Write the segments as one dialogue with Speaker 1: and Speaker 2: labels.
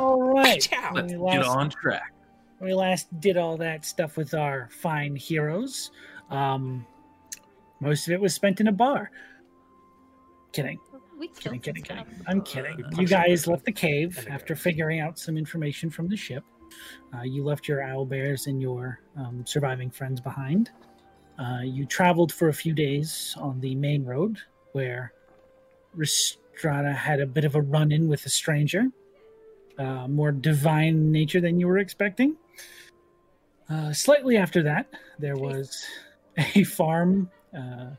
Speaker 1: right.
Speaker 2: Ciao.
Speaker 1: When
Speaker 3: Let's
Speaker 1: we,
Speaker 3: get
Speaker 1: last,
Speaker 3: on track.
Speaker 1: when we last did all that stuff with our fine heroes, um, most of it was spent in a bar. Kidding,
Speaker 4: We
Speaker 1: kidding,
Speaker 4: killed
Speaker 1: kidding,
Speaker 4: this
Speaker 1: kidding.
Speaker 4: guy.
Speaker 1: I'm kidding.
Speaker 3: Uh,
Speaker 1: You
Speaker 2: punch
Speaker 1: guys
Speaker 2: him.
Speaker 1: left the cave
Speaker 2: There we go.
Speaker 1: after figuring out some information from the ship. Uh, you left your owl bears and your um, surviving friends behind. Uh, you traveled for a few days on the main road where Restrada had a bit of a run in with a stranger, uh, more divine nature than you were expecting. Uh, slightly after that, there was a farm uh,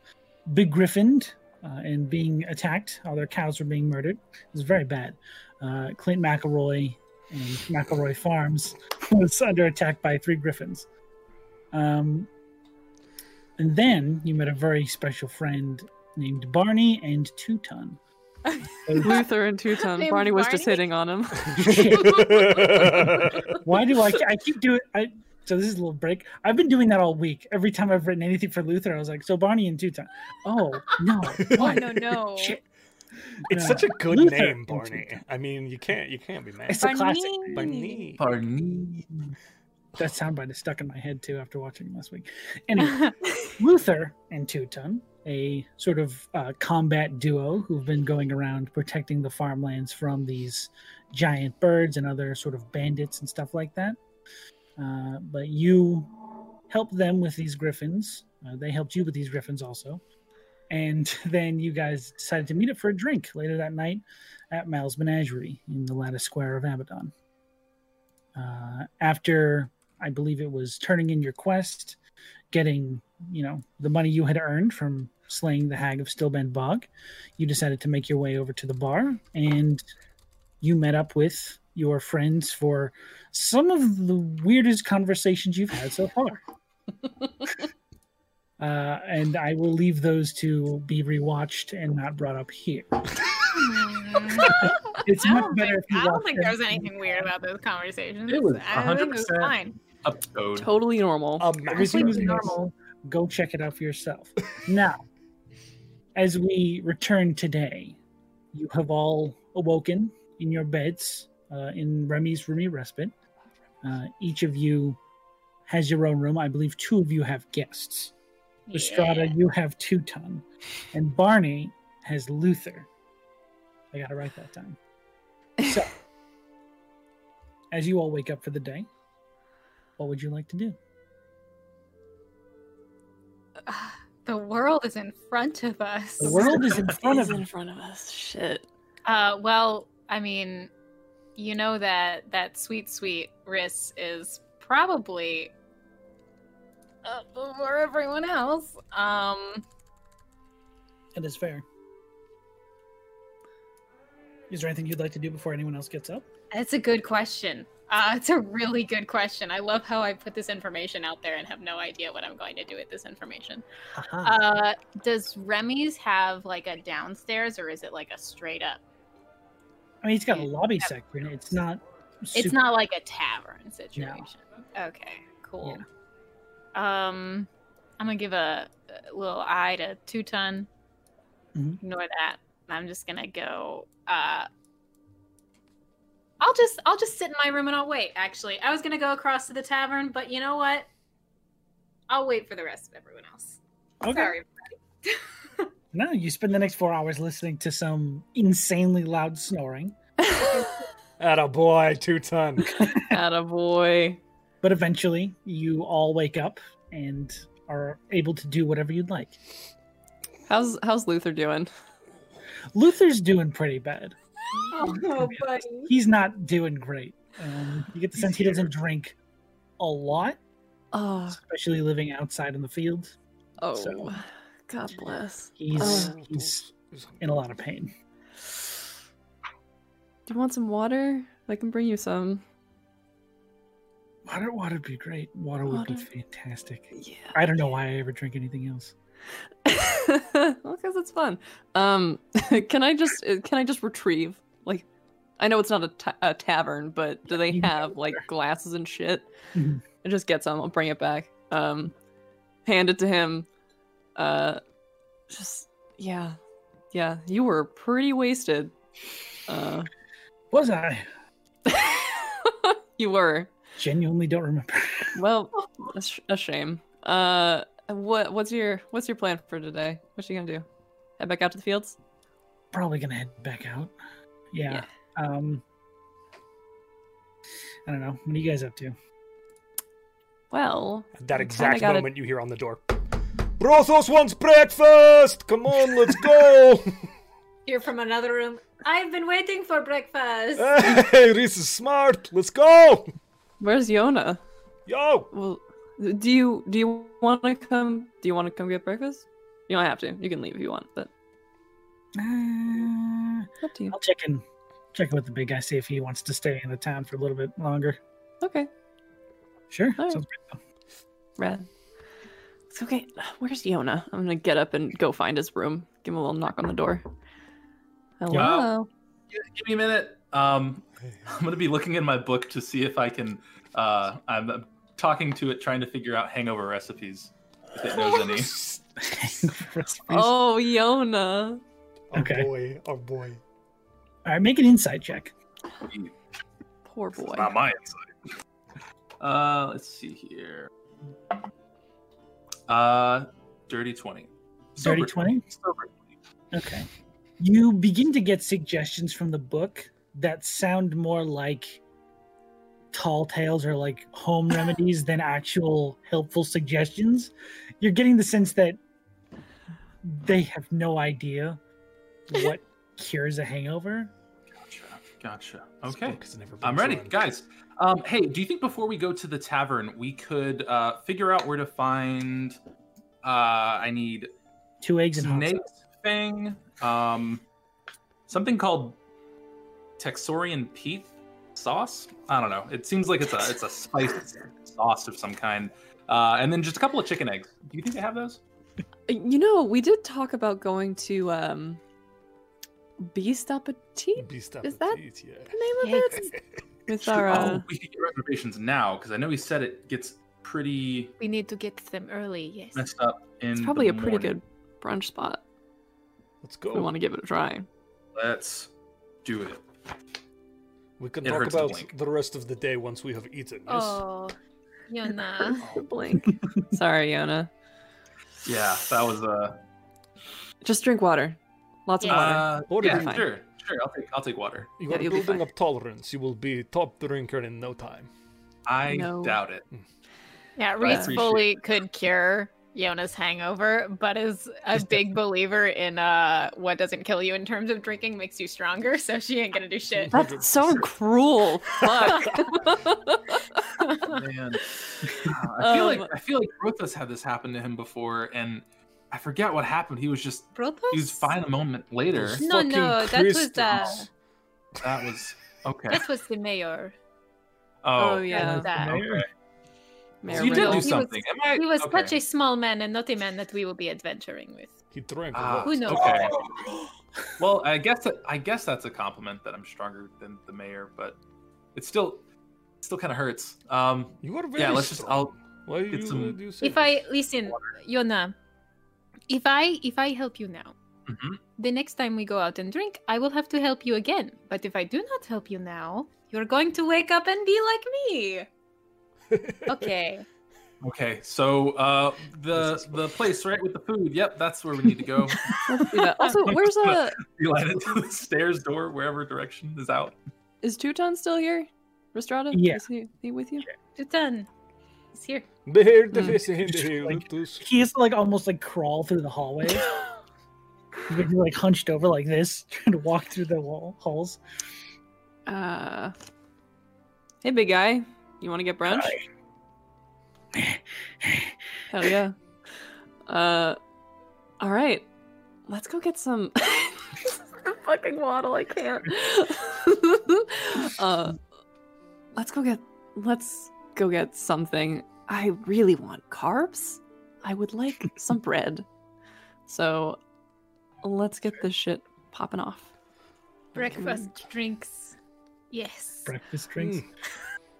Speaker 1: begriffined uh, and being attacked. All their cows were being murdered. It was very bad. Uh, Clint McElroy and McElroy Farms was under attack by three griffins. Um, and then you met a very special friend named Barney and Two Ton.
Speaker 5: Luther and Teuton.
Speaker 4: Name
Speaker 5: Barney was just
Speaker 4: Barney?
Speaker 5: hitting on him.
Speaker 1: Why do I? I keep doing. I, so this is a little break. I've been doing that all week. Every time I've written anything for Luther, I was like, "So Barney and Two Ton." Oh no!
Speaker 4: Oh
Speaker 1: What?
Speaker 4: no no!
Speaker 1: Shit.
Speaker 2: it's
Speaker 1: Yeah.
Speaker 2: such a good
Speaker 1: Luther
Speaker 2: name,
Speaker 1: and
Speaker 2: Barney.
Speaker 1: Teuton.
Speaker 2: I mean, you can't you can't be mad.
Speaker 1: It's a classic.
Speaker 2: Barney.
Speaker 3: Parnee.
Speaker 1: That soundbite is stuck in my head too after watching last week. Anyway, Luther and Teuton, a sort of uh, combat duo who've been going around protecting the farmlands from these giant birds and other sort of bandits and stuff like that. Uh, but you helped them with these griffins. Uh, they helped you with these griffins also. And then you guys decided to meet up for a drink later that night at Mal's Menagerie in the Lattice Square of Abaddon. Uh, after, I believe it was turning in your quest, getting you know the money you had earned from slaying the hag of Stillbend Bog, you decided to make your way over to the bar and you met up with your friends for some of the weirdest conversations you've had so far. uh, and I will leave those to be rewatched and not brought up here. It's
Speaker 6: I
Speaker 1: much
Speaker 6: don't, think,
Speaker 1: better. if you
Speaker 6: I don't
Speaker 1: watch
Speaker 6: think
Speaker 1: them
Speaker 6: there was
Speaker 1: in
Speaker 6: anything weird about those conversations.
Speaker 3: It was
Speaker 6: I think it was
Speaker 3: 100%.
Speaker 6: fine.
Speaker 3: Episode.
Speaker 5: Totally normal.
Speaker 1: Oh,
Speaker 2: A massive-
Speaker 1: everything is
Speaker 6: Absolutely.
Speaker 1: normal. Go check it out for yourself. now, as we return today, you have all awoken in your beds uh, in Remy's roomy respite. Uh, each of you has your own room. I believe two of you have guests. Estrada, you have Teuton, and Barney has Luther. I got it right that time. So, as you all wake up for the day, what would you like to do?
Speaker 6: Ah, The world is in front of us.
Speaker 1: The world is in front of
Speaker 5: He's
Speaker 1: you.
Speaker 5: in front of us. Shit.
Speaker 6: Uh, well, I mean, you know that that sweet, sweet Riss is probably up over everyone else. Um,
Speaker 1: That is fair. Is there anything you'd like to do before anyone else gets up?
Speaker 6: that's a good question. Uh, it's a really good question. I love how I put this information out there and have no idea what I'm going to do with this information. Uh, does Remy's have like a downstairs or is it like a straight up?
Speaker 1: I mean, it's got a lobby section. It's not.
Speaker 6: It's
Speaker 1: super-
Speaker 6: not like a tavern situation. Okay, cool. Um, I'm gonna give a, a little eye to two ton.
Speaker 1: Mhm.
Speaker 6: Ignore that. I'm just gonna go. Uh, I'll just I'll just sit in my room and I'll wait. Actually, I was gonna go across to the tavern, but you know what? I'll wait for the rest of everyone else.
Speaker 1: Okay.
Speaker 6: Sorry.
Speaker 1: No, you spend the next four hours listening to some insanely loud snoring,
Speaker 2: Atta boy, two ton.
Speaker 5: Attaboy.
Speaker 1: but eventually you all wake up and are able to do whatever you'd like.
Speaker 5: How's how's Luther doing?
Speaker 1: Luther's doing pretty bad.
Speaker 4: oh, buddy.
Speaker 1: He's not doing great. Um, you get the sense he doesn't drink a lot,
Speaker 5: Oh,
Speaker 1: especially living outside in the field.
Speaker 5: oh.
Speaker 1: So-
Speaker 5: God bless.
Speaker 1: He's
Speaker 5: Oh.
Speaker 1: he's in a lot of pain.
Speaker 5: Do you want some water? I can bring you some.
Speaker 1: Water, water would be great. Water would be
Speaker 5: Water.
Speaker 1: fantastic.
Speaker 5: Yeah.
Speaker 1: I don't know why I ever drink anything else.
Speaker 5: well, because it's fun. Um, can I just uh, can I just retrieve? Like, I know it's not a, ta- a tavern, but do they
Speaker 1: You can
Speaker 5: have
Speaker 1: go
Speaker 5: like
Speaker 1: there.
Speaker 5: glasses and shit?
Speaker 1: Mhm.
Speaker 5: I just get some. I'll bring it back. Um, hand it to him. Uh, just yeah, yeah. You were pretty wasted. Uh,
Speaker 1: Was I?
Speaker 5: You were.
Speaker 1: Genuinely don't remember.
Speaker 5: Well, a, sh- a shame. Uh, what what's your what's your plan for today? What you gonna do? Head back out to the fields?
Speaker 1: Probably gonna head back out. Yeah. Um. I don't know. What are you guys up to?
Speaker 5: Well,
Speaker 2: At that
Speaker 5: kinda
Speaker 2: exact
Speaker 5: gotta-
Speaker 2: moment, you hear on the door, Brothos wants breakfast! Come on, let's go!
Speaker 4: Here from another room. I've been waiting for breakfast.
Speaker 2: Uh. hey, Reese is smart! Let's go!
Speaker 5: where's Yona?
Speaker 2: Yo!
Speaker 5: Well, do you do you want to come? Do you want to come get breakfast? You don't have to. You can leave if you want, but
Speaker 1: Uh,
Speaker 5: it's up to you.
Speaker 1: I'll check in, check in with the big guy, see if he wants to stay in the town for a little bit longer.
Speaker 5: Okay,
Speaker 1: Sure.
Speaker 5: All right.
Speaker 1: sounds good.
Speaker 5: rad. It's okay. Where's Yona? I'm gonna get up and go find his room. Give him a little knock on the door. Hello.
Speaker 3: Give, give me a minute. Um,
Speaker 2: Oh
Speaker 3: I'm gonna be looking in my book to see if I can. Uh, I'm, I'm talking to it, trying to figure out hangover recipes if it knows any.
Speaker 1: Recipes.
Speaker 5: Oh, Yona.
Speaker 2: Our
Speaker 1: Okay.
Speaker 2: boy, our boy.
Speaker 1: All right, make an insight check.
Speaker 5: Poor
Speaker 3: This is
Speaker 5: boy.
Speaker 3: not my insight. Uh, let's see here. Uh, dirty twenty. Sober
Speaker 1: Dirty 20?
Speaker 3: Sober 20.
Speaker 1: Okay. You begin to get suggestions from the book that sound more like tall tales or like home remedies than actual helpful suggestions. You're getting the sense that they have no idea what cures a hangover.
Speaker 3: Gotcha. Gotcha. Okay.
Speaker 2: Because it never
Speaker 3: I'm
Speaker 2: breaks
Speaker 3: ready,
Speaker 2: around.
Speaker 3: guys. Um, hey, do you think before we go to the tavern, we could uh, figure out where to find? Uh, I need
Speaker 1: Two eggs and hot
Speaker 3: snake
Speaker 1: sauce.
Speaker 3: thing, um, something called Texorian Peat sauce. I don't know. It seems like it's a it's a spiced sauce of some kind. Uh, and then just a couple of chicken eggs. Do you think they have those?
Speaker 5: Uh, You know, we did talk about going to um Beast Appetit,
Speaker 2: Beast
Speaker 5: Is that-
Speaker 2: appetit,
Speaker 5: the name of it?
Speaker 2: yeah.
Speaker 5: With our uh,
Speaker 3: Oh, we could get reservations now because I know he said it gets pretty
Speaker 6: We need to get them early. Yes.
Speaker 3: messed up. Oh, In
Speaker 5: it's probably
Speaker 3: the
Speaker 5: a pretty
Speaker 3: morning. Oh.
Speaker 5: good brunch spot.
Speaker 2: Let's
Speaker 5: if We
Speaker 2: go.
Speaker 5: want to give it a try.
Speaker 3: Let's do it.
Speaker 2: We can
Speaker 3: It
Speaker 2: talk
Speaker 3: hurts to
Speaker 2: about
Speaker 3: blink.
Speaker 2: the rest of the day once we have eaten. Yes.
Speaker 6: Oh, Yona.
Speaker 5: Blink. Sorry, Yona.
Speaker 3: Yeah, that was uh, a.
Speaker 5: Just drink water. Lots
Speaker 6: Yeah.
Speaker 5: of water.
Speaker 3: Uh,
Speaker 2: Water
Speaker 3: yeah,
Speaker 5: be fine.
Speaker 3: sure, sure. I'll take I'll take water.
Speaker 2: you
Speaker 5: yeah,
Speaker 2: are
Speaker 5: you'll be
Speaker 2: building
Speaker 5: fine.
Speaker 2: up tolerance. You will be top drinker in no time.
Speaker 3: I
Speaker 5: No.
Speaker 3: doubt it.
Speaker 6: Yeah,
Speaker 3: I
Speaker 6: Reese
Speaker 3: appreciate
Speaker 6: fully could cure Yona's hangover, but is a
Speaker 1: Just-
Speaker 6: big believer in uh, what doesn't kill you in terms of drinking makes you stronger. So she ain't gonna do shit.
Speaker 5: That's so cruel. Fuck.
Speaker 3: Man, I feel
Speaker 5: Um,
Speaker 3: like I feel like Rothos had this happen to him before, and I forget what happened. He was just he was fine a moment later.
Speaker 2: Those
Speaker 6: No,
Speaker 2: fucking
Speaker 6: no, that was, uh,
Speaker 2: Christians.
Speaker 3: That was okay.
Speaker 6: This was the mayor.
Speaker 5: oh
Speaker 3: Oh,
Speaker 5: yeah.
Speaker 6: That.
Speaker 3: okay.
Speaker 5: Mayor
Speaker 3: So you did
Speaker 5: Riddle.
Speaker 3: do
Speaker 6: was-
Speaker 3: something. Am I?
Speaker 6: He was
Speaker 3: okay.
Speaker 6: such a small man and not a man that we will be adventuring with.
Speaker 2: He drank a
Speaker 3: Ah,
Speaker 2: lot.
Speaker 6: Who knows?
Speaker 3: Okay. Well, I guess that, I guess that's a compliment that I'm stronger than the mayor, but it still it still kind of hurts. Um,
Speaker 2: You are very
Speaker 3: yeah, let's just. I'll
Speaker 2: strong. Why
Speaker 3: get
Speaker 2: you,
Speaker 3: some-
Speaker 2: do you say
Speaker 6: If I
Speaker 2: this?
Speaker 6: listen, Yona, if I if I help you now,
Speaker 3: Mhm.
Speaker 6: the next time we go out and drink, I will have to help you again. But if I do not help you now, you're going to wake up and be like me. Okay.
Speaker 3: Okay, so uh, the
Speaker 2: This is-
Speaker 3: the place right with the food. Yep, that's where we need to go.
Speaker 5: Let's do that. Also, where's uh
Speaker 3: you light it to the stairs door, wherever direction is out.
Speaker 5: is Teuton still here? Restrada?
Speaker 1: Yeah.
Speaker 5: Is he, he with you?
Speaker 6: Tutan is here.
Speaker 2: Bear the
Speaker 6: Hmm.
Speaker 5: Mm.
Speaker 2: face in the
Speaker 1: Just
Speaker 2: hill,
Speaker 1: like-
Speaker 2: Lutus.
Speaker 1: He has to like almost like crawl through the hallway. He's gonna be, like hunched over like this, trying to walk through the wall halls.
Speaker 5: Uh Hey big guy. You wanna get brunch? Hell yeah. Uh, all right. Let's go get some. fucking waddle. I can't. uh, let's go get. Let's go get something. I really want carbs. I would like some bread. So, let's get this shit popping off.
Speaker 6: Breakfast drinks. Yes.
Speaker 2: Hmm.
Speaker 1: Breakfast drinks. Okay.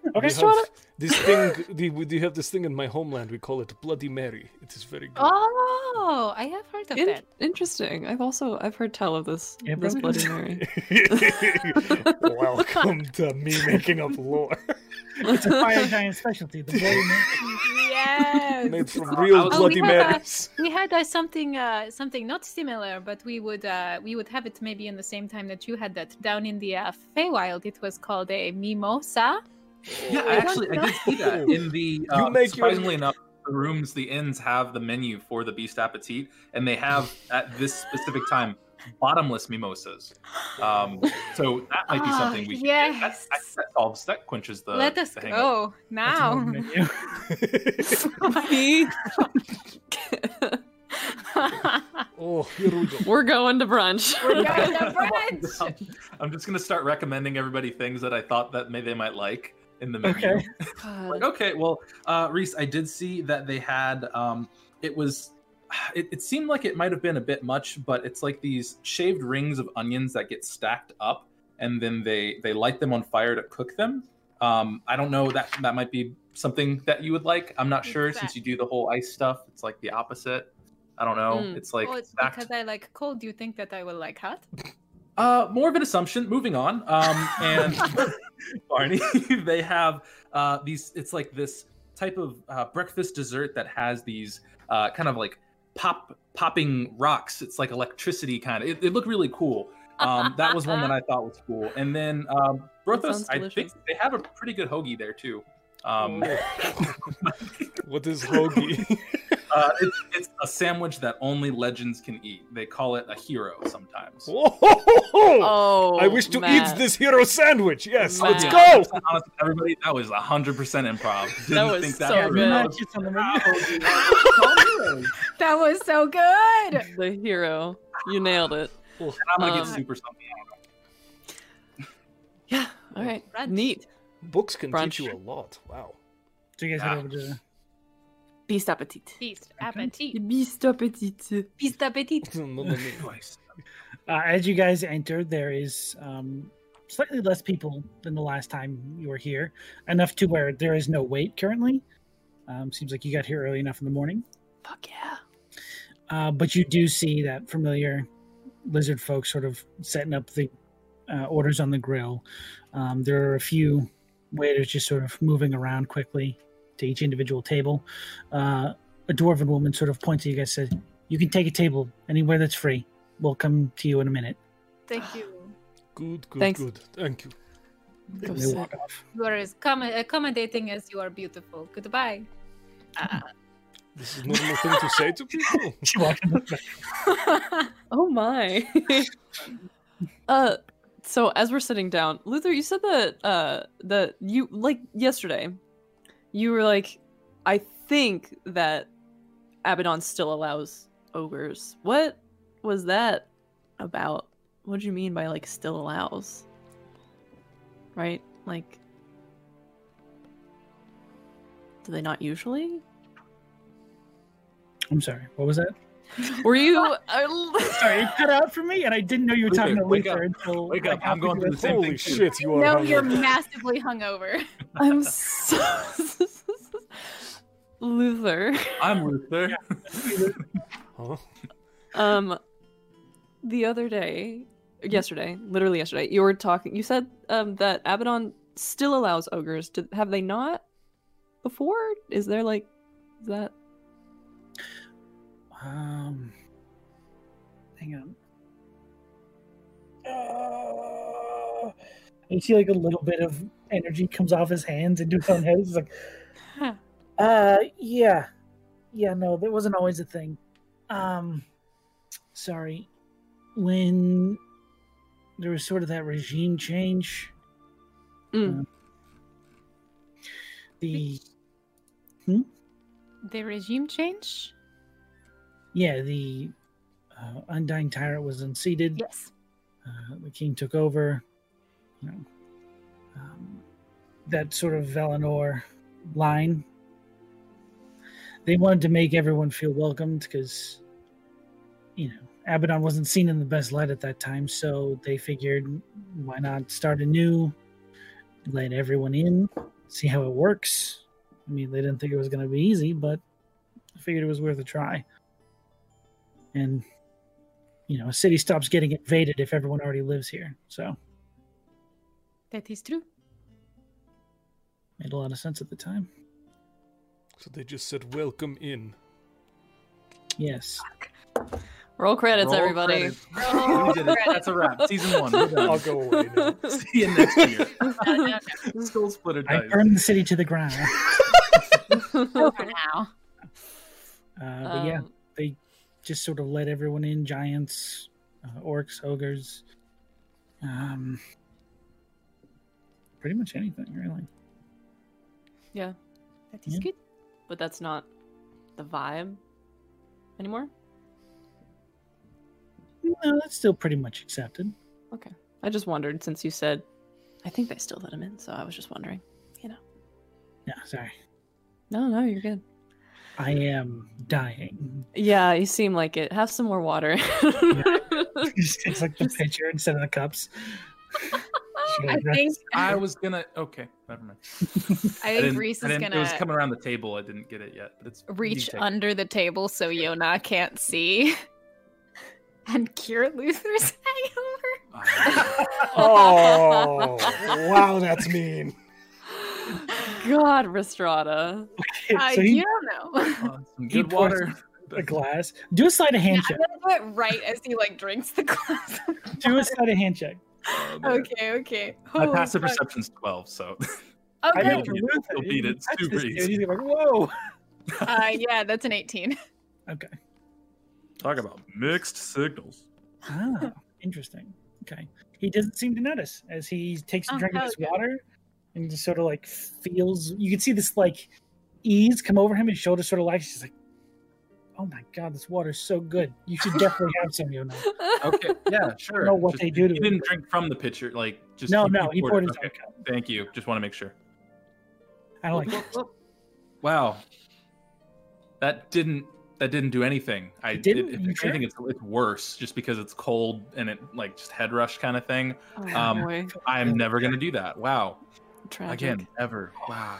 Speaker 2: We have this thing. The, we do have this thing in my homeland. We call it Bloody Mary. It is very good.
Speaker 6: Oh, I have heard of
Speaker 5: In-
Speaker 6: that.
Speaker 5: interesting. I've also I've heard tell of this
Speaker 1: Yeah,
Speaker 5: this
Speaker 1: Bloody
Speaker 5: Bloody Mary.
Speaker 2: Welcome to me making up lore
Speaker 1: It's a fire giant specialty. The Bloody Mary.
Speaker 6: Yes.
Speaker 2: made from
Speaker 3: Oh,
Speaker 2: real
Speaker 3: we
Speaker 2: Bloody
Speaker 6: have a-
Speaker 2: Marys.
Speaker 6: we had uh, something uh, something not similar, but we would uh, we would have it maybe in the same time that you had that down in the uh, Feywild. It was called a mimosa.
Speaker 3: Yeah, I actually I did see that in the. Uh,
Speaker 2: You make your-
Speaker 3: surprisingly enough, the rooms the inns have the menu for the Beast Appetite, and they have at this specific time bottomless mimosas. Um, so that might be
Speaker 6: Ah,
Speaker 3: something we. should get. That-
Speaker 6: yes.
Speaker 3: That, that solves that quenches the.
Speaker 6: Let
Speaker 3: the
Speaker 6: us
Speaker 3: hangover.
Speaker 6: go
Speaker 1: That's another
Speaker 6: now.
Speaker 1: menu.
Speaker 5: Me?
Speaker 2: Oh, here we go.
Speaker 5: We're going to brunch.
Speaker 6: We're going to brunch.
Speaker 3: I'm just gonna start recommending everybody things that I thought that may they might like in the menu.
Speaker 1: Okay.
Speaker 5: God.
Speaker 3: Like, okay, well, uh, Reese, I did see that they had. Um, it was. It, it seemed like it might have been a bit much, but it's like these shaved rings of onions that get stacked up, and then they they light them on fire to cook them. Um, I don't know that that might be something that you would like. I'm not sure
Speaker 6: Exact-
Speaker 3: since you do the whole ice stuff. It's like the opposite. I don't know.
Speaker 5: Mm.
Speaker 3: It's like
Speaker 6: oh, it's
Speaker 3: stacked
Speaker 6: because I like cold. You think that I will like hot?
Speaker 3: uh, more of an assumption. Moving on. Um, and Barney, they have uh, these. It's like this type of uh, breakfast dessert that has these uh, kind of like pop popping rocks. It's like electricity kind of. It, they look really cool. Um, that was one that I thought was cool. And then um, Brothos,
Speaker 5: sounds
Speaker 3: I think
Speaker 5: delicious.
Speaker 3: they have a pretty good hoagie there too. Um,
Speaker 2: Oh. What is hoagie?
Speaker 3: uh, it's, it's a sandwich that only legends can eat. They call it a hero sometimes.
Speaker 2: Whoa!
Speaker 5: Oh,
Speaker 2: I wish to eat
Speaker 5: Matt.
Speaker 2: this hero sandwich. Yes, let's
Speaker 5: Matt.
Speaker 2: go.
Speaker 3: Honestly, everybody, that was 100% improv. Didn't
Speaker 5: That was
Speaker 3: think that
Speaker 5: so
Speaker 3: through.
Speaker 5: good.
Speaker 1: Not just on the menu.
Speaker 6: That was so good.
Speaker 5: The hero. You nailed it.
Speaker 3: I'm gonna get
Speaker 5: Um,
Speaker 3: super something.
Speaker 5: Yeah. All right.
Speaker 6: Brunch.
Speaker 5: Neat.
Speaker 2: Books can
Speaker 5: Brunch.
Speaker 2: teach you a lot. Wow.
Speaker 1: So you guys head
Speaker 3: Ah.
Speaker 1: over to
Speaker 5: Beast appetit.
Speaker 6: Feast appetit.
Speaker 5: Beast appetit.
Speaker 6: Feast appetit.
Speaker 2: Mamma mia.
Speaker 1: Uh, as you guys enter, there is um, slightly less people than the last time you were here, enough to where there is no wait currently. Um, seems like you got here early enough in the morning,
Speaker 5: Fuck yeah.
Speaker 1: uh, but you do see that familiar lizard folk sort of setting up the uh, orders on the grill. Um, there are a few waiters just sort of moving around quickly to each individual table. Uh, a dwarven woman sort of points at you guys, says, "You can take a table anywhere that's free. We'll come to you in a minute."
Speaker 6: Thank you.
Speaker 2: Good, good,
Speaker 5: Thanks.
Speaker 2: good. Thank you.
Speaker 5: Go
Speaker 1: They
Speaker 5: sit.
Speaker 1: walk off.
Speaker 6: You are as com- accommodating as you are beautiful. Goodbye.
Speaker 2: This is normal thing to say to people.
Speaker 1: She walked in the back.
Speaker 5: Oh my. uh so as we're sitting down, Luther, you said that uh that you like yesterday, you were like, I think that Abaddon still allows ogres. What was that about? What do you mean by like still allows? Right? Like do they not usually?
Speaker 1: I'm sorry. What was that?
Speaker 5: Were you? I-
Speaker 1: Sorry, it cut out for me, and I didn't know you were
Speaker 3: Luther,
Speaker 1: talking to
Speaker 3: wake
Speaker 1: Luther until
Speaker 3: Wake
Speaker 1: like,
Speaker 3: up, I'm
Speaker 1: halfway
Speaker 3: going
Speaker 1: through
Speaker 3: through the
Speaker 1: this.
Speaker 3: same
Speaker 2: Holy
Speaker 3: thing too.
Speaker 2: shit, you are.
Speaker 6: No,
Speaker 2: hungry.
Speaker 6: you're massively hungover.
Speaker 5: I'm so. Luther.
Speaker 3: I'm Luther.
Speaker 2: Huh?
Speaker 5: Um, the other day, yesterday, literally yesterday, you were talking. You said um that Abaddon still allows ogres. to have they not before? Is there like is that?
Speaker 1: Um, hang on. Uh, you see, like a little bit of energy comes off his hands into his own head. He's like, uh, yeah, yeah, no, that wasn't always a thing. Um, sorry, when there was sort of that regime change.
Speaker 5: Mm.
Speaker 1: The
Speaker 6: The regime change?
Speaker 1: yeah, the uh, Undying Tyrant was unseated.
Speaker 6: Yes.
Speaker 1: Uh, the king took over. You know, um, that sort of Valinor line. They wanted to make everyone feel welcomed because, you know, Abaddon wasn't seen in the best light at that time. "Mm, So they figured, why not start anew, let everyone in, see how it works. I mean, they didn't think it was going to be easy, but I figured it was worth a try. And, you know, a city stops getting invaded if everyone already lives here. So
Speaker 6: That is true.
Speaker 1: made a lot of sense at the time.
Speaker 2: So they just said, "Welcome in."
Speaker 1: Yes.
Speaker 5: Roll credits,
Speaker 3: Roll
Speaker 5: everybody.
Speaker 3: credits. We did it. That's a wrap. Season one. We're
Speaker 2: I'll
Speaker 3: done.
Speaker 2: go away now.
Speaker 3: See you next year.
Speaker 6: No, no,
Speaker 3: Skull splitter
Speaker 1: I
Speaker 3: dice.
Speaker 1: burned the city to the ground.
Speaker 6: no, for now.
Speaker 1: Uh, but yeah,
Speaker 5: Um,
Speaker 1: just sort of let everyone in giants, uh, orcs, ogres, um, pretty much anything, really.
Speaker 6: That is
Speaker 1: Yeah.
Speaker 6: good.
Speaker 5: but that's not the vibe anymore.
Speaker 1: No, that's still pretty much accepted.
Speaker 5: I just wondered since you said, I think they still let him in, so I was just wondering.
Speaker 1: Yeah, sorry.
Speaker 5: No, no, you're good.
Speaker 1: I am dying.
Speaker 5: Yeah, you seem like it. Have some more water.
Speaker 1: it's like the pitcher instead of the cups. Should
Speaker 6: I
Speaker 1: I-
Speaker 6: think
Speaker 3: I was gonna. Okay, never mind.
Speaker 6: I
Speaker 3: I
Speaker 6: think
Speaker 3: didn't-
Speaker 6: Reese
Speaker 3: I
Speaker 6: is
Speaker 3: didn't- It was
Speaker 6: gonna
Speaker 3: coming around the table. I didn't get it yet. But it's you
Speaker 6: reach
Speaker 3: take it.
Speaker 6: under the table so Yona can't see and cure Luther's hangover.
Speaker 3: Ah,
Speaker 2: Oh, wow, that's mean.
Speaker 5: God, Restrada.
Speaker 6: Uh,
Speaker 1: so
Speaker 6: you
Speaker 1: he,
Speaker 6: don't know.
Speaker 3: well, some
Speaker 1: He
Speaker 3: good
Speaker 1: pours
Speaker 3: water.
Speaker 1: a glass. Do a sleight of hand
Speaker 6: Yeah,
Speaker 1: check.
Speaker 6: I'm gonna do it right as he like drinks the glass.
Speaker 1: Do a sleight of hand check.
Speaker 3: Oh, man.
Speaker 6: okay, okay.
Speaker 3: My
Speaker 6: Holy
Speaker 3: passive
Speaker 6: Oh, fuck.
Speaker 3: perception's twelve, so
Speaker 1: I
Speaker 6: Okay.
Speaker 1: know
Speaker 3: You'll
Speaker 1: for Luther,
Speaker 3: beat it. You'll
Speaker 1: you
Speaker 3: beat
Speaker 1: can
Speaker 3: it. It's
Speaker 1: touch
Speaker 3: too
Speaker 1: this dude,
Speaker 3: easy.
Speaker 1: He's like, whoa.
Speaker 6: Uh, yeah, that's an 18.
Speaker 1: Okay.
Speaker 3: talk about mixed signals.
Speaker 1: Ah, interesting. Okay. He doesn't seem to notice as he takes a
Speaker 6: Oh,
Speaker 1: drink of
Speaker 6: hell
Speaker 1: his
Speaker 6: yeah.
Speaker 1: water and just sort of like feels. You can see this like ease come over him. His shoulders sort of relax. He's like, "Oh my god, this water's so good. You should definitely have some, you know."
Speaker 3: Okay, yeah, sure.
Speaker 1: know what
Speaker 3: Just-
Speaker 1: they do to
Speaker 3: You
Speaker 1: it,
Speaker 3: didn't
Speaker 1: but-
Speaker 3: drink from the pitcher, like just
Speaker 1: No,
Speaker 3: you-
Speaker 1: no,
Speaker 3: you
Speaker 1: he poured his
Speaker 3: it.
Speaker 1: own
Speaker 3: Okay,
Speaker 1: cup.
Speaker 3: Thank you. Just want to make sure.
Speaker 1: I don't like.
Speaker 3: Wow, that didn't that didn't do anything. I
Speaker 1: It didn't?
Speaker 3: It, if
Speaker 1: You sure?
Speaker 3: anything, it's, it's worse just because it's cold and it like just head rush kind of thing.
Speaker 5: Oh,
Speaker 3: Um,
Speaker 5: boy.
Speaker 3: I'm never gonna do that. Wow,
Speaker 5: Tragic.
Speaker 3: again, ever. Wow.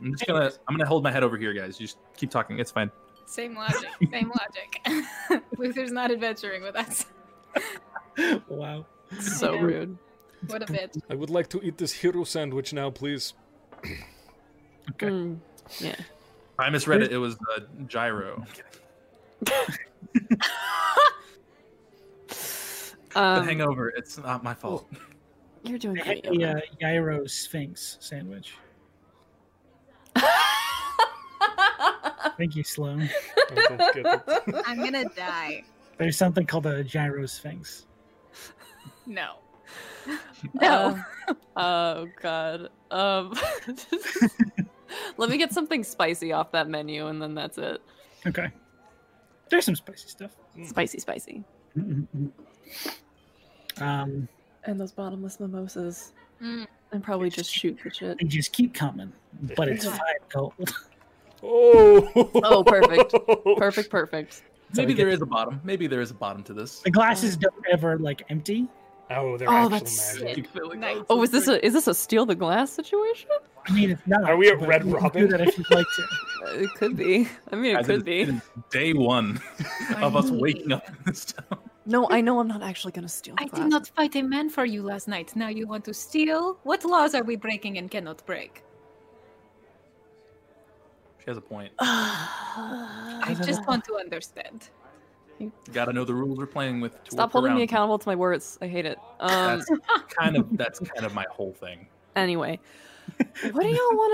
Speaker 3: I'm just gonna I'm gonna hold my head over here, guys. You just keep talking. It's fine.
Speaker 6: Same logic. Same logic. Luther's not adventuring with us.
Speaker 1: Wow.
Speaker 5: So
Speaker 6: Yeah.
Speaker 5: rude.
Speaker 6: What a bitch.
Speaker 2: I would like to eat this hero sandwich now, please.
Speaker 1: Okay.
Speaker 5: Mm, yeah.
Speaker 3: I misread it. It was uh, gyro. the
Speaker 5: Um,
Speaker 3: hangover. It's not my fault.
Speaker 1: Oh,
Speaker 5: You're doing
Speaker 1: I had
Speaker 5: great.
Speaker 1: a uh, gyro sphinx sandwich. Thank you, Sloan.
Speaker 2: I don't get it.
Speaker 6: I'm gonna die.
Speaker 1: There's something called a gyro sphinx.
Speaker 6: No.
Speaker 5: Uh,
Speaker 6: No.
Speaker 5: oh god. Um, let me get something spicy off that menu, and then that's it.
Speaker 1: Okay. There's some spicy stuff.
Speaker 5: Spicy, spicy.
Speaker 1: Mm, mm, mm. um,
Speaker 5: And those bottomless mimosas,
Speaker 6: Mm.
Speaker 5: and probably just shoot the shit.
Speaker 1: they just keep coming, but it's
Speaker 6: Yeah.
Speaker 1: five gold.
Speaker 2: Oh.
Speaker 5: Oh, perfect. Perfect, perfect.
Speaker 1: So
Speaker 3: Maybe
Speaker 1: we get-
Speaker 3: there is a bottom. Maybe there is a bottom to this.
Speaker 1: The glasses don't ever like empty.
Speaker 2: Oh, they're
Speaker 5: Oh,
Speaker 2: actual
Speaker 5: that's
Speaker 2: magic.
Speaker 3: Keep filling
Speaker 6: Nice.
Speaker 3: up.
Speaker 5: Oh, is this a is this a steal the glass situation?
Speaker 1: I mean, it's not.
Speaker 2: Are we at
Speaker 1: but
Speaker 2: Red
Speaker 1: you can
Speaker 2: Robin?
Speaker 1: Do that if you'd like to.
Speaker 5: Uh, It could be. I mean,
Speaker 3: Guys,
Speaker 5: it could
Speaker 3: is-
Speaker 5: be.
Speaker 3: is day one of us waking up in this town.
Speaker 5: No, I know I'm not actually gonna steal.
Speaker 6: I
Speaker 5: The
Speaker 6: did
Speaker 5: glass.
Speaker 6: not fight a man for you last night. Now you want to steal? What laws are we breaking and cannot break?
Speaker 3: She has a point.
Speaker 6: I just want to understand.
Speaker 3: Gotta know the rules we're playing with. To
Speaker 5: Stop
Speaker 3: work
Speaker 5: holding
Speaker 3: around.
Speaker 5: me accountable to my words. I hate it. Um,
Speaker 3: That's kind of that's kind of my whole thing.
Speaker 5: anyway, what do y'all want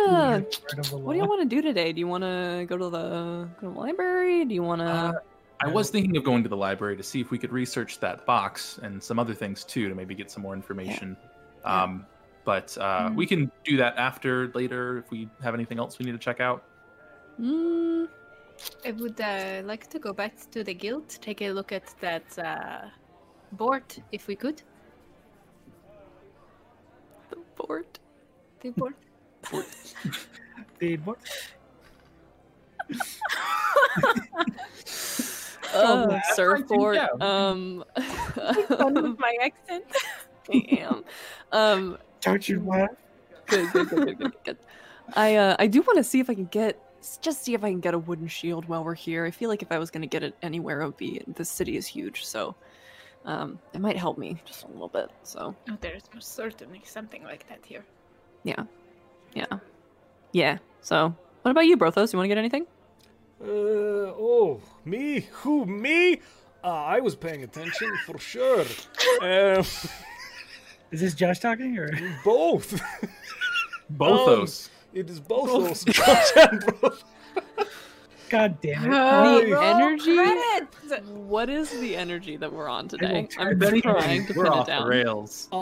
Speaker 5: to?
Speaker 1: Rid of the
Speaker 5: What do y'all
Speaker 1: law.
Speaker 5: want to do today? Do you want to go to the go to the library? Do you want to?
Speaker 3: Uh, I was thinking of going to the library to see if we could research that box and some other things too to maybe get some more information.
Speaker 5: Yeah.
Speaker 3: Um, but uh, we can do that after later if we have anything else we need to check out.
Speaker 5: mm,
Speaker 6: I would uh, like to go back to the guild, take a look at that uh, board if we could.
Speaker 5: the board.
Speaker 6: The board.
Speaker 1: The what?
Speaker 3: oh,
Speaker 5: Uh,
Speaker 1: that's
Speaker 5: surfboard.
Speaker 3: yeah.
Speaker 5: Um,
Speaker 6: Fun with my accent.
Speaker 5: damn. Um,
Speaker 1: Don't you laugh?
Speaker 5: good, good, good, good, good, good. I uh, I do want to see if I can get s- just see if I can get a wooden shield while we're here. I feel like if I was gonna get it anywhere, it would be the city is huge, so um, it might help me just a little bit. So
Speaker 6: Oh, there's certainly something like that here.
Speaker 5: yeah, yeah. So what about you, Brothos? You want to get anything?
Speaker 2: Uh, oh, me? Who, me? Uh, I was paying attention for sure. Um,
Speaker 1: Is this Josh talking or
Speaker 2: both.
Speaker 3: Bothos.
Speaker 2: It is both those. Josh and Brothos.
Speaker 1: God damn it?
Speaker 5: the
Speaker 6: roll
Speaker 5: energy.
Speaker 6: credits!
Speaker 5: What is the energy that we're on
Speaker 1: will
Speaker 5: today?
Speaker 1: try
Speaker 5: I'm
Speaker 1: very
Speaker 5: trying to
Speaker 3: We're
Speaker 5: pin it
Speaker 3: off the
Speaker 5: down.
Speaker 3: rails.
Speaker 2: I-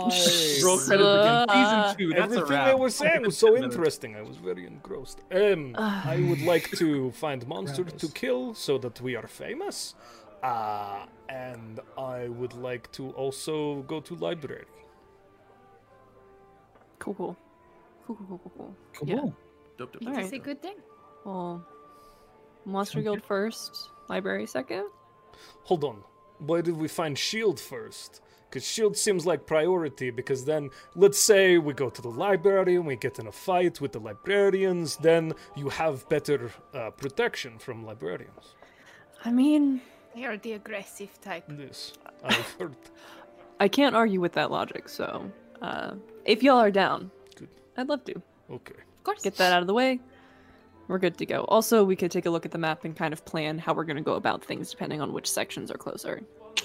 Speaker 3: Roll credits again. Season two. That's a
Speaker 2: Everything
Speaker 3: wrap.
Speaker 2: they were saying was so
Speaker 3: Minutes.
Speaker 2: interesting. I was very engrossed. Um,
Speaker 5: Uh.
Speaker 2: I would like to find monsters to kill so that we are famous. Uh, and I would like to also go to library.
Speaker 5: Cool, cool, cool, cool, cool, cool, cool.
Speaker 1: Cool.
Speaker 5: Yeah.
Speaker 3: Dope, dope,
Speaker 5: All
Speaker 3: dope.
Speaker 5: right.
Speaker 6: It's a good thing.
Speaker 5: Well, Monster Guild first, Library second.
Speaker 2: Hold on. Why did we find shield E first? Because shield E seems like priority. Because then, let's say we go to the library and we get in a fight with the librarians, then you have better uh, protection from librarians.
Speaker 5: I mean,
Speaker 6: They are the aggressive type.
Speaker 2: This I've heard.
Speaker 5: I can't argue with that logic. So, uh, if y'all are down,
Speaker 2: Good.
Speaker 5: I'd love to
Speaker 2: Okay.
Speaker 6: Of course.
Speaker 5: get that out of the way. We're good to go. Also, we could take a look at the map and kind of plan how we're going to go about things depending on which sections are closer.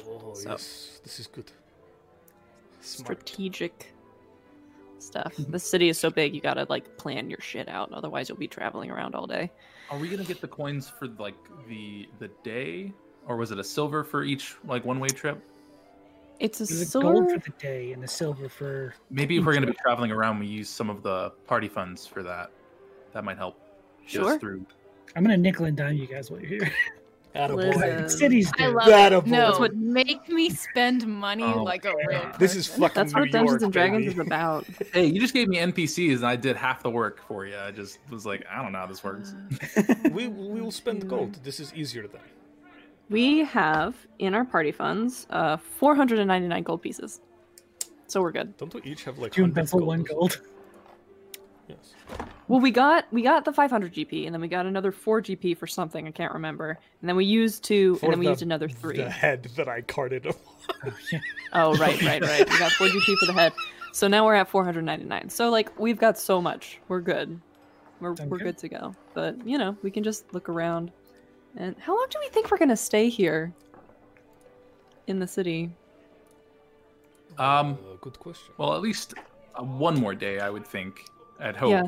Speaker 2: Oh
Speaker 5: So-
Speaker 2: yes, this is good. Smart. Mm-hmm.
Speaker 5: Strategic stuff. the city is so big, you gotta like plan your shit out. Otherwise, you'll be traveling around all day.
Speaker 3: Are we gonna get the coins for like the the day, or was it a silver for each like one way trip?
Speaker 5: It's a
Speaker 1: There's a gold
Speaker 5: silver.
Speaker 1: for the day and a silver for
Speaker 3: Maybe if we're gonna be traveling around, we use some of the party funds for that. That might help. get
Speaker 5: Sure.
Speaker 3: Us through.
Speaker 1: I'm gonna nickel and dime you guys while you're here.
Speaker 5: Listen.
Speaker 2: Attaboy.
Speaker 5: Um,
Speaker 1: Cities
Speaker 6: I
Speaker 1: do.
Speaker 6: love
Speaker 2: That a
Speaker 6: it.
Speaker 2: boy.
Speaker 6: No,
Speaker 2: That's what-
Speaker 6: make me spend money
Speaker 3: Oh,
Speaker 6: like a real person.
Speaker 2: This is fucking
Speaker 5: That's
Speaker 2: New
Speaker 5: what Dungeons
Speaker 2: York,
Speaker 5: and Dragons
Speaker 2: baby.
Speaker 5: is about.
Speaker 3: Hey, you just gave me NPCs, and I did half the work for you. I just was like, I don't know how this works.
Speaker 2: we we will spend gold. This is easier then.
Speaker 5: We have in our party funds uh 499 gold pieces. So we're good.
Speaker 2: Don't we each have like
Speaker 1: Two
Speaker 2: 100
Speaker 1: pencil, one
Speaker 2: or something?
Speaker 1: gold.
Speaker 2: Yes.
Speaker 5: Well, we got we got the 500 GP and then we got another 4 GP for something I can't remember. And then we used two
Speaker 2: For
Speaker 5: and then we
Speaker 2: the-
Speaker 5: used another 3.
Speaker 2: The head that I carted. off.
Speaker 5: Oh, right, right, right. We got 4 GP for the head. So now we're at 499. So like we've got so much. We're good. We're
Speaker 1: Sound
Speaker 5: we're
Speaker 1: good?
Speaker 5: good to go. But, you know, we can just look around. And how long do we think we're going to stay here in the city?
Speaker 3: Um,
Speaker 2: Uh, good question.
Speaker 3: Well, at least uh, one more day, I would think. I'd hope,
Speaker 5: Yeah.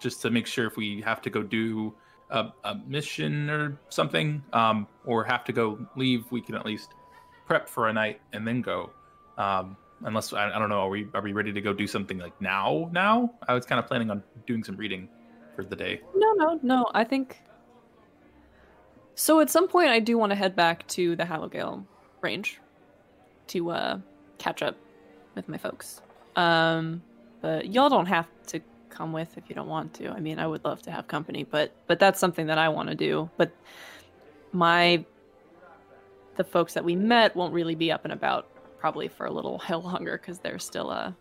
Speaker 3: just to make sure if we have to go do a, a mission or something, um, or have to go leave, we can at least prep for a night and then go. Um, unless I, I don't know, are we are we ready to go do something like now? Now, I was kind of planning on doing some reading for the day.
Speaker 5: No, no, no. I think. So at some point, I do want to head back to the Hallowgale range to uh, catch up with my folks. Um, but y'all don't have to come with if you don't want to. I mean, I would love to have company, but but that's something that I want to do. But my the folks that we met won't really be up and about probably for a little hell hunger because they're still uh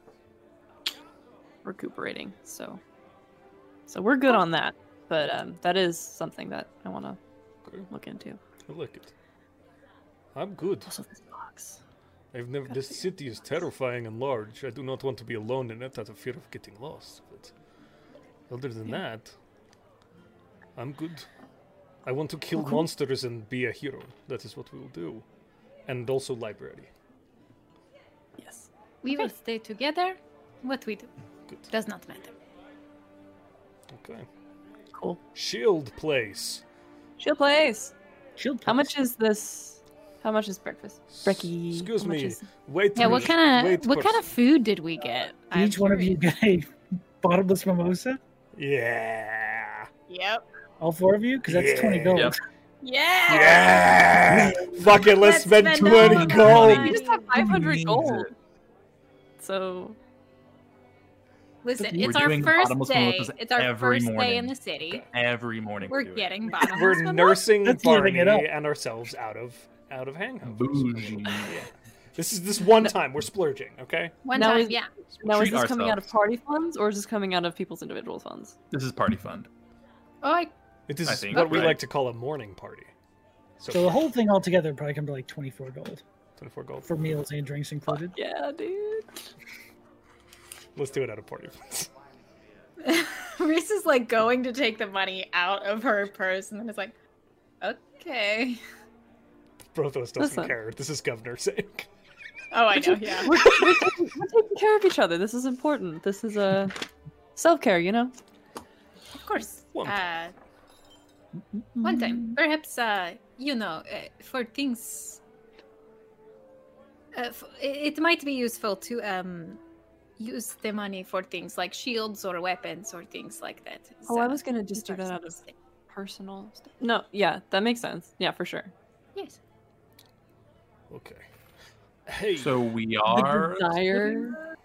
Speaker 5: recuperating. So so we're good on that. But um, that is something that I want to
Speaker 2: Okay,
Speaker 5: look into.
Speaker 2: I like it. I'm good.
Speaker 5: Also, this box.
Speaker 2: I've never. This city is terrifying and large. I do not want to be alone in it out of fear of getting lost. But other than that, I'm good. I want to kill monsters and be a hero. That is what we will do, and also library.
Speaker 5: Yes.
Speaker 6: We will stay together. What we do
Speaker 2: Good.
Speaker 6: does not matter.
Speaker 2: Okay.
Speaker 5: Cool.
Speaker 2: Shield place.
Speaker 5: Shield place.
Speaker 1: Shield
Speaker 5: How
Speaker 1: place.
Speaker 5: much is this? How much is breakfast? Brekkie.
Speaker 2: Excuse
Speaker 5: How much
Speaker 2: me.
Speaker 5: is-
Speaker 2: Wait.
Speaker 6: Yeah, what kind
Speaker 2: Wait
Speaker 6: of what kind of food did we get? I'm
Speaker 1: Each one of you
Speaker 6: curious.
Speaker 1: get a bottomless mimosa.
Speaker 2: Yeah.
Speaker 6: Yep.
Speaker 1: All four of you, because that's twenty
Speaker 2: Yeah.
Speaker 1: gold.
Speaker 3: Yep.
Speaker 6: Yeah.
Speaker 2: Yeah. Fuck it.
Speaker 6: Let's
Speaker 2: Let's, spend
Speaker 6: spend all
Speaker 2: twenty
Speaker 6: of
Speaker 2: gold.
Speaker 6: our
Speaker 5: You just have
Speaker 6: Money.
Speaker 5: 500
Speaker 3: Jesus.
Speaker 5: gold. So
Speaker 6: Listen,
Speaker 1: We're
Speaker 6: it's our
Speaker 3: doing
Speaker 6: first
Speaker 3: bottomless
Speaker 6: day.
Speaker 3: mimosas
Speaker 6: It's our
Speaker 3: every
Speaker 6: first day
Speaker 3: morning.
Speaker 6: in the city.
Speaker 3: Every morning,
Speaker 6: We're
Speaker 3: do it.
Speaker 6: getting bottomless
Speaker 2: We're
Speaker 6: mimosas.
Speaker 2: nursing
Speaker 1: That's living
Speaker 2: Barney
Speaker 1: it up.
Speaker 2: and ourselves out of out of hangovers.
Speaker 3: bougie.
Speaker 2: This is this one time we're splurging, okay?
Speaker 6: One
Speaker 5: Now
Speaker 6: time,
Speaker 5: is-
Speaker 6: yeah.
Speaker 5: Now, is
Speaker 3: Treat
Speaker 5: this coming out of
Speaker 3: ourselves.
Speaker 5: party funds or is this coming out of people's individual funds?
Speaker 3: This is party fund.
Speaker 6: Oh, I,
Speaker 2: It is
Speaker 3: I think,
Speaker 2: what we
Speaker 3: right.
Speaker 2: like to call a morning party.
Speaker 1: So the whole thing altogether would probably come to like 24 gold
Speaker 2: 24 gold.
Speaker 1: for meals and drinks
Speaker 5: Fuck
Speaker 1: included.
Speaker 5: yeah, dude.
Speaker 2: Let's do it at a party.
Speaker 6: Reese is like going to take the money out of her purse, and then it's like, okay.
Speaker 2: Brothos doesn't
Speaker 5: Listen.
Speaker 2: care. This is governor's sake.
Speaker 6: Oh, I know. Yeah.
Speaker 5: We're, we're, taking, we're taking care of each other. This is important. This is a self care, you know?
Speaker 6: Of course.
Speaker 2: One
Speaker 6: Uh, one time, perhaps uh, you know, uh, for things, uh, f- it it might be useful to um, use the money for things like shields or weapons or things like that.
Speaker 5: Oh, I
Speaker 6: So,
Speaker 5: was going to just
Speaker 6: these
Speaker 5: do
Speaker 6: are
Speaker 5: that
Speaker 6: some
Speaker 5: out of
Speaker 6: mistakes.
Speaker 5: personal stuff. No, yeah, that makes sense. Yeah, for sure.
Speaker 6: Yes.
Speaker 2: Okay. Hey,
Speaker 3: So we
Speaker 5: The
Speaker 3: are.
Speaker 5: desire,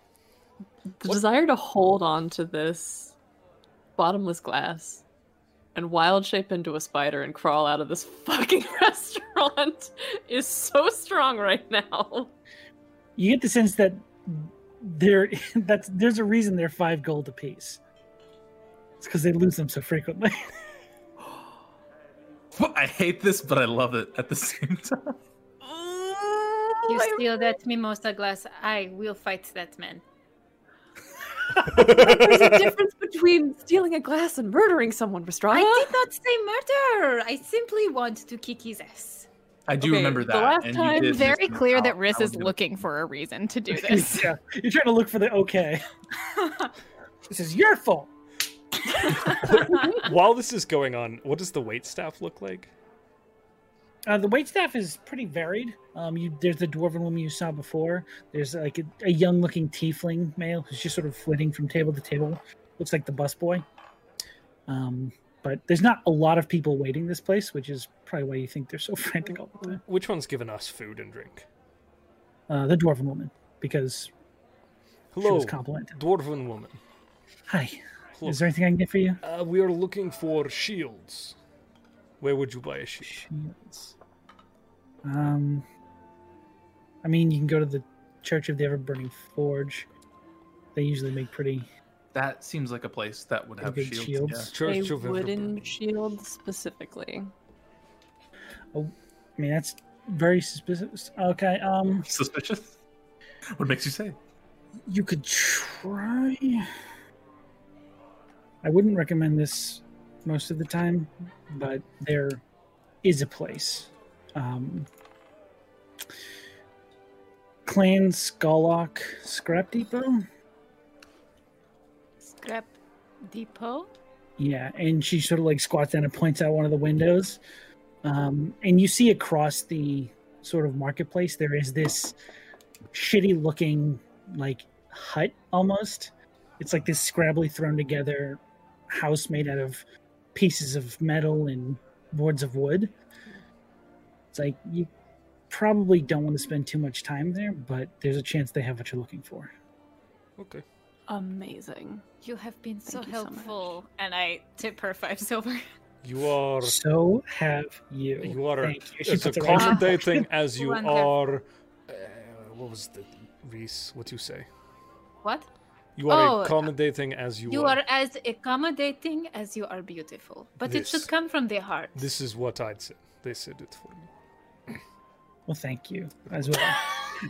Speaker 5: the
Speaker 2: What-
Speaker 5: desire to hold on to this bottomless glass and wild shape into a spider and crawl out of this fucking restaurant is so strong right now.
Speaker 1: You get the sense that there that's there's a reason they're five gold apiece. It's because they lose them so frequently.
Speaker 3: I hate this, but I love it at the same time.
Speaker 5: Oh,
Speaker 6: You steal that mimosa glass, I will fight that man.
Speaker 5: There's a difference between stealing a glass and murdering someone, Restrada.
Speaker 6: I did not say murder. I simply want to kick his ass.
Speaker 3: I do
Speaker 5: Okay,
Speaker 3: remember
Speaker 5: the
Speaker 3: that.
Speaker 5: last
Speaker 3: and you
Speaker 5: time-
Speaker 3: did
Speaker 5: It's
Speaker 6: Very
Speaker 3: just-
Speaker 6: clear that
Speaker 3: I'll-
Speaker 6: Riz
Speaker 3: I'll
Speaker 6: is
Speaker 3: do it.
Speaker 6: looking for a reason to do this.
Speaker 1: yeah. You're trying to look for the okay. This is your fault.
Speaker 2: while this is going on, what does the wait staff look like?
Speaker 1: Uh, the waitstaff is pretty varied. Um, you, there's the dwarven woman you saw before. There's like a, a young-looking tiefling male who's just sort of flitting from table to table. Looks like the busboy. Um, but there's not a lot of people waiting this place, which is probably why you think they're so frantic all the time.
Speaker 2: Which one's giving us food and drink?
Speaker 1: Uh, the dwarven woman, because she
Speaker 2: Hello,
Speaker 1: was complimented.
Speaker 2: dwarven woman.
Speaker 1: Hi.
Speaker 2: Hello.
Speaker 1: Is there anything I can get for you?
Speaker 2: Uh, we are looking for shields. Where would you buy a shield?
Speaker 1: Shields. Um, I mean, you can go to the Church of the Everburning Forge. They usually make pretty
Speaker 3: That seems like a place that would have
Speaker 1: Big
Speaker 3: shields.
Speaker 1: shields.
Speaker 2: Church
Speaker 5: a
Speaker 2: of
Speaker 5: wooden
Speaker 2: Everburn.
Speaker 5: shield specifically.
Speaker 1: I mean, that's very suspicious. Okay, um,
Speaker 3: yeah. Suspicious. What makes you say?
Speaker 1: you could try. I wouldn't recommend this most of the time, but there is a place. Um, Clan Skullock Scrap Depot?
Speaker 6: Scrap Depot?
Speaker 1: Yeah, and she sort of like squats down and points out one of the windows. Um, and you see across the sort of marketplace, there is this shitty looking like hut almost. It's like this scrabbly thrown together house made out of pieces of metal and boards of wood. It's like you probably don't want to spend too much time there, but there's a chance they have what you're looking for.
Speaker 2: Okay.
Speaker 5: Amazing.
Speaker 6: You have been so
Speaker 5: Thank you so much.
Speaker 6: helpful. and I tip her five silver.
Speaker 2: You are
Speaker 1: So have you.
Speaker 2: You are a-
Speaker 1: Thank you. She
Speaker 2: as
Speaker 1: puts her hand-
Speaker 2: accommodating as you
Speaker 6: Wonderful.
Speaker 2: are. Uh, what was the Reese? What you say?
Speaker 6: What?
Speaker 2: You are
Speaker 6: Oh,
Speaker 2: accommodating as you,
Speaker 6: You are as accommodating as you are beautiful. But it
Speaker 2: This.
Speaker 6: should come from the heart.
Speaker 2: This is what I'd say. They said it for me.
Speaker 1: Well, thank you as well.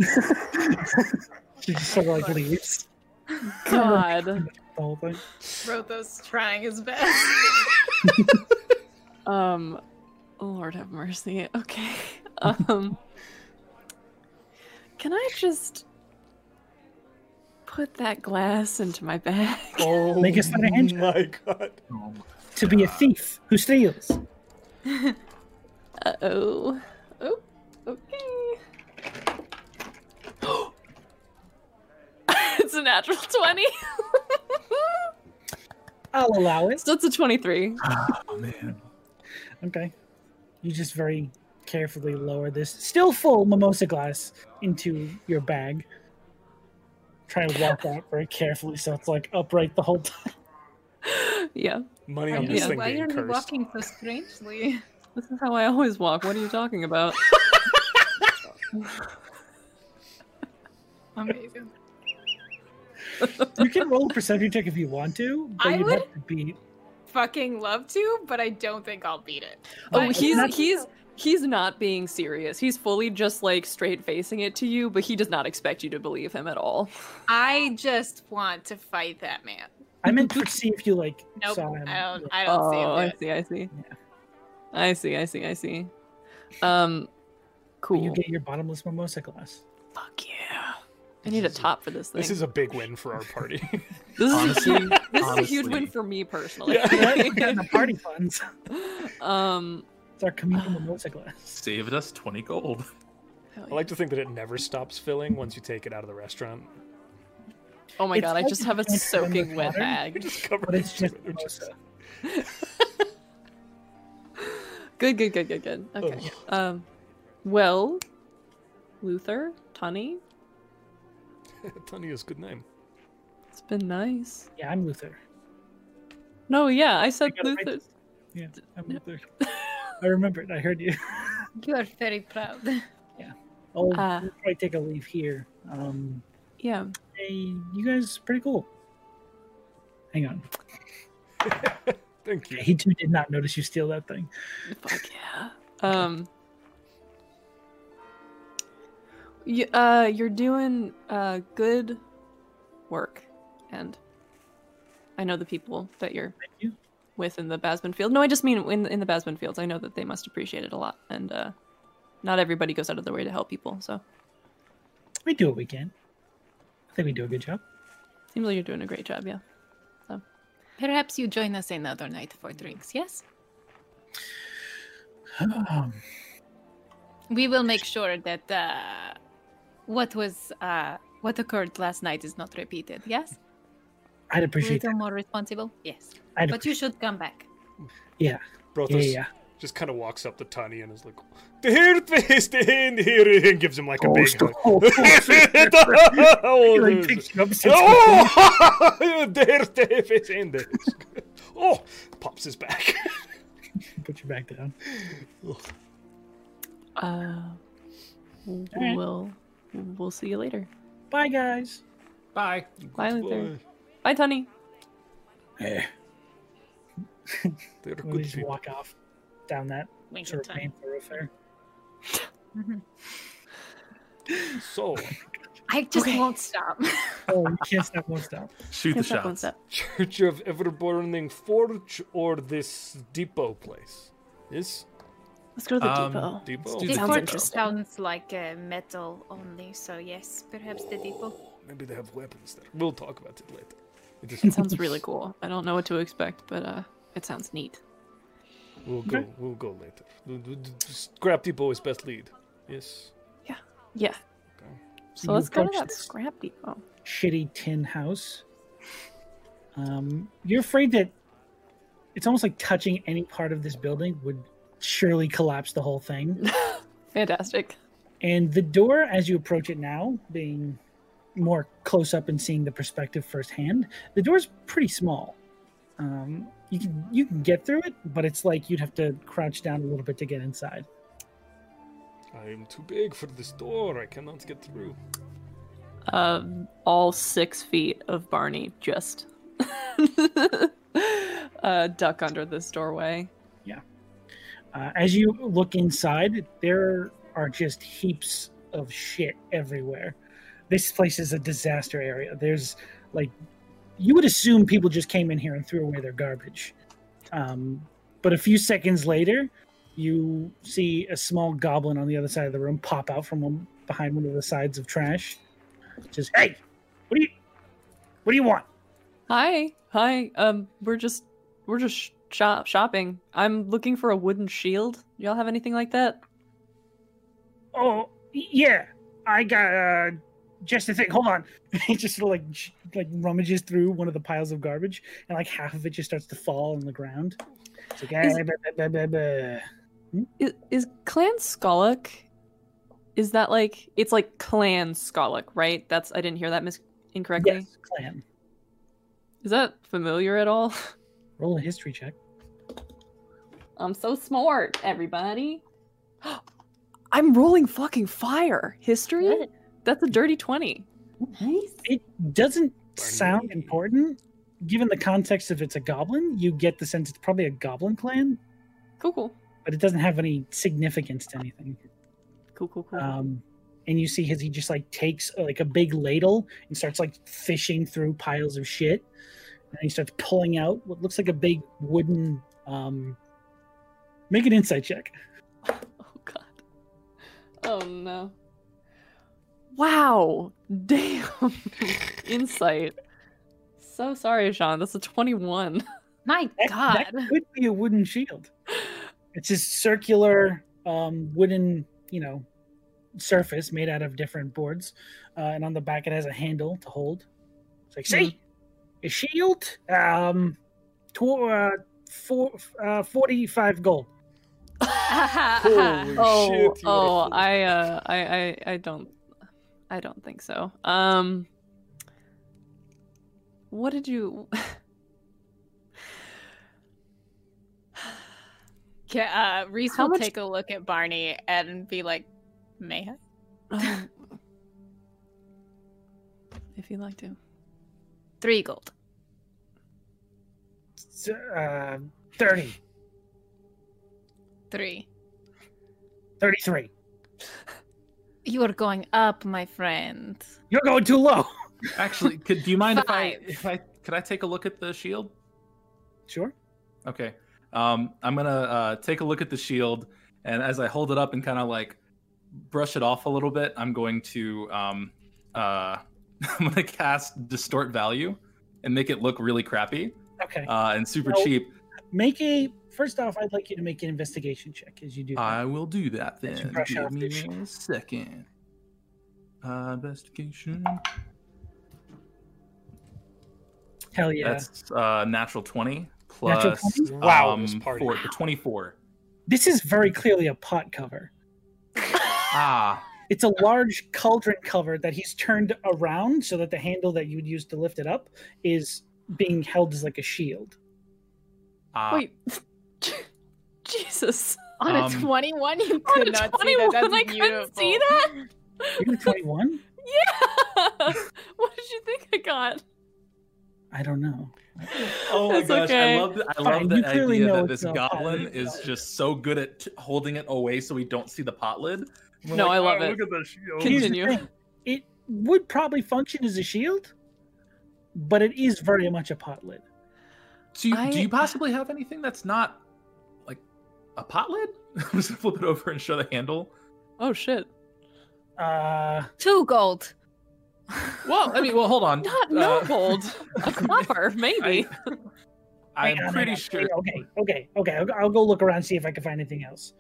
Speaker 1: she just sort of like leaves
Speaker 5: God.
Speaker 1: the whole thing.
Speaker 6: Brothos trying his best.
Speaker 5: um, Lord have mercy. Okay. Um, can I just put that glass into my bag?
Speaker 2: Oh
Speaker 1: Make us not a hand
Speaker 2: my god!
Speaker 1: To be a thief who steals.
Speaker 5: Uh oh. Oh. Okay. it's a natural twenty.
Speaker 1: I'll allow it.
Speaker 5: so it's a twenty-three.
Speaker 3: Oh man.
Speaker 1: Okay. You just very carefully lower this still full mimosa glass into your bag. Try to walk out very carefully so it's like upright the whole time.
Speaker 5: Yeah.
Speaker 2: Money
Speaker 5: Are
Speaker 2: on
Speaker 5: you-
Speaker 2: this thing
Speaker 6: why
Speaker 2: being
Speaker 6: are you
Speaker 2: cursed.
Speaker 6: walking so strangely?
Speaker 5: This is how I always walk. What are you talking about?
Speaker 6: Amazing.
Speaker 1: You can roll a perception check if you want to, but
Speaker 6: I
Speaker 1: you'd
Speaker 6: would-
Speaker 1: have to beat.
Speaker 6: Fucking love to, but I don't think I'll beat it.
Speaker 5: Oh,
Speaker 6: But-
Speaker 5: he's he's he's not being serious. He's fully just like straight facing it to you, but he does not expect you to believe him at all.
Speaker 6: I just want to fight that man.
Speaker 1: I meant to see if you like
Speaker 6: Nope.
Speaker 1: saw him.
Speaker 6: I don't. I don't see
Speaker 5: oh,
Speaker 6: him. do
Speaker 5: I
Speaker 6: it.
Speaker 5: see, I see. I see, I see, I see. Um cool.
Speaker 1: You get your bottomless mimosa glass.
Speaker 5: Fuck yeah. I need a top for this thing.
Speaker 2: This is a big win for our party.
Speaker 5: This is
Speaker 3: Honestly,
Speaker 5: a, huge- this is a huge
Speaker 3: honestly.
Speaker 5: win for me personally.
Speaker 2: Yeah.
Speaker 1: We're getting the party funds.
Speaker 5: um,
Speaker 1: It's our communal mimosa glass.
Speaker 3: Saved us 20 gold.
Speaker 5: hell
Speaker 2: I like to think that it never stops filling once you take it out of the restaurant.
Speaker 5: yeah. oh my
Speaker 1: it's
Speaker 5: god, I
Speaker 1: like
Speaker 5: just have a
Speaker 1: it's like
Speaker 5: soaking wet
Speaker 1: water.
Speaker 5: bag.
Speaker 2: Just cover
Speaker 1: But it's
Speaker 2: it
Speaker 1: just
Speaker 2: with-
Speaker 1: mimosa.
Speaker 5: Good, good, good, good, good. Okay. Um, well, Luther, Tunny,
Speaker 2: Tony is a good name.
Speaker 5: it's been nice.
Speaker 1: Yeah, I'm Luther.
Speaker 5: No, yeah, I said
Speaker 1: gotta write
Speaker 5: Luther.
Speaker 1: Yeah, I'm Luther. I remembered. I heard you.
Speaker 6: You are very proud.
Speaker 1: I'll
Speaker 6: Uh.
Speaker 5: Ah.
Speaker 1: we'll probably take a leave here. Um,
Speaker 5: Yeah.
Speaker 1: hey, you guys, pretty cool. Hang on.
Speaker 2: Thank
Speaker 1: Yeah,
Speaker 2: you.
Speaker 1: he too did not notice you steal that thing.
Speaker 5: Fuck yeah. Um. You, uh, you're doing uh good work, and I know the people that you're
Speaker 1: Thank you.
Speaker 5: with in the Basman Field. No, I just mean in in the Basman Fields. I know that they must appreciate it a lot, and uh, not everybody goes out of their way to help people. So
Speaker 1: We do what we can. I think we do a good job.
Speaker 5: seems like you're doing a great job. Yeah.
Speaker 6: Perhaps you join us another night for drinks. Yes,
Speaker 1: Um,
Speaker 6: we will make sure that uh, what was uh, what occurred last night is not repeated. Yes,
Speaker 1: I'd
Speaker 6: a
Speaker 1: appreciate
Speaker 6: little
Speaker 1: that.
Speaker 6: more responsible. Yes,
Speaker 1: I'd
Speaker 6: but you should come back.
Speaker 1: yeah,
Speaker 2: Brothos
Speaker 1: yeah.
Speaker 2: just kind of walks up to Tony and is like, "The hair paste in here," and gives him like a big hug.
Speaker 1: Oh,
Speaker 2: Oh,
Speaker 1: he, like,
Speaker 2: there's-
Speaker 1: picks you up and sits with you.
Speaker 2: Oh, there, Dave is in there. Oh, pops his back.
Speaker 1: Put you back down.
Speaker 5: Uh,
Speaker 1: right.
Speaker 5: we'll we'll see you later.
Speaker 1: Bye, guys.
Speaker 3: Bye.
Speaker 5: Bye, Luther. Bye, Tunny.
Speaker 2: They're
Speaker 1: We'll
Speaker 2: good
Speaker 1: just
Speaker 2: people.
Speaker 1: walk off down that
Speaker 6: Wink
Speaker 1: sort of
Speaker 6: and
Speaker 1: main thoroughfare.
Speaker 2: So,
Speaker 6: I just
Speaker 5: Okay.
Speaker 6: won't stop.
Speaker 1: Oh, you can't stop, won't stop.
Speaker 3: Shoot the
Speaker 5: Can't stop, won't
Speaker 3: shots.
Speaker 5: stop.
Speaker 2: Church of Everburning Forge or this depot place? This
Speaker 5: Let's go to the
Speaker 3: Um,
Speaker 5: depot.
Speaker 2: depot.
Speaker 3: do
Speaker 6: The
Speaker 3: Sounds
Speaker 5: Sounds
Speaker 6: forge
Speaker 5: interesting.
Speaker 6: sounds like uh, metal only, so yes, perhaps the depot.
Speaker 2: Oh, maybe they have weapons there. We'll talk about it later. It
Speaker 5: It
Speaker 2: is,
Speaker 5: sounds really cool. I don't know what to expect, but uh, it sounds neat.
Speaker 2: we'll go. We'll go later. The- the- the- the Scrap depot is best lead. Yes.
Speaker 5: Yeah.
Speaker 2: Okay.
Speaker 5: So
Speaker 1: You
Speaker 5: let's go to
Speaker 1: approach
Speaker 5: that
Speaker 1: this
Speaker 5: scrap depot.
Speaker 1: shitty tin house. Um, you're afraid that it's almost like touching any part of this building would surely collapse the whole thing.
Speaker 5: Fantastic.
Speaker 1: And the door, as you approach it now, being more close up and seeing the perspective firsthand, the door's pretty small. Um, you can you can get through it, but it's like you'd have to crouch down a little bit to get inside.
Speaker 2: I am too big for this door. I cannot get through.
Speaker 5: Um, all six feet of Barney just uh, duck under this doorway.
Speaker 1: Uh, as you look inside, there are just heaps of shit everywhere. This place is a disaster area. There's like, you would assume people just came in here and threw away their garbage. Um, but a few seconds later, you see a small goblin on the other side of the room pop out from one, behind one of the sides of trash. Just, hey, what do you, what do you want?
Speaker 5: Hi, hi. Um, we're just we're just sh- shop shopping. I'm looking for a wooden shield. Y'all have anything like that?
Speaker 1: oh yeah i got uh just a thing hold on he just sort of like sh- like rummages through one of the piles of garbage and like half of it just starts to fall on the ground it's like,
Speaker 5: Is-
Speaker 1: "Ah, blah, blah, blah, blah, blah."
Speaker 5: Is, is Clan Skolok? Is that like it's like Clan Skolok, right? That's I didn't hear that mis- incorrectly.
Speaker 1: yes clan
Speaker 5: Is that familiar at all?
Speaker 1: roll a history check
Speaker 5: I'm so smart, everybody. I'm rolling fucking fire. History? That's a dirty 20.
Speaker 4: Nice.
Speaker 1: It doesn't sound important. Given the context of it's a goblin, you get the sense it's probably a goblin clan,
Speaker 5: Cool, cool,
Speaker 1: but it doesn't have any significance to anything.
Speaker 5: cool, cool, cool.
Speaker 1: Um, and you see his he just like takes uh, like a big ladle and starts like fishing through piles of shit, and he starts pulling out what looks like a big wooden. Um, make an insight check.
Speaker 5: oh god. Oh no. Wow. Damn. Insight. So sorry, Sean. That's a 21.
Speaker 6: My
Speaker 1: That-
Speaker 6: God.
Speaker 1: that could be a wooden shield. It's this circular um, wooden, you know, surface made out of different boards, uh, and on the back it has a handle to hold. It's like, see, a shield, um, tw- uh, four, uh, forty-five gold.
Speaker 2: Holy
Speaker 5: Uh-huh. oh,
Speaker 2: shit! you are a
Speaker 5: oh,
Speaker 2: fool.
Speaker 5: I, uh, I, I, I don't, I don't think so. Um, what did you?
Speaker 6: Ca- uh, Reese
Speaker 5: How
Speaker 6: will
Speaker 5: much-
Speaker 6: take a look at Barney and be like, "May I?"
Speaker 5: Um, if you'd like to.
Speaker 6: Three gold.
Speaker 1: S- Uh, 30,
Speaker 6: Three.
Speaker 1: 33.
Speaker 6: You are going up, my friend.
Speaker 1: You're going too low.
Speaker 3: Actually, could do you mind if I
Speaker 6: Five.
Speaker 3: if I could I take a look at the shield?
Speaker 1: Sure.
Speaker 3: Okay. Um, I'm gonna uh, take a look at the shield, and as I hold it up and kind of like brush it off a little bit, I'm going to um, uh, I'm gonna cast distort value and make it look really crappy
Speaker 1: Okay.
Speaker 3: uh, and super
Speaker 1: No.
Speaker 3: cheap.
Speaker 1: Make a first off. I'd like you to make an investigation check as you do. that.
Speaker 3: I will do that
Speaker 1: Let's
Speaker 3: then.
Speaker 1: brush
Speaker 3: Give
Speaker 1: off
Speaker 3: me
Speaker 1: the shield.
Speaker 3: a second. Uh, investigation.
Speaker 1: Hell yeah!
Speaker 3: That's uh, natural twenty plus
Speaker 1: Natural 20?
Speaker 2: Wow,
Speaker 3: um,
Speaker 2: this party.
Speaker 3: four, twenty-four.
Speaker 1: This is very clearly a pot cover.
Speaker 3: Ah,
Speaker 1: It's a large cauldron cover that he's turned around so that the handle that you would use to lift it up is being held as like a shield.
Speaker 3: ah.
Speaker 5: Wait. Jesus.
Speaker 6: On
Speaker 3: Um,
Speaker 6: a twenty-one, you
Speaker 5: On
Speaker 6: could
Speaker 5: a
Speaker 6: not see
Speaker 5: 21,
Speaker 6: that. That's
Speaker 5: I couldn't
Speaker 6: beautiful.
Speaker 5: see
Speaker 1: You're 21?
Speaker 5: Yeah. what did you think I got?
Speaker 1: I don't know.
Speaker 3: Oh my
Speaker 5: That's
Speaker 3: gosh,
Speaker 5: okay.
Speaker 3: I love the, I
Speaker 1: Fine,
Speaker 3: love
Speaker 1: you
Speaker 3: the
Speaker 1: clearly
Speaker 3: idea
Speaker 1: know
Speaker 3: that
Speaker 1: it's
Speaker 3: this
Speaker 1: not pot.
Speaker 3: goblin is just so good at t- holding it away so we don't see the pot lid. We're
Speaker 5: No, I love
Speaker 3: "Ah,
Speaker 5: it.
Speaker 3: Look at this. yo."
Speaker 1: Here's the
Speaker 5: Continue.
Speaker 1: thing. It would probably function as a shield, but it is very much a pot lid.
Speaker 3: Do you, do
Speaker 5: I-
Speaker 3: you possibly have anything that's not like a pot lid? I'm just gonna flip it over and show the handle.
Speaker 5: Oh shit.
Speaker 1: Uh,
Speaker 6: Two gold.
Speaker 3: Well, I mean, well, hold on.
Speaker 5: Not
Speaker 3: Uh,
Speaker 5: no gold. A copper, maybe.
Speaker 3: I'm
Speaker 1: hang on, hang
Speaker 3: pretty
Speaker 1: on.
Speaker 3: sure.
Speaker 1: Okay, okay, okay. I'll, I'll go look around and see if I can find anything else.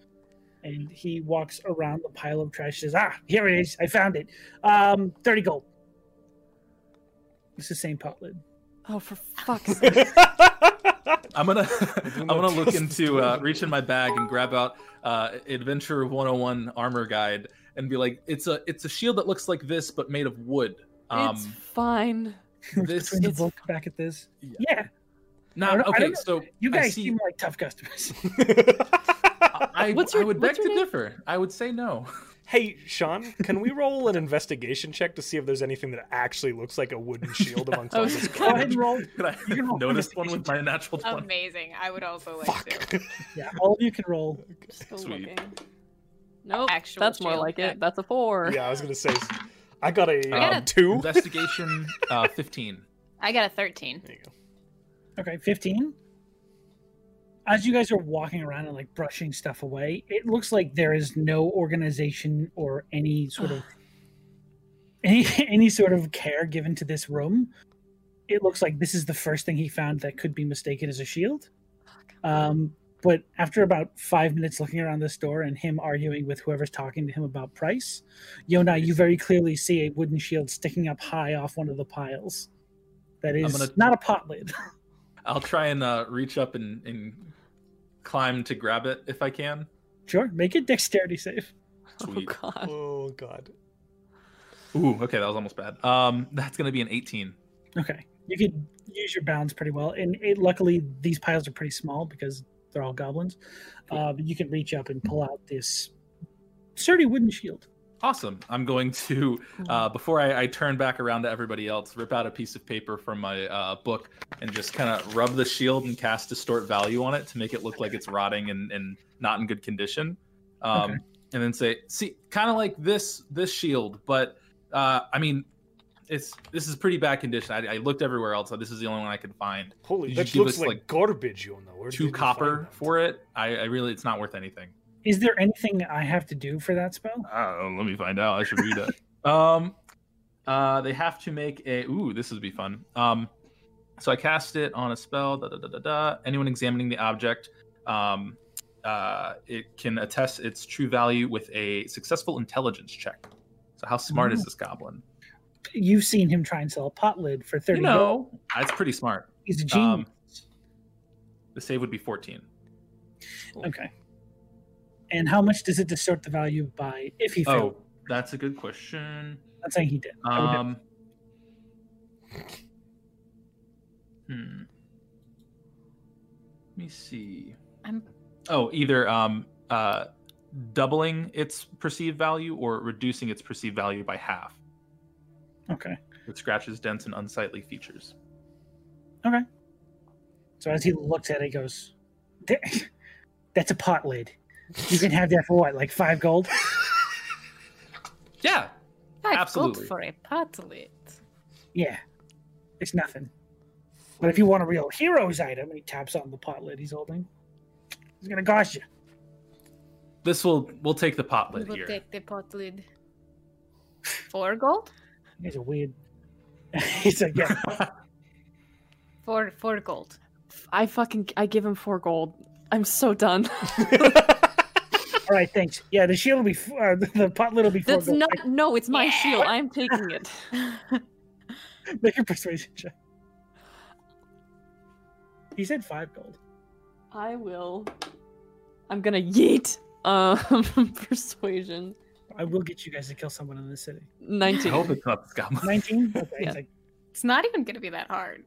Speaker 1: And he walks around the pile of trash. Says, "Ah, here it is. I found it. Um, thirty gold. It's the same pot lid.
Speaker 5: Oh, for fuck's sake.
Speaker 3: I'm gonna
Speaker 2: do
Speaker 3: I'm
Speaker 2: not
Speaker 3: gonna look
Speaker 2: trust
Speaker 3: into
Speaker 2: the
Speaker 3: uh,
Speaker 2: toilet.
Speaker 3: reach in my bag and grab out uh, Adventure 101 armor guide and be like, it's a it's a shield that looks like this but made of wood. Um,
Speaker 5: it's fine.
Speaker 3: this
Speaker 1: Between the
Speaker 5: it's
Speaker 1: both back at this.
Speaker 3: Yeah.
Speaker 1: yeah I
Speaker 3: Now,
Speaker 1: don't- I
Speaker 3: okay,
Speaker 1: don't know.
Speaker 3: so
Speaker 1: You
Speaker 3: I
Speaker 1: guys
Speaker 3: see-
Speaker 1: seem like tough customers.
Speaker 3: I,
Speaker 5: What's
Speaker 3: I
Speaker 5: your-
Speaker 3: would beg
Speaker 5: what's your
Speaker 3: to
Speaker 5: name?
Speaker 3: differ. I would say no.
Speaker 2: hey, Sean, can we roll an investigation check to see if there's anything that actually looks like a wooden shield amongst all
Speaker 5: Oh,
Speaker 2: this
Speaker 1: Go ahead
Speaker 2: garbage?
Speaker 1: and roll.
Speaker 3: Could I
Speaker 1: You can roll
Speaker 3: notice one with my natural
Speaker 6: Oh,
Speaker 3: twenty?
Speaker 6: Amazing. I would also like
Speaker 2: Fuck.
Speaker 6: to.
Speaker 1: Yeah, all of you can roll.
Speaker 5: Just go
Speaker 3: Sweet.
Speaker 5: looking. Nope.
Speaker 6: Actual
Speaker 5: that's more
Speaker 6: shield
Speaker 5: like
Speaker 6: check.
Speaker 5: it. That's a four.
Speaker 2: Yeah, I was gonna say, I got a
Speaker 3: I
Speaker 6: got
Speaker 2: um,
Speaker 6: a-
Speaker 2: two.
Speaker 3: Investigation uh, fifteen.
Speaker 6: I got a thirteen.
Speaker 2: There you go.
Speaker 1: Okay, fifteen. As you guys are walking around and like brushing stuff away, it looks like there is no organization or any sort of any any sort of care given to this room. It looks like this is the first thing he found that could be mistaken as a shield. Um, but after about five minutes looking around this door and him arguing with whoever's talking to him about price, Yona, you very clearly see a wooden shield sticking up high off one of the piles. That is
Speaker 3: gonna-
Speaker 1: not a pot lid.
Speaker 3: I'll try and uh, reach up and, and climb to grab it if I can.
Speaker 1: Sure, make it dexterity save.
Speaker 5: oh
Speaker 3: Sweet.
Speaker 5: god.
Speaker 2: Oh god.
Speaker 3: Ooh, okay, that was almost bad. Um, that's gonna be an eighteen.
Speaker 1: Okay, you could use your bounds pretty well, and it, luckily these piles are pretty small because they're all goblins. Uh, but you can reach up and pull out this sturdy wooden shield.
Speaker 3: Awesome. I'm going to, uh,
Speaker 2: Mm-hmm.
Speaker 3: before I, I turn back around to everybody else, rip out a piece of paper from my uh, book and just kind of rub the shield and cast Distort Value on it to make it look like it's rotting and, and not in good condition. Um,
Speaker 1: Okay.
Speaker 3: And then say, see, kind of like this this shield, but uh, I mean, it's this is pretty bad condition. I, I looked everywhere else. so This is the only one I could find.
Speaker 2: Holy,
Speaker 3: Did
Speaker 2: that
Speaker 3: you give
Speaker 2: looks
Speaker 3: us,
Speaker 2: like,
Speaker 3: like,
Speaker 2: garbage, you know. Where did
Speaker 3: Two
Speaker 2: you find
Speaker 3: copper
Speaker 2: that?
Speaker 3: for it. I, I really, it's not worth anything.
Speaker 1: Is there anything I have to do for that spell?
Speaker 3: I don't know, let me find out. I should read it. um, uh, they have to make a. Ooh, this would be fun. Um, so I cast it on a spell. Da, da, da, da, da. Anyone examining the object, um, uh, it can attest its true value with a successful intelligence check. So how smart is this goblin?
Speaker 1: You've seen him try and sell a pot lid for
Speaker 3: You
Speaker 1: thirty. gold.
Speaker 3: know, that's pretty smart.
Speaker 1: He's a genius.
Speaker 3: Um, the save would be fourteen.
Speaker 1: okay. And how much does it distort the value by if he failed?
Speaker 3: Oh, that's a good question.
Speaker 1: I'm not saying he did. I would-
Speaker 3: Um. Hmm. Let me see.
Speaker 6: I'm-
Speaker 3: Oh, either um uh doubling its perceived value or reducing its perceived value by half
Speaker 1: okay.
Speaker 3: with scratches, dents, and unsightly features.
Speaker 1: So as he looks at it, he goes, "There- "That's a pot lid. You can have that for what, like five gold?"
Speaker 3: Yeah.
Speaker 6: Five
Speaker 3: Absolutely.
Speaker 6: gold for a potlet.
Speaker 1: Yeah, it's nothing. But if you want a real hero's item, he taps on the pot lid he's holding. He's gonna cost you.
Speaker 3: This will we'll take the pot
Speaker 6: We
Speaker 3: lid
Speaker 6: will
Speaker 3: here.
Speaker 6: take the potlet. Four gold?
Speaker 1: He's a weird. he's like, yeah,
Speaker 6: Four four gold.
Speaker 5: I fucking I give him four gold. I'm so done.
Speaker 1: all right, thanks. Yeah, the shield will be, f- uh, the pot lid will be. four
Speaker 5: That's
Speaker 1: gold.
Speaker 5: not no. It's my shield.
Speaker 6: Yeah.
Speaker 5: I'm taking it.
Speaker 1: Make- Make a persuasion check. He said five gold.
Speaker 5: I will. I'm gonna yeet. Um, persuasion.
Speaker 1: I will get you guys to kill someone in this city.
Speaker 3: I
Speaker 5: Nineteen.
Speaker 3: hope it's not this goblin.
Speaker 1: Nineteen. Okay,
Speaker 5: Yeah.
Speaker 1: it's like
Speaker 6: It's not even gonna be that hard.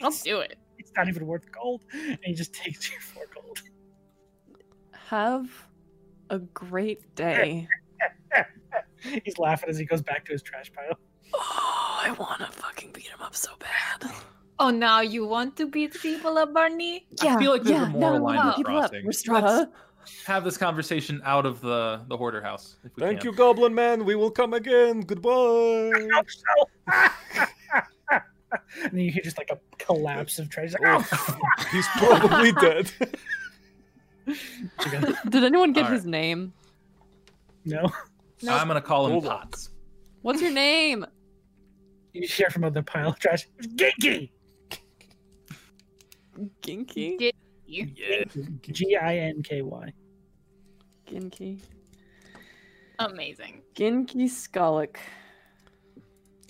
Speaker 6: I'll do it.
Speaker 1: it's not even worth gold, and he just takes your four gold.
Speaker 5: Have a great day.
Speaker 1: He's laughing as he goes back to his trash pile.
Speaker 5: Oh, I wanna fucking beat him up so bad.
Speaker 4: Oh, now you want to beat people up, Barney?
Speaker 3: I feel like there's a moral line
Speaker 5: beat
Speaker 3: we're
Speaker 5: people up.
Speaker 3: crossing.
Speaker 5: We're strata.
Speaker 3: Have this conversation out of the the hoarder house. If we
Speaker 2: Thank
Speaker 3: can.
Speaker 2: you, Goblin Man. We will come again. Goodbye.
Speaker 1: Oh, And then you hear just like a collapse of trash. He's like,
Speaker 2: Oh,
Speaker 1: "Oh,
Speaker 2: fuck. he's probably dead.
Speaker 5: Did anyone get
Speaker 3: All right.
Speaker 5: his name?
Speaker 1: No,
Speaker 3: I'm gonna call him
Speaker 2: Hold on.
Speaker 3: Tots.
Speaker 5: What's your name?
Speaker 1: you hear from other pile of trash. Ginky,
Speaker 5: Ginky.
Speaker 6: Gi-
Speaker 3: Yeah.
Speaker 1: G I N K Y.
Speaker 5: Ginky.
Speaker 6: Amazing.
Speaker 5: Ginky Skollik.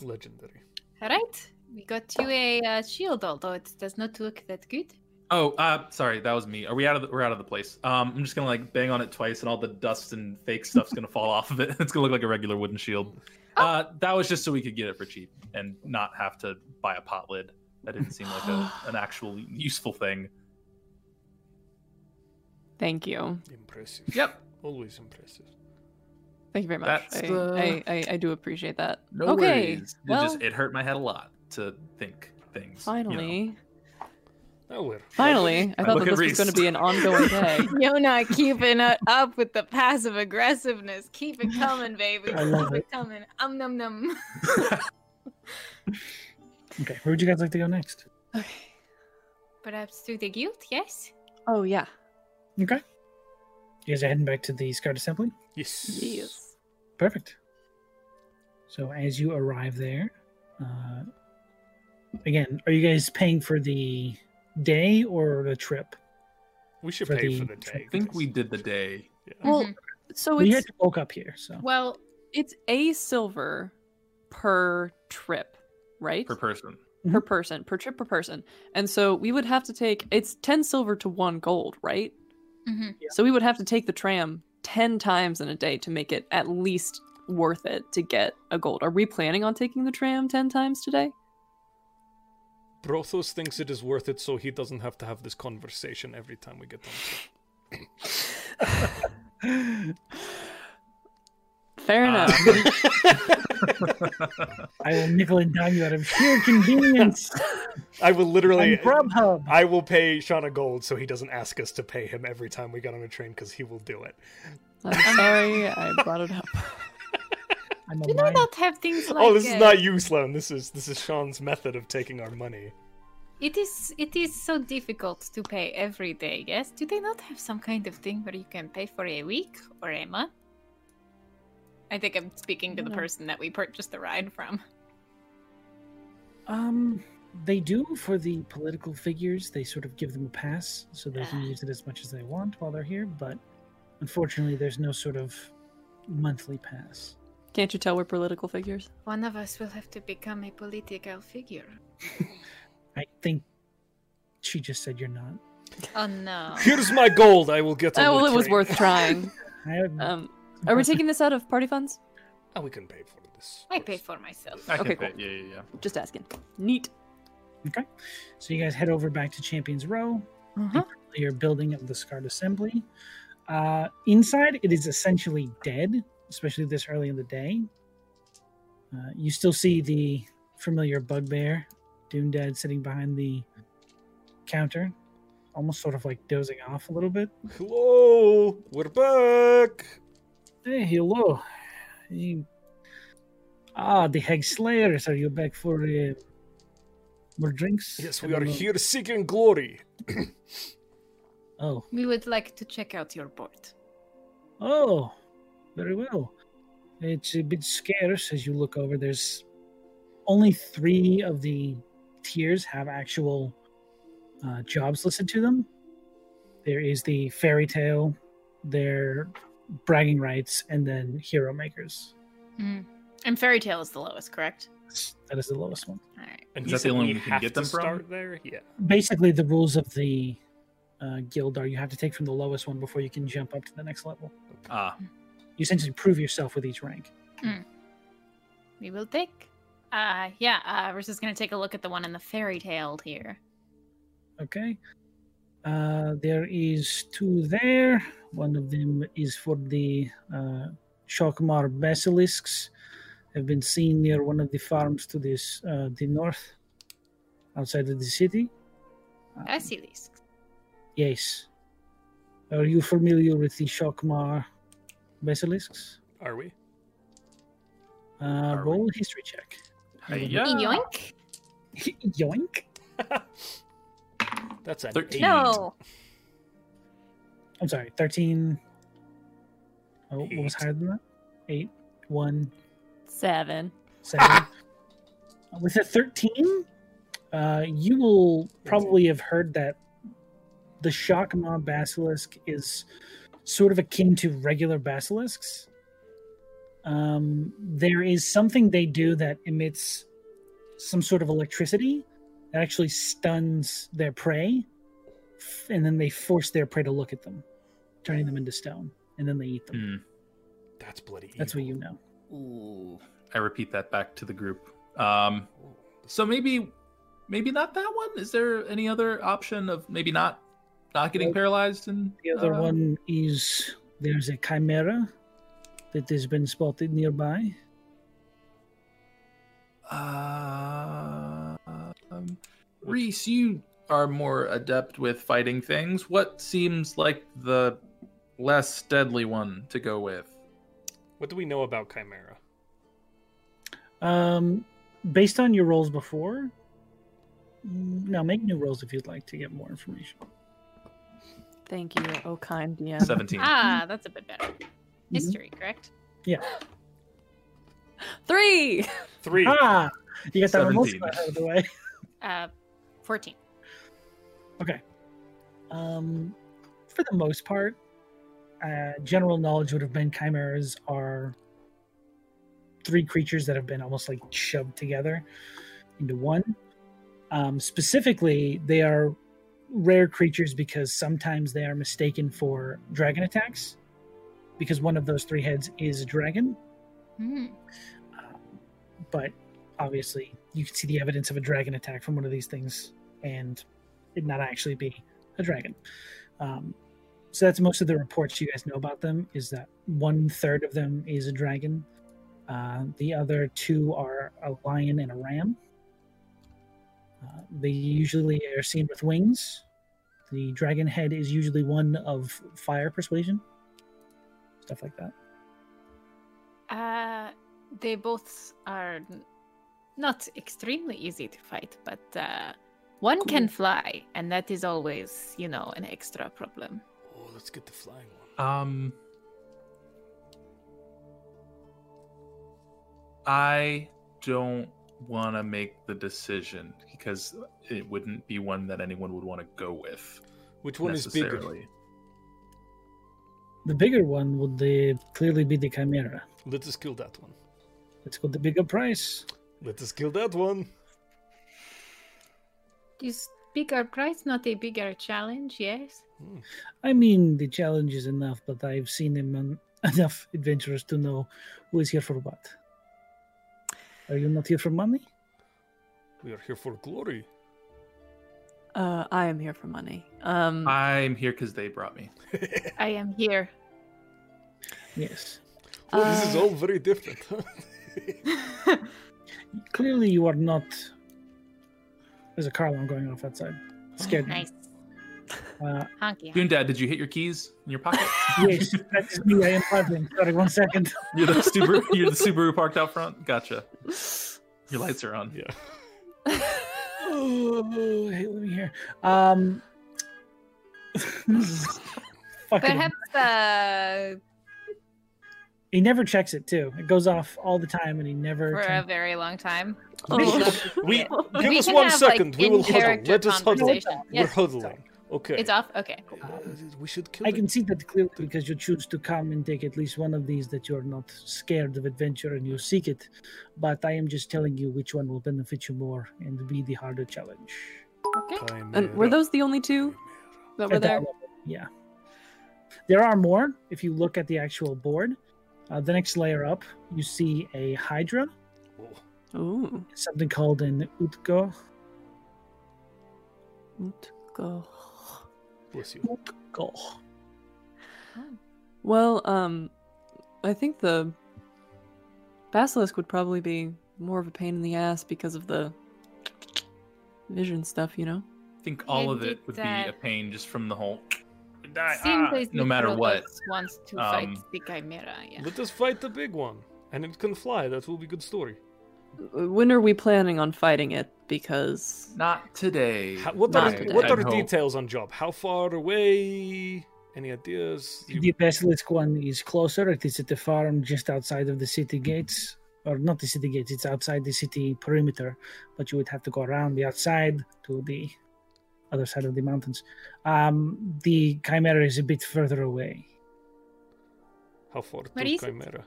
Speaker 2: Legendary.
Speaker 6: Alright. We got you a uh, shield, although it does not look that good.
Speaker 3: Oh, uh, sorry, that was me. Are we out of the, we're out of the place? Um, I'm just gonna like bang on it twice, and all the dust and fake stuff's gonna fall off of it. It's gonna look like a regular wooden shield.
Speaker 5: Oh.
Speaker 3: Uh, that was just so we could get it for cheap and not have to buy a pot lid. That didn't seem like a, an actual useful thing.
Speaker 5: Thank you.
Speaker 2: Impressive.
Speaker 3: Yep.
Speaker 2: Always impressive.
Speaker 5: Thank you very much.
Speaker 3: That's
Speaker 5: I,
Speaker 3: the-
Speaker 5: I, I, I do appreciate that.
Speaker 3: No
Speaker 5: okay.
Speaker 3: worries. It
Speaker 5: Well,
Speaker 3: just it hurt my head a lot to think things. you know.
Speaker 5: finally.
Speaker 2: Now where?
Speaker 5: Finally. I
Speaker 3: I
Speaker 5: thought
Speaker 3: look at
Speaker 5: that this was
Speaker 3: Reese.
Speaker 5: going to be an ongoing day.
Speaker 4: You're not keeping it up with the passive aggressiveness. Keep it coming, baby.
Speaker 1: I love
Speaker 4: Keep it coming. Um num num.
Speaker 1: Okay, where would you guys like to go next?
Speaker 5: okay.
Speaker 4: Perhaps to the guild, yes?
Speaker 5: Oh, yeah.
Speaker 1: Okay, you guys are heading back to the Scarred Assembly.
Speaker 2: Yes.
Speaker 5: Yes.
Speaker 1: Perfect. So as you arrive there, uh, again, are you guys paying for the day or the trip?
Speaker 2: We should
Speaker 1: For
Speaker 2: pay
Speaker 1: the-
Speaker 2: for the tag.
Speaker 3: I think we did the day.
Speaker 5: Well,
Speaker 6: Mhm.
Speaker 5: so
Speaker 1: Well, you
Speaker 5: it's
Speaker 1: guys woke up here, so
Speaker 6: Well,
Speaker 5: it's a silver per trip, right?
Speaker 3: per person.
Speaker 5: per person, per trip per person. And so we would have to take it's 10 silver to 1 gold, right?
Speaker 6: mhm.
Speaker 5: So we would have to take the tram 10 times in a day to make it at least worth it to get a gold. Are we planning on taking the tram 10 times today?
Speaker 2: Brothos thinks it is worth it so he doesn't have to have this conversation every time we get on.
Speaker 3: Uh,
Speaker 5: Fair enough.
Speaker 1: I will nickel and dime you out of sheer convenience
Speaker 2: I will literally.
Speaker 1: on Grubhub.
Speaker 2: I will pay Shauna gold so he doesn't ask us to pay him every time we get on a train because he will do it.
Speaker 5: I'm sorry I brought it up.
Speaker 1: I'm a
Speaker 6: Do they
Speaker 1: lion.
Speaker 6: not have things like?
Speaker 2: oh, this is
Speaker 6: uh,
Speaker 2: not you, Sloan. This is this is Sean's method of taking our money.
Speaker 6: It is. It is so difficult to pay every day. Yes. Do they not have some kind of thing where you can pay for a week or a month? I think I'm speaking to the
Speaker 5: No.
Speaker 6: person that we purchased the ride from.
Speaker 1: Um, they do for the political figures. They sort of give them a pass so they can
Speaker 6: Ah.
Speaker 1: use it as much as they want while they're here. But unfortunately, there's no sort of monthly pass.
Speaker 5: Can't you tell we're political figures?
Speaker 6: One of us will have to become a political figure.
Speaker 1: I think she just said you're not.
Speaker 6: Oh no.
Speaker 2: Here's my gold. I will get. On
Speaker 5: Oh,
Speaker 2: the
Speaker 5: well, it was
Speaker 2: train.
Speaker 5: worth trying.
Speaker 1: I have
Speaker 5: Um, are we taking this out of party funds?
Speaker 2: Oh, we can pay for this.
Speaker 6: I pay for myself.
Speaker 3: I can
Speaker 5: Okay,
Speaker 3: pay-
Speaker 5: cool.
Speaker 3: Yeah, yeah, yeah.
Speaker 5: Just asking. Neat.
Speaker 1: So you guys head over back to Champions Row.
Speaker 6: Mhm.
Speaker 1: You're building up the Scarred Assembly. Uh, inside, it is essentially dead, especially this early in the day. Uh, you still see the familiar bugbear, Doomdad, sitting behind the counter, almost sort of like dozing off a little bit.
Speaker 2: Hello, we're back.
Speaker 1: Hey, hello. Hey. Ah, the Hag Slayers, are you back for uh, more drinks?
Speaker 2: Yes,
Speaker 1: I
Speaker 2: we
Speaker 1: don't
Speaker 2: are
Speaker 1: know.
Speaker 2: here seeking glory.
Speaker 1: Oh,
Speaker 6: We would like to check out your board.
Speaker 1: Oh, very well. It's a bit scarce as you look over. There's only three of the tiers have actual uh, jobs listed to them. There is the fairy tale, their bragging rights, and then hero makers.
Speaker 6: And fairy tale is the lowest, correct?
Speaker 1: That is the lowest one.
Speaker 6: All right.
Speaker 2: And
Speaker 3: Is
Speaker 2: he
Speaker 3: that the
Speaker 2: said
Speaker 3: only
Speaker 2: we
Speaker 3: one we can
Speaker 2: have
Speaker 3: get
Speaker 2: to
Speaker 3: them from?
Speaker 2: Start there. Yeah.
Speaker 1: Basically, the rules of the uh, guild are you have to take from the lowest one before you can jump up to the next level.
Speaker 3: Ah,
Speaker 1: You essentially prove yourself with each rank.
Speaker 6: We will take. Uh, yeah, uh, we're just gonna take a look at the one in the fairy tale here.
Speaker 1: Okay. Uh, there is two there. One of them is for the uh, Shokmar basilisks. Have been seen near one of the farms to this uh, the north, outside of the city. Uh,
Speaker 6: I see these.
Speaker 1: Yes. Are you familiar with the Shokmar basilisks?
Speaker 2: Are we?
Speaker 1: Uh,
Speaker 3: we?
Speaker 1: roll a history check.
Speaker 3: Hiya.
Speaker 6: Yoink!
Speaker 1: Yoink.
Speaker 2: That's an
Speaker 3: Thirteen.
Speaker 2: eight.
Speaker 6: No,
Speaker 1: I'm sorry. Thirteen. Oh, what was
Speaker 2: Eight.
Speaker 1: higher than that? Eight. One.
Speaker 5: Seven.
Speaker 1: Seven. Uh, With a 13, uh, you will probably have heard that the Shakma basilisk is sort of akin to regular basilisks. Um, there is something they do that emits some sort of electricity that actually stuns their prey, f- and then they force their prey to look at them, turning them into stone, and then they eat them.
Speaker 3: Hmm.
Speaker 2: That's bloody. Evil.
Speaker 1: That's what you know.
Speaker 3: Ooh. I repeat that back to the group. Um, so maybe, maybe not that one. Is there any other option of maybe not, not getting
Speaker 1: Nope.
Speaker 3: paralyzed? And
Speaker 1: The other
Speaker 3: uh,
Speaker 1: one is there's a chimera that has been spotted nearby.
Speaker 3: Uh, um, Reese, you are more adept with fighting things. What seems like the less deadly one to go with?
Speaker 2: What do we know about Chimera?
Speaker 1: Um, based on your rolls before, mm, no, make new rolls if you'd like to get more information.
Speaker 5: Thank you, oh kind DM.
Speaker 3: Seventeen.
Speaker 6: ah, that's a bit better. History, correct?
Speaker 5: Three!
Speaker 2: Three.
Speaker 1: Ah, you got that one most
Speaker 3: 17.
Speaker 1: out of the way.
Speaker 6: Uh, fourteen.
Speaker 1: Um, for the most part, uh, general knowledge would have been chimeras are three creatures that have been almost like shoved together into one. Um, specifically, they are rare creatures because sometimes they are mistaken for dragon attacks because one of those three heads is a dragon.
Speaker 6: Hmm.
Speaker 1: Um, but obviously, you can see the evidence of a dragon attack from one of these things and it not actually be a dragon. Um, so that's most of the reports you guys know about them is that one third of them is a dragon. Uh, the other two are a lion and a ram. Uh, they usually are seen with wings. The dragon head is usually one of fire persuasion, stuff like that.
Speaker 6: Uh, they both are n- not extremely easy to fight, but uh, one can fly, and that is always, you know, an extra problem.
Speaker 2: Oh, let's get the flying one.
Speaker 3: Um, I don't want to make the decision because it wouldn't be one that anyone would want to go with
Speaker 2: Which one is bigger?
Speaker 3: necessarily.
Speaker 1: The bigger one would uh, clearly be the chimera.
Speaker 2: Let us kill that one.
Speaker 1: Let's go the bigger price.
Speaker 2: Let us kill that one.
Speaker 6: Is bigger price not a bigger challenge? Yes.
Speaker 1: I mean, the challenge is enough, but I've seen him on enough adventurers to know who is here for what. Are you not here for money?
Speaker 2: We are here for glory.
Speaker 5: Uh, I am here for money. Um,
Speaker 3: I'm here because they brought me.
Speaker 6: I am here.
Speaker 1: Yes.
Speaker 2: Well, Oh, this is
Speaker 5: Uh,
Speaker 2: all very different. huh?
Speaker 1: Clearly, you are not. There's a car alarm going off outside. Scared. me.
Speaker 6: Nice.
Speaker 1: Uh,
Speaker 6: Honky. honk.
Speaker 3: Dune Dad, did you hit your keys in your pocket?
Speaker 1: yes, that's me. I am driving. Sorry, one second.
Speaker 3: You're the Subaru. You're the Subaru parked out front. Gotcha. Your lights are on.
Speaker 2: yeah.
Speaker 1: Oh, hey, let me hear. Um, this is fucking.
Speaker 4: Perhaps uh,
Speaker 1: He never checks it too. It goes off all the time, and he never.
Speaker 4: for a
Speaker 1: turns-
Speaker 4: very long time.
Speaker 5: Oh,
Speaker 2: We give
Speaker 4: We
Speaker 2: us
Speaker 4: can
Speaker 2: one
Speaker 4: have, like,
Speaker 2: second. we will huddle.
Speaker 4: in-character
Speaker 2: Let us huddle.
Speaker 4: conversation.
Speaker 2: We're
Speaker 4: Yes,
Speaker 2: huddling. Okay.
Speaker 4: it's off. Okay.
Speaker 2: Uh, we should kill
Speaker 1: I
Speaker 2: it.
Speaker 1: can see that clearly because you choose to come and take at least one of these that you're not scared of adventure and you seek it. But I am just telling you which one will benefit you more and be the harder challenge.
Speaker 5: and um, were
Speaker 2: Chimera.
Speaker 5: those the only two that were
Speaker 1: At that
Speaker 5: there?
Speaker 1: level, yeah. There are more. If you look at the actual board, uh, the next layer up, you see a Hydra,
Speaker 2: Oh,
Speaker 5: Ooh,
Speaker 1: something called an Utgo.
Speaker 5: let's go.
Speaker 2: bless you.
Speaker 1: Utgo.
Speaker 5: Well, um, I think the basilisk would probably be more of a pain in the ass because of the vision stuff, you know.
Speaker 3: I think all
Speaker 6: I
Speaker 3: of it
Speaker 6: did
Speaker 3: would
Speaker 6: that.
Speaker 3: be a pain just from the whole.
Speaker 6: Seems
Speaker 3: Ah,
Speaker 6: like
Speaker 3: no matter what.
Speaker 6: Necrolus wants to fight
Speaker 3: Um,
Speaker 6: the chimera. Yeah.
Speaker 2: Let us fight the big one. And it can fly. That will be good story.
Speaker 5: When are we planning on fighting it? Because
Speaker 3: Not today.
Speaker 2: Ha- what
Speaker 5: Not
Speaker 2: are,
Speaker 5: today.
Speaker 2: what
Speaker 3: I'd
Speaker 2: are
Speaker 3: hope.
Speaker 2: details on job? How far away? Any ideas? You-
Speaker 1: The basilisk one is closer. It is at the farm just outside of the city gates, or not the city gates. It's outside the city perimeter, but you would have to go around the outside to the other side of the mountains. Um, the chimera is a bit further away.
Speaker 2: How far to
Speaker 6: Where is it?
Speaker 2: Chimera?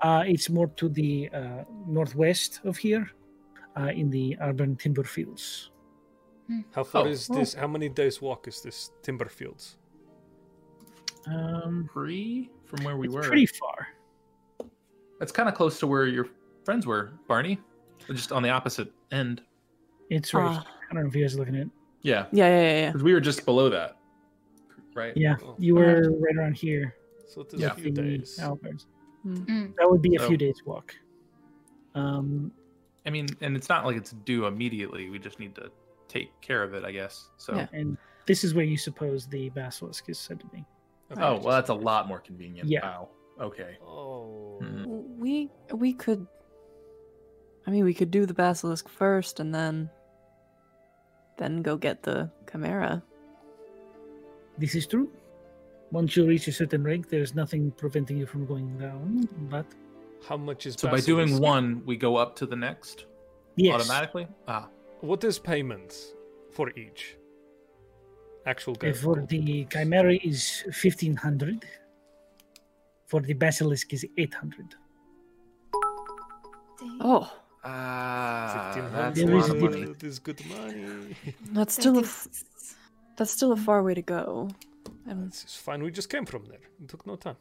Speaker 1: Uh, it's more to the uh, northwest of here, uh, in the urban timber fields.
Speaker 2: How far
Speaker 3: Oh.
Speaker 2: is this? How many days walk is this timber fields?
Speaker 1: Um,
Speaker 3: Free from where we
Speaker 1: it's
Speaker 3: were.
Speaker 1: pretty far.
Speaker 3: That's kind of close to where your friends were, Barney. They're Just on the opposite end.
Speaker 1: It's right.
Speaker 5: Ah.
Speaker 1: I don't know if you guys are looking at. it.
Speaker 3: Yeah,
Speaker 5: yeah, yeah, yeah, yeah.
Speaker 3: because we were just below that, right?
Speaker 1: Yeah,
Speaker 2: Oh.
Speaker 1: you were right around here.
Speaker 2: So it is
Speaker 3: Yeah.
Speaker 2: a few days.
Speaker 1: Alberts.
Speaker 5: Mm.
Speaker 6: Mm.
Speaker 1: That would be a
Speaker 3: So-
Speaker 1: few days walk. Um,
Speaker 3: I mean, and it's not like it's due immediately. We just need to take care of it, I guess. So.
Speaker 5: Yeah.
Speaker 1: and this is where you suppose the basilisk is said to be.
Speaker 2: Okay.
Speaker 3: Oh well, that's a lot more convenient.
Speaker 1: Yeah.
Speaker 3: Wow. Okay.
Speaker 2: Oh.
Speaker 3: Hmm.
Speaker 5: We we could. I mean, we could do the basilisk first, and then then go get the chimera.
Speaker 1: This is true. Once you reach a certain rank, there is nothing preventing you from going down. But
Speaker 2: How much is
Speaker 3: So by doing
Speaker 2: basilisk?
Speaker 3: one, we go up to the next
Speaker 1: yes,
Speaker 3: automatically. Ah,
Speaker 2: What is payment for each? Actual
Speaker 1: uh,
Speaker 2: gold.
Speaker 1: for the chimera is fifteen hundred. For the basilisk is eight hundred.
Speaker 5: Oh,
Speaker 3: ah, that's a
Speaker 2: 1500
Speaker 3: lot
Speaker 1: There
Speaker 3: of
Speaker 1: is
Speaker 3: money.
Speaker 2: That is good money.
Speaker 5: that's still a f- that's still a far way to go. And
Speaker 2: This is fine. We just came from there. It took no time.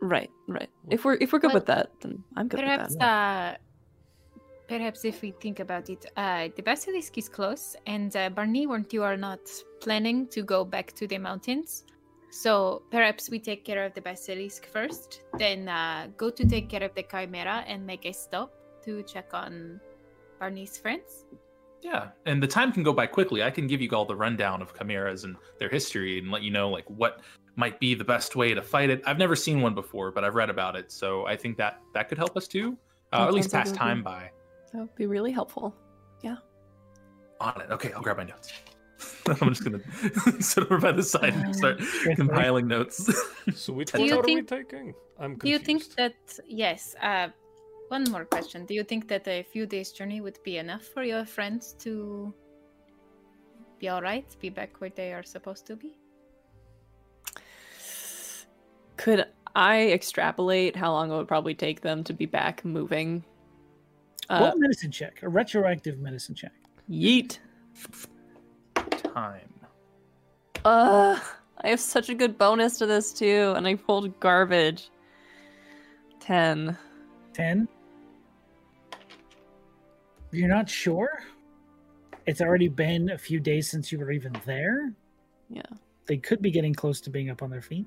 Speaker 5: right, right. If we're if we're good with that, then I'm good
Speaker 6: Perhaps,
Speaker 5: with that.
Speaker 6: uh, perhaps if we think about it, uh, the basilisk is close, and uh, Barney, weren't you are not planning to go back to the mountains? So perhaps we take care of the basilisk first, then uh, go to take care of the chimera and make a stop to check on Barney's friends.
Speaker 3: Yeah, and the time can go by quickly. I can give you all the rundown of chimeras and their history and let you know like what might be the best way to fight it. I've never seen one before, but I've read about it, so I think that that could help us too, uh, or
Speaker 5: That
Speaker 3: at least
Speaker 5: sounds
Speaker 3: pass
Speaker 5: like a
Speaker 3: time
Speaker 5: good-
Speaker 3: by
Speaker 5: That would be really helpful.
Speaker 3: on it. Okay, I'll grab my notes. I'm just gonna sit over by the side and start
Speaker 1: Right.
Speaker 3: compiling notes.
Speaker 2: So which
Speaker 3: Do
Speaker 2: one
Speaker 6: you
Speaker 2: are
Speaker 6: think-
Speaker 2: we taking? I'm confused.
Speaker 6: Do you think that yes? Uh, one more question. Do you think that a few days journey would be enough for your friends to be all right, be back where they are supposed to be?
Speaker 5: Could I extrapolate how long it would probably take them to be back moving? Uh,
Speaker 1: Roll a medicine check, a retroactive medicine check.
Speaker 5: yeet.
Speaker 3: time.
Speaker 5: Uh, I have such a good bonus to this too, and I pulled garbage. Ten.
Speaker 1: 10. You're not sure? It's already been a few days since you were even there.
Speaker 5: Yeah.
Speaker 1: They could be getting close to being up on their feet.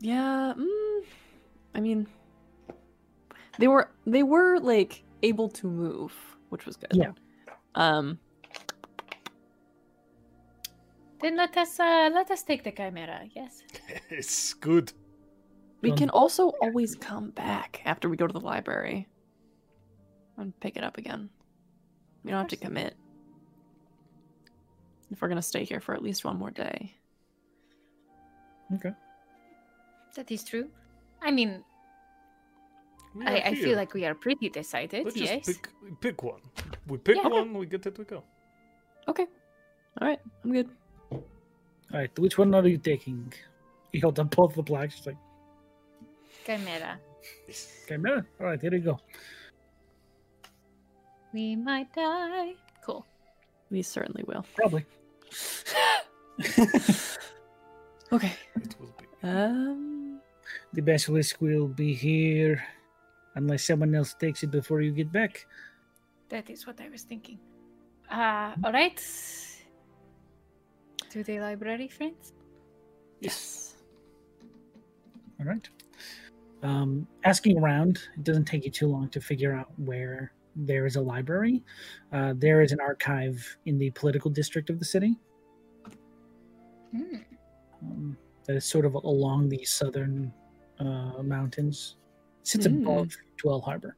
Speaker 5: Yeah. Mm, I mean, they were they were like able to move, which was good.
Speaker 1: Yeah.
Speaker 5: Um.
Speaker 6: Then let us uh, let us take the chimera. Yes.
Speaker 2: it's good?
Speaker 5: We
Speaker 1: Um,
Speaker 5: can also always come back after we go to the library and pick it up again. We don't have to commit. If we're going to stay here for at least one more day.
Speaker 1: Okay.
Speaker 6: That is true. I mean,
Speaker 2: We
Speaker 6: I,
Speaker 2: are
Speaker 6: I feel
Speaker 2: here.
Speaker 6: like we are pretty decided.
Speaker 2: Let's just
Speaker 6: yes.
Speaker 2: pick, pick one. We pick
Speaker 6: Yeah.
Speaker 2: one, we get it, we go.
Speaker 5: Okay. All right. I'm good.
Speaker 1: All right. Which one are you taking? He held up both the blocks. She's like,
Speaker 6: Chimera.
Speaker 1: okay, no. All right. Here we go.
Speaker 6: We might die. Cool.
Speaker 5: We certainly will.
Speaker 1: Probably.
Speaker 5: Okay.
Speaker 2: It will be.
Speaker 5: Um.
Speaker 1: The basilisk will be here unless someone else takes it before you get back.
Speaker 6: That is what I was thinking. Uh, all right. To the library, friends.
Speaker 5: Yes.
Speaker 1: All right. Um, asking around, it doesn't take you too long to figure out where there is a library. Uh, there is an archive in the political district of the city
Speaker 6: Hmm.
Speaker 1: um, that is sort of along the southern uh, mountains. sits
Speaker 5: Mm.
Speaker 1: above Dwell Harbor.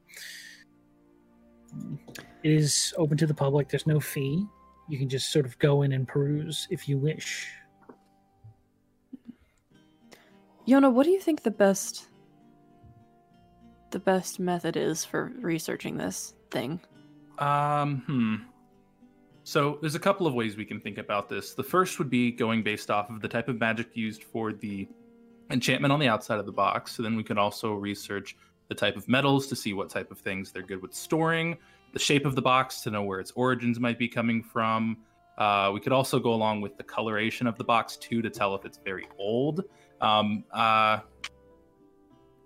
Speaker 1: Um, It is open to the public. There's no fee. You can just sort of go in and peruse if you wish.
Speaker 5: Yona, what do you think the best the best method is for researching this thing?
Speaker 3: Um, hmm. So there's a couple of ways we can think about this. The first would be going based off of the type of magic used for the enchantment on the outside of the box. So then we could also research the type of metals to see what type of things they're good with storing, the shape of the box to know where its origins might be coming from. Uh, we could also go along with the coloration of the box too to tell if it's very old. Um, uh,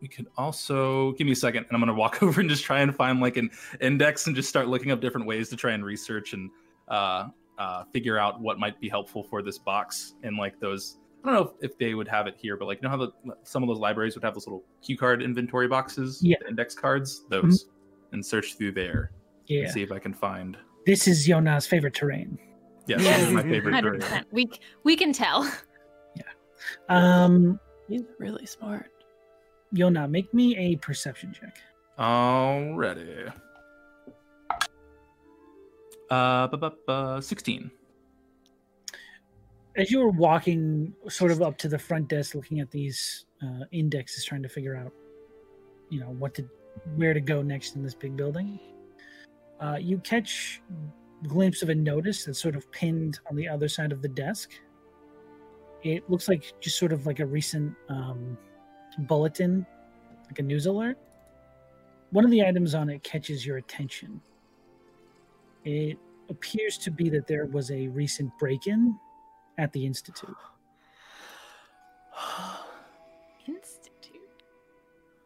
Speaker 3: we could also give me a second, and I'm gonna walk over and just try and find like an index and just start looking up different ways to try and research and uh, uh, figure out what might be helpful for this box and like those. I don't know if, if they would have it here, but like you know how the, some of those libraries would have those little cue card inventory boxes,
Speaker 1: Yeah.
Speaker 3: the index cards,
Speaker 6: Mm-hmm.
Speaker 3: those, and search through there
Speaker 1: Yeah.
Speaker 3: and see if I can find.
Speaker 1: This is Yona's favorite terrain.
Speaker 3: Yes,
Speaker 6: Yes.
Speaker 3: those are my favorite.
Speaker 6: Hundred
Speaker 3: area.
Speaker 6: percent. We c- we can tell.
Speaker 1: Um,
Speaker 5: He's really smart.
Speaker 1: Yona, make me a perception check.
Speaker 3: Alrighty. Uh, bu- bu- bu- sixteen.
Speaker 1: as you were walking sort of up to the front desk looking at these uh, indexes trying to figure out you know what to where to go next in this big building uh, you catch glimpse of a notice that's sort of pinned on the other side of the desk it looks like just sort of like a recent um, bulletin like a news alert one of the items on it catches your attention it appears to be that there was a recent break-in at the institute.
Speaker 6: Institute.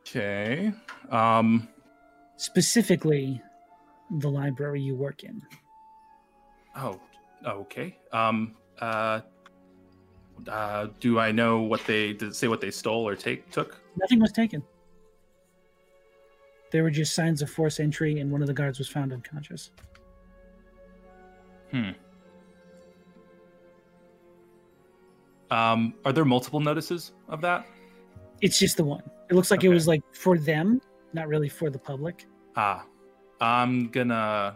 Speaker 3: Okay. Um.
Speaker 1: Specifically, the library you work in.
Speaker 3: Oh, Okay. Um. Uh. Uh. Do I know what they did? It say what they stole or take took?
Speaker 1: Nothing was taken. There were just signs of forced entry, and one of the guards was found unconscious.
Speaker 3: Um. Are there multiple notices of that?
Speaker 1: It's just the one. It looks like it
Speaker 3: Okay.
Speaker 1: was like for them, not really for the public.
Speaker 3: Ah. I'm gonna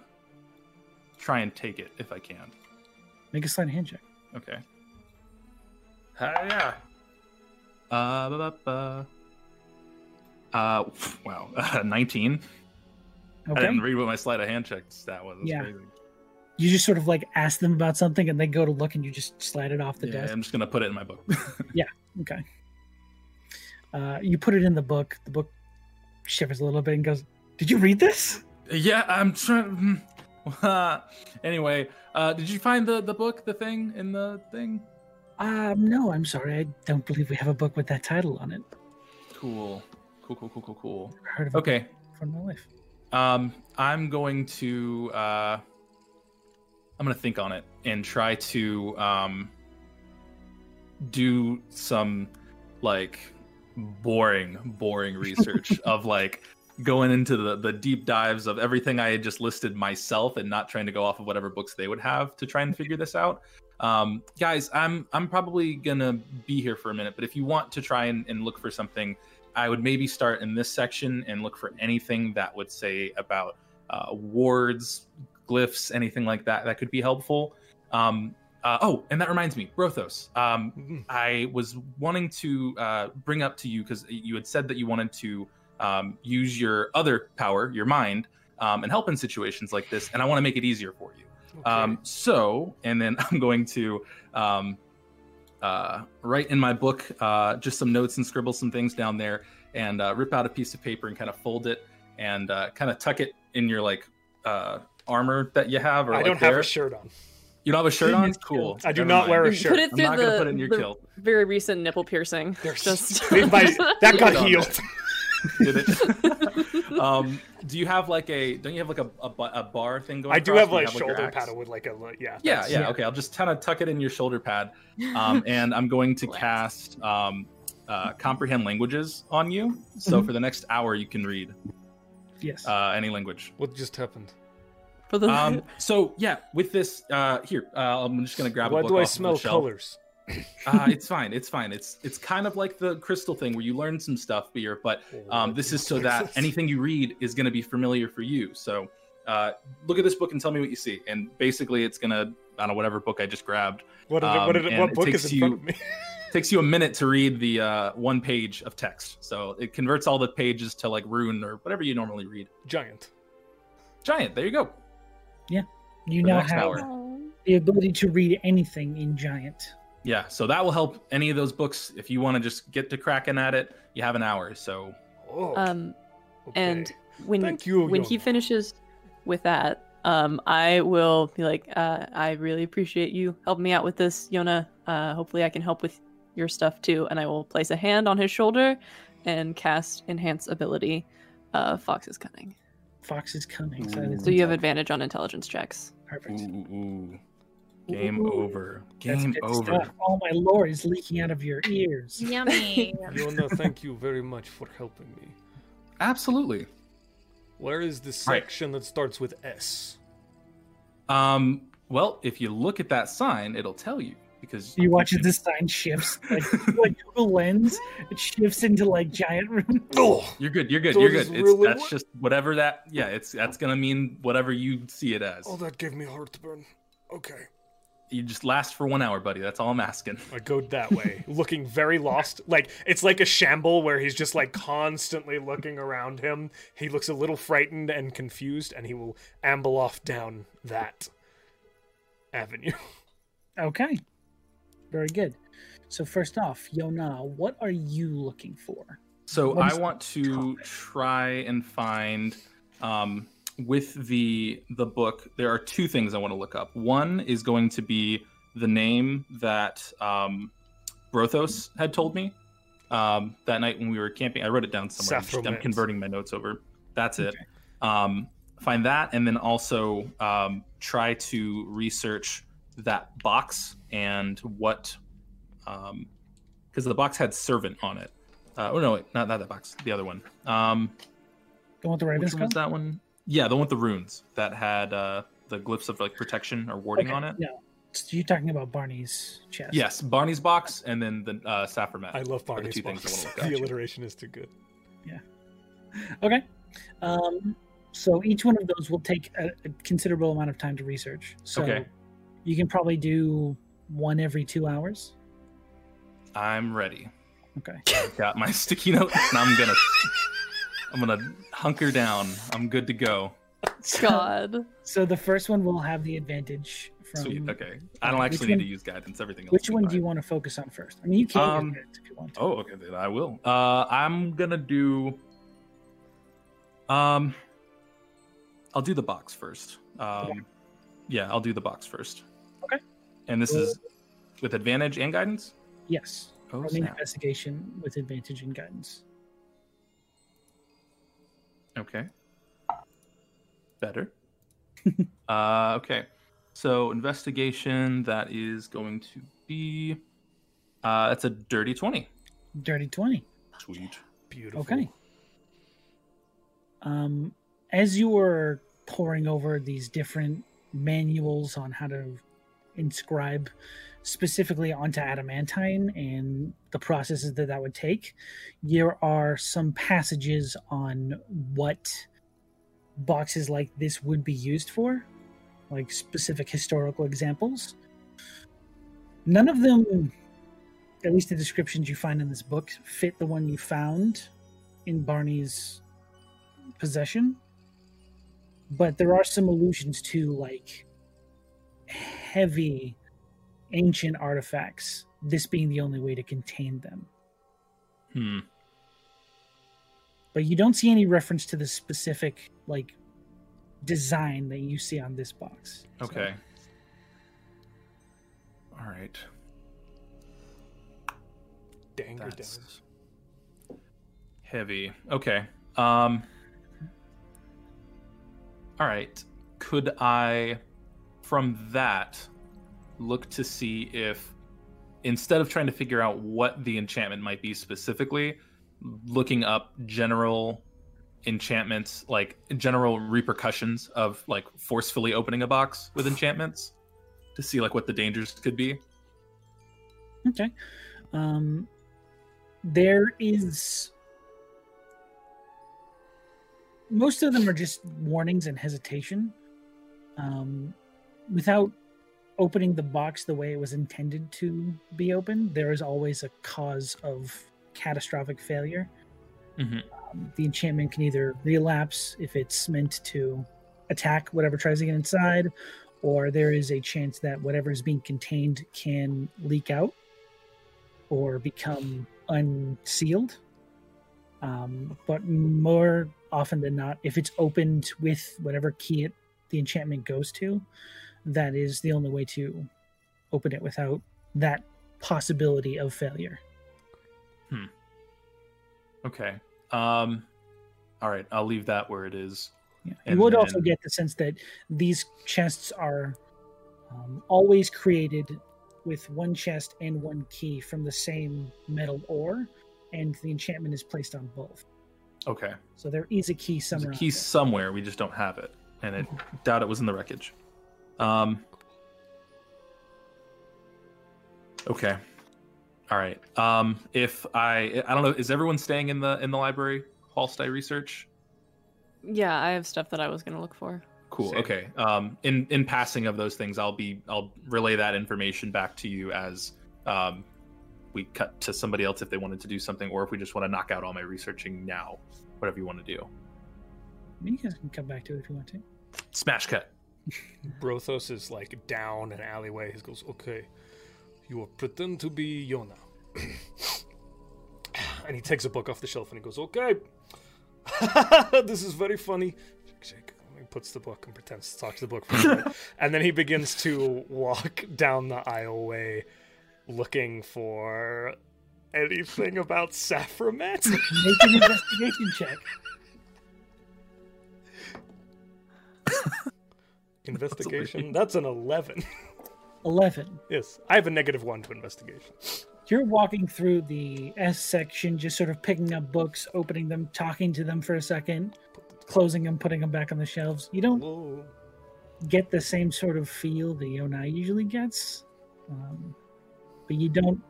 Speaker 3: try and take it if I can.
Speaker 1: Make a slight hand check.
Speaker 3: Okay. yeah. Uh, ba, ba, ba. uh, wow, nineteen. I
Speaker 1: Okay.
Speaker 3: didn't read what my sleight of hand check stat was. That's
Speaker 1: Yeah.
Speaker 3: crazy.
Speaker 1: You just sort of like ask them about something, and they go to look, and you just slide it off the
Speaker 3: Yeah,
Speaker 1: desk.
Speaker 3: I'm just gonna put it in my book.
Speaker 1: Okay. Uh, you put it in the book. The book shivers a little bit and goes, "Did you read this?"
Speaker 3: yeah, I'm trying. anyway, uh, did you find the the book, the thing in the thing?
Speaker 1: Um, no, I'm sorry. I don't believe we have a book with that title on it.
Speaker 3: Cool, cool, cool, cool, cool, cool.
Speaker 1: Never heard of it
Speaker 3: Okay,
Speaker 1: before in my life.
Speaker 3: Um, I'm going to uh, I'm going to think on it and try to um, do some like boring, boring research of like going into the the deep dives of everything I had just listed myself and not trying to go off of whatever books they would have to try and figure this out. Um, guys, I'm I'm probably gonna be here for a minute, but if you want to try and, and look for something I would maybe start in this section and look for anything that would say about uh, wards, glyphs, anything like that that could be helpful. Um, uh, oh, and that reminds me, Brothos. Um,
Speaker 2: Mhm.
Speaker 3: I was wanting to uh, bring up to you because you had said that you wanted to um, use your other power, your mind, um, and help in situations like this, and I want to make it easier for you. Um, so, and then I'm going to um, uh, write in my book uh, just some notes and scribble some things down there, and uh, rip out a piece of paper and kind of fold it and uh, kind of tuck it in your like uh, armor that you have. Or
Speaker 2: I
Speaker 3: like,
Speaker 2: don't have
Speaker 3: there.
Speaker 2: a shirt on.
Speaker 3: You don't have a shirt on. Cool.
Speaker 2: I do
Speaker 3: Never
Speaker 2: not
Speaker 3: mind.
Speaker 2: wear a
Speaker 5: You
Speaker 2: shirt.
Speaker 5: Put it
Speaker 3: I'm
Speaker 5: through
Speaker 3: not
Speaker 5: the,
Speaker 3: gonna put it in your
Speaker 5: the
Speaker 3: kill.
Speaker 5: very recent nipple piercing.
Speaker 2: There's-
Speaker 5: Just
Speaker 2: Leave my- that got
Speaker 3: Done.
Speaker 2: healed.
Speaker 3: Did it? um, do you have like a? Don't you have like a a, bu- a bar thing going?
Speaker 2: I do
Speaker 3: across?
Speaker 2: have
Speaker 3: you
Speaker 2: like a
Speaker 3: your
Speaker 2: shoulder
Speaker 3: axe?
Speaker 2: pad with like a li- yeah.
Speaker 3: Yeah,
Speaker 2: that's-
Speaker 3: yeah. Okay, I'll just kind of tuck it in your shoulder pad, um, and I'm going to
Speaker 4: Relax.
Speaker 3: cast um, uh, comprehend languages on you. So for the next hour, you can read
Speaker 1: Yes.
Speaker 3: uh, any language.
Speaker 2: What just happened?
Speaker 5: for the
Speaker 3: Um, so yeah, with this uh, here, uh, I'm just gonna grab. a
Speaker 2: Why
Speaker 3: book
Speaker 2: do I
Speaker 3: off of the
Speaker 2: smell
Speaker 3: shelf.
Speaker 2: colors?
Speaker 3: Uh, it's fine. It's fine. It's it's kind of like the crystal thing where you learn some stuff, beer, but Um, this is so that anything you read is going to be familiar for you. So uh, look at this book and tell me what you see. And basically, it's going to, I don't know, whatever book I just grabbed.
Speaker 2: What, did it- what,
Speaker 3: um,
Speaker 2: did it-
Speaker 3: and
Speaker 2: what
Speaker 3: it
Speaker 2: book is
Speaker 3: takes
Speaker 2: in front
Speaker 3: you-
Speaker 2: of me?
Speaker 3: takes you a minute to read the uh, one page of text. So it converts all the pages to like rune or whatever you normally read.
Speaker 2: Giant.
Speaker 3: Giant, there you go.
Speaker 1: you
Speaker 3: for the
Speaker 1: now
Speaker 3: next
Speaker 1: have
Speaker 3: hour.
Speaker 6: Oh.
Speaker 1: the ability to read anything in giant.
Speaker 3: Yeah, so that will help any of those books. If you want to just get to cracking at it, you have an hour. So
Speaker 2: Oh,
Speaker 5: um, and
Speaker 2: okay.
Speaker 5: when
Speaker 2: Thank you,
Speaker 5: when he
Speaker 2: young-
Speaker 5: finishes with that, um, I will be like, uh, I really appreciate you helping me out with this, Yona. Uh, hopefully, I can help with your stuff too. And I will place a hand on his shoulder and cast enhance ability, uh, Fox's cunning.
Speaker 1: Fox is coming. So,
Speaker 3: Ooh.
Speaker 5: So you have advantage on intelligence checks.
Speaker 1: perfect.
Speaker 3: game
Speaker 1: Ooh.
Speaker 3: over.
Speaker 1: That's
Speaker 3: Game
Speaker 1: good
Speaker 3: over.
Speaker 1: stuff. All my lore is leaking out of your ears.
Speaker 6: Yummy.
Speaker 2: Yona, thank you very much for helping me.
Speaker 3: Absolutely.
Speaker 2: Where is the
Speaker 3: Right.
Speaker 2: section that starts with S?
Speaker 3: Um, well, if you look at that sign, it'll tell you because
Speaker 1: You watch as this sign shifts, like, like Google Lens, it shifts into like giant room.
Speaker 2: Oh,
Speaker 3: You're good. You're good.
Speaker 2: So
Speaker 3: You're
Speaker 2: this
Speaker 3: good. It's,
Speaker 2: really
Speaker 3: that's
Speaker 2: work-
Speaker 3: just whatever that. Yeah, it's that's gonna mean whatever you see it as.
Speaker 2: oh, that gave me heartburn. Okay.
Speaker 3: You just last for one hour, buddy. That's all I'm asking.
Speaker 2: I go that way, looking very lost. Like it's like a shamble where he's just like constantly looking around him. He looks a little frightened and confused, and he will amble off down that avenue.
Speaker 1: Okay, very good. So first off, Yona, what are you looking for?
Speaker 3: So
Speaker 1: What
Speaker 3: I
Speaker 1: is
Speaker 3: want to
Speaker 1: topic?
Speaker 3: try and find um, with the the book. There are two things I want to look up. One is going to be the name that um, Brothos had told me um, that night when we were camping. I wrote it down somewhere. I'm, just- I'm
Speaker 2: Saphromance.
Speaker 3: converting my notes over. That's it. Um, find that, and then also um, try to research that box and what, um, because the box had servant on it. Uh, oh no, wait, not not that box, the other one. Um,
Speaker 1: Don't want the
Speaker 3: which
Speaker 1: Raven's
Speaker 3: one was
Speaker 1: Call?
Speaker 3: that one? Yeah, the one with the runes that had uh, the glyphs of like protection or warding
Speaker 1: Okay,
Speaker 3: on it.
Speaker 1: No. You're talking about Barney's chest.
Speaker 3: Yes, Barney's box and then the uh, Saffron mat.
Speaker 2: I love
Speaker 3: Are the
Speaker 2: Barney's
Speaker 3: two things I
Speaker 2: box.
Speaker 3: wanna look
Speaker 2: The
Speaker 3: at.
Speaker 2: alliteration is too good.
Speaker 1: Okay. Um, so each one of those will take a, a considerable amount of time to research. So
Speaker 3: Okay.
Speaker 1: you can probably do one every two hours.
Speaker 3: I'm ready.
Speaker 1: Okay.
Speaker 3: I've got my sticky note. And I'm gonna, I'm gonna hunker down. I'm good to go.
Speaker 5: God.
Speaker 1: So the first one will have the advantage from.
Speaker 3: Sweet. Okay. I don't
Speaker 1: Which
Speaker 3: actually
Speaker 1: one-
Speaker 3: need to use guidance. Everything. Else
Speaker 1: Which
Speaker 3: is
Speaker 1: one do
Speaker 3: fine.
Speaker 1: you want to focus on first? I mean, you can
Speaker 3: Um,
Speaker 1: use it if you want to.
Speaker 3: Oh, okay. Then I will. Uh, I'm gonna do. Um, I'll do the box first. Um, yeah, I'll do the box first.
Speaker 1: Okay.
Speaker 3: And this is with advantage and guidance.
Speaker 1: Yes.
Speaker 3: Oh,
Speaker 1: Roll an
Speaker 3: snap.
Speaker 1: investigation with advantage and guidance.
Speaker 3: Okay. Better. uh, okay. So investigation that is going to be uh that's a dirty 20.
Speaker 1: Dirty 20.
Speaker 3: Sweet.
Speaker 2: Beautiful.
Speaker 1: Okay. Um, as you were poring over these different manuals on how to inscribe specifically onto adamantine and the processes that that would take, there are some passages on what boxes like this would be used for, like specific historical examples. None of them, at least the descriptions you find in this book, fit the one you found in Barney's possession. But there are some allusions to like heavy ancient artifacts, this being the only way to contain them.
Speaker 3: Hmm.
Speaker 1: But you don't see any reference to the specific like design that you see on this box. So,
Speaker 3: Okay. All right.
Speaker 2: Dang her
Speaker 3: That's
Speaker 2: down.
Speaker 3: heavy. Okay. Um All right. Could I from that look to see if instead of trying to figure out what the enchantment might be specifically, looking up general enchantments like general repercussions of like forcefully opening a box with enchantments to see like what the dangers could be.
Speaker 1: Okay. Um, there is. Most of them are just warnings and hesitation. Um, without opening the box the way it was intended to be opened, there is always a cause of catastrophic failure.
Speaker 3: Mhm.
Speaker 1: Um, the enchantment can either relapse if it's meant to attack whatever tries to get inside, or there is a chance that whatever is being contained can leak out or become unsealed. Um, but more often than not, if it's opened with whatever key it the enchantment goes to, that is the only way to open it without that possibility of failure.
Speaker 3: Okay. Um all right, I'll leave that where it is.
Speaker 1: Yeah. You
Speaker 3: And
Speaker 1: would also
Speaker 3: then-
Speaker 1: get the sense that these chests are um, always created with one chest and one key from the same metal ore, and the enchantment is placed on both.
Speaker 3: Okay.
Speaker 1: So there is a key
Speaker 3: There's
Speaker 1: somewhere.
Speaker 3: a
Speaker 1: out
Speaker 3: key
Speaker 1: there.
Speaker 3: somewhere. We just don't have it, and I doubt it was in the wreckage. Um. Okay. All right. Um. If I, I don't know. Is everyone staying in the in the library whilst I research?
Speaker 5: Yeah, I have stuff that I was gonna look for.
Speaker 3: Cool.
Speaker 2: Same.
Speaker 3: Okay. Um. In in passing of those things, I'll be I'll relay that information back to you as um we cut to somebody else if they wanted to do something, or if we just want to knock out all my researching now. Whatever you want to do.
Speaker 1: You guys can come back to it if you want to.
Speaker 3: Smash cut.
Speaker 2: Brothos is like down an alleyway. He goes, okay, you will pretend to be Yona. and he takes a book off the shelf and he goes, okay, this is very funny. Shake, shake. And He puts the book and pretends to talk to the book for a minute. And then he begins to walk down the aisleway looking for anything about Safframet.
Speaker 1: Make an investigation check.
Speaker 2: Investigation? That's an 11.
Speaker 1: Eleven.
Speaker 2: Yes, I have a negative one to investigation.
Speaker 1: You're walking through the S section, just sort of picking up books, opening them, talking to them for a second, closing them, putting them back on the shelves. You don't
Speaker 2: Hello.
Speaker 1: get the same sort of feel that Yonai usually gets, um, but you don't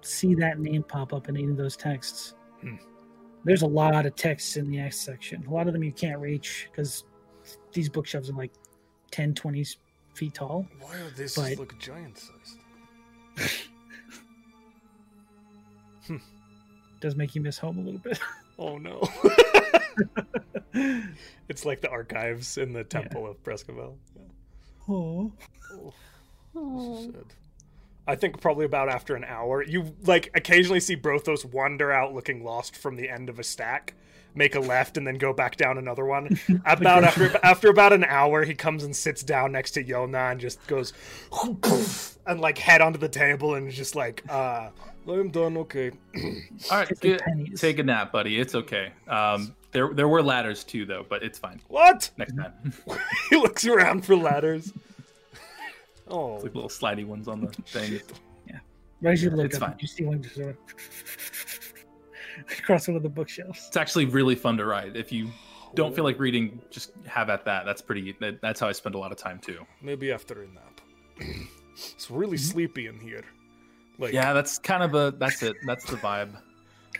Speaker 1: see that name pop up in any of those texts.
Speaker 2: Hmm.
Speaker 1: There's a lot of texts in the S section. A lot of them you can't reach because these bookshelves are like 10, 20 feet tall.
Speaker 2: Why are these
Speaker 1: But-
Speaker 2: like giant sized?
Speaker 1: does make you miss home a little bit.
Speaker 2: Oh no. it's like the archives in the temple of Prescoville. Yeah.
Speaker 1: Oh.
Speaker 2: Oh, this is
Speaker 5: Oh,
Speaker 2: sad. I think probably about after an hour, you like occasionally see Brothos wander out looking lost from the end of a stack, make a left, and then go back down another one. about after after about an hour, he comes and sits down next to Yona and just goes and like head onto the table and is just like, uh, I'm done, okay.
Speaker 3: All right,
Speaker 1: Fifty
Speaker 3: get-
Speaker 1: pennies.
Speaker 3: take a nap, buddy. It's okay. Um, there there were ladders too, though, but it's fine.
Speaker 2: What?
Speaker 3: Next time,
Speaker 2: he looks around for ladders. Oh,
Speaker 3: it's like little slidey ones on the thing.
Speaker 1: Right as you look
Speaker 3: It's
Speaker 1: up,
Speaker 3: fine.
Speaker 1: you see one just sort of across one of the bookshelves.
Speaker 3: It's actually really fun to ride. If you don't feel like reading, just have at that. That's pretty. That, that's how I spend a lot of time too.
Speaker 2: maybe after a nap. it's really sleepy in here. Like,
Speaker 3: Yeah, that's kind of a. That's it. That's the vibe.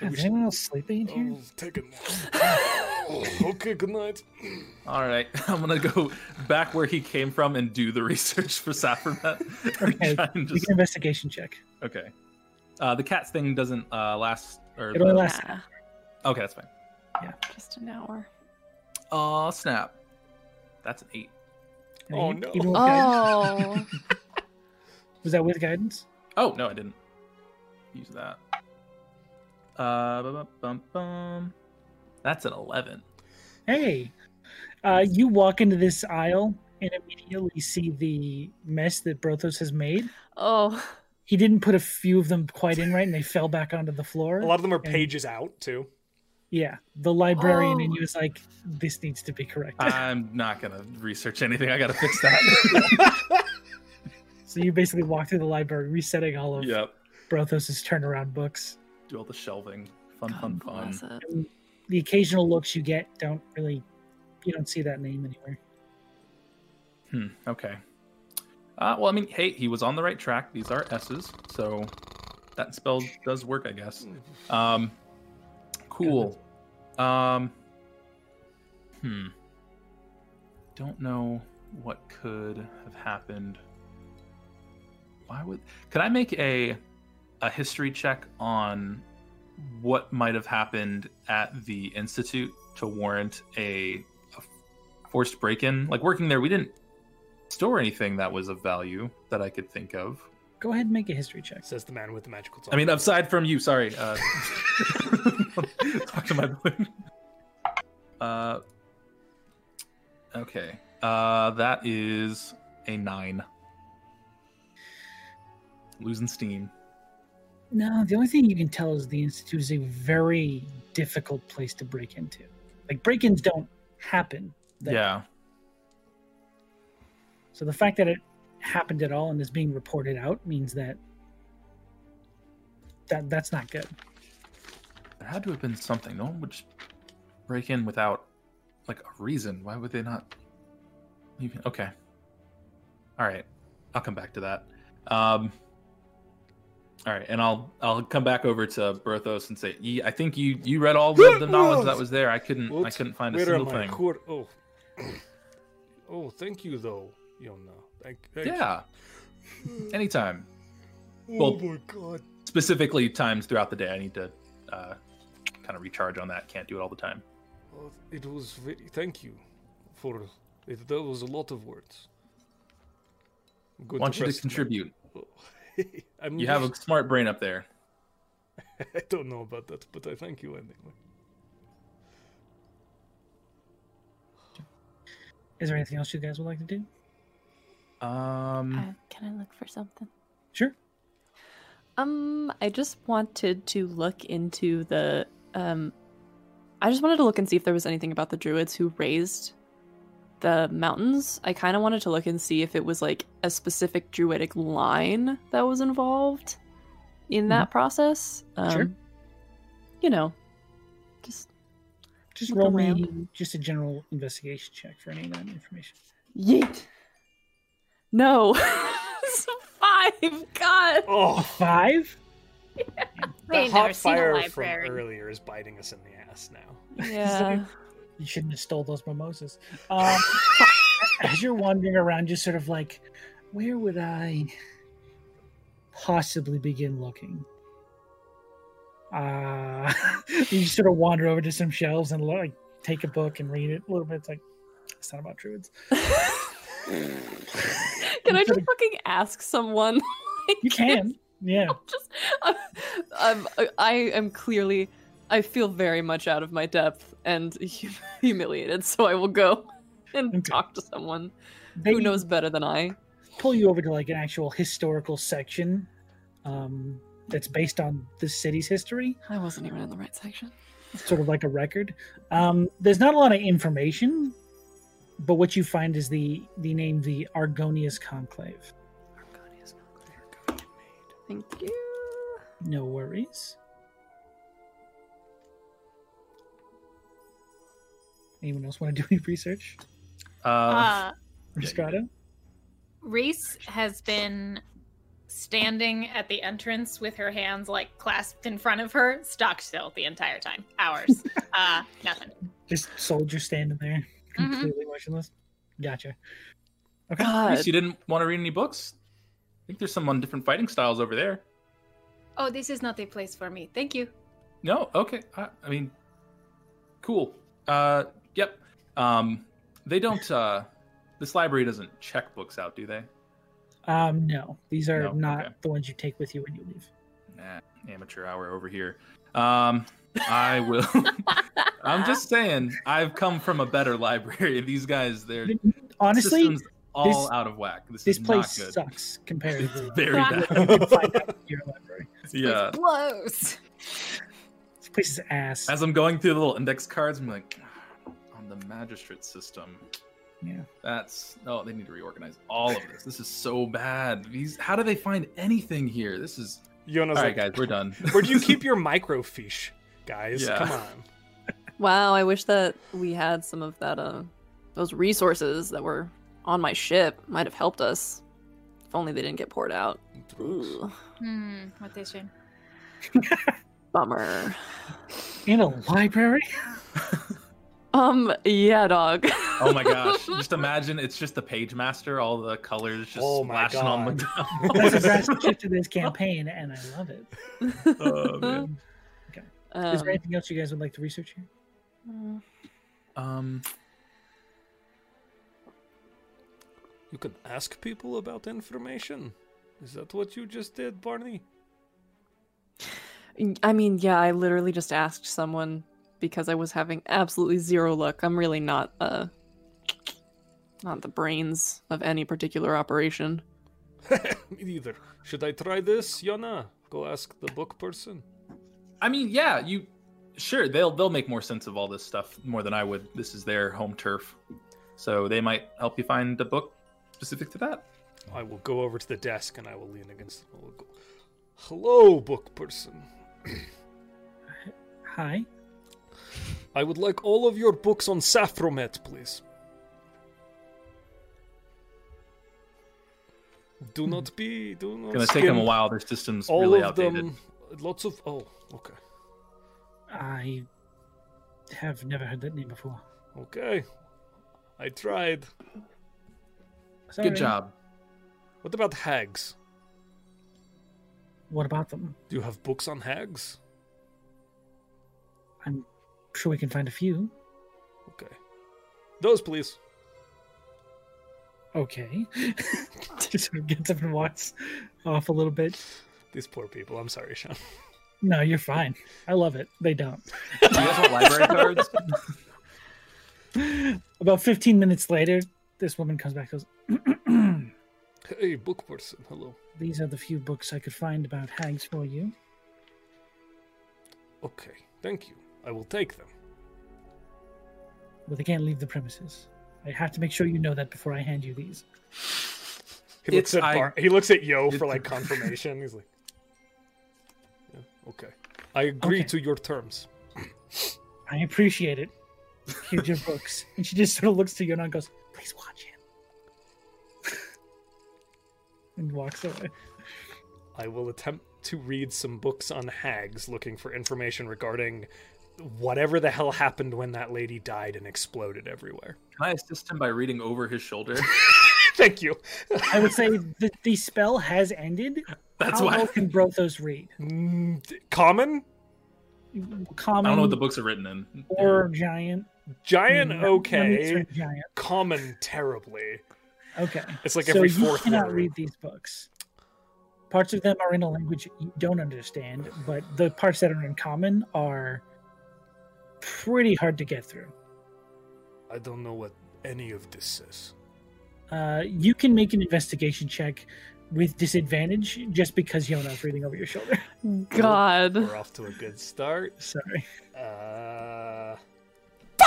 Speaker 1: God, is anyone else sleeping in here?
Speaker 2: I'll oh, take a nap. Oh, okay, good night.
Speaker 3: All right, I'm gonna go back where he came from and do the research for Saffronet.
Speaker 1: Okay,
Speaker 3: Try and
Speaker 1: Make
Speaker 3: just-
Speaker 1: an investigation check.
Speaker 3: okay. Uh, the cat's thing doesn't uh, last. Or
Speaker 1: It only lasts-
Speaker 5: Yeah,
Speaker 3: okay, that's fine.
Speaker 5: just an hour.
Speaker 3: Oh snap! That's an eight.
Speaker 2: Oh,
Speaker 1: Right?
Speaker 2: no.
Speaker 1: Even with guidance?
Speaker 5: Oh,
Speaker 1: Was that with guidance?
Speaker 3: Oh no, I didn't use that. Uh, bum, bum, bum, bum. That's an eleven.
Speaker 1: Hey, uh, you walk into this aisle and immediately see the mess that Brothos has made.
Speaker 5: oh,
Speaker 1: He didn't put a few of them quite in right, and they fell back onto the floor.
Speaker 2: A lot of them are
Speaker 1: And-
Speaker 2: pages out too.
Speaker 1: Yeah, the librarian
Speaker 5: Oh.
Speaker 1: in you is like, "This needs to be corrected."
Speaker 3: I'm not gonna research anything. I gotta fix that.
Speaker 1: so you basically walk through the library, resetting all of
Speaker 3: yep.
Speaker 1: Brothos's turnaround books.
Speaker 3: Do all the shelving. Fun, fun,
Speaker 5: God
Speaker 3: fun.
Speaker 5: bless it.
Speaker 1: The occasional looks you get don't really, you don't see that name anywhere.
Speaker 3: Hmm, okay. Uh, well, I mean, hey, he was on the right track. These are S's, so that spell does work, I guess. Um, cool. Um, hmm. Don't know what could have happened. Why would? Could I make a a history check on what might have happened at the institute to warrant a, a forced break-in? Like working there, we didn't store anything that was of value that I could think of.
Speaker 1: Go ahead and make a history check.
Speaker 2: Says the man with the magical. Top.
Speaker 3: I mean, aside from you, sorry. Uh, talk to my balloon. Uh, okay. Uh, that is a nine. Losing steam.
Speaker 1: No, the only thing you can tell is the institute is a very difficult place to break into. Like break-ins don't happen. there.
Speaker 3: Yeah.
Speaker 1: So the fact that it happened at all and is being reported out means that that that's not good.
Speaker 3: There had to have been something. No one would just break in without like a reason. Why would they not? Even okay. All right, I'll come back to that. Um, all right, and I'll I'll come back over to Berthos and say, "Ye- I think you you read all of the knowledge that was there. I couldn't I
Speaker 2: Oops,
Speaker 3: couldn't find a
Speaker 2: where are
Speaker 3: single
Speaker 2: my
Speaker 3: thing.
Speaker 2: court? Oh, oh, thank you though, Yona. Thank, thank
Speaker 3: Yeah, anytime.
Speaker 2: You.
Speaker 3: Well-
Speaker 2: oh my god.
Speaker 3: Specifically, times throughout the day. I need to uh, kind of recharge on that. Can't do it all the time.
Speaker 2: Oh, it was very. Thank you for it. That was a lot of words. Good
Speaker 3: Want you to
Speaker 2: rest now.
Speaker 3: contribute.
Speaker 2: Oh. I'm
Speaker 3: You
Speaker 2: Mm-hmm.
Speaker 3: have a smart brain up there.
Speaker 2: I don't know about that, but I thank you anyway.
Speaker 1: Is there anything else you guys would like to do?
Speaker 3: Um.
Speaker 5: Uh, can I look for something?
Speaker 1: Sure.
Speaker 5: Um, I just wanted to look into the um I just wanted to look and see if there was anything about the druids who raised the mountains, I kind of wanted to look and see if it was like a specific druidic line that was involved in that process. Um,
Speaker 1: Sure.
Speaker 5: You know, just
Speaker 1: Just
Speaker 5: Look
Speaker 1: roll me
Speaker 5: around.
Speaker 1: just a general investigation check for any of that information.
Speaker 5: yeet. No, it's a five. God.
Speaker 1: A
Speaker 2: Oh,
Speaker 1: five?
Speaker 6: They
Speaker 2: the
Speaker 6: ain't
Speaker 2: hot
Speaker 6: never seen a
Speaker 2: fire from
Speaker 6: library.
Speaker 2: earlier is biting us in the ass now.
Speaker 5: Yeah.
Speaker 1: You shouldn't have stole those mimosas. Um, as you're wandering around, just sort of like, where would I possibly begin looking? Uh, you just sort of wander over to some shelves and like take a book and read it a little bit. It's like it's not about druids.
Speaker 5: Can I just fucking ask someone? like,
Speaker 1: You can, yeah.
Speaker 5: just I'm, I'm, I am clearly I feel very much out of my depth and hum- humiliated, so I will go and
Speaker 1: Okay.
Speaker 5: talk to someone
Speaker 1: They
Speaker 5: who knows better than I.
Speaker 1: pull you over to like an actual historical section um, that's based on the city's history.
Speaker 5: I wasn't even in the right section.
Speaker 1: sort of like a record. Um, there's not a lot of information, but what you find is the the name the Argonius Conclave.
Speaker 5: Thank you.
Speaker 1: No worries. Anyone else want to do any research?
Speaker 3: Uh,
Speaker 6: Uh,
Speaker 3: Yeah, you
Speaker 1: Moscato?
Speaker 6: Reese has been standing at the entrance with her hands like clasped in front of her, stock still the entire time. Hours. uh, nothing.
Speaker 1: Just soldier standing there,
Speaker 6: Mhm.
Speaker 1: completely motionless. Gotcha.
Speaker 5: God.
Speaker 3: Reese, you didn't want to read any books? I think there's some on different fighting styles over there.
Speaker 6: Oh, this is not a place for me. Thank you.
Speaker 3: No, okay. I, I mean, cool. Uh, yep. Um, they don't. Uh, this library doesn't check books out, do they?
Speaker 1: Um, no, these are
Speaker 3: No,
Speaker 1: not
Speaker 3: okay.
Speaker 1: the ones you take with you when you leave.
Speaker 3: Nah, amateur hour over here. Um, I will. I'm just saying, I've come from a better library. These guys, their
Speaker 1: Honestly,
Speaker 3: systems all
Speaker 1: this-
Speaker 3: out of whack. This,
Speaker 1: this
Speaker 3: is
Speaker 1: place
Speaker 3: not good.
Speaker 1: sucks compared
Speaker 3: It's
Speaker 1: to
Speaker 3: very
Speaker 1: you
Speaker 3: bad.
Speaker 1: can find out in your library.
Speaker 3: yeah.
Speaker 4: Blows.
Speaker 1: This place is ass.
Speaker 3: As I'm going through the little index cards, I'm like, "Ah, on the magistrate system.
Speaker 1: Yeah.
Speaker 3: That's oh, they need to reorganize all of this. This is so bad. These how do they find anything here? This is all
Speaker 2: Yona's
Speaker 3: right,
Speaker 2: like,
Speaker 3: guys. We're done.
Speaker 2: where do you keep your microfiche, guys?
Speaker 3: Yeah.
Speaker 2: Come on.
Speaker 5: Wow, I wish that we had some of that uh those resources that were on my ship might have helped us. If only they didn't get poured out. Ooh,
Speaker 6: Hmm, what they should.
Speaker 5: bummer.
Speaker 1: in a library?
Speaker 5: Um, yeah, dog.
Speaker 3: oh my gosh! Just imagine it's just the page master, all the colors just
Speaker 2: Oh my
Speaker 3: splashing on the
Speaker 1: That's a
Speaker 3: ground.
Speaker 1: drastic shift to this campaign, and I love it.
Speaker 3: Oh, man.
Speaker 1: Is there
Speaker 5: Um,
Speaker 1: anything else you guys would like to research here?
Speaker 3: um,
Speaker 2: You can ask people about information. Is that what you just did, Barney?
Speaker 5: I mean, yeah, I literally just asked someone because I was having absolutely zero luck. I'm really not uh not the brains of any particular operation.
Speaker 2: Me neither. Should I try this, Yona? Go ask the book person.
Speaker 3: I mean, yeah, you sure they'll they'll make more sense of all this stuff more than I would. This is their home turf, so they might help you find a book specific to that.
Speaker 2: I will go over to the desk and I will lean against the wall. and go, Hello, book person.
Speaker 1: Hi.
Speaker 2: I would like all of your books on Saffromet, please. Do not be. Do
Speaker 3: It's Hmm.
Speaker 2: not.
Speaker 3: gonna take them a
Speaker 2: skim
Speaker 3: while. Their system's
Speaker 2: All
Speaker 3: really
Speaker 2: of
Speaker 3: outdated.
Speaker 2: them. Lots of. Oh, okay.
Speaker 1: I have never heard that name before.
Speaker 2: Okay. I tried.
Speaker 1: Sorry.
Speaker 3: Good job.
Speaker 2: What about hags?
Speaker 1: What about them?
Speaker 2: Do you have books on hags?
Speaker 1: I'm sure we can find a few.
Speaker 2: Okay. Those, please.
Speaker 1: Okay. Just sort of gets up and walks off a little bit.
Speaker 2: These poor people. I'm sorry, Sean.
Speaker 1: No, you're fine. I love it. They don't.
Speaker 3: Do you guys want library cards?
Speaker 1: About 15 minutes later, this woman comes back and goes,
Speaker 2: Hey, book person. Hello.
Speaker 1: These are the few books I could find about hags for you.
Speaker 2: Okay. Thank you. I will take them.
Speaker 1: Well, they can't leave the premises. I I have to make sure you know that before I hand you these.
Speaker 2: He
Speaker 3: It's-
Speaker 2: looks at
Speaker 3: I-
Speaker 2: Bar- he looks at Yo for
Speaker 3: It's-
Speaker 2: like confirmation. He's like, yeah, okay, I agree
Speaker 1: Okay.
Speaker 2: to your terms.
Speaker 1: I appreciate it. Here's your books. And she just sort of looks to Yona and goes, please watch him. and walks away.
Speaker 2: I will attempt to read some books on hags looking for information regarding whatever the hell happened when that lady died and exploded everywhere.
Speaker 3: Can I assist him by reading over his shoulder?
Speaker 2: Thank you.
Speaker 1: I would say that the spell has ended.
Speaker 3: That's
Speaker 1: How
Speaker 3: why.
Speaker 1: well can Brothos read?
Speaker 2: Mm, d- Common?
Speaker 1: Common
Speaker 3: I don't know what the books are written in.
Speaker 1: or giant?
Speaker 2: Giant?
Speaker 1: Mm, let- let me
Speaker 2: Okay.
Speaker 1: turn Giant.
Speaker 2: Common? Terribly.
Speaker 1: Okay.
Speaker 2: It's like
Speaker 1: so
Speaker 2: every
Speaker 1: you
Speaker 2: fourth
Speaker 1: cannot
Speaker 2: word.
Speaker 1: read these books. Parts of them are in a language you don't understand, but the parts that are in common are pretty hard to get through.
Speaker 2: I don't know what any of this is.
Speaker 1: Uh, you can make an investigation check with disadvantage just because Yona's reading over your shoulder.
Speaker 5: God.
Speaker 2: We're off to a good start.
Speaker 1: Sorry.
Speaker 2: Uh,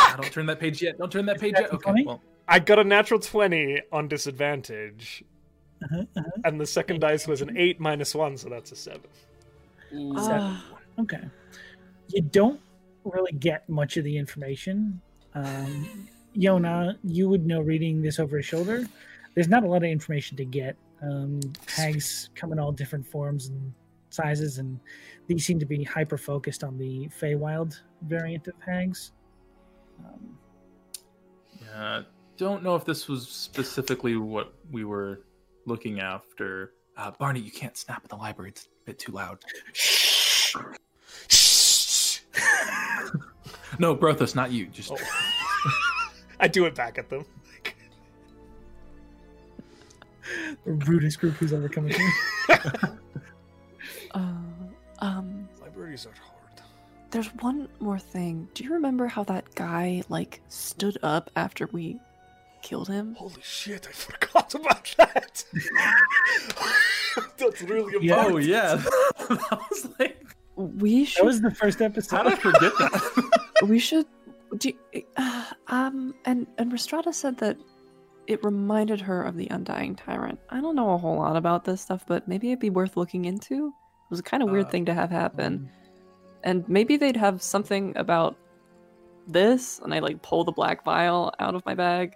Speaker 3: I don't turn that page yet. Don't turn that page yet.
Speaker 1: that
Speaker 3: Okay.
Speaker 1: funny?
Speaker 3: Well,
Speaker 2: I got a natural 20 on disadvantage,
Speaker 1: Uh-huh, uh-huh.
Speaker 2: and the second dice was an 8 minus 1, so that's a 7.
Speaker 5: Ah.
Speaker 1: Okay. You don't really get much of the information. Um, Yona, you would know reading this over his shoulder. There's not a lot of information to get. Um, hags come in all different forms and sizes, and these seem to be hyper focused on the Feywild variant of hags. Um,
Speaker 3: yeah. Don't know if this was specifically what we were looking after. Uh, Barney, you can't snap at the library. It's a bit too loud. No, Brothos, not you. Just
Speaker 2: Oh. I do it back at them.
Speaker 1: the rudest group who's ever come into.
Speaker 5: Uh, um,
Speaker 2: Libraries are hard.
Speaker 5: there's one more thing. Do you remember how that guy like stood up after we killed him?
Speaker 2: Holy shit, I forgot about that. That's really important.
Speaker 1: Yeah.
Speaker 3: oh yeah. I was like,
Speaker 5: We should.
Speaker 1: That was the first
Speaker 3: how did I
Speaker 1: episode.
Speaker 3: forget that?
Speaker 5: we should. Do you- uh, um, and and Restrada said that it reminded her of the Undying Tyrant. I don't know a whole lot about this stuff, but maybe it'd be worth looking into. It was a kind of weird
Speaker 3: Uh,
Speaker 5: thing to have happen. and maybe they'd have something about this and i like pull the black vial out of my bag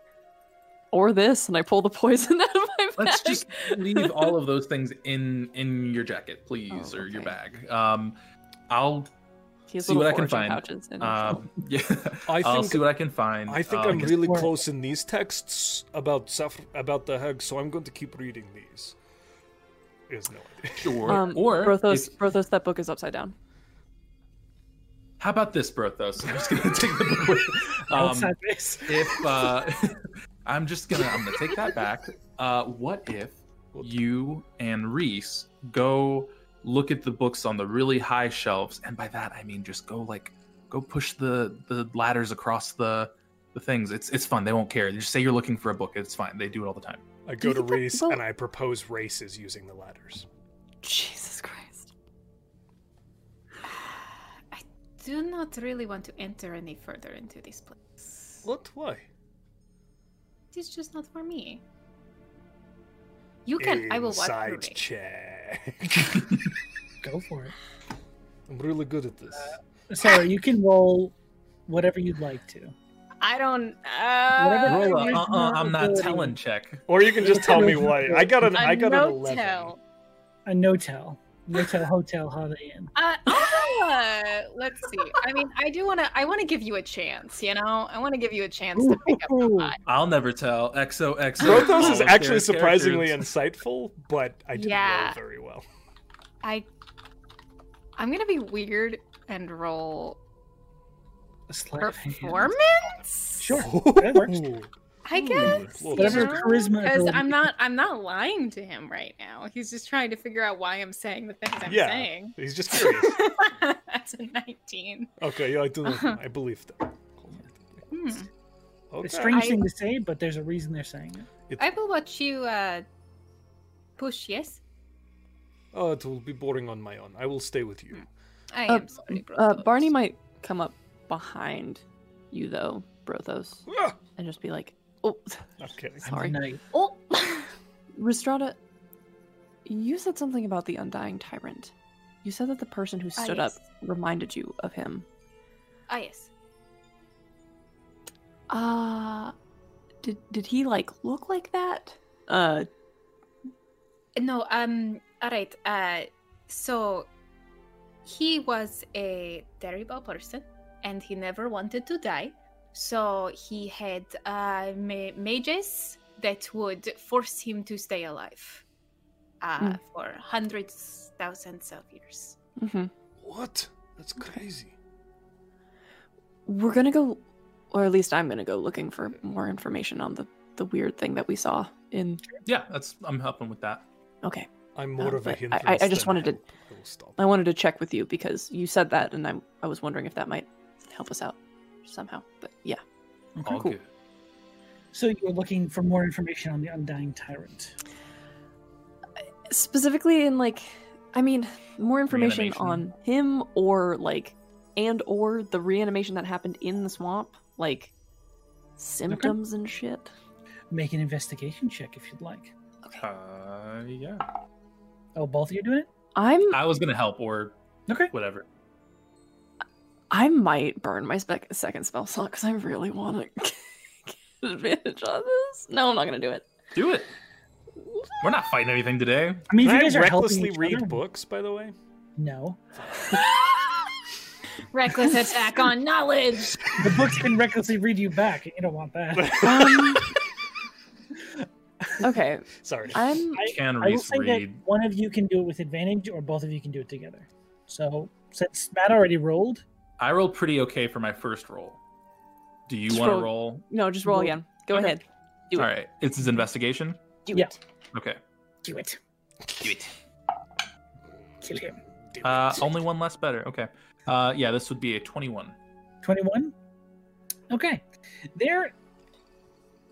Speaker 5: or this and i pull the poison out of my bag
Speaker 3: Let's just leave all of those things in in your jacket, please,
Speaker 5: Oh,
Speaker 3: or your
Speaker 5: okay.
Speaker 3: bag. Um, I'll
Speaker 5: He has
Speaker 3: see
Speaker 5: little
Speaker 3: what I can
Speaker 5: fortune
Speaker 3: find.
Speaker 5: pouches in
Speaker 3: um, yeah.
Speaker 2: I
Speaker 3: I'll
Speaker 2: think
Speaker 3: see what I can find.
Speaker 2: I think
Speaker 3: Um,
Speaker 2: I'm really
Speaker 1: Or-
Speaker 2: close in these texts about Saf- about the hag, so I'm going to keep reading these. Is no idea.
Speaker 3: sure.
Speaker 5: um,
Speaker 3: or
Speaker 5: brothos
Speaker 3: if-
Speaker 5: brothos that book is upside down
Speaker 3: how about this, Brothos? I'm just gonna take the book. with- Um,
Speaker 1: Outside this.
Speaker 3: if uh, I'm just gonna, I'm gonna take that back. Uh, what if you and Reese go look at the books on the really high shelves, and by that I mean just go like go push the the ladders across the the things. It's it's fun. They won't care. Just say you're looking for a book. It's fine. They do it all the time.
Speaker 2: I
Speaker 5: Do
Speaker 2: go
Speaker 5: you
Speaker 2: to
Speaker 5: think that-
Speaker 2: Reese
Speaker 5: well-
Speaker 2: and I propose races using the ladders.
Speaker 5: jesus christ
Speaker 6: I do not really want to enter any further into this place.
Speaker 2: What? Why?
Speaker 6: It's just not for me. You can. I will watch
Speaker 2: Inside
Speaker 6: your race.
Speaker 2: check.
Speaker 1: Go for it.
Speaker 2: I'm really good at this.
Speaker 1: Sarah, you can roll whatever you'd like to.
Speaker 6: I don't.
Speaker 1: Whatever
Speaker 6: Uh,
Speaker 1: Roll a,
Speaker 3: Roll a,
Speaker 1: There's
Speaker 3: uh,
Speaker 1: no
Speaker 3: I'm not
Speaker 1: ability.
Speaker 3: telling check.
Speaker 2: Or you can just tell me why. I got an
Speaker 6: a
Speaker 2: I got an
Speaker 6: no
Speaker 2: eleven.
Speaker 6: tell.
Speaker 1: A no tell. No tell hotel holiday inn.
Speaker 6: Uh, uh, let's see. I mean, I do want to. I want to give you a chance. You know, I want to give you a chance to pick up the
Speaker 1: Ooh.
Speaker 6: vibe.
Speaker 3: I'll never tell. XOXO.
Speaker 2: Protos is
Speaker 3: All of
Speaker 2: actually
Speaker 3: Sarah's
Speaker 2: surprisingly
Speaker 3: characters.
Speaker 2: insightful, but I didn't
Speaker 6: Yeah.
Speaker 2: roll very well.
Speaker 6: I. I'm gonna be weird and roll
Speaker 1: A sleight of hand.
Speaker 6: performance.
Speaker 1: Sure. that works.
Speaker 6: I guess.
Speaker 2: Well,
Speaker 6: you
Speaker 1: Whatever
Speaker 6: know?
Speaker 1: charisma
Speaker 6: Because
Speaker 1: ability-
Speaker 6: I'm not. I'm not lying to him right now. He's just trying to figure out why I'm saying the things I'm
Speaker 2: Yeah.
Speaker 6: saying.
Speaker 2: He's just curious.
Speaker 6: That's a 19.
Speaker 2: okay, yeah, I do. know. I believe that.
Speaker 6: Hmm.
Speaker 2: Okay.
Speaker 1: It's a strange
Speaker 6: I-
Speaker 1: thing to say, but there's a reason they're saying it.
Speaker 6: I will watch you uh, push. Yes,
Speaker 2: Oh, it will be boring on my own. I will stay with you.
Speaker 6: I
Speaker 5: Uh,
Speaker 6: am sorry, bro.
Speaker 5: uh, barney might come up behind you though brothos
Speaker 2: Ah,
Speaker 5: and just be like Oh,
Speaker 2: I'm kidding.
Speaker 1: I'm
Speaker 5: Sorry.
Speaker 1: the knight.
Speaker 6: Oh,
Speaker 5: Restrada, you said something about the undying tyrant. You said that the person who stood
Speaker 6: yes.
Speaker 5: up reminded you of him.
Speaker 6: ah, yes.
Speaker 5: Uh did did he like look like that? Uh
Speaker 6: No, um, all right. Uh, so he was a terrible person, and he never wanted to die. So he had uh, ma- mages that would force him to stay alive uh,
Speaker 5: Hmm.
Speaker 6: for hundreds, thousands of years.
Speaker 5: mhm.
Speaker 2: What? That's crazy.
Speaker 5: we're going to go or at least I'm going to go looking for more information on the the weird thing that we saw in
Speaker 3: Yeah, that's I'm helping with that.
Speaker 5: Okay.
Speaker 2: I'm more
Speaker 5: Oh,
Speaker 2: of a
Speaker 5: but I-
Speaker 2: hindrance.
Speaker 5: I- I just
Speaker 2: than
Speaker 5: wanted to-
Speaker 2: help. I will stop.
Speaker 5: I wanted to check with you because you said that and I I was wondering if that might help us out somehow. But yeah.
Speaker 3: All
Speaker 5: Cool.
Speaker 3: good.
Speaker 1: So you're looking for more information on the Undying Tyrant.
Speaker 5: specifically in like i mean more information
Speaker 3: Reanimation.
Speaker 5: on him or like and or the reanimation that happened in the swamp like symptoms and shit
Speaker 1: Make an investigation check if you'd like.
Speaker 3: Uh, yeah.
Speaker 1: Oh, both of you doing it?
Speaker 5: i'm
Speaker 3: I was gonna help or
Speaker 1: Okay.
Speaker 3: whatever.
Speaker 5: i might burn my spec- second spell slot because i really want to get advantage on this no i'm not gonna do it
Speaker 3: Do it. We're not fighting anything today.
Speaker 1: I mean, if
Speaker 2: Can
Speaker 1: you
Speaker 2: I
Speaker 1: guys are
Speaker 2: recklessly
Speaker 1: helping each
Speaker 2: read
Speaker 1: other,
Speaker 2: books, by the way?
Speaker 1: No,
Speaker 6: Reckless attack on knowledge.
Speaker 1: the books can recklessly read you back. You don't want that.
Speaker 5: um, okay
Speaker 2: Sorry.
Speaker 5: i'm
Speaker 3: Can
Speaker 1: I will
Speaker 3: Reese
Speaker 1: say that
Speaker 3: read?
Speaker 1: one of you can do it with advantage, or both of you can do it together. So since Matt already rolled,
Speaker 3: I rolled pretty okay for my first roll. Do you
Speaker 5: Just
Speaker 3: want to
Speaker 5: roll.
Speaker 3: roll?
Speaker 5: no just roll again go
Speaker 3: Okay.
Speaker 5: ahead Do it.
Speaker 3: All right. It's his investigation.
Speaker 5: do
Speaker 1: Yeah.
Speaker 5: it
Speaker 3: Okay.
Speaker 1: do it.
Speaker 3: Do it.
Speaker 1: Kill him.
Speaker 3: Uh, only one less better. Okay. Uh, yeah, this would be a 21.
Speaker 1: 21 okay there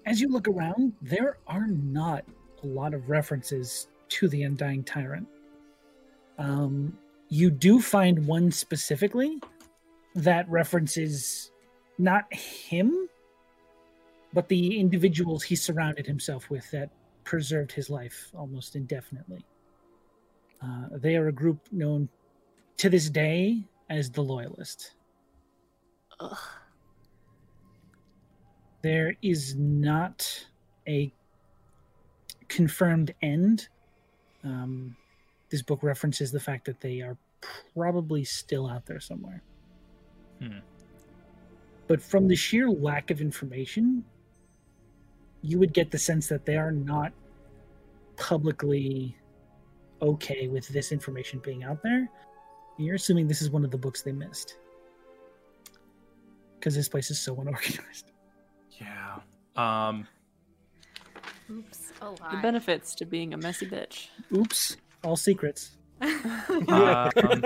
Speaker 1: as you look around there are not a lot of references to the undying tyrant um you do find one specifically that references not him but the individuals he surrounded himself with that preserved his life almost indefinitely uh, they are a group known to this day as the loyalists
Speaker 5: Ugh.
Speaker 1: there is not a confirmed end. Um, this book references the fact that they are probably still out there somewhere.
Speaker 3: Hmm.
Speaker 1: But from the sheer lack of information, you would get the sense that they are not publicly okay with this information being out there. And you're assuming this is one of the books they missed. Because this place is so unorganized.
Speaker 3: Yeah. Um,
Speaker 6: Oops, a
Speaker 5: the
Speaker 6: lot.
Speaker 5: benefits to being a messy bitch
Speaker 1: Oops, all secrets.
Speaker 3: uh, um,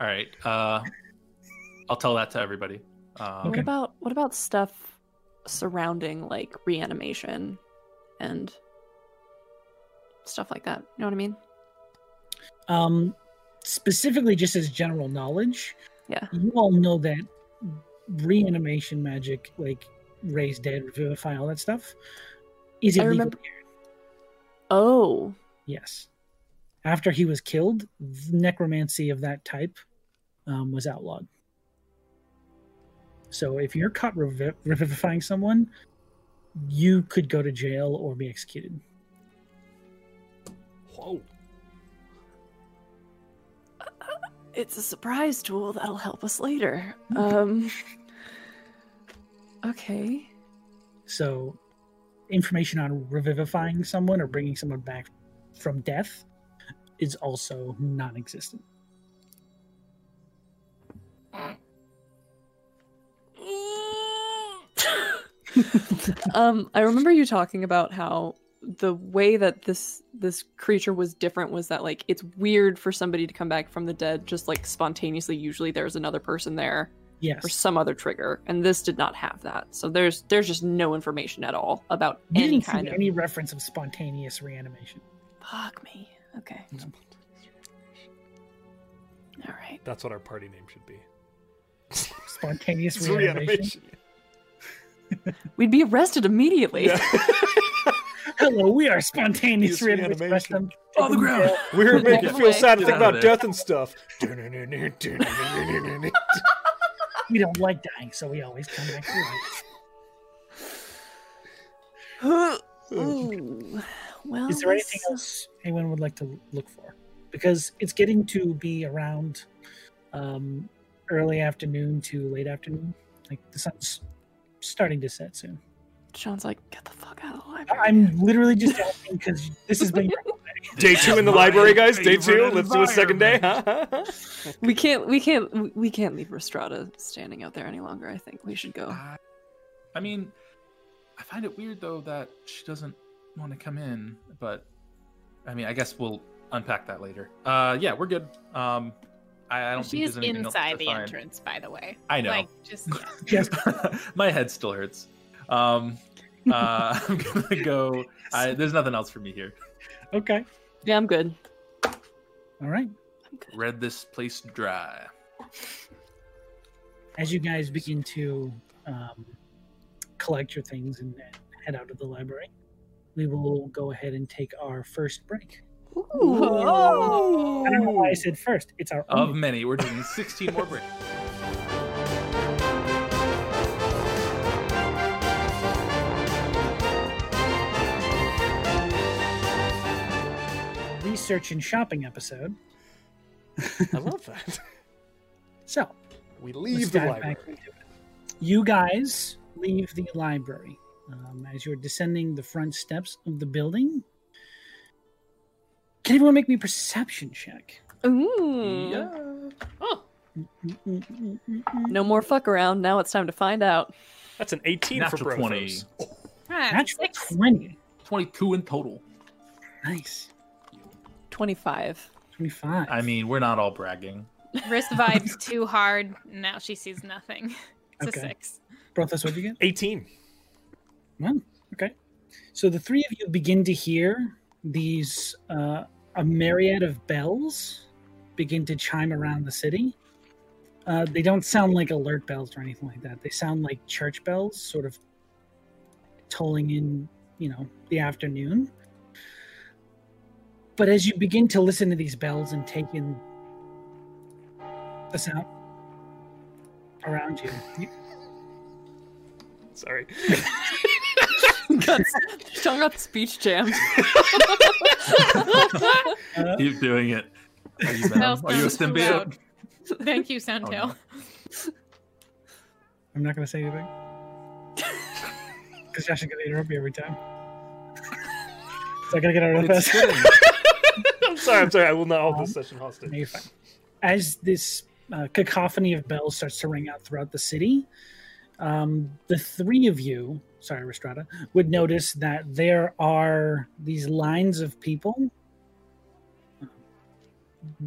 Speaker 3: all right. Uh, I'll tell that to everybody. Um,
Speaker 5: What about what about stuff surrounding like reanimation and stuff like that? You know what I mean?
Speaker 1: Um, specifically, just as general knowledge,
Speaker 5: Yeah.
Speaker 1: you all know that reanimation magic, like raise dead, revivify, all that stuff, is
Speaker 5: I
Speaker 1: illegal.
Speaker 5: remember- Oh,
Speaker 1: Yes. After he was killed, th- necromancy of that type um, was outlawed. So if you're caught revi- revivifying someone, you could go to jail or be executed.
Speaker 2: Whoa.
Speaker 5: it's a surprise tool that'll help us later. Um Okay.
Speaker 1: So, information on revivifying someone or bringing someone back from death is also non existent.
Speaker 5: um I remember you talking about how the way that this this creature was different was that like it's weird for somebody to come back from the dead just like spontaneously usually there's another person there or
Speaker 1: Yes.
Speaker 5: some other trigger, and this did not have that. So there's there's just no information at all about
Speaker 1: We
Speaker 5: any
Speaker 1: didn't see
Speaker 5: kind of
Speaker 1: any reference of spontaneous reanimation.
Speaker 5: fuck me. Okay, all right.
Speaker 2: That's what our party name should be.
Speaker 1: Spontaneous
Speaker 2: It's
Speaker 1: reanimation.
Speaker 2: reanimation.
Speaker 5: We'd be arrested immediately.
Speaker 2: Yeah.
Speaker 1: Hello, we are spontaneous
Speaker 2: Use
Speaker 1: random
Speaker 2: reanimation.
Speaker 1: expression.
Speaker 3: On the ground.
Speaker 2: We were making you feel
Speaker 4: Definitely.
Speaker 2: sad to
Speaker 3: Get out
Speaker 2: think
Speaker 3: of
Speaker 2: about
Speaker 3: there.
Speaker 2: death and stuff.
Speaker 1: We don't like dying, so we always come back to life.
Speaker 5: Ooh. Well,
Speaker 1: Is there anything
Speaker 5: this-
Speaker 1: else anyone would like to look for? Because it's getting to be around um, early afternoon to late afternoon. Like the sun's starting to set soon.
Speaker 5: Sean's like, get the fuck out of the
Speaker 1: I-
Speaker 5: library.
Speaker 1: I'm literally just asking because this has been
Speaker 2: Day two in the
Speaker 3: My
Speaker 2: library, guys. Day two.
Speaker 3: favorite
Speaker 2: Let's do a second day, huh?
Speaker 5: We can't. We can't. we- We can't leave Restrada standing out there any longer. I think we should go.
Speaker 3: I, I mean, I find it weird though that she doesn't want to come in, but I mean, I guess we'll unpack that later. Uh, yeah, we're good. Um, I, I don't think
Speaker 6: She's
Speaker 3: there's anything else
Speaker 6: inside
Speaker 3: to
Speaker 6: the
Speaker 3: find.
Speaker 6: entrance, by the way.
Speaker 3: I know.
Speaker 6: Like, just yeah.
Speaker 1: just
Speaker 3: My head still hurts. Um, uh, I'm gonna go. I, there's nothing else for me here.
Speaker 1: okay.
Speaker 5: Yeah, I'm good.
Speaker 1: All right.
Speaker 5: I'm good.
Speaker 3: Read this place dry.
Speaker 1: as you guys begin to um, collect your things and and head out of the library, we will go ahead and take our first break. I don't know why I said first. It's our
Speaker 3: Of
Speaker 6: Hmm.
Speaker 1: only-
Speaker 3: many, we're doing 16 more breaks.
Speaker 1: research and shopping episode.
Speaker 2: I love that.
Speaker 1: So
Speaker 2: We
Speaker 1: let's
Speaker 2: leave the
Speaker 1: dive back
Speaker 2: library.
Speaker 1: into it. You guys leave the library. Um, as you're descending the front steps of the building, can everyone make me a perception check?
Speaker 6: Hmm.
Speaker 1: Mm,
Speaker 5: Ooh. Oh.
Speaker 3: Yeah.
Speaker 5: No more fuck around. Now it's time to find out.
Speaker 2: That's an 18 for
Speaker 3: Natural
Speaker 2: bro
Speaker 3: 20.
Speaker 2: folks.
Speaker 6: Ah,
Speaker 1: Natural
Speaker 6: six.
Speaker 1: 20.
Speaker 3: 22 in total.
Speaker 1: Nice.
Speaker 5: Twenty-five.
Speaker 1: 25.
Speaker 3: I mean, we're not all bragging.
Speaker 6: Wrist vibes too hard. Now she sees nothing. It's
Speaker 1: Okay.
Speaker 6: a six.
Speaker 1: Brothos, what'd you get?
Speaker 2: 18.
Speaker 1: Well, okay. So the three of you begin to hear these uh, a myriad of bells begin to chime around the city. Uh, they don't sound like alert bells or anything like that. They sound like church bells, sort of tolling in, you know, the afternoon. But as you begin to listen to these bells and take in the sound around you, you
Speaker 2: Sorry.
Speaker 5: Got, Sean got speech jammed.
Speaker 3: Keep doing it. Are you, Venom? Are you a
Speaker 6: sounds too
Speaker 3: symbiote?
Speaker 6: Thank you,
Speaker 3: Oh,
Speaker 6: Soundtail.
Speaker 1: I'm not going to say anything. Because Josh is going to interrupt me every time. so I got to get out of
Speaker 3: It's
Speaker 1: this.
Speaker 3: fitting.
Speaker 2: I'm sorry. I'm sorry. I will not hold this session
Speaker 1: No,
Speaker 2: hostage.
Speaker 1: you're fine. As this uh, cacophony of bells starts to ring out throughout the city, um, the three of you, sorry, Restrada, would notice that there are these lines of people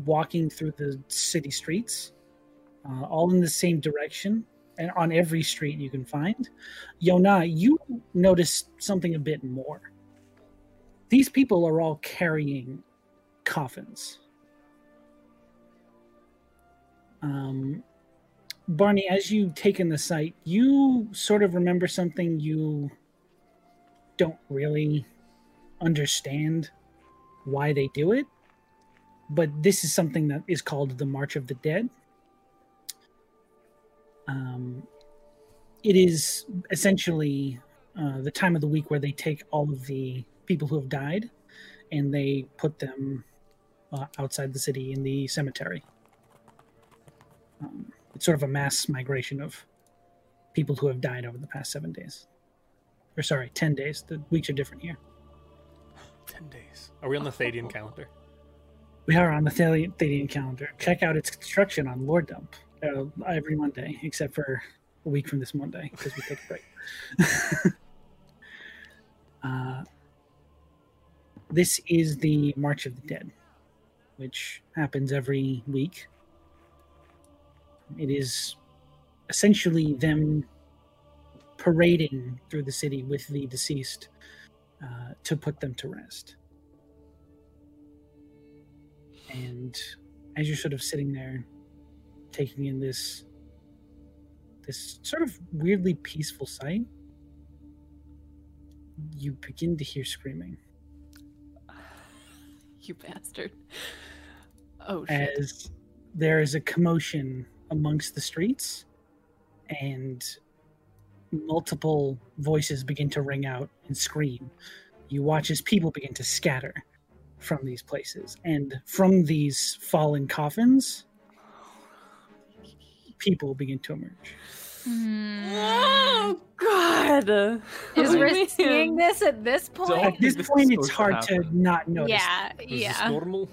Speaker 1: walking through the city streets, uh, all in the same direction and on every street you can find. Yona, you notice something a bit more. These people are all carrying coffins. Um, Barney, as you take in the site, you sort of remember something you don't really understand why they do it. But this is something that is called the March of the Dead. Um, it is essentially uh, the time of the week where they take all of the people who have died and they put them uh, outside the city in the cemetery um, it's sort of a mass migration of people who have died over the past seven days or sorry 10 days the weeks are different here
Speaker 2: 10 days. Are we on the Thadian calendar?
Speaker 1: we are on the Thali- thadian calendar check out its construction on lord dump uh, every monday except for a week from this monday because we take a break uh, this is the march of the dead which happens every week It is essentially them parading through the city with the deceased uh, to put them to rest. And as you're sort of sitting there, taking in this this sort of weirdly peaceful sight, you begin to hear screaming
Speaker 5: You bastard. Oh shit.
Speaker 1: as there is a commotion amongst the streets and multiple voices begin to ring out and scream. You watch as people begin to scatter from these places and from these fallen coffins people begin to emerge.
Speaker 5: Oh
Speaker 6: Is
Speaker 5: god. Oh,
Speaker 6: we're
Speaker 5: man.
Speaker 6: seeing this at this
Speaker 3: Don't-
Speaker 6: point?
Speaker 1: At this
Speaker 3: Oh, This is
Speaker 1: point
Speaker 3: supposed
Speaker 1: it's
Speaker 3: to
Speaker 1: hard to
Speaker 3: happen.
Speaker 1: not notice.
Speaker 6: Yeah,
Speaker 2: Is
Speaker 6: yeah.
Speaker 2: this normal?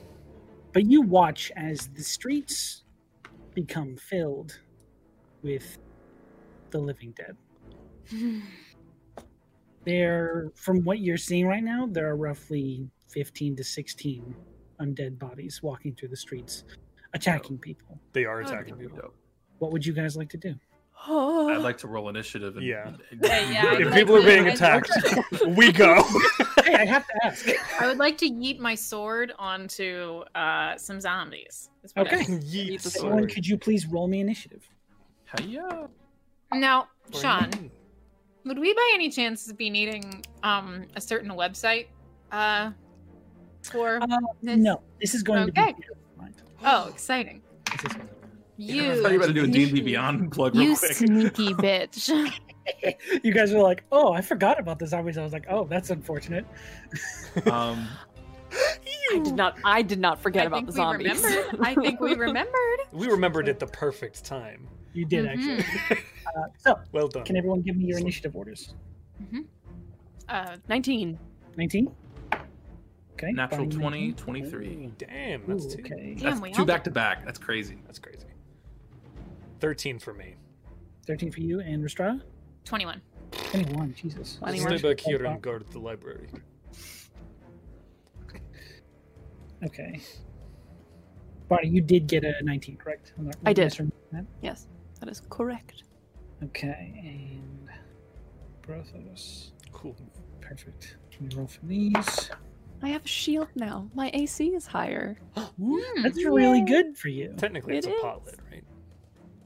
Speaker 1: But you watch as the streets become filled with the living dead. There, from what you're seeing right now, there are roughly 15 to 16 undead bodies walking through the streets, attacking people.
Speaker 2: They are
Speaker 5: Oh,
Speaker 2: attacking
Speaker 3: That'd be
Speaker 2: people.
Speaker 3: dope.
Speaker 1: What would you guys like to do?
Speaker 5: Oh.
Speaker 3: I'd like to roll initiative. And,
Speaker 2: Yeah.
Speaker 6: yeah, I'd
Speaker 2: If
Speaker 6: like
Speaker 2: people are
Speaker 6: to-
Speaker 2: being
Speaker 6: I'd like
Speaker 2: attacked, we go.
Speaker 1: hey, I have to ask.
Speaker 6: I would like to yeet my sword onto uh, some zombies. is what I-
Speaker 1: Okay.
Speaker 2: Yeet,
Speaker 5: It's a
Speaker 2: sorry.
Speaker 1: Someone, could you please roll me initiative?
Speaker 3: Hiya.
Speaker 6: Now, Sean, would we by any chance be needing um, a certain website uh, for?
Speaker 1: Uh, No, this is going
Speaker 6: Okay.
Speaker 1: to be. Never mind.
Speaker 6: Oh, exciting!
Speaker 1: This is-
Speaker 3: I
Speaker 6: You,
Speaker 3: thought you were about to do a D&D
Speaker 6: sneaky-
Speaker 3: Beyond plug real
Speaker 4: You
Speaker 3: quick.
Speaker 4: sneaky bitch.
Speaker 1: you guys were like, oh, I forgot about this. I was, I was like, oh, that's unfortunate.
Speaker 3: Um,
Speaker 5: I did not I did not forget
Speaker 6: I
Speaker 5: about
Speaker 6: think
Speaker 5: the
Speaker 6: we
Speaker 5: zombies.
Speaker 6: remembered. I think we remembered.
Speaker 2: We remembered at the perfect time.
Speaker 1: You did,
Speaker 6: Mhm.
Speaker 1: actually. Uh, so,
Speaker 2: Well done.
Speaker 1: can everyone give me your initiative orders?
Speaker 6: Uh,
Speaker 5: 19.
Speaker 1: 19? Okay.
Speaker 3: natural
Speaker 1: Bonnie,
Speaker 3: 20,
Speaker 1: 19.
Speaker 3: 23.
Speaker 2: Ooh, damn,
Speaker 1: Ooh,
Speaker 2: that's two.
Speaker 1: okay.
Speaker 6: damn,
Speaker 3: That's
Speaker 6: we
Speaker 3: two
Speaker 6: all
Speaker 3: back to back. That's crazy.
Speaker 2: That's crazy. 13 for me.
Speaker 1: 13 for you and Restrada?
Speaker 6: twenty-one.
Speaker 1: 21, Jesus.
Speaker 5: Funny
Speaker 2: Stay
Speaker 5: word.
Speaker 2: back here and guard the library.
Speaker 1: Okay. Barney, you did get a 19, correct? I'm not-
Speaker 5: I did.
Speaker 1: misremembering that.
Speaker 5: Yes. That is correct.
Speaker 1: Okay, and Brothos.
Speaker 2: Cool.
Speaker 1: Perfect. Can we roll for these?
Speaker 5: I have a shield now. My AC is higher.
Speaker 6: Hmm.
Speaker 1: That's really good for you.
Speaker 2: Technically, it's
Speaker 5: It
Speaker 2: a
Speaker 5: is.
Speaker 2: potlet, right?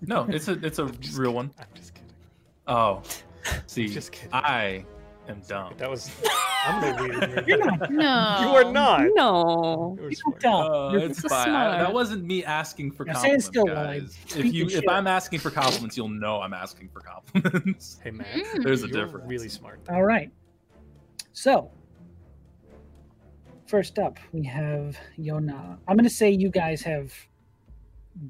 Speaker 3: No, it's a it's a
Speaker 2: Just
Speaker 3: real
Speaker 2: kidding.
Speaker 3: one.
Speaker 2: I'm just kidding.
Speaker 3: Oh, see,
Speaker 2: Just kidding.
Speaker 3: I am dumb.
Speaker 2: That was. I'm the weird. nerd.
Speaker 1: You're not.
Speaker 6: No,
Speaker 2: You are not.
Speaker 5: No.
Speaker 2: You're
Speaker 1: You
Speaker 2: smart.
Speaker 1: don't tell.
Speaker 3: Uh,
Speaker 1: Oh, You're-
Speaker 3: it's
Speaker 5: so
Speaker 3: fine.
Speaker 5: smart.
Speaker 3: That wasn't me asking for
Speaker 1: Now say it's
Speaker 3: compliments,
Speaker 1: still live.
Speaker 3: guys.
Speaker 1: Speak
Speaker 3: If you
Speaker 1: your
Speaker 3: if
Speaker 1: shit.
Speaker 3: I'm asking for compliments, you'll know I'm asking for compliments.
Speaker 2: Hey, man.
Speaker 6: Mm.
Speaker 3: There's a
Speaker 2: You're
Speaker 3: difference.
Speaker 2: really smart.
Speaker 1: All right. So, first up, we have Yona. I'm going to say you guys have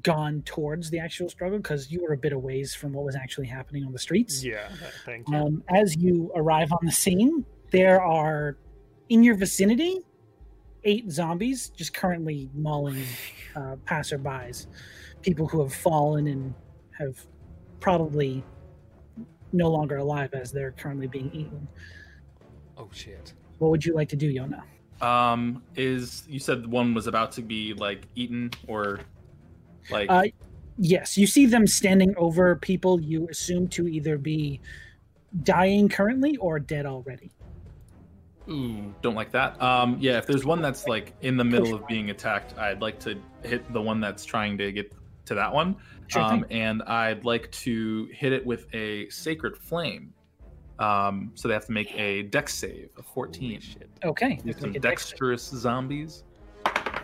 Speaker 1: gone towards the actual struggle because you were a bit a ways from what was actually happening on the streets.
Speaker 2: Yeah, th- thank you.
Speaker 1: Um, as you arrive on the scene, there are in your vicinity eight zombies just currently mauling uh, passerbys, people who have fallen and have probably no longer alive as they're currently being eaten.
Speaker 2: oh, shit.
Speaker 1: What would you like to do, Yona?
Speaker 3: Um, is you said one was about to be like eaten or like
Speaker 1: Uh, yes, you see them standing over people you assume to either be dying currently or dead already.
Speaker 3: ooh, don't like that. Um, yeah, if there's one that's like in the middle of being attacked, I'd like to hit the one that's trying to get to that one.
Speaker 1: Sure thing.
Speaker 3: um, and I'd like to hit it with a sacred flame. Um, so they have to make a dex save of 14.
Speaker 2: Holy shit.
Speaker 1: okay.
Speaker 3: With some
Speaker 1: Make a dex
Speaker 3: dexterous zombies.
Speaker 1: check.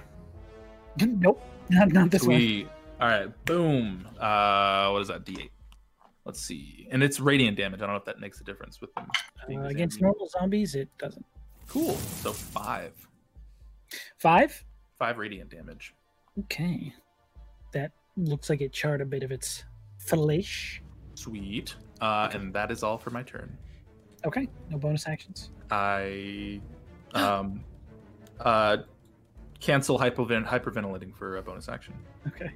Speaker 1: Nope, not, not this one.
Speaker 3: Sweet. All right, boom. Uh, what is that? D8. Let's see. And it's radiant damage. I don't know if that makes a difference with them. being
Speaker 1: Uh, against
Speaker 3: zombies.
Speaker 1: normal zombies, it doesn't.
Speaker 3: Cool. So five.
Speaker 1: Five.
Speaker 3: Five radiant damage.
Speaker 1: Okay. That looks like it charred a bit of its flesh.
Speaker 3: Sweet. Uh, and that is all for my turn.
Speaker 1: Okay. No bonus actions.
Speaker 3: I um, uh, cancel hypoven- hyperventilating for a bonus action.
Speaker 1: Okay.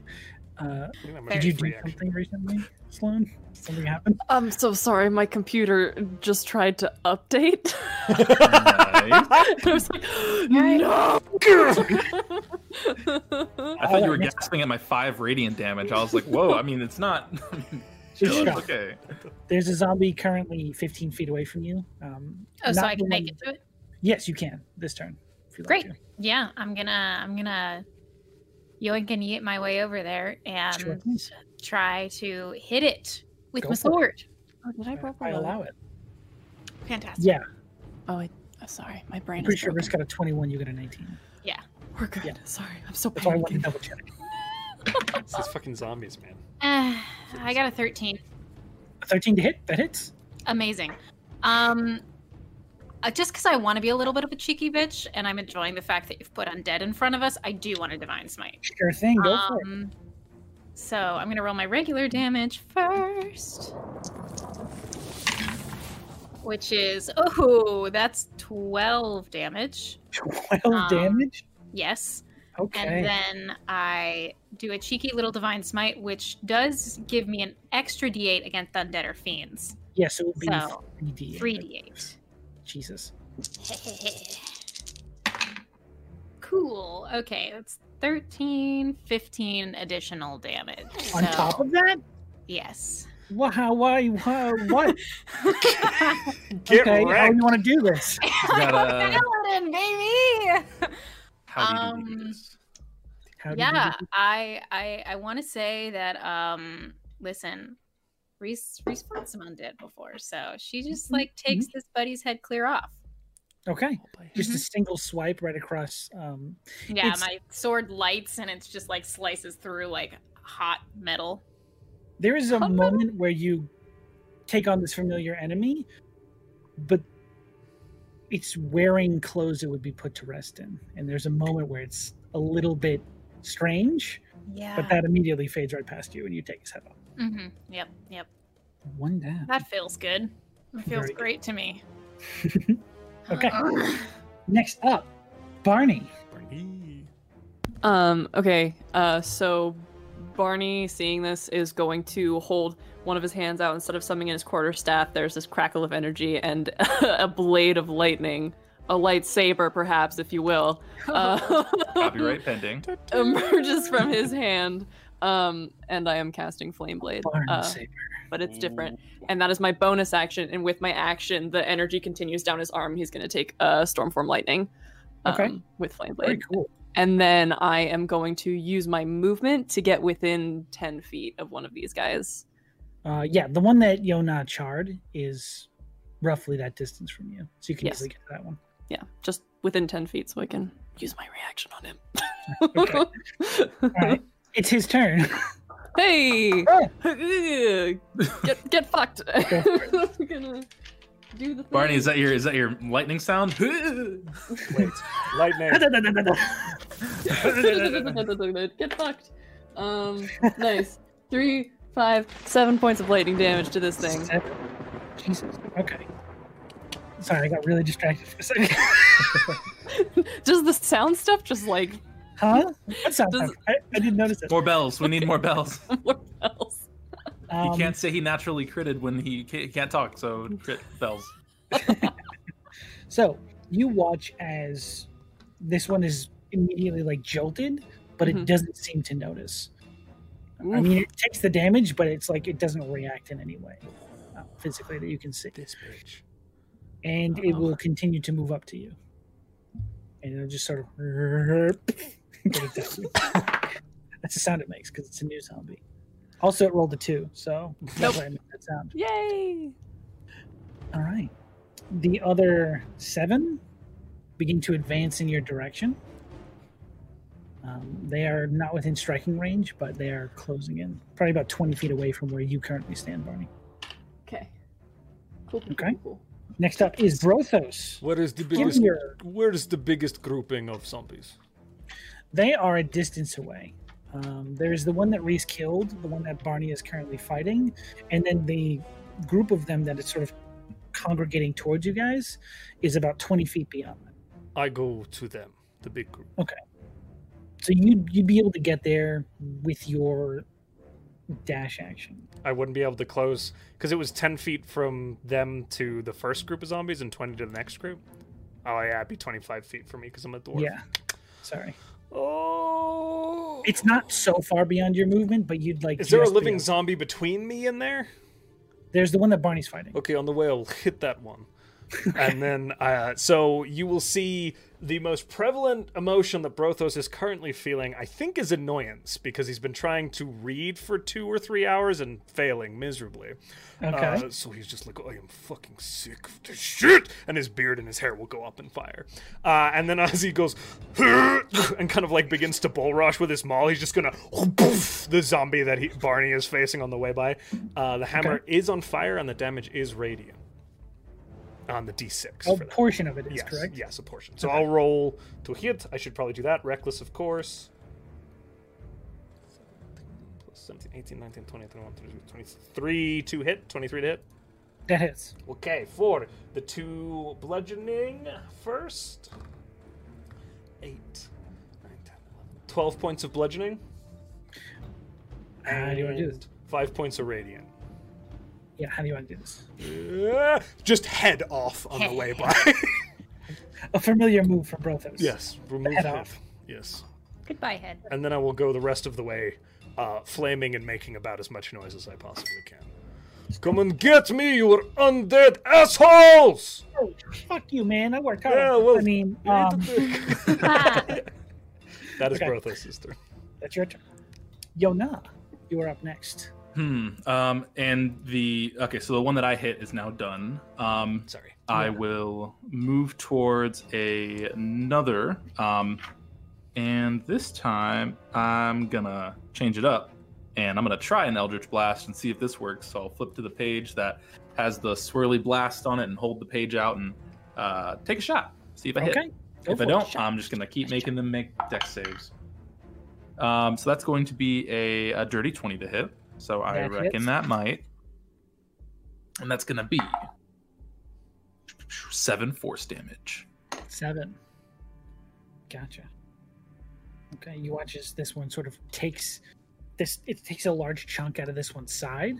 Speaker 1: Uh,
Speaker 2: I think that might
Speaker 1: did
Speaker 2: be
Speaker 1: you
Speaker 2: a free
Speaker 1: do
Speaker 2: action.
Speaker 1: something recently, Sloan? Something happened?
Speaker 5: I'm so sorry. My computer just tried to update.
Speaker 3: Nice.
Speaker 5: And I was like, no.
Speaker 3: I thought you were
Speaker 1: Alright.
Speaker 3: gasping at my five radiant damage. I was like, whoa, I mean, it's not.
Speaker 1: Just
Speaker 3: Sure, it's
Speaker 1: shocked.
Speaker 3: okay.
Speaker 1: There's a zombie currently 15 feet away from you. Um,
Speaker 6: Oh, so
Speaker 1: not
Speaker 6: I
Speaker 1: the
Speaker 6: can make
Speaker 1: one-
Speaker 6: it to it.
Speaker 1: Yes, you can this turn. If you'd
Speaker 6: Great.
Speaker 1: Like
Speaker 6: Yeah, I'm gonna, I'm gonna yoink and yeet my way over there and
Speaker 1: Sure.
Speaker 6: try to hit it with
Speaker 1: Go
Speaker 6: my
Speaker 1: for it.
Speaker 6: sword.
Speaker 5: Oh, did I roll
Speaker 1: to. I
Speaker 5: below?
Speaker 1: allow it.
Speaker 6: Fantastic.
Speaker 1: Yeah.
Speaker 5: Oh, I, I'm sorry. My brain
Speaker 1: I'm
Speaker 5: is
Speaker 1: pretty sure Risk
Speaker 5: broken.
Speaker 1: got a 21, you got a 19.
Speaker 5: We're good.
Speaker 1: yeah.
Speaker 5: Sorry. I'm so
Speaker 1: That's why I wanted to
Speaker 5: panicking.
Speaker 1: double check.
Speaker 2: It's these fucking zombies, man.
Speaker 6: Uh, I got a 13.
Speaker 1: A 13 to hit? That hits.
Speaker 6: Amazing. Um, uh, just because I want to be a little bit of a cheeky bitch, and I'm enjoying the fact that you've put undead in front of us, I do want to divine smite.
Speaker 1: Sure thing. Go for it.
Speaker 6: Um, so I'm gonna roll my regular damage first, which is oh, that's 12 damage.
Speaker 1: 12
Speaker 6: um,
Speaker 1: damage?
Speaker 6: Yes,
Speaker 1: Okay.
Speaker 6: and then I do a cheeky little divine smite, which does give me an extra D8 against undead or fiends.
Speaker 1: yes, it would be
Speaker 6: so,
Speaker 1: 3D.
Speaker 6: 3D8.
Speaker 1: Jesus.
Speaker 6: cool. Okay, that's 13, 15 additional damage.
Speaker 1: On
Speaker 6: So,
Speaker 1: top of that?
Speaker 6: Yes.
Speaker 1: Wow, why, wow, what?
Speaker 2: Get
Speaker 1: okay, how do
Speaker 2: wrecked.
Speaker 1: you want to do this?
Speaker 3: got a-
Speaker 6: Paladin, baby!
Speaker 3: How do you do
Speaker 6: Um,
Speaker 3: this?
Speaker 1: How do you
Speaker 6: Yeah,
Speaker 1: do
Speaker 6: I I, I want to say that, um, listen, Reese, Reese fought some undead before, so she
Speaker 1: Mm-hmm.
Speaker 6: just like takes this buddy's head clear off.
Speaker 1: this? Okay.
Speaker 6: Mm-hmm.
Speaker 1: Just a single swipe right across. Um,
Speaker 6: Yeah,
Speaker 1: It's-
Speaker 6: my sword lights and it's just like slices through like hot metal.
Speaker 1: there is a
Speaker 6: Hello.
Speaker 1: moment where you take on this familiar enemy, but it's wearing clothes it would be put to rest in. And there's a moment where it's a little bit strange,
Speaker 6: Yeah.
Speaker 1: but that immediately fades right past you and you take his head off.
Speaker 6: mm-hmm. Yep. Yep.
Speaker 1: One down.
Speaker 6: That feels good. It feels
Speaker 1: Very good.
Speaker 6: great to me.
Speaker 1: Okay.
Speaker 6: Ugh.
Speaker 1: Next up, Barney.
Speaker 2: Barney.
Speaker 5: Um. Okay. Uh. So, Barney, seeing this, is going to hold one of his hands out instead of summoning his quarter staff. There's this crackle of energy and a blade of lightning, a lightsaber, perhaps, if you will, uh,
Speaker 3: Copyright pending.
Speaker 5: emerges from his hand. Um. And I am casting flame blade,
Speaker 1: Barney
Speaker 5: uh,
Speaker 1: Saber.
Speaker 5: but it's different. And that is my bonus action. And with my action, the energy continues down his arm. He's going to take uh, stormform lightning.
Speaker 1: Okay.
Speaker 5: um, With flame blade.
Speaker 1: Very cool.
Speaker 5: And then I am going to use my movement to get within 10 feet of one of these guys.
Speaker 1: Uh, yeah, the one that Yona charred is roughly that distance from you. So you can
Speaker 5: Yes.
Speaker 1: easily get to that one.
Speaker 5: Yeah, just within 10 feet so I can use my reaction on him.
Speaker 1: All right. It's his turn.
Speaker 5: Hey!
Speaker 1: Oh.
Speaker 5: get, get fucked. gonna do the thing.
Speaker 3: Barney, is that your is that your lightning sound?
Speaker 2: Wait, lightning.
Speaker 5: get fucked. Um, nice. Three, five, seven points of lightning damage to this thing.
Speaker 1: Seven. Jesus. Okay. Sorry, I got really distracted for a second.
Speaker 5: Does the sound stuff just like
Speaker 1: huh? What sound?
Speaker 5: Does-
Speaker 1: I, I didn't notice it.
Speaker 3: more bells. We need more bells.
Speaker 5: more bells?
Speaker 1: Um,
Speaker 3: he can't say he naturally critted when he ca- he can't talk, so crit bells.
Speaker 1: So you watch as this one is immediately like jolted, but
Speaker 5: Mhm.
Speaker 1: it doesn't seem to notice. I
Speaker 5: Oof.
Speaker 1: mean, it takes the damage, but it's like it doesn't react in any way uh, physically that you can see.
Speaker 2: This bitch.
Speaker 1: And it
Speaker 5: Oh.
Speaker 1: will continue to move up to you. And it'll just sort of. get it down. That's the sound it makes because it's a new zombie. Also, it rolled a two, so that's why I made that sound.
Speaker 5: Yay!
Speaker 1: All right. The other seven begin to advance in your direction. Um, they are not within striking range, but they are closing in, probably about 20 feet away from where you currently stand, Barney.
Speaker 5: Okay. Cool. cool,
Speaker 1: Okay.
Speaker 5: cool,
Speaker 1: Next up is Brothos.
Speaker 2: Where is the
Speaker 1: Give me
Speaker 2: biggest?
Speaker 1: your-
Speaker 2: Where is the biggest grouping of zombies?
Speaker 1: They are a distance away. Um, there's the one that Reese killed, the one that Barney is currently fighting, and then the group of them that is sort of congregating towards you guys is about 20 feet beyond. that.
Speaker 2: I go to them. The big group.
Speaker 1: So you'd, you'd be able to get there with your dash action.
Speaker 2: I wouldn't be able to close because it was ten feet from them to the first group of zombies and twenty to the next group. Oh yeah, it'd be twenty-five feet for me because I'm a dwarf.
Speaker 1: Yeah. Sorry.
Speaker 2: Oh.
Speaker 1: It's not so far beyond your movement, but you'd like.
Speaker 2: Is there a
Speaker 1: just be
Speaker 2: living
Speaker 1: able-
Speaker 2: zombie between me and there?
Speaker 1: There's the one that Barney's fighting.
Speaker 2: Okay, on the way I'll hit that one. and then uh, so you will see the most prevalent emotion that Brothos is currently feeling, I think, is annoyance because he's been trying to read for two or three hours and failing miserably.
Speaker 1: Okay.
Speaker 2: Uh, so he's just like, I am fucking sick of this shit, and his beard and his hair will go up in fire. Uh, and then as he goes and kind of like begins to bull rush with his maul, he's just gonna poof, the zombie that he, Barney is facing on the way by. Uh, the hammer is on fire, and the damage is radiant on the d6
Speaker 1: a
Speaker 2: for that.
Speaker 1: portion of it is
Speaker 2: Yes,
Speaker 1: correct.
Speaker 2: yes, a portion. So I'll roll to hit. I should probably do that. Reckless, of course. 17, 18, 19, 20, 21, 22, 23 to hit, 23 to hit.
Speaker 1: That hits.
Speaker 2: Okay, for the two bludgeoning first. 8, 9, 10, 11, 12 points of bludgeoning.
Speaker 1: How Uh, do you want to do this?
Speaker 2: 5 points of radiant.
Speaker 1: Yeah, how do you want to do this?
Speaker 2: Yeah, Just head off on the way by.
Speaker 1: A familiar move from Brothos.
Speaker 2: yes, remove
Speaker 1: Head
Speaker 2: head.
Speaker 1: off.
Speaker 2: Yes.
Speaker 6: Goodbye, head.
Speaker 2: and then I will go the rest of the way, uh, flaming and making about as much noise as I possibly can. Come and get me, you undead assholes!
Speaker 1: Oh, fuck you, man. I worked hard.
Speaker 2: Yeah, well,
Speaker 1: I mean, um,
Speaker 2: that is
Speaker 1: Okay.
Speaker 2: Brotho's sister.
Speaker 1: that's your turn. Yona, you are up next.
Speaker 3: Hmm. Um, and the okay, so the one that I hit is now done. Um,
Speaker 2: Sorry.
Speaker 3: I will move towards a, another. Um, and this time I'm gonna change it up, and I'm gonna try an Eldritch Blast and see if this works. So I'll flip to the page that has the swirly blast on it and hold the page out and uh, take a shot. See if I hit.
Speaker 1: Okay. go
Speaker 3: If I
Speaker 1: for it.
Speaker 3: don't, I'm just gonna keep making them make deck saves. Um, so that's going to be a, a dirty twenty to hit. So I
Speaker 1: That
Speaker 3: reckon
Speaker 1: hits.
Speaker 3: that might, and that's gonna be seven force damage.
Speaker 1: Seven. Gotcha. Okay, you watch as this one sort of takes this. It takes a large chunk out of this one's side.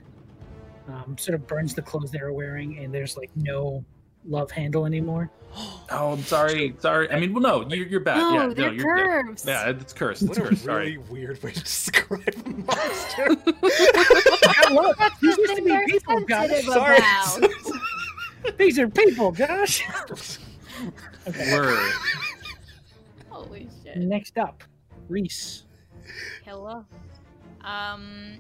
Speaker 1: Um, sort of burns the clothes they were wearing, and there's like no love handle anymore.
Speaker 3: Oh, I'm sorry, sorry. I mean, well, no, you're you're bad.
Speaker 4: Oh,
Speaker 3: Uh, yeah, no,
Speaker 4: they're
Speaker 3: you're dead.
Speaker 4: curves.
Speaker 3: Yeah, it's cursed. It's
Speaker 2: What a
Speaker 3: cursed.
Speaker 2: really
Speaker 3: Sorry.
Speaker 2: weird way to describe a monster.
Speaker 1: I love it. These used to
Speaker 6: Something
Speaker 1: be
Speaker 6: they're
Speaker 1: people, gosh.
Speaker 6: sensitive
Speaker 2: Sorry.
Speaker 6: about.
Speaker 1: These are people, gosh. Okay.
Speaker 3: Word.
Speaker 6: Holy shit.
Speaker 1: Next up, Reese.
Speaker 6: Hello. Um,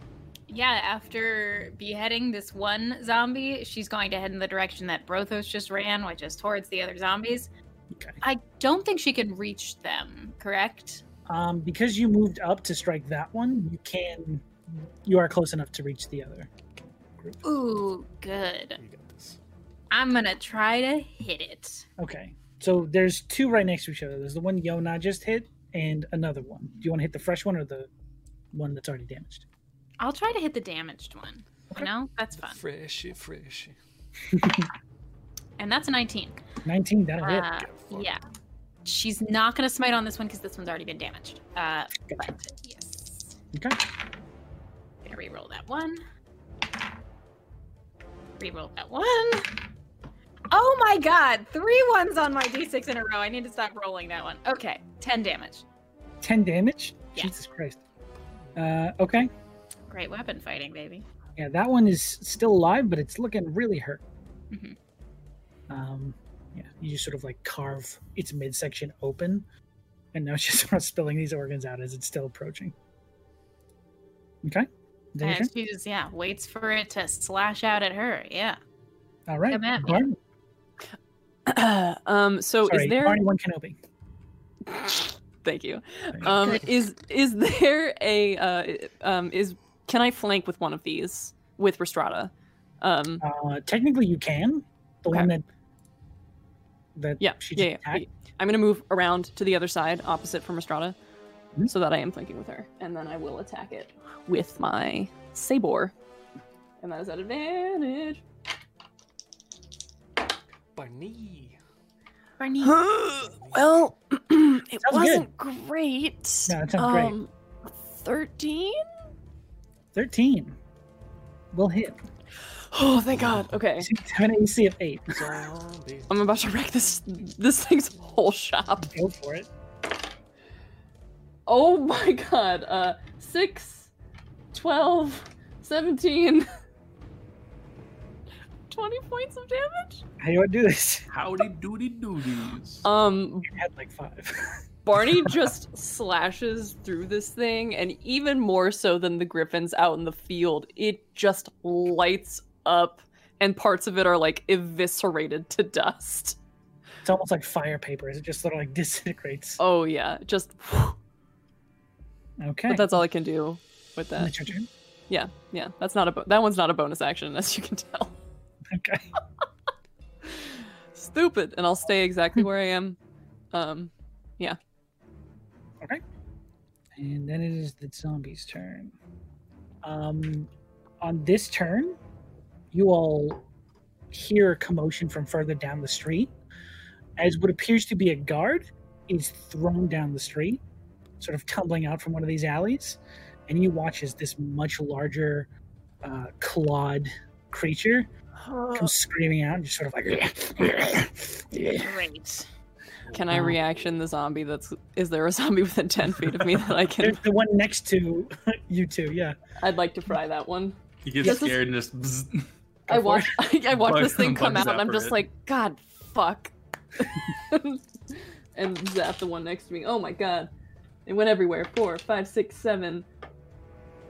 Speaker 6: yeah, after beheading this one zombie, she's going to head in the direction that Brothos just ran, which is towards the other zombies.
Speaker 1: Okay.
Speaker 6: I don't think she can reach them, correct?
Speaker 1: Um, because you moved up to strike that one, you can. You are close enough to reach the other.
Speaker 6: Ooh, good.
Speaker 2: You got this.
Speaker 6: I'm gonna try to hit it.
Speaker 1: Okay. So there's two right next to each other. There's the one Yona just hit and another one. Do you want to hit the fresh one or the one that's already damaged?
Speaker 6: I'll try to hit the damaged one. You know? That's fun.
Speaker 2: Freshy, freshy.
Speaker 6: And that's a 19.
Speaker 1: 19, that'll hit.
Speaker 6: Uh,
Speaker 2: Get fucked.
Speaker 6: yeah. She's not gonna smite on this one because this one's already been damaged. Uh,
Speaker 1: Gotcha.
Speaker 6: but yes.
Speaker 1: Okay.
Speaker 6: Gonna reroll that one. Reroll that one. Oh my god! Three ones on my d6 in a row. I need to stop rolling that one. Okay, 10 damage.
Speaker 1: 10 damage?
Speaker 6: Yeah.
Speaker 1: Jesus Christ. Uh, okay.
Speaker 6: Great weapon fighting, baby.
Speaker 1: Yeah, that one is still alive, but it's looking really hurt.
Speaker 6: Mhm.
Speaker 5: Mm-hmm.
Speaker 1: Um, yeah, you just sort of like carve its midsection open, and now it's just sort of spilling these organs out as it's still approaching. Okay. Is that your turn?
Speaker 6: And she's, yeah, waits for it to slash out at her. Yeah.
Speaker 1: All right.
Speaker 6: come at me.
Speaker 1: Barney.
Speaker 5: um, so
Speaker 1: Sorry,
Speaker 5: is there?
Speaker 1: Barney one Kenobi.
Speaker 5: Thank you.
Speaker 1: you.
Speaker 5: Um, is is there a uh, um, is can I flank with one of these with Restrada? Um,
Speaker 1: Uh, technically, you can. The
Speaker 5: Okay.
Speaker 1: one that that
Speaker 5: yeah,
Speaker 1: she just
Speaker 5: yeah, yeah.
Speaker 1: attacked.
Speaker 5: I'm gonna move around to the other side, opposite from Restrada,
Speaker 1: Mhm.
Speaker 5: so that I am flanking with her, and then I will attack it with my Sabor, and that is at advantage.
Speaker 2: Barney.
Speaker 6: Barney.
Speaker 5: well, it
Speaker 1: wasn't
Speaker 5: wasn't great.
Speaker 1: No, it sounds great. Um,
Speaker 5: Thirteen.
Speaker 1: Thirteen. Will hit.
Speaker 5: Oh, thank God. Okay.
Speaker 1: She's having an AC of eight.
Speaker 2: Zombie.
Speaker 5: I'm about to wreck this this thing's whole shop.
Speaker 1: Go for it.
Speaker 5: Oh my god. Uh 6 12 17
Speaker 6: 20 points of damage?
Speaker 1: How do I do this?
Speaker 3: Howdy doody dooties.
Speaker 1: Uh,
Speaker 5: Um,
Speaker 1: I had like five.
Speaker 5: Barney just slashes through this thing, and even more so than the griffins out in the field, it just lights up, and parts of it are like eviscerated to dust.
Speaker 1: It's almost like fire papers. It just sort of like disintegrates.
Speaker 5: Oh, yeah, just.
Speaker 1: Okay.
Speaker 5: But that's all I can do with that.
Speaker 1: That's your turn.
Speaker 5: Yeah, yeah, that's not a bo- that one's not a bonus action, as you can tell.
Speaker 1: Okay.
Speaker 5: Stupid, and I'll stay
Speaker 3: Hmm.
Speaker 5: exactly where I am. Um,
Speaker 1: And then it is the zombie's turn. Um, on this turn, you all hear a commotion from further down the street as what appears to be a guard is thrown down the street, sort of tumbling out from one of these alleys. And you watch as this much larger uh, clawed creature
Speaker 5: Uh.
Speaker 1: comes screaming out and just sort of like.
Speaker 6: Great.
Speaker 5: can I
Speaker 1: Um,
Speaker 5: reaction the zombie? That's is there a zombie within ten feet of me that I
Speaker 1: There's
Speaker 5: can?
Speaker 1: the one next to you two, yeah.
Speaker 5: I'd like to fry that one.
Speaker 3: He gets
Speaker 5: This is-
Speaker 3: scared and just. bzz.
Speaker 5: I watch I, I watch
Speaker 3: Bug-
Speaker 5: this thing come
Speaker 3: bug
Speaker 5: out and I'm
Speaker 3: zapper
Speaker 5: just
Speaker 3: it.
Speaker 5: like, God fuck. and zap the one next to me. Oh my god. It went everywhere. Four, five, six, seven,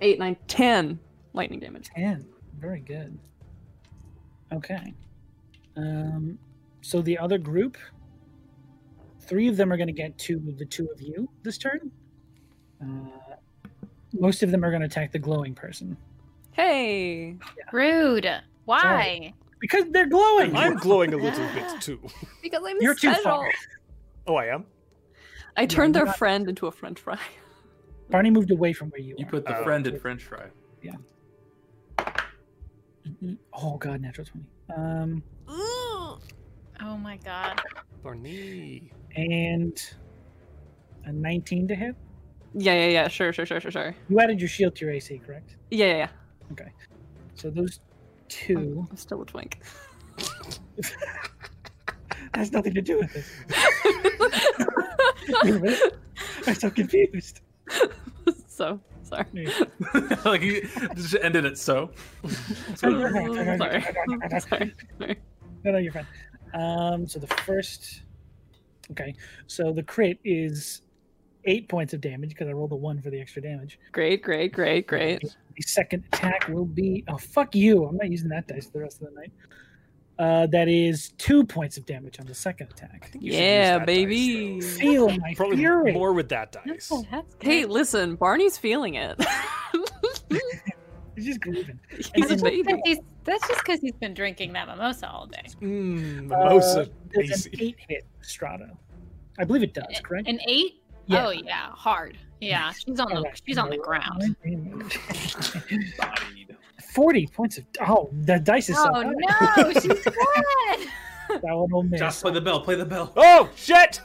Speaker 5: eight, nine, ten lightning damage.
Speaker 1: Ten. Very good. Okay. Um, so the other group, three of them are going to get to the two of you this turn. Uh, most of them are going to attack the glowing person
Speaker 5: Hey.
Speaker 6: Rude. Why?
Speaker 1: because they're glowing.
Speaker 2: I'm glowing a little bit too.
Speaker 5: Because I'm
Speaker 1: You're too far.
Speaker 2: Oh, I am.
Speaker 5: I turned
Speaker 1: you're
Speaker 5: their
Speaker 1: not-
Speaker 5: friend into a french fry.
Speaker 1: Barney moved away from where you.
Speaker 3: You
Speaker 1: are.
Speaker 3: put the
Speaker 2: Oh.
Speaker 3: friend in French fry.
Speaker 1: Mhm. Oh god, natural twenty. Um,
Speaker 6: Oh my god.
Speaker 2: Barney.
Speaker 1: and a nineteen to hit.
Speaker 5: Yeah, yeah, yeah. Sure, sure, sure, sure, sure.
Speaker 1: You added your shield to your AC, correct?
Speaker 5: Yeah, yeah, yeah.
Speaker 1: So those two
Speaker 5: I'm still a twink.
Speaker 1: has nothing to do with this. Wait a minute. I'm so confused.
Speaker 5: so sorry.
Speaker 3: like he just ended it so.
Speaker 1: No, no, no, no, no, no,
Speaker 5: sorry.
Speaker 1: no, no, no,
Speaker 5: sorry. sorry.
Speaker 1: No, no, you're fine. Um, so the first, okay, so the crit is eight points of damage because I rolled a one for the extra damage.
Speaker 5: Great, great, great, great.
Speaker 1: The second attack will be oh fuck you! I'm not using that dice for the rest of the night. Uh, that is two points of damage on the second attack.
Speaker 2: You should use
Speaker 5: Yeah,
Speaker 2: that dice,
Speaker 5: baby.
Speaker 2: though.
Speaker 1: Feel my
Speaker 2: Probably
Speaker 1: fury.
Speaker 2: more with that dice.
Speaker 5: Hey, listen, Barney's feeling it.
Speaker 1: He's just grieving.
Speaker 5: He's a
Speaker 1: then-
Speaker 5: baby.
Speaker 6: that's just because he's been drinking that mimosa all day.
Speaker 2: Mmm,
Speaker 1: Uh,
Speaker 2: mimosa.
Speaker 1: does an
Speaker 2: AC.
Speaker 1: eight hit Strata? I believe it does. Correct.
Speaker 6: An eight?
Speaker 1: Yeah.
Speaker 6: Oh yeah, hard. Yeah, she's on the
Speaker 1: Alright,
Speaker 6: she's on the
Speaker 1: roll
Speaker 6: ground.
Speaker 3: Bodied.
Speaker 1: 40 points of. Oh, the dice is so
Speaker 6: Oh
Speaker 1: bad.
Speaker 6: no, she's dead.
Speaker 1: That one will miss.
Speaker 3: Josh, play the bell. Play the bell.
Speaker 2: Oh shit!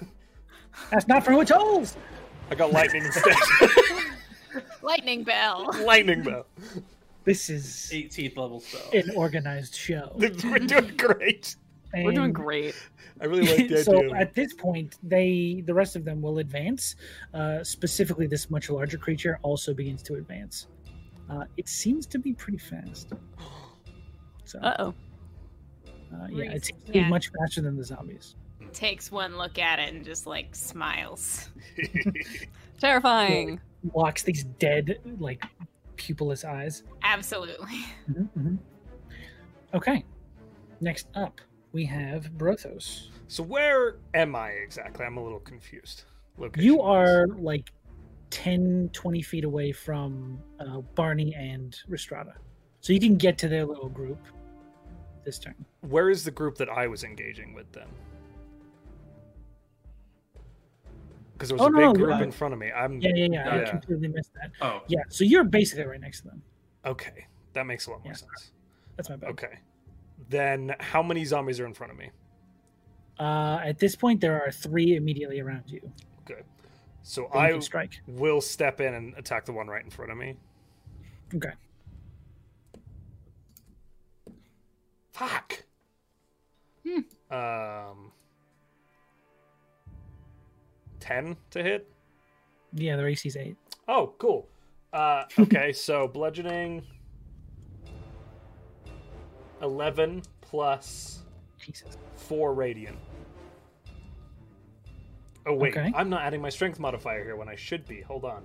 Speaker 1: That's not for who it tolls.
Speaker 2: I got lightning instead.
Speaker 6: Lightning bell.
Speaker 2: lightning though.
Speaker 1: This is
Speaker 3: 18th level so.
Speaker 1: an organized show.
Speaker 2: We're doing great.
Speaker 5: We're doing
Speaker 1: And
Speaker 5: great.
Speaker 2: I really like the idea.
Speaker 1: so
Speaker 2: of-
Speaker 1: at this point, they the rest of them will advance. Uh, specifically, this much larger creature also begins to advance. Uh, it seems to be pretty fast. So
Speaker 5: Uh
Speaker 1: uh,
Speaker 5: oh.
Speaker 1: yeah, it seems to be
Speaker 6: Yeah.
Speaker 1: much faster than the zombies.
Speaker 6: Takes one look at it and just like smiles.
Speaker 5: Terrifying.
Speaker 1: Locks these dead like pupilless eyes.
Speaker 6: Absolutely.
Speaker 1: Mhm, mhm. Okay. Next up, we have Brothos.
Speaker 2: so where am I exactly? I'm a little confused. Location
Speaker 1: You are like 10, 20 feet away from uh, Barney and Ristrada. So you can get to their little group this turn.
Speaker 2: Where is the group that I was engaging with then? Because there was
Speaker 1: Oh,
Speaker 2: a
Speaker 1: no,
Speaker 2: big
Speaker 1: no,
Speaker 2: group
Speaker 1: I-
Speaker 2: in front of me. I'm
Speaker 1: Yeah, yeah, yeah. I
Speaker 2: Yeah.
Speaker 1: completely missed that.
Speaker 3: Oh,
Speaker 1: Yeah, so you're basically right next to them.
Speaker 2: okay. That makes a lot more
Speaker 1: Yeah.
Speaker 2: sense.
Speaker 1: That's my bad.
Speaker 2: Okay. Then how many zombies are in front of me?
Speaker 1: Uh, at this point, there are three immediately around you.
Speaker 2: So
Speaker 1: that you
Speaker 2: I
Speaker 1: can strike.
Speaker 2: will step in and attack the one right in front of me.
Speaker 1: Okay.
Speaker 2: Fuck.
Speaker 6: Hmm.
Speaker 2: Um. Ten to hit.
Speaker 1: Yeah, their AC's eight.
Speaker 2: Oh, cool. Uh, okay, so bludgeoning. Eleven plus
Speaker 1: Jesus.
Speaker 2: four radiant. Oh wait,
Speaker 1: Okay.
Speaker 2: I'm not adding my strength modifier here when I should be. Hold on.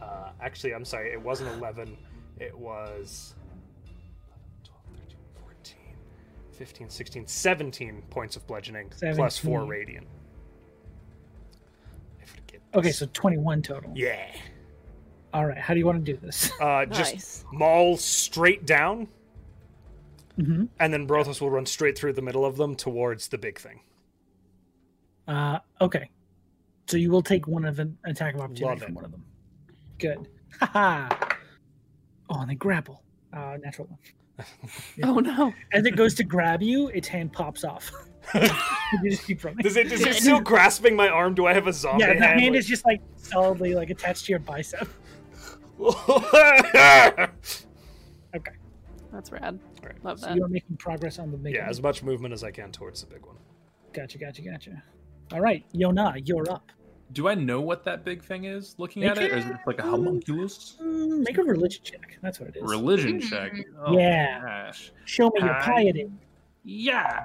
Speaker 2: Uh, actually, I'm sorry. It wasn't 11. It was 12, 13, 14, 15, 16, 17 points of bludgeoning plus four
Speaker 1: 17.
Speaker 2: radiant. I forget.
Speaker 1: Okay,
Speaker 2: this.
Speaker 1: so 21 total.
Speaker 2: yeah.
Speaker 1: All right, how do you want to do this?
Speaker 2: Uh, Just
Speaker 4: Nice.
Speaker 2: maul straight down,
Speaker 1: Mhm.
Speaker 2: and then Brothos will run straight through the middle of them towards the big thing.
Speaker 1: Uh, okay. So you will take one of an attack of opportunity
Speaker 2: Love
Speaker 1: from
Speaker 2: it.
Speaker 1: one of them. Good. Haha. oh, and they grapple. Uh, natural one.
Speaker 5: Oh no.
Speaker 1: As it goes to grab you, its hand pops off. you just keep running.
Speaker 2: Does it? Is it still grasping my arm? Do I have a zombie
Speaker 1: yeah, the hand,
Speaker 2: hand?
Speaker 1: is just like solidly like attached to your bicep.
Speaker 2: Like-
Speaker 5: That's rad.
Speaker 2: Alright,
Speaker 5: Love
Speaker 1: So
Speaker 5: that.
Speaker 1: you are making progress on the big
Speaker 2: yeah,
Speaker 1: one.
Speaker 2: as much movement as I can towards the big one.
Speaker 1: Gotcha, gotcha, gotcha. All right, Yona, you're up.
Speaker 3: Do I know what that big thing is looking
Speaker 1: Make
Speaker 3: at it? Or is it just like a homunculus?
Speaker 1: Mm, make a religion check. That's what it is.
Speaker 3: Religion check. Oh,
Speaker 1: Yeah.
Speaker 3: Gosh.
Speaker 1: Show me your
Speaker 3: Hi.
Speaker 1: piety.
Speaker 3: Yeah.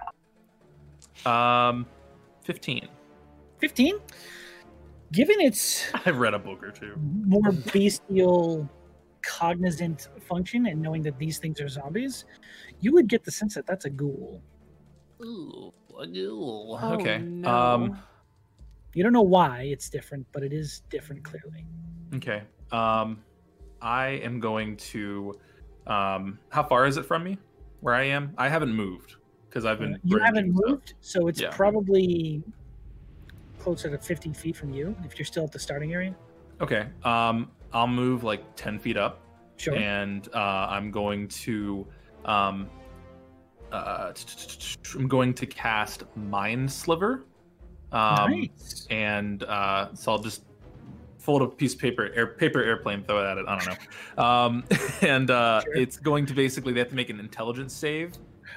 Speaker 3: Um, 15.
Speaker 1: 15? Given its
Speaker 3: I've read a book or two.
Speaker 1: more bestial cognizant function and knowing that these things are zombies, you would get the sense that that's a ghoul.
Speaker 3: Ooh,
Speaker 5: Oh,
Speaker 3: okay.
Speaker 5: no.
Speaker 3: Um,
Speaker 1: You don't know why it's different, but it is different clearly.
Speaker 3: okay. Um, I am going to. Um, how far is it from me? Where I am? I haven't moved because I've been.
Speaker 1: you haven't
Speaker 3: bridging stuff.
Speaker 1: moved, so it's
Speaker 3: Yeah.
Speaker 1: probably closer to 50 feet from you if you're still at the starting area.
Speaker 3: Okay. Um, I'll move like ten feet up,
Speaker 1: Sure.
Speaker 3: and uh, I'm going to. Um, uh, I'm going to cast Mind Sliver. Um,
Speaker 1: nice.
Speaker 3: and uh, so I'll just fold a piece of paper, air, paper airplane, throw it at it. I don't know. Um, and uh,
Speaker 1: Sure.
Speaker 3: it's going to basically they have to make an intelligence save.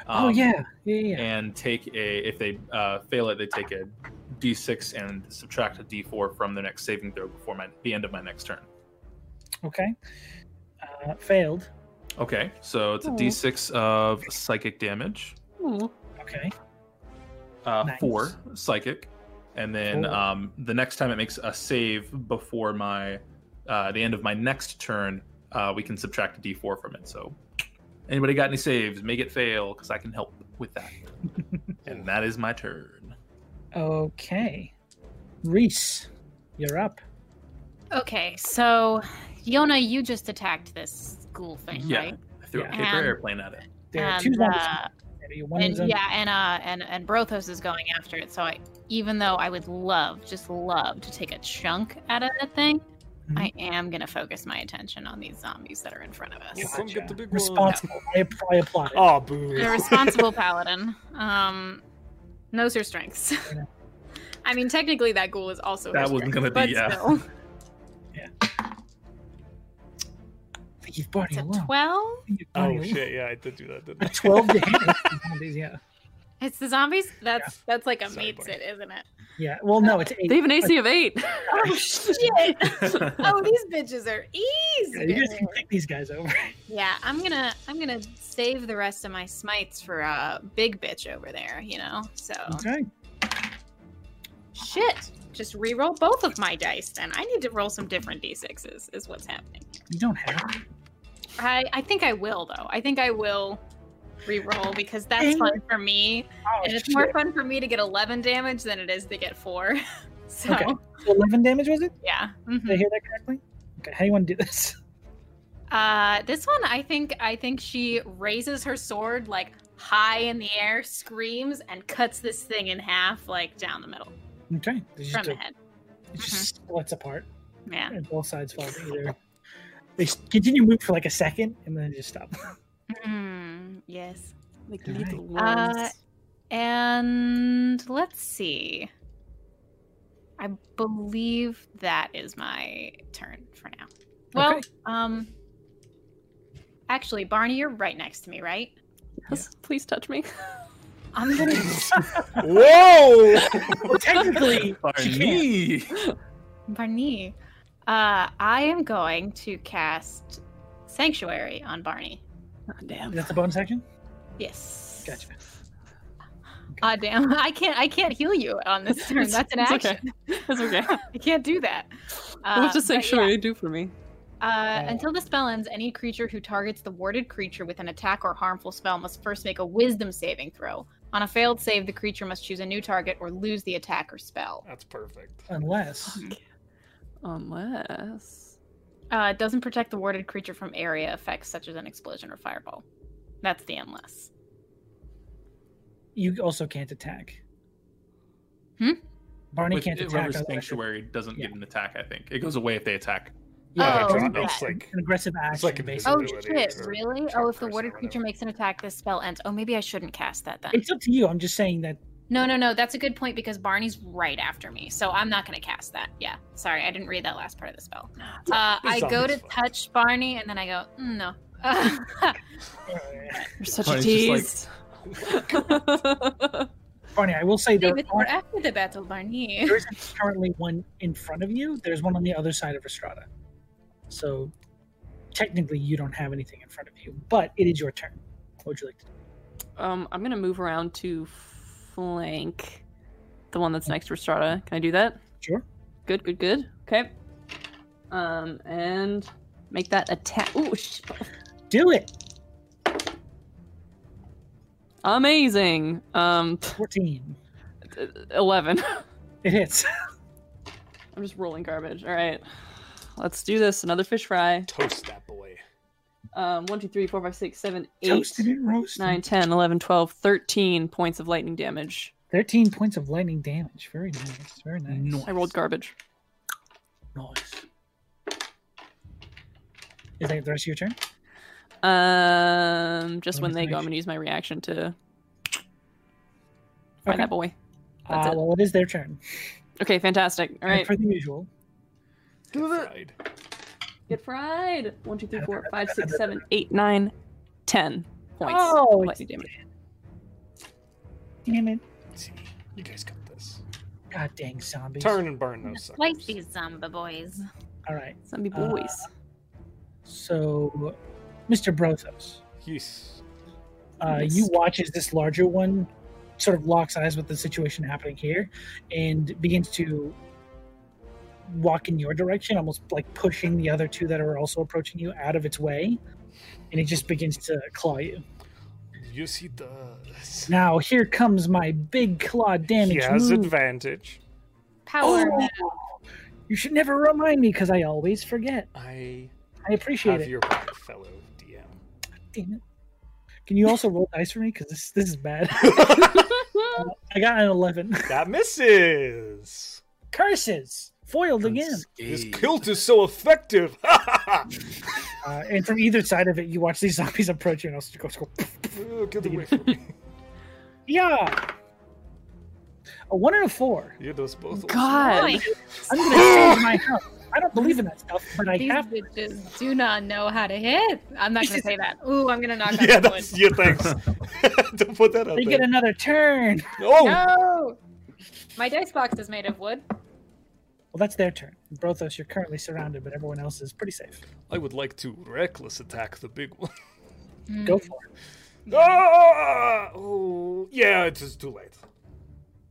Speaker 1: oh,
Speaker 3: um,
Speaker 1: yeah. Yeah, yeah. yeah.
Speaker 3: And take a if they uh, fail it, they take a d6 and subtract a d4 from their next saving throw before my the end of my next turn.
Speaker 1: Okay. Uh, failed.
Speaker 3: Okay, so it's a
Speaker 5: Aw.
Speaker 3: d6 of psychic damage,
Speaker 5: Ooh.
Speaker 1: Okay.
Speaker 3: uh,
Speaker 1: Nice.
Speaker 3: four psychic, and then
Speaker 1: Cool.
Speaker 3: um, the next time it makes a save before my uh, the end of my next turn, uh, we can subtract a d4 from it. So, anybody got any saves? Make it fail because I can help with that. and that is my turn.
Speaker 1: Okay. Reese, you're up.
Speaker 6: Okay, so Yona, you just attacked this ghoul thing,
Speaker 3: Yeah.
Speaker 6: right?
Speaker 3: I threw a
Speaker 1: Yeah.
Speaker 3: paper
Speaker 6: And-
Speaker 3: airplane at it.
Speaker 1: There are
Speaker 6: and,
Speaker 1: two zombies.
Speaker 6: uh,
Speaker 1: area. One
Speaker 6: and
Speaker 1: is on-
Speaker 6: yeah, and uh, and and Brothos is going after it. So I, even though I would love, just love to take a chunk out of that thing,
Speaker 1: Mhm.
Speaker 6: I am gonna focus my attention on these zombies that are in front of us.
Speaker 2: Yeah. Come get the big one.
Speaker 1: Responsible. I, app- I applaud it.
Speaker 2: Oh, boo!
Speaker 6: The responsible paladin um, knows her strengths.
Speaker 1: Yeah.
Speaker 6: I mean, technically, that ghoul is also her
Speaker 3: That wasn't
Speaker 6: strength,
Speaker 3: gonna be-
Speaker 6: but
Speaker 3: yeah.
Speaker 6: still.
Speaker 1: You've brought
Speaker 6: It's a
Speaker 1: him along.
Speaker 6: twelve.
Speaker 1: You've brought
Speaker 2: Oh
Speaker 1: him along.
Speaker 2: shit! Yeah, I did do that. Didn't
Speaker 1: A
Speaker 2: I?
Speaker 1: 12 to hit. zombies, yeah.
Speaker 6: It's the zombies. That's that's like a
Speaker 2: Sorry,
Speaker 6: meets
Speaker 2: buddy.
Speaker 6: it, isn't it?
Speaker 1: Yeah. Well, no, it's eight.
Speaker 5: They have an AC of eight.
Speaker 6: Oh shit! oh, these bitches are
Speaker 1: Yeah,
Speaker 6: easy.
Speaker 1: you guys can pick these guys over.
Speaker 6: Yeah, I'm gonna I'm gonna save the rest of my smites for uh big bitch over there, you know. So
Speaker 1: Okay.
Speaker 6: shit. Just re-roll both of my dice then. I need to roll some different D6s is what's happening.
Speaker 1: You don't have to.
Speaker 6: I, I think I will though. I think I will re-roll because that's
Speaker 1: Dang
Speaker 6: fun for me.
Speaker 1: Oh,
Speaker 6: And it's
Speaker 1: shit.
Speaker 6: more fun for me to get eleven damage than it is to get four. So
Speaker 1: Okay. 11 damage, was it?
Speaker 6: yeah. mhm.
Speaker 1: Did I hear that correctly? Okay. How do you want to do this?
Speaker 6: Uh, this one, I think, I think she raises her sword like high in the air, screams, and cuts this thing in half, like down the middle
Speaker 1: Okay. It's
Speaker 6: from
Speaker 1: just,
Speaker 6: the
Speaker 1: a,
Speaker 6: head.
Speaker 1: it just splits apart,
Speaker 6: Yeah.
Speaker 1: and both sides fall to either. They s- continue moving for like a second, and then just stop.
Speaker 6: Mm, yes.
Speaker 5: Like
Speaker 1: Alright.
Speaker 5: little
Speaker 6: Uh,
Speaker 5: worms.
Speaker 6: And let's see. I believe that is my turn for now. Well,
Speaker 1: Okay.
Speaker 6: um, actually, Barney, you're right next to me, right?
Speaker 5: Yes, Please touch me.
Speaker 6: I'm gonna.
Speaker 2: Whoa!
Speaker 1: Well, technically, she can't.
Speaker 3: Barney!
Speaker 6: Barney. Uh, I am going to cast Sanctuary on Barney.
Speaker 5: Oh, damn.
Speaker 1: That's a bonus action?
Speaker 6: Yes.
Speaker 1: Gotcha.
Speaker 6: Ah, damn! I can't. I can't heal you on this turn.
Speaker 5: It's-
Speaker 6: That's an
Speaker 5: it's
Speaker 6: action.
Speaker 5: okay. That's okay.
Speaker 6: I can't do that. Uh,
Speaker 5: What does
Speaker 6: but yeah.
Speaker 5: sanctuary do for me?
Speaker 6: Uh,
Speaker 1: Oh.
Speaker 6: until the spell ends, any creature who targets the warded creature with an attack or harmful spell must first make a wisdom saving throw. On a failed save, the creature must choose a new target or lose the attack or spell.
Speaker 2: That's perfect.
Speaker 1: Uh, Unless
Speaker 5: Unless
Speaker 6: Uh, it doesn't protect the warded creature from area effects such as an explosion or fireball. That's the unless.
Speaker 1: you also can't attack.
Speaker 6: Hmm?
Speaker 1: Barney
Speaker 3: With-
Speaker 1: can't attack.
Speaker 3: whoever's
Speaker 1: unless it's
Speaker 3: sanctuary doesn't get
Speaker 1: Yeah.
Speaker 3: an attack. I think it goes away if they attack.
Speaker 1: Yeah, it's
Speaker 6: Oh, okay.
Speaker 2: it's like
Speaker 1: an aggressive action.
Speaker 2: like
Speaker 1: basically.
Speaker 6: Oh
Speaker 2: Ability
Speaker 6: shit!
Speaker 2: or
Speaker 6: Really?
Speaker 2: check
Speaker 6: Oh, if the
Speaker 2: person or
Speaker 6: warded creature
Speaker 2: whatever.
Speaker 6: makes an attack, this spell ends. Oh, maybe I shouldn't cast that then.
Speaker 1: It's up to you. I'm just saying that
Speaker 6: No, no, no. That's a good point because Barney's right after me, so I'm not going to cast that. Yeah, sorry, I didn't read that last part of the spell. Uh, I
Speaker 2: It's
Speaker 6: go to
Speaker 2: always fun.
Speaker 6: touch Barney, and then I go, "Mm, no. Uh,
Speaker 1: uh,
Speaker 5: you're such a
Speaker 3: Barney's just
Speaker 5: tease.
Speaker 1: Barney, I will say there
Speaker 6: David,
Speaker 1: are
Speaker 6: we're after the battle, Barney.
Speaker 1: there isn't currently one in front of you. There's one on the other side of Estrada. So technically, you don't have anything in front of you, but it is your turn. What would you like to do?
Speaker 5: um, I'm gonna move around to flank the one that's next to Strata. Can I do that?
Speaker 1: Sure.
Speaker 5: Good, good, good. Okay. Um, and make that attack. Ooh, sh-
Speaker 1: Do it.
Speaker 5: amazing. Um,
Speaker 1: 14.
Speaker 5: eleven.
Speaker 1: It hits.
Speaker 5: I'm just rolling garbage. All right. Let's do this. Another fish fry.
Speaker 2: toast that boy.
Speaker 5: Um, 1, 2, 3, 4, 5, 6, 7, 8,
Speaker 1: Toasted and roasted.
Speaker 5: 9, 10, 11, 12, 13 points of lightning damage.
Speaker 1: 13 points of lightning damage. Very nice. Very nice.
Speaker 5: I rolled garbage.
Speaker 1: Nice. Is that the rest of your turn?
Speaker 5: Um, just when they go, I'm
Speaker 1: Nice.
Speaker 5: going to use my reaction to find
Speaker 1: Okay.
Speaker 5: that boy. That's
Speaker 1: Uh,
Speaker 5: it.
Speaker 1: Well, it is their turn.
Speaker 5: Okay, fantastic. All right.
Speaker 1: For the usual.
Speaker 2: Get fried.
Speaker 5: Get fried. 1, 2, 3, 4, 5, 6, 7, 8, 9, 10 points
Speaker 1: Oh,
Speaker 5: of
Speaker 1: it's-
Speaker 5: lightning damage.
Speaker 1: Damn it.
Speaker 2: See, you guys got this.
Speaker 1: God dang zombies.
Speaker 2: Turn and burn those
Speaker 6: Like
Speaker 2: suckers.
Speaker 6: these zombie boys.
Speaker 1: All right.
Speaker 5: Zombie
Speaker 1: Uh,
Speaker 5: boys.
Speaker 1: So, Mr. Brothos.
Speaker 2: Yes.
Speaker 1: Uh,
Speaker 5: Yes.
Speaker 1: you watch as this larger one sort of locks eyes with the situation happening here and begins to walk in your direction, almost like pushing the other two that are also approaching you out of its way. And it just begins to claw you.
Speaker 2: Yes, he does.
Speaker 1: Now, here comes my big claw damage.
Speaker 2: he has
Speaker 1: move.
Speaker 2: advantage.
Speaker 6: Power.
Speaker 1: Oh, You should never remind me because I always forget.
Speaker 2: I
Speaker 1: I appreciate
Speaker 2: have
Speaker 1: it.
Speaker 2: your back, fellow DM.
Speaker 1: Damn it. Can you also roll dice for me? Because this, this is bad. I got an 11.
Speaker 2: That misses.
Speaker 1: Curses! Foiled again.
Speaker 2: His kilt is so effective.
Speaker 1: Uh, and from either side of it, you watch these zombies approach you and also go, go
Speaker 2: Oh, Get away from me.
Speaker 1: yeah! A one and a four.
Speaker 2: You those both.
Speaker 5: God.
Speaker 6: Boy,
Speaker 1: I'm going to change my house. I don't believe in that stuff, but I
Speaker 6: these
Speaker 1: have to.
Speaker 6: bitches do not know how to hit. I'm not going to say that. Ooh, I'm going to knock
Speaker 2: also-
Speaker 6: on
Speaker 2: Yeah,
Speaker 6: the wood.
Speaker 2: that's yeah. Thanks. Don't put that out
Speaker 1: They
Speaker 2: there.
Speaker 1: get another turn.
Speaker 2: oh,
Speaker 6: No! My dice box is made of wood.
Speaker 1: Well, that's their turn. Brothos, you're currently surrounded, but everyone else is pretty safe.
Speaker 2: I would like to reckless attack the big one.
Speaker 6: Mm.
Speaker 1: Go for
Speaker 2: Ah! Oh, yeah, it is too late.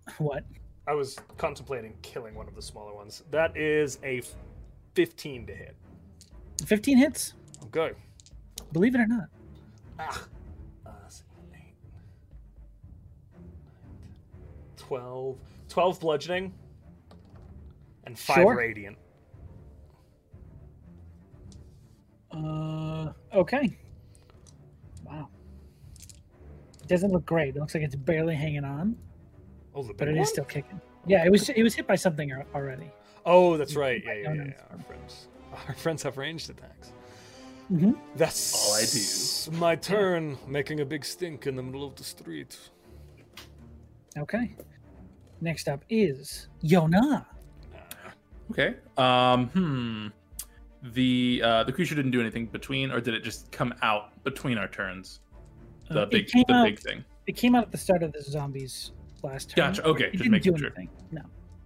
Speaker 1: it. What?
Speaker 2: I was contemplating killing one of the smaller ones. That is a 15 to hit.
Speaker 1: 15 hits?
Speaker 2: Okay.
Speaker 1: Believe it or not.
Speaker 2: Ah. Uh, six, eight, 12. 12 bludgeoning. And 5
Speaker 1: Sure.
Speaker 2: radiant.
Speaker 1: Uh, okay. Wow. It doesn't look great. It looks like it's barely hanging on,
Speaker 2: Oh, the
Speaker 1: but
Speaker 2: big
Speaker 1: it is
Speaker 2: one?
Speaker 1: still kicking. Yeah, it was it was hit by something al- already.
Speaker 2: Oh, that's right. Yeah, yeah,
Speaker 1: Oh,
Speaker 2: yeah.
Speaker 1: no.
Speaker 2: yeah. Our friends. Our friends have ranged attacks.
Speaker 1: Mhm.
Speaker 2: That's
Speaker 3: All I do.
Speaker 2: My turn, making a big stink in the middle of the street.
Speaker 1: Okay. Next up is Yona.
Speaker 3: Okay. Um. Hmm. The uh, the creature didn't do anything between, or did it just come out between our turns? The
Speaker 1: Uh,
Speaker 3: big,
Speaker 1: it came
Speaker 3: the
Speaker 1: out,
Speaker 3: big thing.
Speaker 1: It came out at the start of the zombies last turn.
Speaker 3: Gotcha. Okay.
Speaker 1: It
Speaker 3: Just
Speaker 1: didn't do
Speaker 3: making sure.
Speaker 1: anything. No.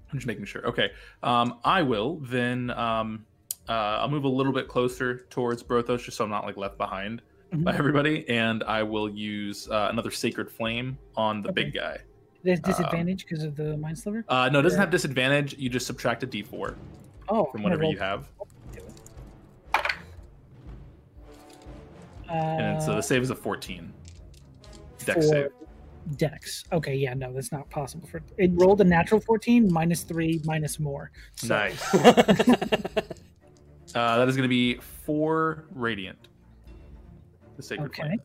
Speaker 3: I'm just making sure. Okay. Um. I will then. Um. Uh, I'll move a little bit closer towards Brothos, just so I'm not like left behind by
Speaker 1: Mhm.
Speaker 3: everybody, and I will use uh, another Sacred Flame on the
Speaker 1: Okay.
Speaker 3: big guy.
Speaker 1: There's disadvantage because of the mind sliver.
Speaker 3: Uh, no, it doesn't have disadvantage. You just subtract a d4
Speaker 1: Oh,
Speaker 3: from whatever you have,
Speaker 1: Uh,
Speaker 3: and so the save is a 14. Dex save.
Speaker 1: Dex. Okay, yeah, no, that's not possible. For it rolled a natural fourteen, minus three, minus more. So
Speaker 3: Nice. Uh, that is going to be four radiant. The sacred
Speaker 1: Okay.
Speaker 3: flame.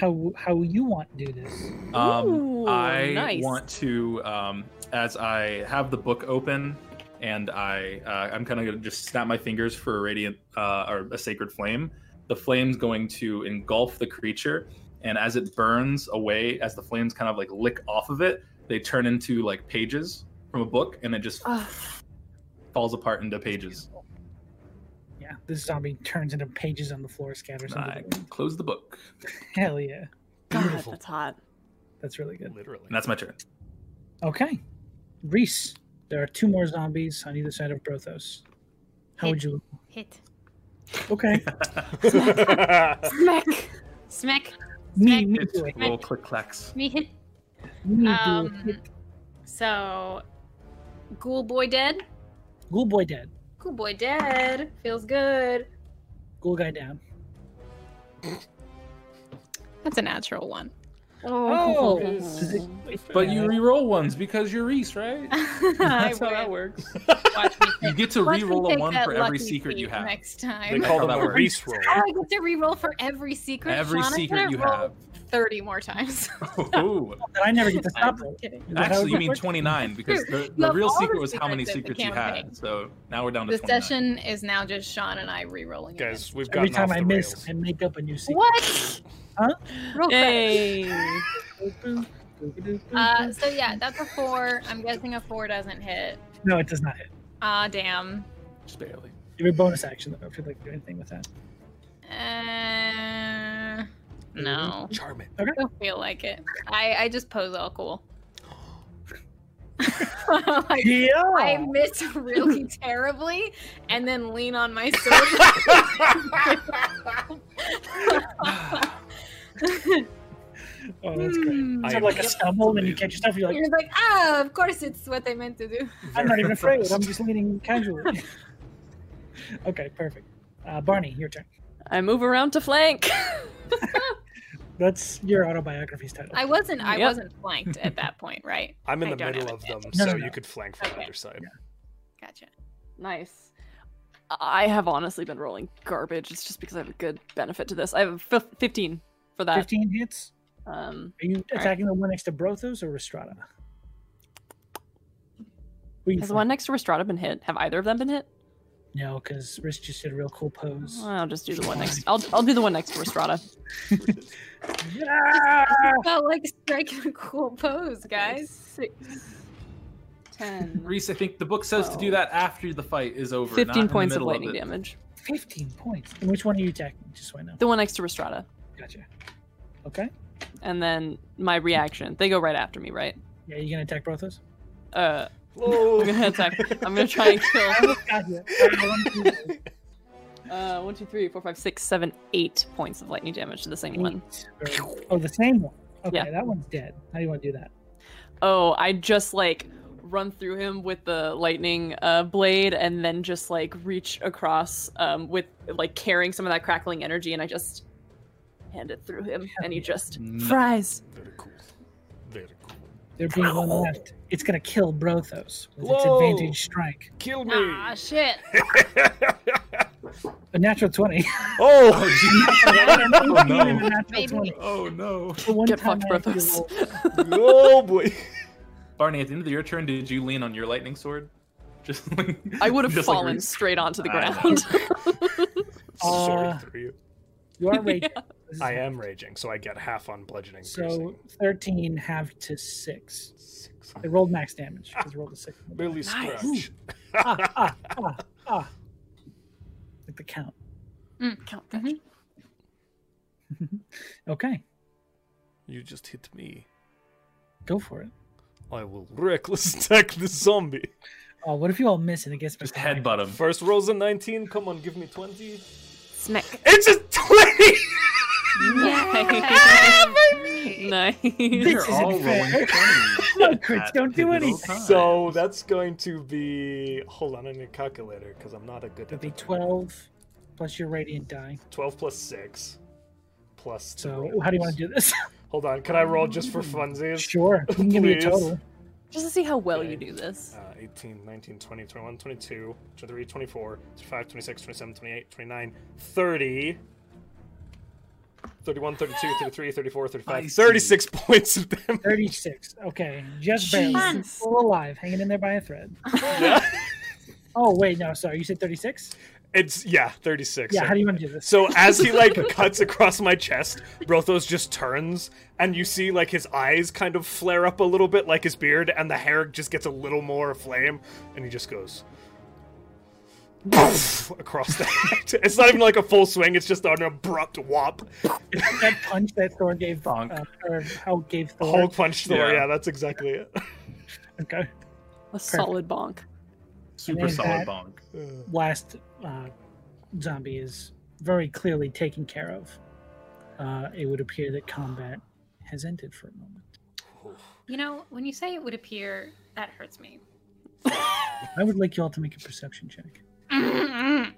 Speaker 1: how how you want to do this?
Speaker 3: Um,
Speaker 5: Ooh,
Speaker 3: I
Speaker 5: nice.
Speaker 3: want to, um, as I have the book open, and I uh, I'm kind of gonna just snap my fingers for a radiant uh, or a sacred flame. The flame's going to engulf the creature, and as it burns away, as the flames kind of like lick off of it, they turn into like pages from a book, and it just
Speaker 5: Ugh.
Speaker 3: falls apart into pages.
Speaker 1: Yeah, this zombie turns into pages on the floor, scatters.
Speaker 3: And I
Speaker 1: Into the wind.
Speaker 3: close the book,
Speaker 1: Hell yeah,
Speaker 5: God,
Speaker 2: Beautiful.
Speaker 5: that's hot.
Speaker 1: that's really good.
Speaker 2: Literally.
Speaker 3: and that's my turn.
Speaker 1: Okay, Reese. There are two more zombies on either side of Brothos. How would you?
Speaker 6: Hit.
Speaker 1: Okay,
Speaker 5: Smack.
Speaker 6: Smack.
Speaker 1: me, me
Speaker 3: It's
Speaker 1: do it.
Speaker 3: little click clacks.
Speaker 6: Me hit.
Speaker 1: Me do it.
Speaker 6: Um, so, ghoul boy dead.
Speaker 1: Ghoul boy dead.
Speaker 6: Ghoul boy dead. Feels good.
Speaker 1: Ghoul guy down.
Speaker 6: That's a natural one.
Speaker 1: Oh,
Speaker 2: Is it-
Speaker 3: But you re-roll ones because you're Reese, right?
Speaker 6: I
Speaker 3: That's how that
Speaker 6: would.
Speaker 3: works.
Speaker 6: Watch me
Speaker 3: You
Speaker 6: take-
Speaker 3: get to
Speaker 6: watch me
Speaker 3: re-roll a
Speaker 6: take
Speaker 3: one
Speaker 6: that
Speaker 3: for every
Speaker 6: lucky
Speaker 3: secret you
Speaker 6: feat
Speaker 3: have.
Speaker 6: next
Speaker 2: they
Speaker 6: time.
Speaker 3: That's
Speaker 2: call
Speaker 3: how
Speaker 2: them
Speaker 3: that
Speaker 2: a
Speaker 3: works.
Speaker 2: Reese roll.
Speaker 6: Oh, I get to re-roll for every secret.
Speaker 3: Every
Speaker 6: Sean, I'm
Speaker 3: secret
Speaker 6: gonna
Speaker 3: you
Speaker 6: roll
Speaker 3: have.
Speaker 6: Thirty more times.
Speaker 3: Ooh.
Speaker 1: That I never get to
Speaker 6: I'm
Speaker 1: stop it.
Speaker 6: just kidding.
Speaker 1: Is that how
Speaker 3: Actually,
Speaker 1: it
Speaker 3: you mean
Speaker 1: works?
Speaker 3: 29 because the,
Speaker 6: You
Speaker 3: the
Speaker 6: have
Speaker 3: real
Speaker 6: all the
Speaker 3: secret was how many secrets
Speaker 6: secrets in
Speaker 3: you
Speaker 6: the
Speaker 3: had.
Speaker 6: campaign.
Speaker 3: So now we're down to
Speaker 6: The
Speaker 3: 29.
Speaker 6: session is now just Sean and I re-rolling. again.
Speaker 2: Guys, we've got
Speaker 1: Every time I miss, I make up a new secret.
Speaker 6: What?
Speaker 1: Huh?
Speaker 6: Real
Speaker 5: Hey.
Speaker 6: quick. Uh, so yeah, that's a four. I'm guessing a four doesn't hit.
Speaker 1: no, it does not hit.
Speaker 6: Ah, damn.
Speaker 3: Just barely.
Speaker 1: You have a bonus action though, if you'd like to do anything with that.
Speaker 6: Uh,
Speaker 1: Mm-hmm.
Speaker 6: no,
Speaker 2: Charm it.
Speaker 6: don't feel like it. I I just pose all cool. Like,
Speaker 1: Yeah.
Speaker 6: I miss really terribly, and then lean on my sword.
Speaker 1: Oh, that's great.
Speaker 6: Hmm.
Speaker 1: You
Speaker 2: I
Speaker 1: have
Speaker 2: am
Speaker 1: like a stumble, and you
Speaker 3: amazing.
Speaker 1: catch yourself. You're like,
Speaker 6: You're like, ah, of course it's what they meant to do.
Speaker 1: I'm not even afraid. I'm
Speaker 2: impressed.
Speaker 1: just leaning casually. okay, perfect. Uh, Barney, your turn.
Speaker 5: I move around to flank.
Speaker 1: That's your autobiography's title.
Speaker 6: I wasn't. I
Speaker 5: Yep.
Speaker 6: wasn't flanked at that point, right?
Speaker 2: I'm in
Speaker 6: I
Speaker 2: the
Speaker 6: don't
Speaker 2: middle
Speaker 6: have
Speaker 2: of
Speaker 6: a
Speaker 2: them,
Speaker 1: No, no,
Speaker 2: so
Speaker 1: no.
Speaker 2: you could flank from
Speaker 6: Okay.
Speaker 2: either side.
Speaker 6: Gotcha.
Speaker 5: Nice. I have honestly been rolling garbage. It's just because I have a good benefit to this. I have fif- 15 for that.
Speaker 1: Fifteen hits.
Speaker 5: Um,
Speaker 1: Are you attacking the one next to Brothos or Restrada? Who you
Speaker 5: has
Speaker 1: flanking?
Speaker 5: the one next to Restrada been hit? Have either of them been hit?
Speaker 1: No, because Rich just did a real cool pose.
Speaker 5: I'll just do the one next. I'll, I'll do the one next to Restrada.
Speaker 1: Yeah!
Speaker 6: Felt like striking a cool pose, guys. Six.
Speaker 5: 10.
Speaker 3: Reese, I think the book says to
Speaker 6: Oh.
Speaker 3: do
Speaker 5: Twelve.
Speaker 3: that after the fight is over.
Speaker 5: 15 points
Speaker 3: of
Speaker 5: of lightning
Speaker 3: it.
Speaker 5: damage.
Speaker 1: Fifteen points. And which one are you attacking? Just so I know.
Speaker 5: The one next to Restrada.
Speaker 1: Gotcha. Okay.
Speaker 5: And then my reaction. They go right after me, right?
Speaker 1: Yeah, you gonna attack Brothos?
Speaker 5: Uh,
Speaker 2: Whoa.
Speaker 5: I'm gonna attack. I'm gonna try and kill.
Speaker 1: I almost got you. I want to-
Speaker 5: Uh, one, two, three, four, five, six, seven, eight points of lightning damage to the same one.
Speaker 1: Or- Oh, the same one. Okay,
Speaker 5: Yeah.
Speaker 1: that one's dead. How do you want to do that?
Speaker 5: Oh, I just like run through him with the lightning uh, blade and then just like reach across um, with like carrying some of that crackling energy and I just hand it through him and he just
Speaker 3: No.
Speaker 5: fries.
Speaker 2: Very cool. Very cool.
Speaker 1: There being one
Speaker 5: Oh.
Speaker 1: left, it's gonna kill Brothos with its
Speaker 2: Whoa.
Speaker 1: advantage strike.
Speaker 2: Kill me.
Speaker 6: Ah, shit.
Speaker 1: A natural twenty.
Speaker 2: oh,
Speaker 3: Oh,
Speaker 1: Not even a
Speaker 3: no.
Speaker 1: natural
Speaker 6: Maybe.
Speaker 1: 20.
Speaker 3: oh no.
Speaker 1: The one
Speaker 5: Get
Speaker 1: time
Speaker 5: fucked,
Speaker 1: I actually
Speaker 5: Brothos.
Speaker 1: rolled-
Speaker 2: oh boy.
Speaker 3: Barney, at the end of your turn, did you lean on your lightning sword? Just like,
Speaker 5: I would have
Speaker 3: just like
Speaker 5: fallen
Speaker 3: Reese.
Speaker 5: straight onto the
Speaker 3: I know.
Speaker 5: ground.
Speaker 1: Uh,
Speaker 2: Sorry through you.
Speaker 1: You are raging. This is
Speaker 2: I am raging, so I get half on bludgeoning.
Speaker 1: So
Speaker 2: piercing.
Speaker 1: thirteen half to six.
Speaker 2: Six.
Speaker 1: They rolled max damage because rolled a six.
Speaker 2: Barely
Speaker 5: Nice.
Speaker 2: scratch.
Speaker 1: ah, ah, ah, ah. Like the count.
Speaker 5: Count that.
Speaker 6: Mhm.
Speaker 1: Okay,
Speaker 2: You just hit me.
Speaker 1: go for it.
Speaker 2: I will reckless attack the zombie.
Speaker 1: Oh, what if you all miss and it gets
Speaker 3: Just headbutt him.
Speaker 2: First roll's a 19. Come on, give me 20.
Speaker 5: Smack.
Speaker 2: It's a 20!
Speaker 1: Ah,
Speaker 5: Nice.
Speaker 1: This isn't fair.
Speaker 3: 20s
Speaker 1: No, Chris,
Speaker 3: at
Speaker 1: don't do
Speaker 3: pivotal
Speaker 1: anything.
Speaker 3: times.
Speaker 2: So that's going to be. Hold on, I need a calculator because I'm not a good.
Speaker 1: It'd be
Speaker 2: at that.
Speaker 1: 12 plus your radiant die.
Speaker 2: 12 plus 6 plus. two
Speaker 1: So,
Speaker 2: randoms.
Speaker 1: how do you want to do this?
Speaker 2: Hold on, can I roll just for funsies?
Speaker 1: sure. You can give me a
Speaker 2: Please.
Speaker 1: total.
Speaker 5: Just to see how well
Speaker 2: Okay.
Speaker 5: you do this.
Speaker 2: Uh, 18, 19, 20, 21, 22, 23, 24, 25, 26, 27, 28, 29, 30. 31, 32, 33, 34, 35,
Speaker 3: Spicy.
Speaker 2: 36 points of damage.
Speaker 1: 36. Okay. Just barely.
Speaker 5: Jesus.
Speaker 1: Still alive, hanging in there by a thread.
Speaker 2: Yeah.
Speaker 1: Oh, wait, no, sorry. You said 36?
Speaker 2: It's, yeah, 36.
Speaker 1: Yeah,
Speaker 2: sorry.
Speaker 1: how do you want to do this?
Speaker 2: So as he like cuts across my chest, Brothos just turns, and you see like his eyes kind of flare up a little bit, like his beard, and the hair just gets a little more aflame, and he just goes across the head. It's not even like a full swing; it's just an abrupt whop.
Speaker 1: that punch that Thor gave,
Speaker 3: Bonk.
Speaker 1: uh, or Hulk gave Thor.
Speaker 2: Hulk punch Thor. Yeah.
Speaker 3: Yeah.
Speaker 2: that's exactly it.
Speaker 1: Okay.
Speaker 5: A solid bonk.
Speaker 3: Super
Speaker 1: And
Speaker 3: solid
Speaker 1: that-
Speaker 3: bonk.
Speaker 1: last uh, zombie is very clearly taken care of. Uh, it would appear that combat has ended for a moment.
Speaker 6: You know, when you say it would appear, that hurts me.
Speaker 1: I would like you all to make a perception check.
Speaker 6: Mm-hmm.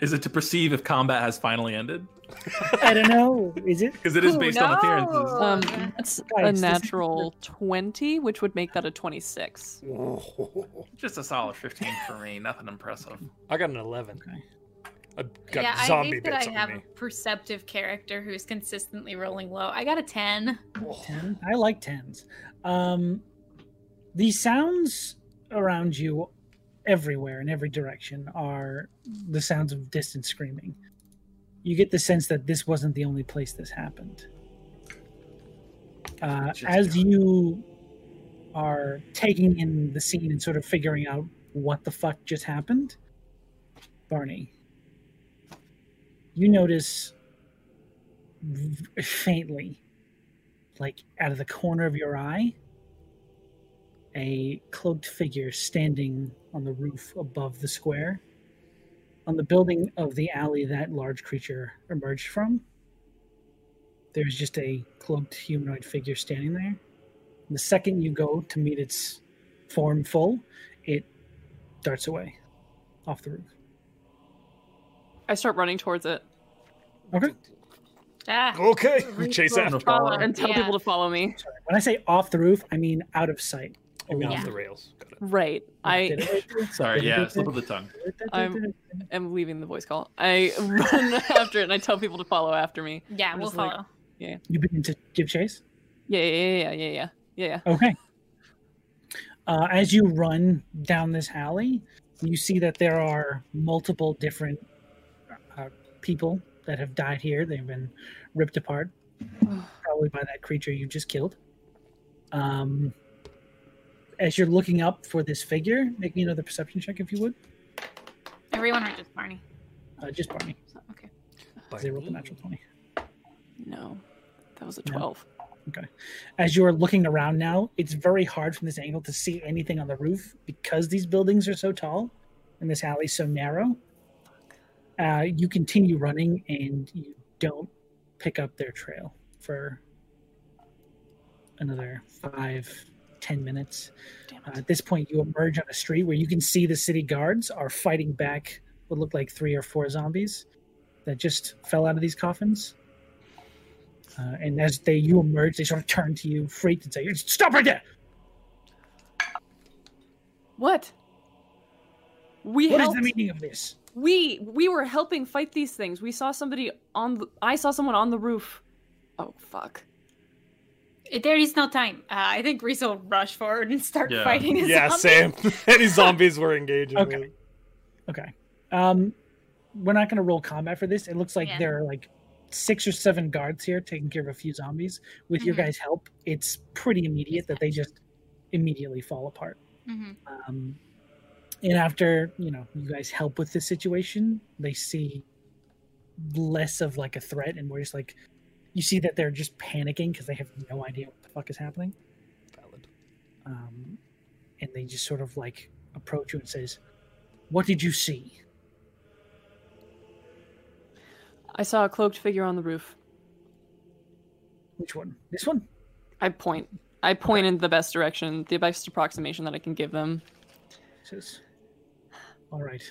Speaker 3: Is it to perceive if combat has finally ended?
Speaker 1: I don't know. Is it?
Speaker 3: Because it is
Speaker 4: Who
Speaker 3: based on appearances.
Speaker 5: Um,
Speaker 4: yeah.
Speaker 5: that's
Speaker 1: Guys,
Speaker 5: a
Speaker 1: this is-
Speaker 5: natural 20, which would make that a 26.
Speaker 3: Just a solid 15 for me. Nothing impressive.
Speaker 2: I got an eleven.
Speaker 1: Okay.
Speaker 2: I got
Speaker 6: yeah, I
Speaker 2: zombie
Speaker 6: hate that
Speaker 2: bits
Speaker 6: I
Speaker 2: on
Speaker 6: have
Speaker 2: me.
Speaker 6: a perceptive character who's consistently rolling low. I got a 10.
Speaker 1: Ten? I like tens. Um, the sounds around you, everywhere in every direction, are the sounds of distant screaming. You get the sense that this wasn't the only place this happened. Uh,
Speaker 3: Just
Speaker 1: as
Speaker 3: go.
Speaker 1: you are taking in the scene and sort of figuring out what the fuck just happened, Barney, you notice v- faintly like out of the corner of your eye, a cloaked figure standing on the roof above the square. On the building of the alley that large creature emerged from, there's just a cloaked humanoid figure standing there. The second you go to meet its form full, it darts away off the roof.
Speaker 5: I start running towards it
Speaker 1: Okay.
Speaker 6: Ah,
Speaker 2: Okay, we chase
Speaker 3: Don't know
Speaker 2: after.
Speaker 3: if I'll-
Speaker 5: and tell
Speaker 6: Yeah.
Speaker 5: people to follow me.
Speaker 1: When I say off the roof, I mean out of sight.
Speaker 2: I mean, off
Speaker 6: Yeah.
Speaker 2: the rails. Got it.
Speaker 5: Right. I
Speaker 3: Sorry, yeah, slip of the tongue.
Speaker 5: I'm- am leaving the voice call. I run after it and I tell people to follow after me.
Speaker 6: yeah,
Speaker 5: I'm
Speaker 6: we'll
Speaker 5: just like-
Speaker 6: follow.
Speaker 1: You begin to give chase?
Speaker 5: Yeah, yeah, yeah, yeah, yeah, yeah, yeah.
Speaker 1: Okay. Uh, as you run down this alley, you see that there are multiple different uh, people that have died here. They've been ripped apart, probably by that creature you just killed. Um, as you're looking up for this figure, make me another perception check if you would.
Speaker 6: Everyone or just Barney?
Speaker 1: Uh, just Barney.
Speaker 6: Okay.
Speaker 2: By
Speaker 1: They rolled a
Speaker 2: me.
Speaker 1: natural 20.
Speaker 5: No, that was a
Speaker 1: No.
Speaker 5: 12.
Speaker 1: as you are looking around now, it's very hard from this angle to see anything on the roof because these buildings are so tall and this alley's so narrow. Uh, you continue running and you don't pick up their trail for another five, ten minutes.
Speaker 5: Damn
Speaker 1: Uh,
Speaker 5: it.
Speaker 1: at this point, you emerge on a street where you can see the city guards are fighting back what look like three or four zombies that just fell out of these coffins. Uh, and as they you emerge, they sort of turn to you, freaked, and say, "Stop right there!
Speaker 5: What? We
Speaker 1: What is
Speaker 5: helped.
Speaker 1: the meaning of this?"
Speaker 5: we we were helping fight these things. We saw somebody on. The, I saw someone on the roof. Oh fuck.
Speaker 6: There is no time. Uh, I think Reese will rush forward and start
Speaker 3: Yeah.
Speaker 6: fighting his
Speaker 2: Yeah,
Speaker 6: zombie.
Speaker 2: same. Any zombies we're engaging
Speaker 1: Okay.
Speaker 2: with.
Speaker 1: Okay, um, we're not going to roll combat for this. It looks like
Speaker 6: Yeah.
Speaker 1: there are like six or seven guards here taking care of a few zombies. With your
Speaker 6: Mhm.
Speaker 1: guys' help, it's pretty immediate that they just immediately fall apart.
Speaker 6: Mhm.
Speaker 1: Um, and after you know you guys help with this situation, they see less of like a threat, and we're just like, you see that they're just panicking because they have no idea what the fuck is happening,
Speaker 2: Valid.
Speaker 1: um, and they just sort of like approach you and says, "What did you see?"
Speaker 5: I saw a cloaked figure on the roof.
Speaker 1: Which one? This one?
Speaker 5: I point. I point in the best direction, the best approximation that I can give them.
Speaker 1: Says. All right.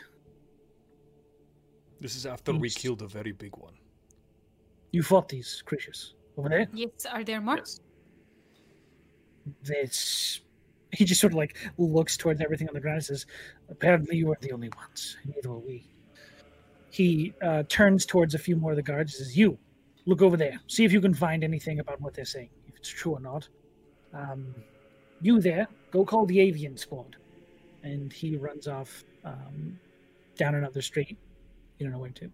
Speaker 2: This is after we
Speaker 1: Oops.
Speaker 2: killed a very big one.
Speaker 1: You fought these creatures over there.
Speaker 6: Yes, are there more?
Speaker 3: Yes.
Speaker 1: This. He just sort of like looks towards everything on the ground and says, "Apparently, you were the only ones. Neither were we." He uh, turns towards a few more of the guards and says, "You, look over there. See if you can find anything about what they're saying, if it's true or not. Um, you there, go call the avian squad." And he runs off um, down another street. You don't know where to.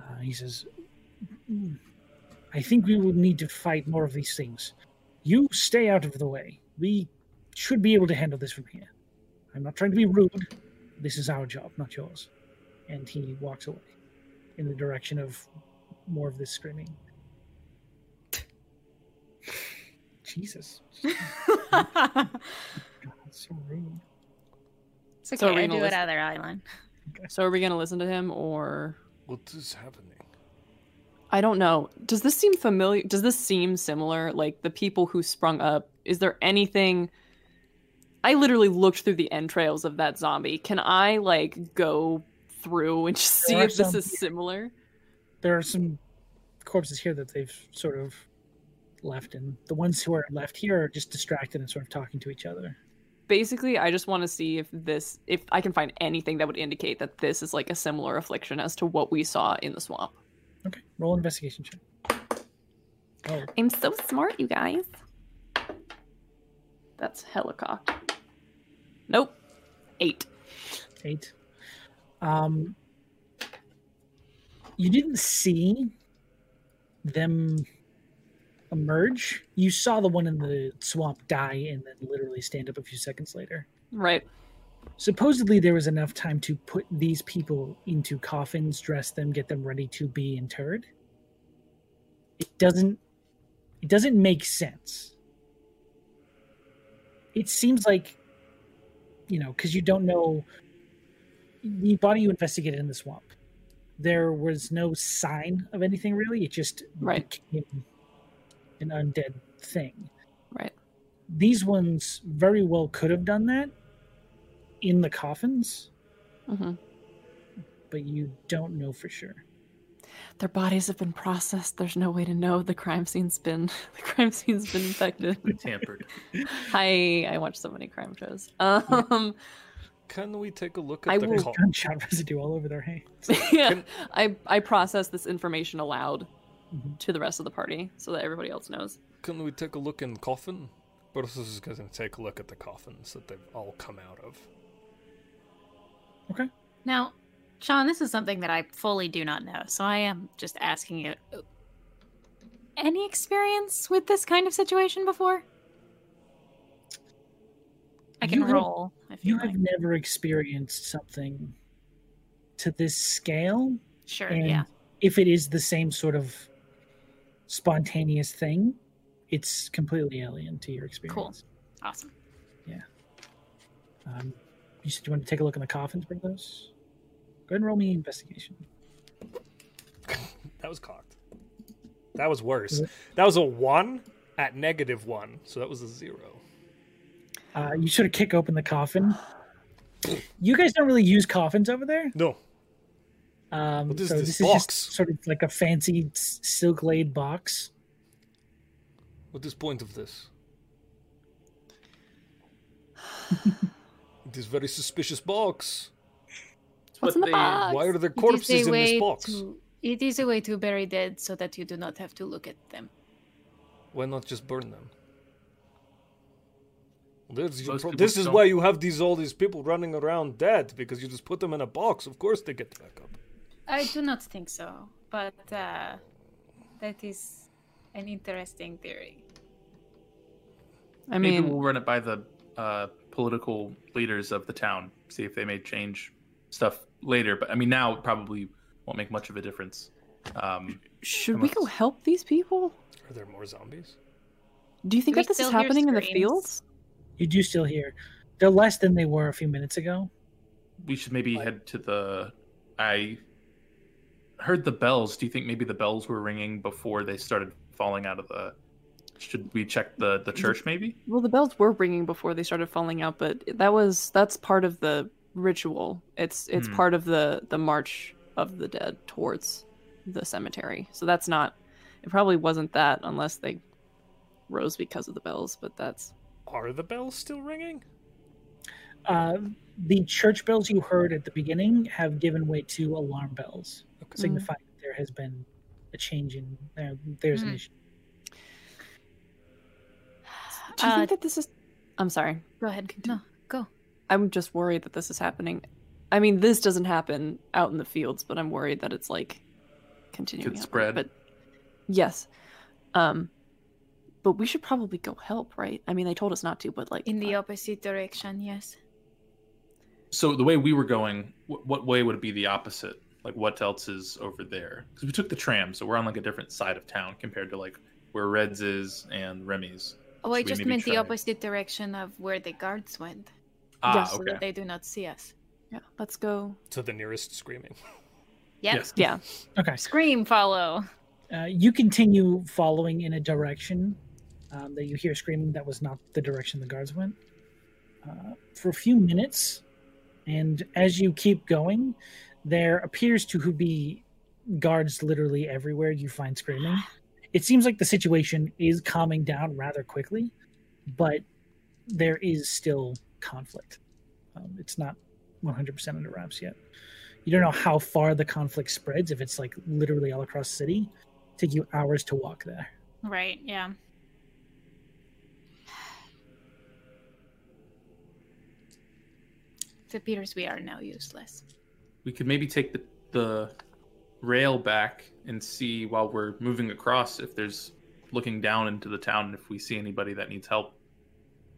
Speaker 1: Uh, he says, "Mm, "I think we will need to fight more of these things. You stay out of the way. We should be able to handle this from here. I'm not trying to be rude. This is our job, not yours." And he walks away in the direction of more of this screaming. Jesus. God, so rude.
Speaker 6: It's okay.
Speaker 5: So
Speaker 6: I
Speaker 5: Rena
Speaker 6: do it
Speaker 5: listen-
Speaker 6: out of their island.
Speaker 5: So are we gonna listen to him or?
Speaker 2: What is happening?
Speaker 5: I don't know. Does this seem familiar? Does this seem similar? Like the people who sprung up? Is there anything? I literally looked through the entrails of that zombie. Can I like go through and just see
Speaker 1: There are
Speaker 5: if this
Speaker 1: some-
Speaker 5: is similar?
Speaker 1: there are some corpses here that they've sort of left and the ones who are left here are just distracted and sort of talking to each other
Speaker 5: Basically, I just want to see if this, if I can find anything that would indicate that this is like a similar affliction as to what we saw in the swamp.
Speaker 1: okay roll investigation check oh
Speaker 5: I'm so smart, you guys. That's helicopter. Nope. Eight.
Speaker 1: eight um you didn't see them emerge you saw the one in the swamp die and then literally stand up a few seconds later
Speaker 5: Right.
Speaker 1: supposedly there was enough time to put these people into coffins dress them get them ready to be interred it doesn't it doesn't make sense it seems like you know because you don't know the body you investigated in the swamp there was no sign of anything really it just
Speaker 5: Right.
Speaker 1: became an undead thing
Speaker 5: Right.
Speaker 1: these ones very well could have done that in the coffins,
Speaker 5: hmm
Speaker 1: but you don't know for sure.
Speaker 5: Their bodies have been processed. There's no way to know. The crime scene's been the crime scene's been infected.
Speaker 3: Tampered.
Speaker 5: I I watch so many crime shows. Um,
Speaker 2: Can we take a look at
Speaker 5: I
Speaker 2: the
Speaker 5: will-
Speaker 2: cop?
Speaker 1: Gunshot residue all over their hands.
Speaker 5: yeah,
Speaker 2: Can-
Speaker 5: I I process this information aloud
Speaker 1: Mhm.
Speaker 5: to the rest of the party so that everybody else knows.
Speaker 2: Can we take a look in coffin? Persis is going to take a look at the coffins that they've all come out of.
Speaker 6: Now, Sean, this is something that I fully do not know, so I am just asking you. Any experience with this kind of situation before? I can
Speaker 1: You have-
Speaker 6: roll. I feel
Speaker 1: You
Speaker 6: like.
Speaker 1: have never experienced something to this scale.
Speaker 6: Sure.
Speaker 1: and
Speaker 6: yeah.
Speaker 1: If it is the same sort of spontaneous thing, it's completely alien to your experience.
Speaker 6: Awesome.
Speaker 1: Um, you said you want to take a look in the coffins, bring those? Go ahead and roll me investigation.
Speaker 2: That was cocked. That was worse.
Speaker 1: Was it?
Speaker 2: That was a one at negative one, so that was a zero.
Speaker 1: Uh, you sort of kick open the coffin. You guys don't really use coffins over there.
Speaker 2: No,
Speaker 1: Um,
Speaker 2: What is
Speaker 1: so
Speaker 2: this
Speaker 1: this, is
Speaker 2: box?
Speaker 1: just sort of like a fancy s- silk laid box.
Speaker 2: what is point of this? it is very suspicious box.
Speaker 5: What's in the box?
Speaker 2: Why are there corpses in this box?
Speaker 6: it is a way to bury dead so that you do not have to look at them.
Speaker 2: Why not just burn them? There's your
Speaker 3: Most
Speaker 2: pro-
Speaker 3: people
Speaker 2: this is
Speaker 3: don't-
Speaker 2: why you have these all these people running around dead because you just put them in a box. Of course they get back up.
Speaker 6: I do not think so, but uh, that is an interesting theory.
Speaker 5: I
Speaker 3: Maybe
Speaker 5: mean,
Speaker 3: we'll run it by the uh, political leaders of the town, see if they may change stuff later. But I mean, now it probably won't make much of a difference. Um,
Speaker 5: should we go
Speaker 3: unless-
Speaker 5: help these people?
Speaker 2: Are there more zombies?
Speaker 5: Do you think
Speaker 6: We
Speaker 5: that this is
Speaker 6: still hear
Speaker 5: happening in the
Speaker 6: screams.
Speaker 5: fields?
Speaker 1: You do still hear. They're less than they were a few minutes ago.
Speaker 3: we should maybe head to the. I heard the bells. Do you think maybe the bells were ringing before they started falling out of the. Should we check the the church maybe?
Speaker 5: Well, the bells were ringing before they started falling out, but that was that's part of the ritual. It's it's
Speaker 3: Hmm.
Speaker 5: part of the the march of the dead towards the cemetery. So that's not. It probably wasn't that unless they rose because of the bells, but that's
Speaker 2: Are the bells still ringing?
Speaker 1: Uh, the church bells you heard at the beginning have given way to alarm bells, signifying that there has been a change in there. There's an
Speaker 6: Mm.
Speaker 1: issue.
Speaker 5: Do you
Speaker 6: Uh,
Speaker 5: think that this is? I'm sorry.
Speaker 6: Go ahead. No, go.
Speaker 5: I'm just worried that this is happening. I mean, this doesn't happen out in the fields, but I'm worried that it's like continuing.
Speaker 3: Could
Speaker 5: out there.
Speaker 3: spread.
Speaker 5: But yes, um, but we should probably go help, right? I mean, they told us not to, but like
Speaker 4: In the
Speaker 5: uh,
Speaker 4: opposite direction, yes.
Speaker 3: So the way we were going, wh- what way would it be the opposite? Like what else is over there? Because we took the tram, so we're on like a different side of town compared to like where Red's is and Remy's.
Speaker 4: Oh, I
Speaker 3: Should we
Speaker 4: just
Speaker 3: maybe
Speaker 4: meant the
Speaker 3: try-
Speaker 4: opposite direction of where the guards went,
Speaker 3: Ah,
Speaker 5: Yes, so
Speaker 4: so
Speaker 3: okay.
Speaker 4: that they do not see us.
Speaker 5: yeah, let's go.
Speaker 2: To the nearest screaming.
Speaker 6: Yep.
Speaker 3: Yes.
Speaker 5: Yeah,
Speaker 1: Okay.
Speaker 6: Scream follow.
Speaker 1: Uh, you continue following in a direction um, that you hear screaming that was not the direction the guards went uh, for a few minutes. And as you keep going, there appears to be guards literally everywhere you find screaming. It seems like the situation is calming down rather quickly, but there is still conflict. Um, it's not 100% under wraps yet. You don't know how far the conflict spreads, if it's like literally all across the city take you hours to walk there.
Speaker 6: Right. Yeah.
Speaker 4: It appears we are now useless.
Speaker 3: We could maybe take the the rail back and see while we're moving across if there's looking down into the town and if we see anybody that needs help.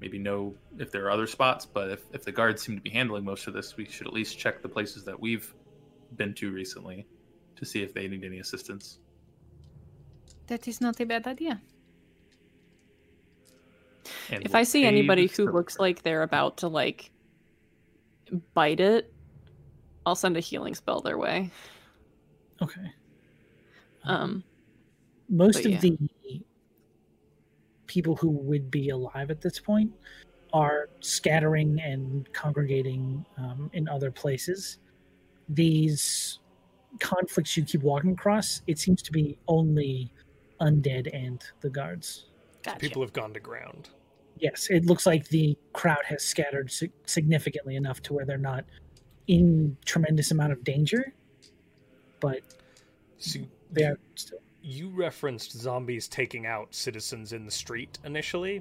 Speaker 3: Maybe know if there are other spots, but if, if the guards seem to be handling most of this, we should at least check the places that we've been to recently to see if they need any assistance.
Speaker 4: That is not a bad idea.
Speaker 3: And
Speaker 5: if
Speaker 3: we'll
Speaker 5: I see
Speaker 3: pay
Speaker 5: anybody
Speaker 3: the
Speaker 5: who looks like they're about to like bite it, I'll send a healing spell their way.
Speaker 1: Okay.
Speaker 5: Um,
Speaker 1: Most
Speaker 5: but
Speaker 1: of
Speaker 5: yeah.
Speaker 1: the people who would be alive at this point are scattering and congregating um, in other places. These conflicts you keep walking across, it seems to be only undead and the guards.
Speaker 4: Gotcha.
Speaker 2: People have gone to ground.
Speaker 1: Yes, it looks like the crowd has scattered sig- significantly enough to where they're not in tremendous amount of danger, but
Speaker 2: See,
Speaker 1: they are still.
Speaker 2: you referenced zombies taking out citizens in the street initially.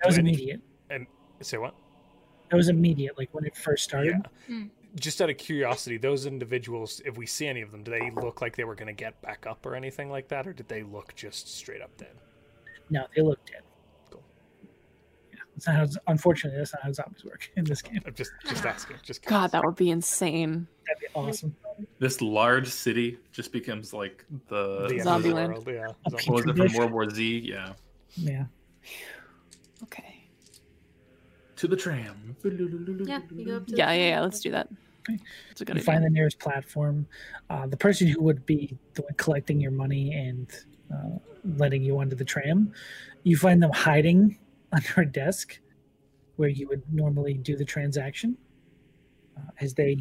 Speaker 1: That was
Speaker 2: Any-
Speaker 1: immediate.
Speaker 2: Say what?
Speaker 1: That was immediate, like when it first started.
Speaker 2: Yeah.
Speaker 4: Mm.
Speaker 2: Just out of curiosity, those individuals, if we see any of them, do they look like they were going to get back up or anything like that, or did they look just straight up dead?
Speaker 1: No, they looked dead.
Speaker 2: Cool.
Speaker 1: Yeah, that's not how, unfortunately, that's not how zombies work in this game.
Speaker 2: I'm just just asking. Just
Speaker 5: Ah. God,
Speaker 2: curious.
Speaker 5: that would be insane.
Speaker 1: That'd be awesome.
Speaker 3: This large city just becomes like the,
Speaker 2: the
Speaker 5: Zombie
Speaker 2: zombie
Speaker 5: Zombieland.
Speaker 2: world, yeah.
Speaker 1: A
Speaker 2: Zombie-
Speaker 3: What was it
Speaker 1: Petri
Speaker 3: from
Speaker 1: dish.
Speaker 3: World War Z? Yeah.
Speaker 1: Yeah.
Speaker 5: Okay.
Speaker 3: To the tram.
Speaker 4: Yeah, you go up to the
Speaker 5: Yeah, yeah,
Speaker 4: tram.
Speaker 5: yeah. Let's do that.
Speaker 1: Okay.
Speaker 5: It's a good
Speaker 1: You
Speaker 5: idea.
Speaker 1: find the nearest platform. Uh, the person who would be the one collecting your money and uh, letting you onto the tram, you find them hiding under a desk where you would normally do the transaction. Uh, as they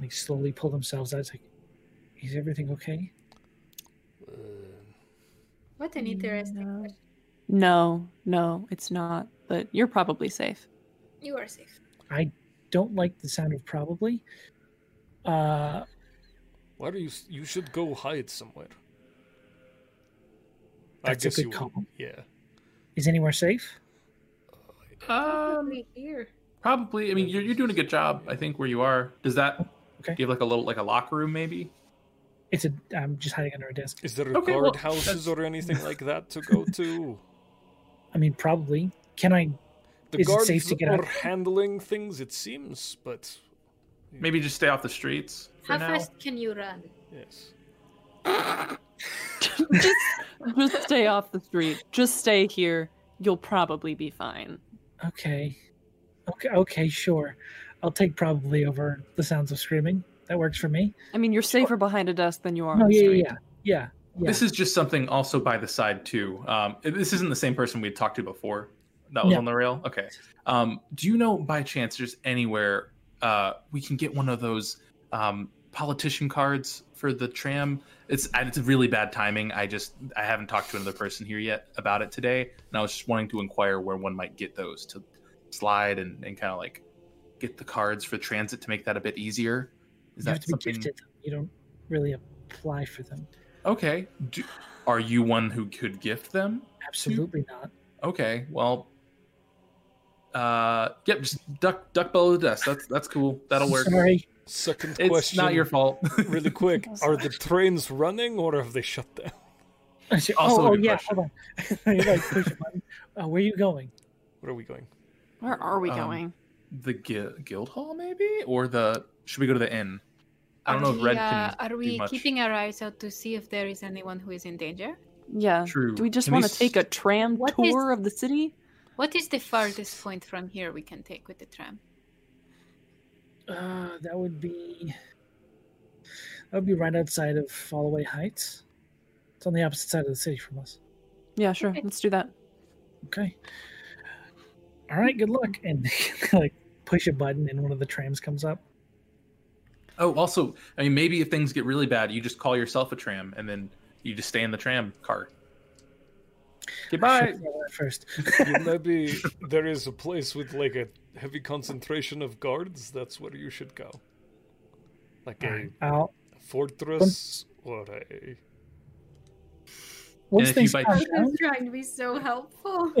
Speaker 1: like slowly pull themselves out, it's like, is everything okay?
Speaker 2: Uh,
Speaker 4: What an interesting
Speaker 5: No.
Speaker 4: question.
Speaker 5: No, no, it's not. But you're probably safe.
Speaker 4: You are safe.
Speaker 1: Don't like the sound of probably. Uh,
Speaker 2: why do you? s- You should go hide somewhere.
Speaker 1: That's a good
Speaker 2: would-
Speaker 1: call.
Speaker 2: Yeah.
Speaker 1: is anywhere safe?
Speaker 3: Um,
Speaker 4: Probably here.
Speaker 3: probably. I mean, you're, you're doing a good job. I think where you are. Does that?
Speaker 1: Okay.
Speaker 3: Do you have like a little like a locker room maybe?
Speaker 1: It's a. I'm just hiding under a desk.
Speaker 2: Is there
Speaker 3: Okay, well,
Speaker 2: guardhouses or anything like that to go to?
Speaker 1: I mean, probably. Can I?
Speaker 2: The
Speaker 1: Is it
Speaker 2: guards
Speaker 1: safe to get
Speaker 2: are
Speaker 1: out?
Speaker 2: handling things, it seems, but
Speaker 3: Maybe just stay off the streets for
Speaker 4: How
Speaker 3: now.
Speaker 4: fast can you run?
Speaker 2: yes.
Speaker 5: just, just stay off the street. Just stay here. You'll probably be fine.
Speaker 1: Okay. Okay. Okay. Sure. I'll take probably over the sounds of screaming. That works for me.
Speaker 5: I mean, you're safer behind a desk than you are on
Speaker 1: No,
Speaker 5: the
Speaker 1: yeah, yeah,
Speaker 5: street.
Speaker 1: yeah, yeah. Yeah.
Speaker 3: This is just something also by the side too. Um, this isn't the same person we talked to before. That was
Speaker 1: No.
Speaker 3: on the rail. Okay. Um, do you know by chance there's anywhere uh, we can get one of those um, politician cards for the tram? It's it's really bad timing. I just I haven't talked to another person here yet about it today, and I was just wanting to inquire where one might get those to slide and, and kind of like get the cards for transit to make that a bit easier.
Speaker 1: you
Speaker 3: Is that
Speaker 1: have to be
Speaker 3: something?
Speaker 1: gifted. You don't really apply for them.
Speaker 3: Okay. Do, are you one who could gift them?
Speaker 1: Absolutely not.
Speaker 3: Okay. Well. Uh. Yep. Just duck. Duck below the dust. That's that's cool. That'll work.
Speaker 1: Sorry.
Speaker 2: Second
Speaker 3: It's
Speaker 2: question.
Speaker 3: not your fault.
Speaker 2: really quick. Are the trains running or have they shut down?
Speaker 1: Also,
Speaker 3: Also a
Speaker 1: oh, oh
Speaker 3: good
Speaker 1: yeah,
Speaker 3: question.
Speaker 1: hold on. You, like, push a button. Uh, where are you going?
Speaker 2: Where are we going?
Speaker 5: Where are we
Speaker 3: Um,
Speaker 5: going?
Speaker 3: the gu- guild hall, maybe, or the should we go to the inn? I don't
Speaker 6: Are
Speaker 3: know if
Speaker 6: we,
Speaker 3: red
Speaker 6: uh,
Speaker 3: can.
Speaker 6: Are
Speaker 3: do
Speaker 6: we
Speaker 3: much.
Speaker 6: keeping our eyes out to see if there is anyone who is in danger?
Speaker 5: Yeah.
Speaker 3: True.
Speaker 5: uh, Do we just
Speaker 3: Can we
Speaker 5: want to take a tram
Speaker 6: What is-
Speaker 5: tour of the city?
Speaker 6: What is the farthest point from here we can take with the tram?
Speaker 1: Uh, that would be that would be right outside of Fallaway Heights. It's on the opposite side of the city from us.
Speaker 5: Yeah, sure. Let's do that.
Speaker 1: Okay. All right. Good luck. And they, like push a button, and one of the trams comes up.
Speaker 3: Oh, also, I mean, maybe if things get really bad, you just call yourself a tram, and then you just stay in the tram car.
Speaker 1: I
Speaker 3: Goodbye.
Speaker 1: should throw that first.
Speaker 2: You- maybe there is a place with like a heavy concentration of guards. That's where you should go. Like a
Speaker 1: I'll,
Speaker 2: fortress or a.
Speaker 1: once
Speaker 3: if you
Speaker 1: things
Speaker 3: bite-
Speaker 1: calm down,
Speaker 6: Oh, trying to be so helpful.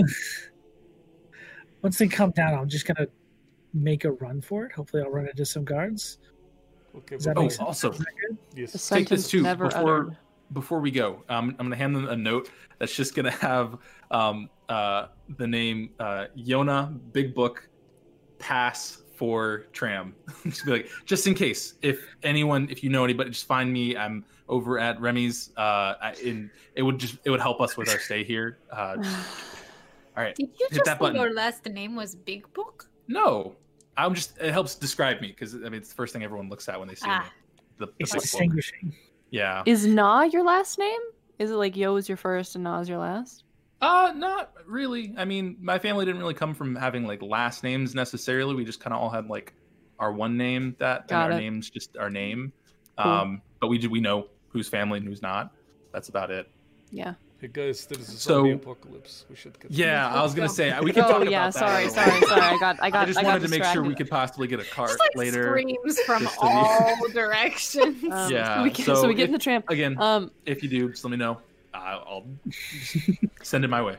Speaker 1: once they calm down, I'm just gonna make a run for it. Hopefully, I'll run into some guards.
Speaker 2: Okay,
Speaker 1: Does that
Speaker 2: well,
Speaker 3: Oh,
Speaker 1: make sense?
Speaker 3: also,
Speaker 5: The
Speaker 2: yes.
Speaker 3: Take this
Speaker 5: sentence
Speaker 3: too,
Speaker 5: never
Speaker 3: before-
Speaker 5: uttered.
Speaker 3: before we go, um, I'm going to hand them a note that's just going to have um, uh, the name uh, Yona Big Book pass for tram. just be like, just in case, if anyone, if you know anybody, just find me. I'm over at Remy's. Uh, I, and it would just, it would help us with our stay here. Uh, all right.
Speaker 6: Did you
Speaker 3: Hit
Speaker 6: just
Speaker 3: that
Speaker 6: say
Speaker 3: button.
Speaker 6: your last name was Big Book?
Speaker 3: No, I'm just, it helps describe me because I mean, it's the first thing everyone looks at when they see
Speaker 6: Ah.
Speaker 3: me. The, the
Speaker 1: It's
Speaker 3: Big Book.
Speaker 1: distinguishing.
Speaker 3: Yeah.
Speaker 5: Is Na your last name? Is it like Yo is your first and Na is your last?
Speaker 3: Uh, not really. I mean, my family didn't really come from having like last names necessarily. We just kind of all had like our one name that
Speaker 5: Got
Speaker 3: and our
Speaker 5: it.
Speaker 3: names just our name.
Speaker 5: Cool.
Speaker 3: Um, but we do we know who's family and who's not. That's about it.
Speaker 5: Yeah.
Speaker 2: Hey guys, there is a
Speaker 3: So-
Speaker 2: zombie apocalypse. We should get.
Speaker 3: Yeah, I was gonna say we can
Speaker 5: oh
Speaker 3: talk
Speaker 5: yeah.
Speaker 3: about that.
Speaker 5: Sorry.
Speaker 3: later.
Speaker 5: Sorry. Sorry. I got. I got.
Speaker 3: I just
Speaker 5: got
Speaker 3: wanted to make sure we
Speaker 5: distracted.
Speaker 3: could possibly get a cart
Speaker 6: Just like
Speaker 3: later.
Speaker 6: screams from
Speaker 3: just to be-
Speaker 6: all directions.
Speaker 5: Um,
Speaker 3: Yeah,
Speaker 5: So we, get,
Speaker 3: so
Speaker 5: so we get in
Speaker 3: if-
Speaker 5: the tram.
Speaker 3: Again,
Speaker 5: Um.
Speaker 3: if you do, just let me know. I- I'll send it my way.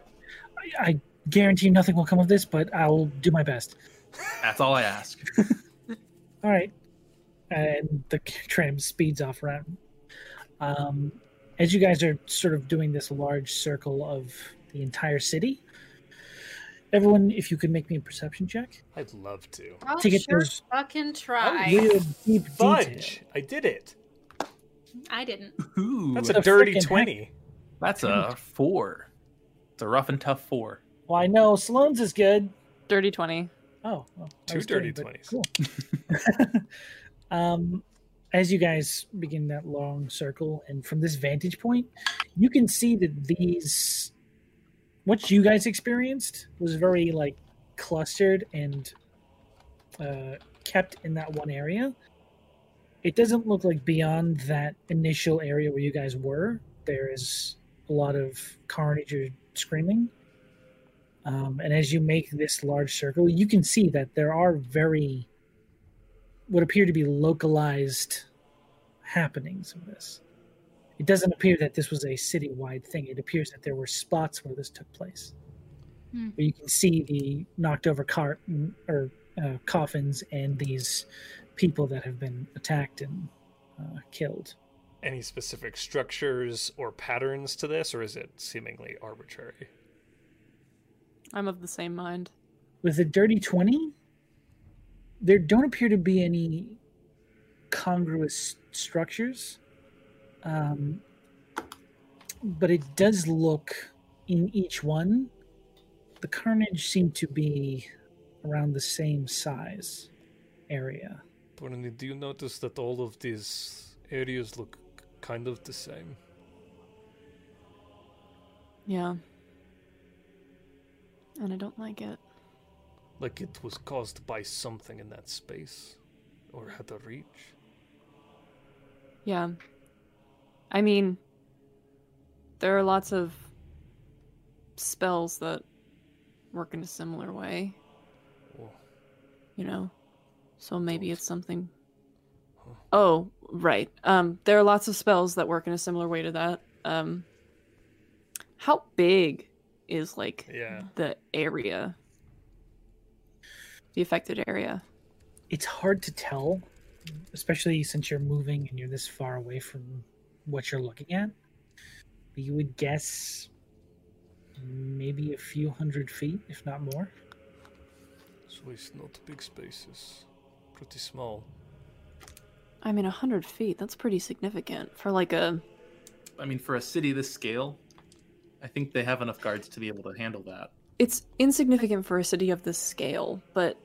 Speaker 1: I, I guarantee nothing will come of this, but I'll do my best.
Speaker 3: That's all I ask.
Speaker 1: All right. And the tram speeds off around. Um, as you guys are sort of doing this large circle of the entire city, everyone, if you could make me a perception check
Speaker 2: I'd love to.
Speaker 6: I'll
Speaker 1: to get
Speaker 6: Oh, sure
Speaker 1: those
Speaker 6: fucking try.
Speaker 1: real deep detail.
Speaker 2: Fudge! I did it.
Speaker 6: I didn't.
Speaker 3: Ooh,
Speaker 2: That's
Speaker 1: The
Speaker 3: that's
Speaker 2: a
Speaker 3: a,
Speaker 2: dirty
Speaker 1: frickin' heck.
Speaker 2: twenty.
Speaker 3: that's a four. It's a rough and tough four.
Speaker 1: Well, I know Sloan's is good.
Speaker 5: Dirty twenty.
Speaker 1: Oh, well, I
Speaker 2: Two
Speaker 1: was kidding,
Speaker 2: dirty
Speaker 1: but
Speaker 2: 20s.
Speaker 1: Cool. um, as you guys begin that long circle, and from this vantage point, you can see that these, what you guys experienced, was very like clustered and uh, kept in that one area. It doesn't look like beyond that initial area where you guys were, there is a lot of carnage or screaming. Um, and as you make this large circle, you can see that there are very what appear to be localized happenings of this. It doesn't appear that this was a citywide thing. It appears that there were spots where this took place.
Speaker 6: Hmm.
Speaker 1: Where you can see the knocked over cart mm, or uh, coffins and these people that have been attacked and uh, killed.
Speaker 2: Any specific structures or patterns to this, or is it seemingly arbitrary?
Speaker 5: I'm of the same mind.
Speaker 1: with a dirty 20 there don't appear to be any congruous structures um, but it does look in each one the carnage seemed to be around the same size area
Speaker 2: Burnley, do you notice that all of these areas look kind of the same?
Speaker 5: Yeah. And I don't like it.
Speaker 2: Like it was caused by something in that space or had a reach.
Speaker 5: Yeah. I mean, there are lots of spells that work in a similar way,
Speaker 2: Oh,
Speaker 5: you know? So maybe
Speaker 2: Those.
Speaker 5: it's something.
Speaker 2: Huh.
Speaker 5: Oh, right. Um, there are lots of spells that work in a similar way to that. Um, how big is like
Speaker 2: yeah.
Speaker 5: the area? The affected area.
Speaker 1: it's hard to tell, especially since you're moving and you're this far away from what you're looking at. But you would guess maybe a few hundred feet, if not more.
Speaker 2: So it's not big spaces. Pretty small.
Speaker 5: I mean, 100 feet, that's pretty significant for like a.
Speaker 3: I mean, for a city this scale, I think they have enough guards to be able to handle that.
Speaker 5: It's insignificant for a city of this scale, but.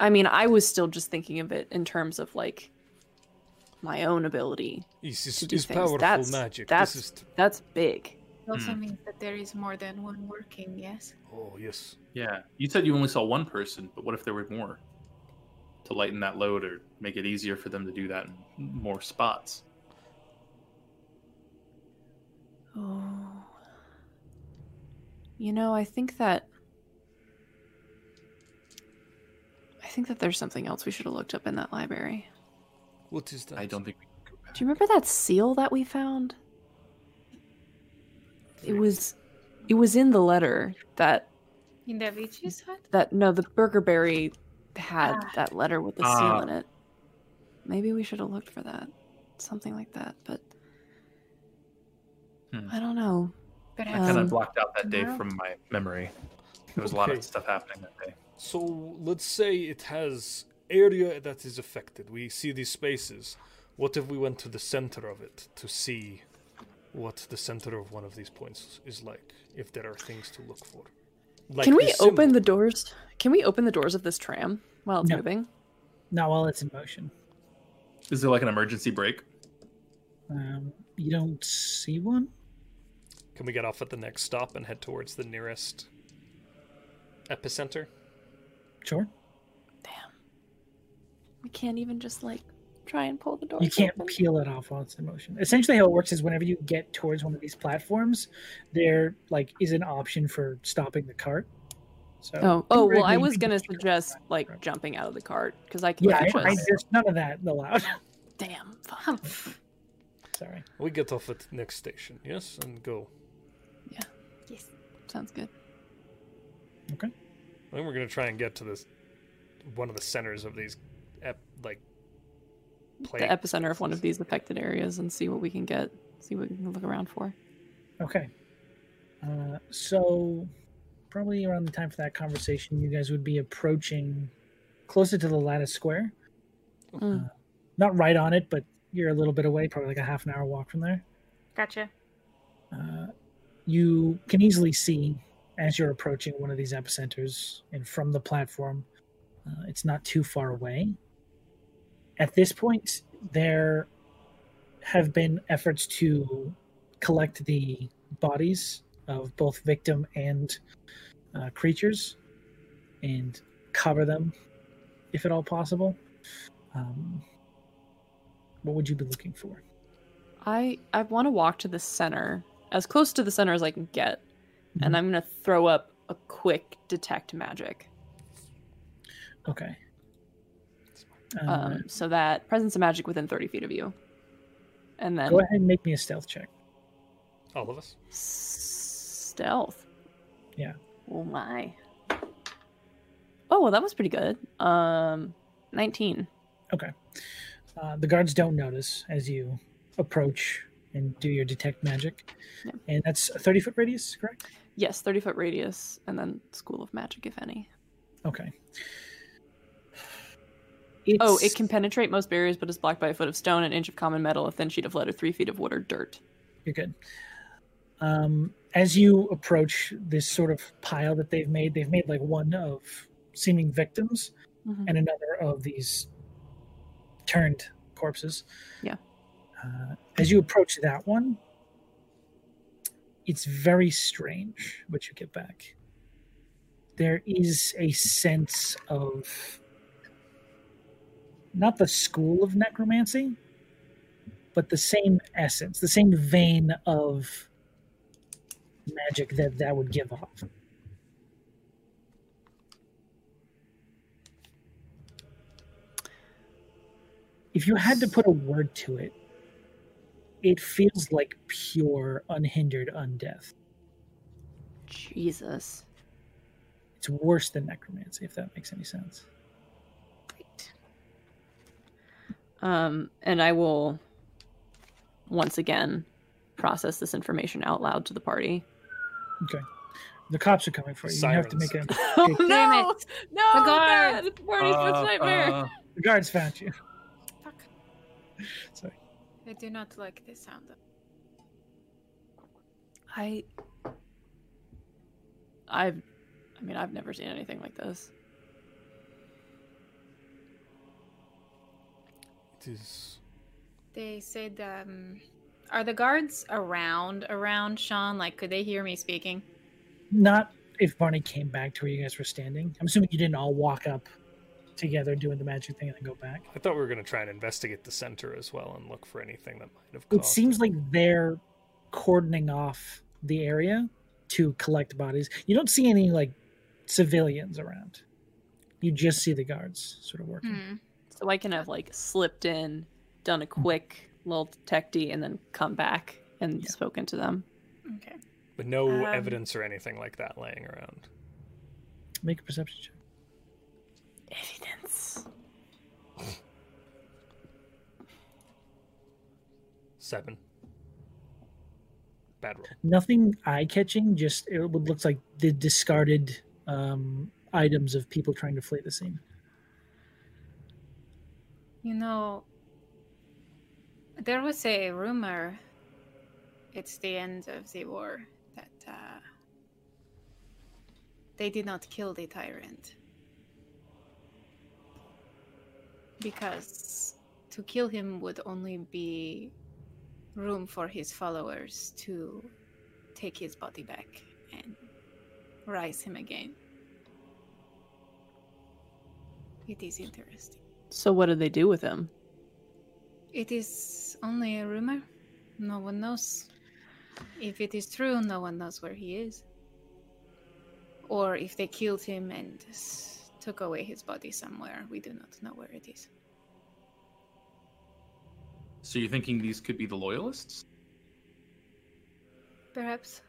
Speaker 5: I mean, I was still just thinking of it in terms of like my own ability.
Speaker 2: It's, it's,
Speaker 5: To do
Speaker 2: it's
Speaker 5: things.
Speaker 2: powerful
Speaker 5: That's-
Speaker 2: magic.
Speaker 5: that's-
Speaker 2: This is. T-
Speaker 5: That's big.
Speaker 6: It also
Speaker 3: Hmm.
Speaker 6: means that there is more than one working, yes?
Speaker 2: oh, yes.
Speaker 3: Yeah. You said you only saw one person, but what if there were more? To lighten that load or make it easier for them to do that in more spots.
Speaker 5: Oh. You know, I think that I think that there's something else we should have looked up in that library.
Speaker 2: What is that?
Speaker 3: I don't think we can go back.
Speaker 5: Do you remember that seal that we found? It was it was in the letter that
Speaker 6: In the Vicious Hut?
Speaker 5: that no, the Burgerberry had
Speaker 6: Ah.
Speaker 5: that letter with the
Speaker 3: Ah.
Speaker 5: seal in it. Maybe we should have looked for that. Something like that, but
Speaker 3: Hmm.
Speaker 5: I don't know.
Speaker 6: Perhaps
Speaker 5: Um,
Speaker 3: kind of blocked out that day
Speaker 6: tomorrow?
Speaker 3: from my memory. There was a lot
Speaker 2: Okay.
Speaker 3: of stuff happening that day.
Speaker 2: So let's say it has area that is affected. We see these spaces. What if we went to the center of it to see what the center of one of these points is like? If there are things to look for. Like
Speaker 5: Can we
Speaker 2: this
Speaker 5: open
Speaker 2: symbol.
Speaker 5: the doors? Can we open the doors of this tram while it's
Speaker 1: No.
Speaker 5: moving?
Speaker 1: Not while it's in motion.
Speaker 3: Is there like an emergency break?
Speaker 1: Um, you don't see one.
Speaker 2: Can we get off at the next stop and head towards the nearest epicenter?
Speaker 1: Sure.
Speaker 5: We can't even just like try and pull the door.
Speaker 1: You can't peel it off while it's in motion. Essentially, how it works is whenever you get towards one of these platforms, there like is an option for stopping the cart. So
Speaker 5: Oh, oh well, I
Speaker 1: Maybe
Speaker 5: was
Speaker 1: you
Speaker 5: gonna
Speaker 1: can-
Speaker 5: suggest like jumping out of the cart because I can.
Speaker 1: yeah,
Speaker 5: catch
Speaker 1: I, I,
Speaker 5: us.
Speaker 1: there's none of that allowed.
Speaker 5: Damn. fuck.
Speaker 6: Humph.
Speaker 1: Sorry.
Speaker 2: We get off at the next station, yes, and go.
Speaker 6: Yes.
Speaker 5: Sounds good.
Speaker 2: Then we're gonna try and get to this one of the centers of these, ep- like, plate.
Speaker 5: The epicenter of one of these affected areas and see what we can get. See what we can look around for.
Speaker 1: Okay. Uh, so, probably around the time for that conversation, you guys would be approaching closer to the lattice square. Hmm.
Speaker 5: Mm.
Speaker 1: Not right on it, but you're a little bit away, probably like a half an hour walk from there.
Speaker 6: Gotcha.
Speaker 1: Uh, you can easily see as you're approaching one of these epicenters and from the platform. Uh, it's not too far away. At this point, there have been efforts to collect the bodies of both victim and uh, creatures and cover them if at all possible. Um, what would you be looking for?
Speaker 5: I I want to walk to the center as close to the center as I can get,
Speaker 1: Mm-hmm.
Speaker 5: and I'm gonna throw up a quick detect magic.
Speaker 1: Okay. Uh,
Speaker 5: Um, so that presence of magic within 30 feet of you, and then
Speaker 1: go ahead and make me a stealth check.
Speaker 2: All of us.
Speaker 5: Stealth.
Speaker 1: Yeah.
Speaker 5: Oh my. Oh well, that was pretty good. Um, nineteen.
Speaker 1: Uh, the guards don't notice as you approach and do your detect magic.
Speaker 5: Yep.
Speaker 1: And that's a 30 foot radius, correct?
Speaker 5: Yes, thirty foot radius, and then school of magic, if any.
Speaker 1: Okay.
Speaker 5: Oh,
Speaker 1: It's-
Speaker 5: it can penetrate most barriers, but is blocked by a foot of stone, an inch of common metal, a thin sheet of lead, or three feet of wood or dirt.
Speaker 1: You're good. Um, as you approach this sort of pile that they've made, they've made like one of seeming victims
Speaker 5: Mhm.
Speaker 1: and another of these turned corpses.
Speaker 5: Yeah.
Speaker 1: Uh, as you approach that one, It's very strange what you get back. There is a sense of not the school of necromancy, but the same essence, the same vein of magic that that would give off. If you had to put a word to it, it feels like pure, unhindered undeath.
Speaker 5: Jesus.
Speaker 1: It's worse than necromancy, if that makes any sense.
Speaker 5: Um, and I will once again process this information out loud to the party.
Speaker 1: The cops are coming for you. You have
Speaker 2: Sirens.
Speaker 1: to make a.
Speaker 5: Oh
Speaker 4: Damn it.
Speaker 5: No,
Speaker 4: The guard.
Speaker 5: Dad, the party's
Speaker 3: Uh,
Speaker 5: worst nightmare.
Speaker 3: uh,
Speaker 1: The guards found you.
Speaker 4: Fuck.
Speaker 1: Sorry.
Speaker 6: I do not like the sound of
Speaker 5: I I've I mean I've never seen anything like this.
Speaker 2: It is.
Speaker 6: They said, um, are the guards around, around Sean? Like, could they hear me speaking?
Speaker 1: Not if Barney came back to where you guys were standing. I'm assuming you didn't all walk up together doing the magic thing and then go back.
Speaker 2: I thought we were going to try and investigate the center as well and look for anything that might have.
Speaker 1: It
Speaker 2: Caused
Speaker 1: seems like they're cordoning off the area to collect bodies. You don't see any like civilians around. You just see the guards sort of working.
Speaker 6: Hmm.
Speaker 5: So I can have like slipped in, done a quick little detecty, and then come back and
Speaker 1: Yeah.
Speaker 5: spoken to them.
Speaker 6: Okay.
Speaker 2: but no
Speaker 6: um,
Speaker 2: evidence or anything like that laying around.
Speaker 1: Make a perception check.
Speaker 5: Evidence.
Speaker 2: Seven. Bad roll.
Speaker 1: Nothing eye catching, just it would looks like the discarded um, items of people trying to flee the scene.
Speaker 6: You know, there was a rumor. It's the end of the war that uh, they did not kill the tyrant because to kill him would only be room for his followers to take his body back and rise him again. It is interesting.
Speaker 5: So what did they do with him?
Speaker 6: It is only a rumor. No one knows. If it is true, no one knows where he is. Or if they killed him and s- took away his body somewhere, we do not know where it is.
Speaker 3: so you're thinking these could be the loyalists?
Speaker 6: Perhaps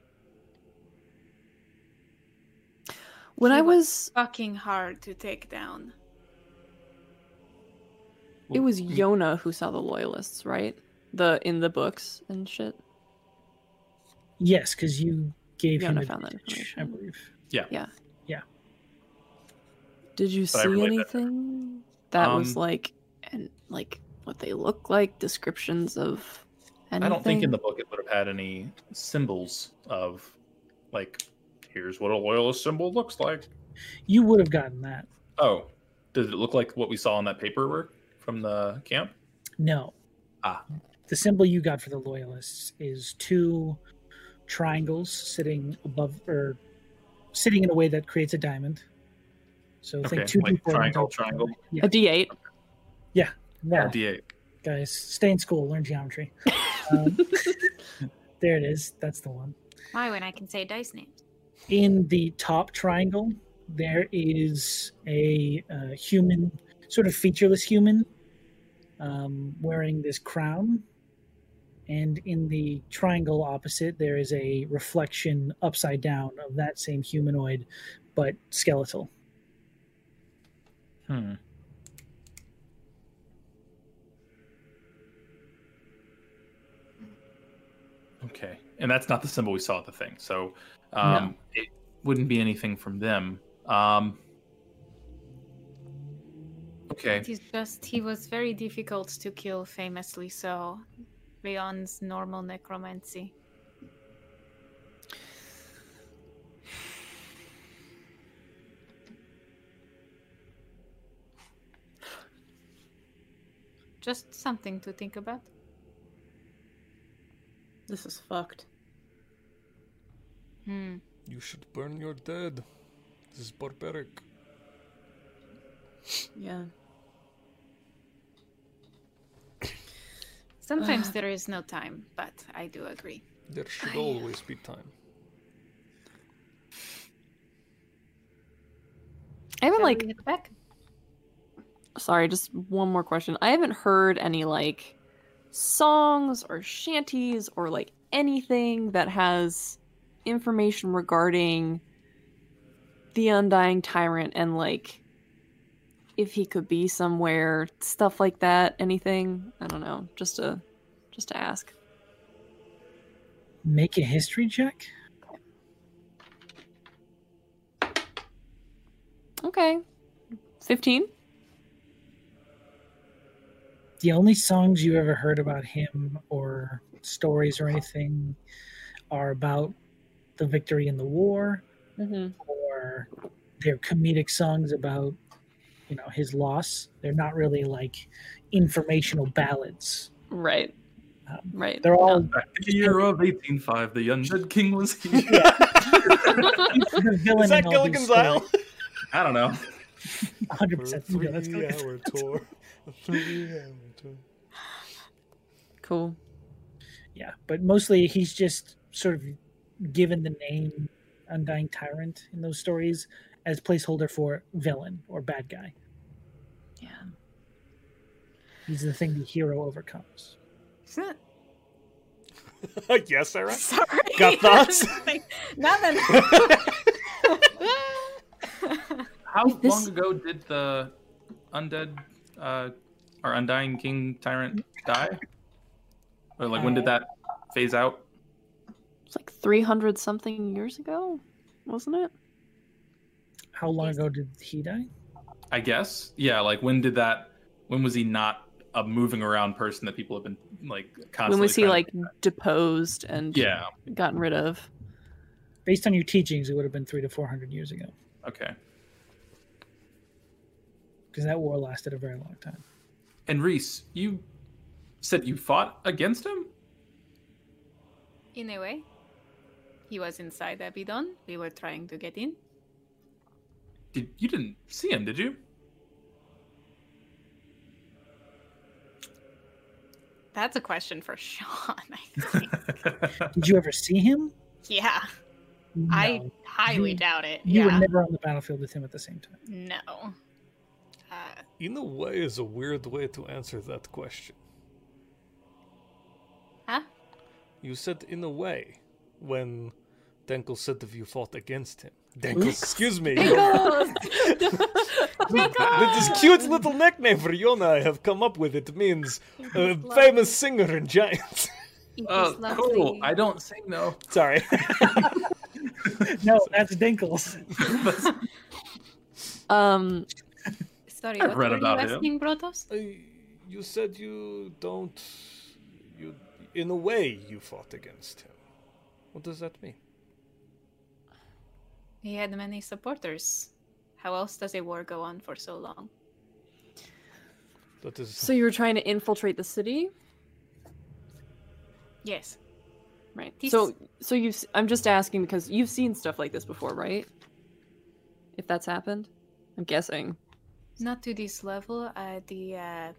Speaker 5: When
Speaker 6: He
Speaker 5: I
Speaker 6: was-
Speaker 5: was,
Speaker 6: fucking hard to take down.
Speaker 5: it was Yona who saw the loyalists, right? The in the books and shit.
Speaker 1: Yes, because you gave him
Speaker 5: Yona
Speaker 1: a
Speaker 5: found that
Speaker 1: pitch, I
Speaker 5: information.
Speaker 1: believe.
Speaker 5: Did you
Speaker 3: But I
Speaker 5: see
Speaker 3: relayed that.
Speaker 5: anything that, was
Speaker 3: Um,
Speaker 5: like and like what they look like, descriptions of anything?
Speaker 3: I don't think in the book it would have had any symbols of, like, here's what a loyalist symbol looks like.
Speaker 1: You would have gotten that.
Speaker 3: Oh, did it look like what we saw on that paperwork from the camp?
Speaker 1: No.
Speaker 3: Ah.
Speaker 1: The symbol you got for the loyalists is two triangles sitting above or sitting in a way that creates a diamond. So think
Speaker 3: Okay,
Speaker 1: two
Speaker 3: like
Speaker 1: people.
Speaker 3: triangle, triangle.
Speaker 1: Yeah.
Speaker 5: a D eight.
Speaker 1: No,
Speaker 3: D8.
Speaker 1: guys, stay in school, learn geometry. um, there it is. That's the one.
Speaker 6: Why, when I can say dice names?
Speaker 1: in the top triangle there is a uh, human sort of featureless human um, wearing this crown and in the triangle opposite there is a reflection upside down of that same humanoid but skeletal
Speaker 3: Hmm. Okay, and that's not the symbol we saw at the thing, so um, it wouldn't be anything from them. Um, okay,
Speaker 6: It is just he was very difficult to kill, famously so, beyond normal necromancy. Just something to think about.
Speaker 5: This is fucked.
Speaker 4: Hmm.
Speaker 2: You should burn your dead. This is barbaric.
Speaker 5: Yeah.
Speaker 4: Sometimes
Speaker 6: Sometimes there is no time, but I do agree.
Speaker 2: There should always be time.
Speaker 5: I haven't
Speaker 6: Shall
Speaker 5: like
Speaker 6: we hit the back?
Speaker 5: sorry, just one more question. I haven't heard any like songs or shanties or like anything that has information regarding the undying tyrant and like if he could be somewhere, stuff like that, anything. I don't know. Just to just to ask.
Speaker 1: Make a history check.
Speaker 5: Okay. 15?
Speaker 1: the only songs you ever heard about him or stories or anything are about the victory in the war
Speaker 5: Mhm.
Speaker 1: or they're comedic songs about you know his loss they're not really like informational ballads
Speaker 5: Right.
Speaker 1: Um,
Speaker 5: Right.
Speaker 1: they're all
Speaker 3: Back in the year of 1805, the undead king was here.
Speaker 1: the villain
Speaker 2: is that
Speaker 1: in all these
Speaker 2: Gilligan's Isle?
Speaker 1: stories,
Speaker 3: I don't know.
Speaker 1: 100%
Speaker 2: For a
Speaker 1: Yeah, that's Gilligan's-
Speaker 2: three-hour tour. A three-hour tour.
Speaker 5: Cool.
Speaker 1: yeah but mostly he's just sort of given the name undying tyrant in those stories as placeholder for villain or bad guy
Speaker 5: Yeah.
Speaker 1: He's the thing the hero overcomes.
Speaker 2: yes, Sarah.
Speaker 4: Sorry.
Speaker 2: Got thoughts?
Speaker 4: Nothing.
Speaker 3: How
Speaker 5: If this-
Speaker 3: long ago did the undead uh, or undying king tyrant die? Or like when did that phase out?
Speaker 5: It's like 300 something years ago, wasn't it?
Speaker 1: How long ago did he die?
Speaker 3: I guess. Yeah, like when did that? When was he not a moving around person that people have been like constantly?
Speaker 5: when was he
Speaker 3: trying to-
Speaker 5: like deposed and
Speaker 3: Yeah.
Speaker 5: gotten rid of?
Speaker 1: Based on your teachings, it would have been three to four hundred years ago,
Speaker 3: Okay.
Speaker 1: because that war lasted a very long time.
Speaker 3: And Reese, you said you fought against him.
Speaker 6: In a way, he was inside Abaddon. We were trying to get in.
Speaker 3: Did you didn't see him? Did you?
Speaker 6: That's a question for Sean, I think.
Speaker 1: Did you ever see him?
Speaker 6: yeah, I
Speaker 1: No.
Speaker 6: highly
Speaker 1: You-
Speaker 6: doubt it.
Speaker 1: You
Speaker 6: yeah.
Speaker 1: were never on the battlefield with him at the same time.
Speaker 6: No. Uh,
Speaker 2: In a way, is a weird way to answer that question.
Speaker 6: huh?
Speaker 2: You said in a way when Denkel said that you fought against him. Denkel,
Speaker 5: Oops.
Speaker 2: excuse me.
Speaker 5: Um,
Speaker 6: Denkel!
Speaker 2: this cute little nickname for Yona I have come up with. It means uh, famous singer in giants.
Speaker 6: It
Speaker 3: Oh,
Speaker 6: is lovely.
Speaker 3: cool. I don't sing though.
Speaker 2: Sorry.
Speaker 1: No, that's Dinkles.
Speaker 5: Um,
Speaker 6: Sorry,
Speaker 3: I've
Speaker 6: what
Speaker 3: read
Speaker 6: were
Speaker 3: about him.
Speaker 6: you asking, Brotos?
Speaker 2: Uh, you said you don't. You, in a way, you fought against him. What does that mean?
Speaker 6: He had many supporters. How else does a war go on for so long?
Speaker 2: That is.
Speaker 5: so you were trying to infiltrate the city,
Speaker 6: Yes.
Speaker 5: right?
Speaker 6: He's-
Speaker 5: So, so you. have I'm just asking because you've seen stuff like this before, right? If that's happened, I'm guessing.
Speaker 6: Not to this level. Uh, the uh,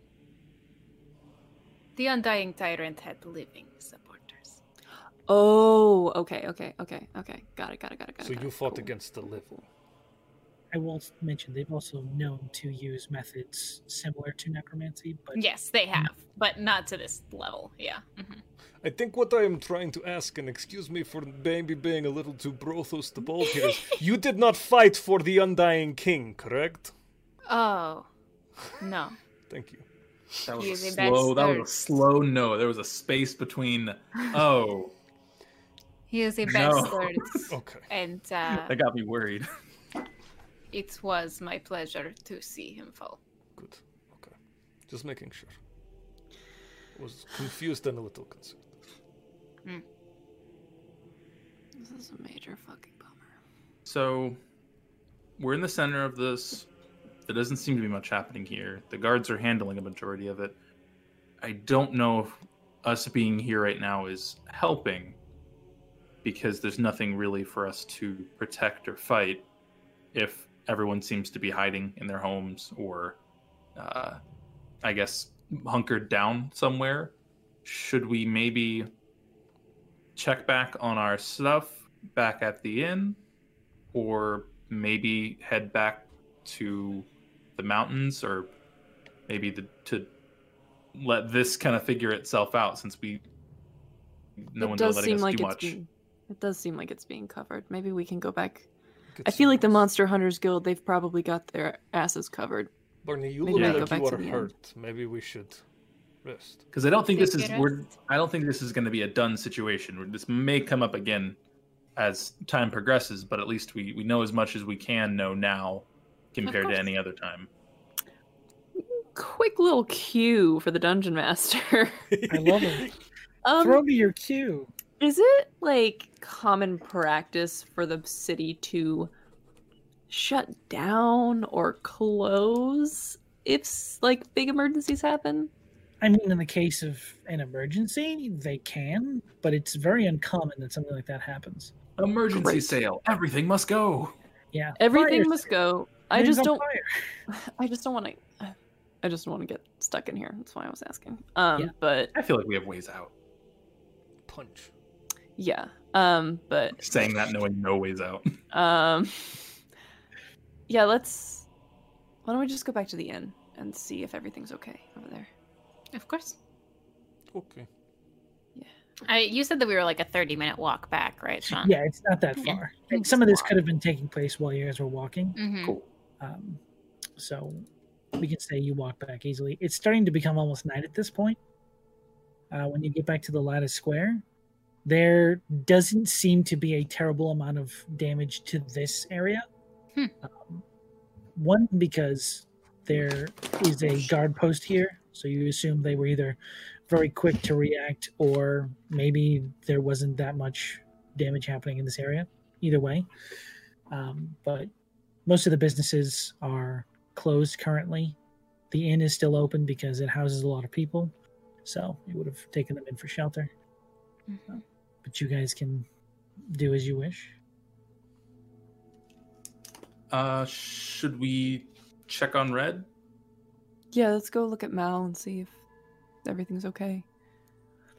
Speaker 6: the undying tyrant had living supporters.
Speaker 5: Oh, okay, okay, okay, okay. Got it, got it, got it, got it.
Speaker 2: so
Speaker 5: got
Speaker 2: you
Speaker 5: it.
Speaker 2: fought
Speaker 5: Cool.
Speaker 2: against the living.
Speaker 1: I will mention they've also known to use methods similar to necromancy, but
Speaker 6: Yes, they have, but not to this level. Yeah. Mhm.
Speaker 2: I think what I am trying to ask, and excuse me for maybe being a little too brothos the bold here, is you did not fight for the Undying King, correct?
Speaker 6: Oh no.
Speaker 2: Thank you.
Speaker 3: That was a
Speaker 6: Using that
Speaker 3: slow. That was a
Speaker 6: start.
Speaker 3: slow no. There was a space between. Oh,
Speaker 6: He is a
Speaker 3: No.
Speaker 6: bastard,
Speaker 2: Okay.
Speaker 6: and uh,
Speaker 3: that got me worried.
Speaker 6: it was my pleasure to see him fall.
Speaker 2: Good. Okay. Just making sure. Was confused and a little concerned.
Speaker 5: This is a major fucking bummer.
Speaker 3: So, we're in the center of this. There doesn't seem to be much happening here. The guards are handling a majority of it. I don't know if us being here right now is helping, because there's nothing really for us to protect or fight if everyone seems to be hiding in their homes or, uh, I guess, hunkered down somewhere. Should we maybe check back on our stuff back at the inn or maybe head back to the mountains or maybe the, to let this kind of figure itself out since we no
Speaker 5: it
Speaker 3: one's
Speaker 5: does
Speaker 3: letting
Speaker 5: seem
Speaker 3: us
Speaker 5: like
Speaker 3: do
Speaker 5: it's
Speaker 3: much.
Speaker 5: being, it does seem like it's being covered. Maybe we can go back.
Speaker 2: Good
Speaker 5: I feel like the
Speaker 2: service.
Speaker 5: Monster Hunters Guild, they've probably got their asses covered.
Speaker 2: Barney, you
Speaker 5: Maybe
Speaker 2: look
Speaker 5: I go
Speaker 2: like
Speaker 5: back
Speaker 2: you
Speaker 5: to
Speaker 2: are
Speaker 5: the end.
Speaker 2: hurt. Maybe we should rest.
Speaker 3: Because I don't think this
Speaker 6: Take
Speaker 3: is
Speaker 6: your
Speaker 3: we're,
Speaker 6: rest.
Speaker 3: I don't think this is going to be a done situation. This may come up again as time progresses, but at least we we know as much as we can know now compared to
Speaker 6: course.
Speaker 3: any other time.
Speaker 5: Quick little cue for the Dungeon Master.
Speaker 1: I love it.
Speaker 5: um,
Speaker 1: Throw me your cue.
Speaker 5: Is it like common practice for the city to shut down or close if s- like big emergencies happen?
Speaker 1: I mean, in the case of an emergency, they can, but it's very uncommon that something like that happens.
Speaker 3: Emergency
Speaker 5: Great.
Speaker 3: sale. Everything must go.
Speaker 1: Yeah,
Speaker 5: Everything
Speaker 1: Fire
Speaker 5: must
Speaker 1: sale.
Speaker 5: go. I
Speaker 1: Everything's
Speaker 5: just
Speaker 1: on
Speaker 5: don't
Speaker 1: fire.
Speaker 5: I just don't want to I just don't want to get stuck in here. That's why I was asking. Um
Speaker 1: Yeah.
Speaker 5: but
Speaker 3: I feel like we have ways out.
Speaker 2: Punch.
Speaker 5: yeah. Um but
Speaker 3: Saying that knowing no ways out.
Speaker 5: Um, yeah, let's. Why don't we just go back to the inn and see if everything's okay over there?
Speaker 6: Of course.
Speaker 2: Okay.
Speaker 6: I, you said that we were like a 30 minute walk back, right, Sean?
Speaker 1: Yeah, it's not that
Speaker 6: Okay.
Speaker 1: far.
Speaker 6: Thanks
Speaker 1: Some of
Speaker 6: a
Speaker 1: this
Speaker 6: lot.
Speaker 1: could have been taking place while you guys were walking.
Speaker 6: hmm
Speaker 3: Cool.
Speaker 1: Um, so we can say you walk back easily. It's starting to become almost night at this point. Uh, when you get back to the lattice square, there doesn't seem to be a terrible amount of damage to this area.
Speaker 6: Hmm.
Speaker 1: Um, one, because there is a guard post here, so you assume they were either very quick to react or maybe there wasn't that much damage happening in this area. Either way. Um, but most of the businesses are closed currently. The inn is still open because it houses a lot of people, so it would have taken them in for shelter.
Speaker 6: Mhm.
Speaker 1: But you guys can do as you wish.
Speaker 3: Uh, should we check on Red?
Speaker 5: Yeah, let's go look at Mal and see if everything's okay.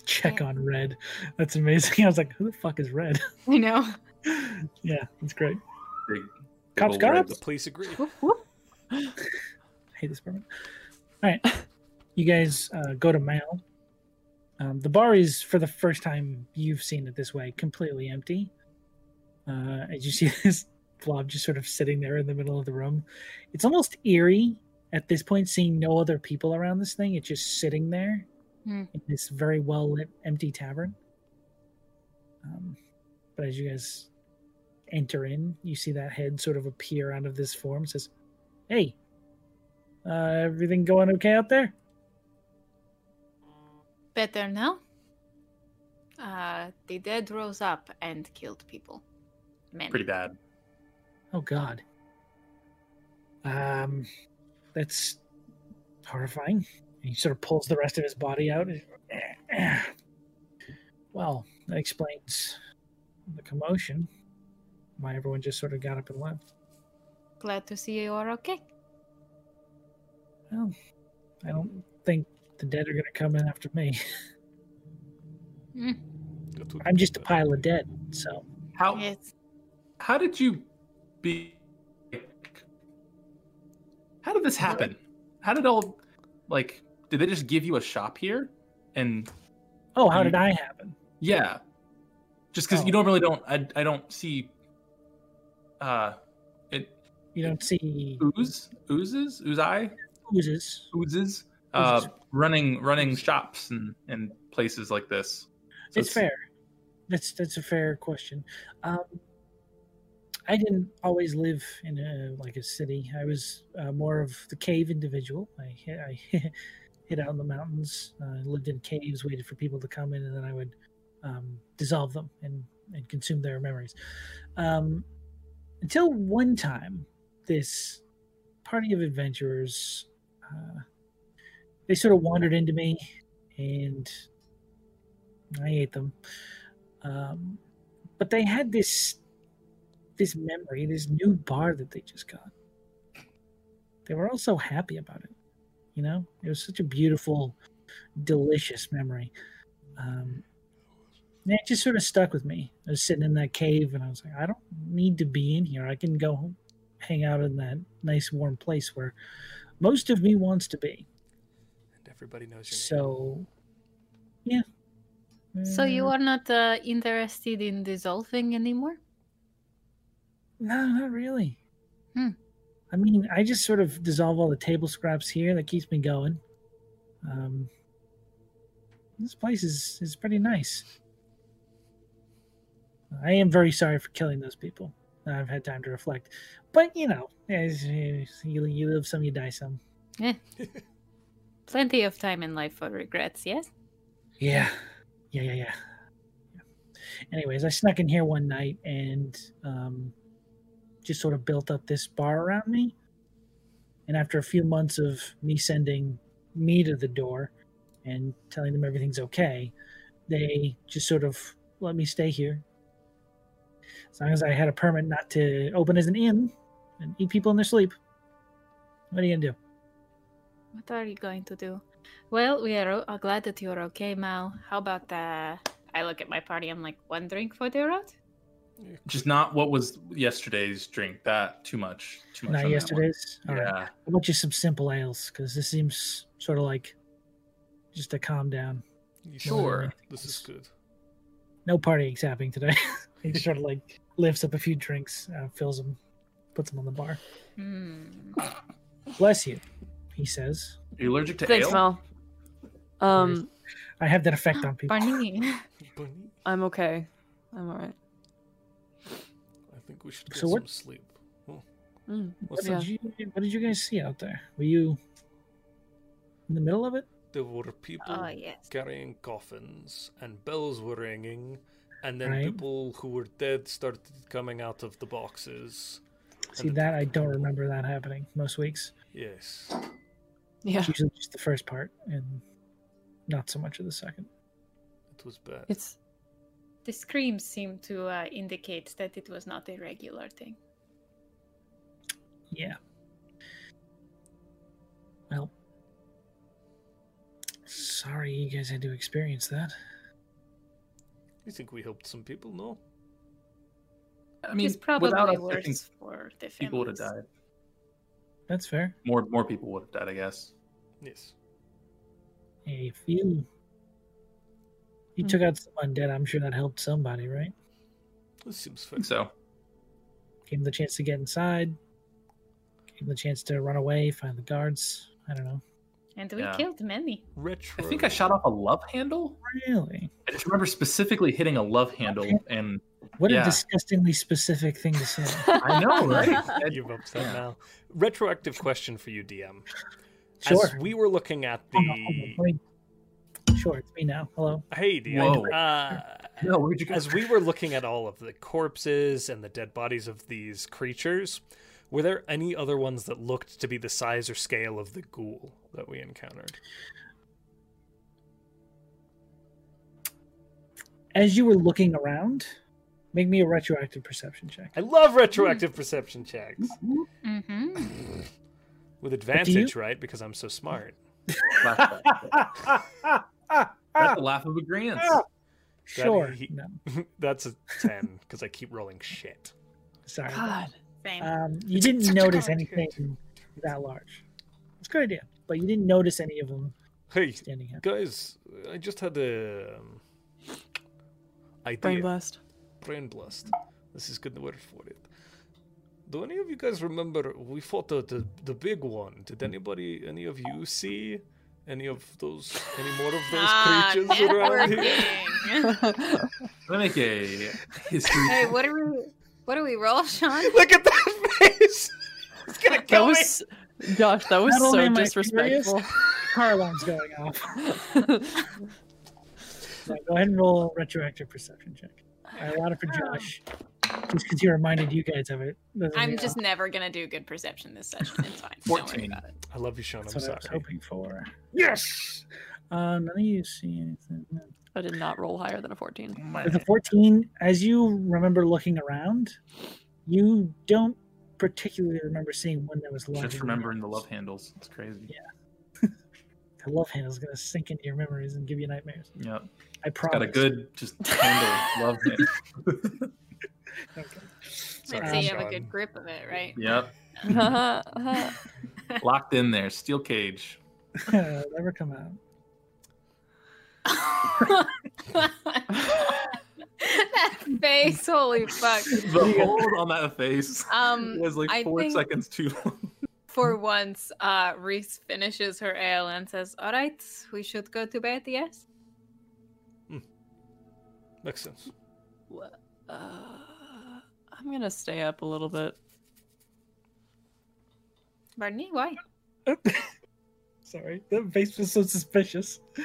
Speaker 1: Check on Red. That's amazing. I was like, who the fuck is Red?
Speaker 6: I know.
Speaker 1: yeah, that's great.
Speaker 3: Big, big
Speaker 1: Cops,
Speaker 3: old Red.
Speaker 1: cops.
Speaker 2: The police agree.
Speaker 1: I hate this apartment. All right, you guys uh, go to Mal. Um, the bar is, for the first time you've seen it this way, completely empty. Uh, as you see this blob just sort of sitting there in the middle of the room, it's almost eerie at this point seeing no other people around this thing. It's just sitting there
Speaker 6: Hmm.
Speaker 1: in this very well lit empty tavern. Um, but as you guys enter in, you see that head sort of appear out of this form. Says, "Hey, uh, everything going okay out there?
Speaker 6: Better now. Uh, the dead rose up and killed people. Men.
Speaker 3: Pretty bad.
Speaker 1: Oh God. Um, that's horrifying. And he sort of pulls the rest of his body out. Well, that explains the commotion. Why everyone just sort of got up and left.
Speaker 6: Glad to see you are okay.
Speaker 1: Well, I don't think the dead are going to come in after me.
Speaker 2: That would
Speaker 1: I'm
Speaker 2: be
Speaker 1: just a
Speaker 2: better.
Speaker 1: pile of dead, so
Speaker 3: How
Speaker 6: Yes.
Speaker 3: how did you be how did this happen how did all like did they just give you a shop here and
Speaker 1: oh, how
Speaker 3: You-
Speaker 1: did I happen?
Speaker 3: yeah just because
Speaker 1: Oh.
Speaker 3: you don't really don't I, I don't see uh it
Speaker 1: You don't see
Speaker 3: ooze oozes ooze eye
Speaker 1: oozes.
Speaker 3: oozes uh
Speaker 1: Oozes.
Speaker 3: running running shops and and places like this So
Speaker 1: it's fair. That's that's a fair question. Um, I didn't always live in a, like a city. I was uh, more of the cave individual. I hid- I hid out in the mountains, uh, lived in caves, waited for people to come in, and then I would um, dissolve them and and consume their memories. Um, until one time, this party of adventurers uh, they sort of wandered into me and I ate them. Um, But they had this this memory, this new bar that they just got. They were all so happy about it. You know, it was such a beautiful, delicious memory. Um, and it just sort of stuck with me. I was sitting in that cave, and I was like, I don't need to be in here. I can go home, hang out in that nice, warm place where most of me wants to be.
Speaker 2: And everybody knows your name.
Speaker 1: So, yeah.
Speaker 6: So you
Speaker 1: Mm.
Speaker 6: are not uh, interested in dissolving anymore?
Speaker 1: No, not really.
Speaker 6: Hmm.
Speaker 1: I mean, I just sort of dissolve all the table scraps here. That keeps me going. Um, this place is is pretty nice. I am very sorry for killing those people. Now I've had time to reflect, but you know, as you, you live some, you die some.
Speaker 6: Plenty of time in life for regrets, yes?
Speaker 1: Yeah. Yeah, yeah, yeah. Yeah. Anyways, I snuck in here one night and um, just sort of built up this bar around me. And after a few months of me sending me to the door and telling them everything's okay, they just sort of let me stay here. As long as I had a permit not to open as an inn and eat people in their sleep. What are you going to do?
Speaker 6: What are you going to do? Well, we are o- uh, glad that you're okay, Mal. How about uh I look at my party, I'm like, one drink for the road?
Speaker 3: Just not what was yesterday's drink. That too much. Too much.
Speaker 1: Not
Speaker 3: on that one.
Speaker 1: yesterday's? All right.
Speaker 3: Yeah.
Speaker 1: I want you some simple ales because this seems sort of like just to calm down.
Speaker 2: You should-
Speaker 3: Sure.
Speaker 2: This is good.
Speaker 1: No partying's happening today. he just sort of like lifts up a few drinks, uh, fills them, puts them on the bar.
Speaker 6: Hmm.
Speaker 1: Bless you, he says.
Speaker 3: Are you allergic to
Speaker 5: Thanks,
Speaker 3: ale?
Speaker 5: Mel. Um,
Speaker 1: I have that effect on people.
Speaker 6: Barney.
Speaker 2: Bunny,
Speaker 5: I'm okay. I'm all right.
Speaker 2: I think we should get
Speaker 1: So
Speaker 2: some
Speaker 1: what-
Speaker 2: sleep.
Speaker 5: Mm.
Speaker 1: What
Speaker 2: What's
Speaker 5: Yeah.
Speaker 1: did, you, what did you guys see out there? Were you in the middle of it?
Speaker 2: There were people
Speaker 5: Uh,
Speaker 6: Oh yes.
Speaker 2: carrying coffins, and bells were ringing, and then
Speaker 1: Right.
Speaker 2: people who were dead started coming out of the boxes. and
Speaker 1: See
Speaker 2: the-
Speaker 1: that I don't remember that happening most weeks.
Speaker 2: Yes.
Speaker 5: Yeah,
Speaker 1: It's usually just the first part and not so much of the second.
Speaker 2: It was bad.
Speaker 5: it's
Speaker 6: The screams seem to uh, indicate that it was not a regular thing.
Speaker 1: Yeah. Well, sorry you guys had to experience that.
Speaker 2: You think we helped some people? No.
Speaker 3: I
Speaker 6: It
Speaker 3: mean,
Speaker 6: is probably
Speaker 3: without us, I think
Speaker 6: worse for the families.
Speaker 3: people would have died.
Speaker 1: That's fair.
Speaker 3: More more people would have died, I guess.
Speaker 2: Yes.
Speaker 1: Hey, if you you took out some undead, I'm sure that helped somebody, right?
Speaker 2: This seems
Speaker 3: I
Speaker 2: fair.
Speaker 3: think so.
Speaker 1: Gave them the chance to get inside. Gave them the chance to run away, find the guards. I don't know.
Speaker 6: And we
Speaker 3: Yeah.
Speaker 6: killed many.
Speaker 3: I
Speaker 2: Retro.
Speaker 3: think I shot off a love handle.
Speaker 1: Really?
Speaker 3: I just remember specifically hitting a love handle, and
Speaker 1: What
Speaker 3: Yeah.
Speaker 1: a disgustingly specific thing to say.
Speaker 3: I know, right?
Speaker 2: You've upset
Speaker 3: Yeah.
Speaker 2: now. Retroactive question for you, DM.
Speaker 1: sure.
Speaker 2: As we were looking at
Speaker 1: Hold on, hold on,
Speaker 2: the.
Speaker 1: wait. Sure, it's me now. Hello.
Speaker 2: Hey, DM.
Speaker 3: Whoa.
Speaker 2: Uh,
Speaker 3: No, where'd you guys?
Speaker 2: as we were looking at all of the corpses and the dead bodies of these creatures, were there any other ones that looked to be the size or scale of the ghoul that we encountered?
Speaker 1: As you were looking around, make me a retroactive perception check.
Speaker 2: I love retroactive perception checks
Speaker 6: Mm-hmm.
Speaker 2: with advantage, right? Because I'm so smart.
Speaker 3: Flashback. That's a laugh of agreement.
Speaker 1: sure.
Speaker 2: he-
Speaker 1: No,
Speaker 2: That's a ten because I keep rolling shit.
Speaker 1: sorry.
Speaker 5: God.
Speaker 6: Same.
Speaker 3: Uh,
Speaker 1: Um, you didn't notice anything that large. It's a good idea, but you didn't notice any of them
Speaker 2: Hey,
Speaker 1: standing out.
Speaker 2: guys, I just had a um, idea.
Speaker 5: Brain blast.
Speaker 2: brain blast. This is good word for it. Do any of you guys remember we fought the, the the big one? Did anybody, any of you, see any of those, any more of those creatures around here?
Speaker 6: Ah, networking.
Speaker 3: Let me make a history.
Speaker 4: Hey, what are we? What do we roll, Sean?
Speaker 2: Look at that face! It's gonna
Speaker 5: That
Speaker 2: kill me.
Speaker 5: was gosh. That was
Speaker 1: Not only
Speaker 5: so
Speaker 1: am I
Speaker 5: disrespectful.
Speaker 1: Car alarm's going off. So go ahead and roll a retroactive perception check. I allowed it for
Speaker 5: Oh.
Speaker 1: Josh, just because he reminded you guys of it. doesn't
Speaker 4: I'm
Speaker 1: mean-
Speaker 4: just never gonna do good perception this session. It's fine. Don't worry
Speaker 3: Fourteen.
Speaker 4: about it.
Speaker 2: I love you, Sean. I'm
Speaker 1: That's what I was
Speaker 2: sorry.
Speaker 1: hoping for. Yes. Uh, none of you see anything. No.
Speaker 5: I did not roll higher than a 14.
Speaker 1: With a 14, as you remember looking around, you don't particularly remember seeing one that was larger.
Speaker 3: Just
Speaker 1: than
Speaker 3: remembering the
Speaker 1: yours.
Speaker 3: love handles. It's crazy.
Speaker 1: Yeah. The love handle is going to sink into your memories and give you nightmares.
Speaker 3: Yeah.
Speaker 1: I promise.
Speaker 3: Got a good just handle love handle.
Speaker 1: Okay.
Speaker 3: Oh,
Speaker 6: I'd say you have a good grip of it, right?
Speaker 3: Yep. Locked in there. Steel cage.
Speaker 1: It'll never come out.
Speaker 6: that face, holy fuck.
Speaker 3: The hold on that face
Speaker 6: Um,
Speaker 3: was like
Speaker 6: I
Speaker 3: four
Speaker 6: think-
Speaker 3: seconds too long.
Speaker 6: For once, uh, Reese finishes her ale and says, All right, we should go to bed, yes?
Speaker 2: Makes sense.
Speaker 5: Uh, I'm going to stay up a little bit.
Speaker 6: Barney, why?
Speaker 1: Sorry, that face was so suspicious. I'm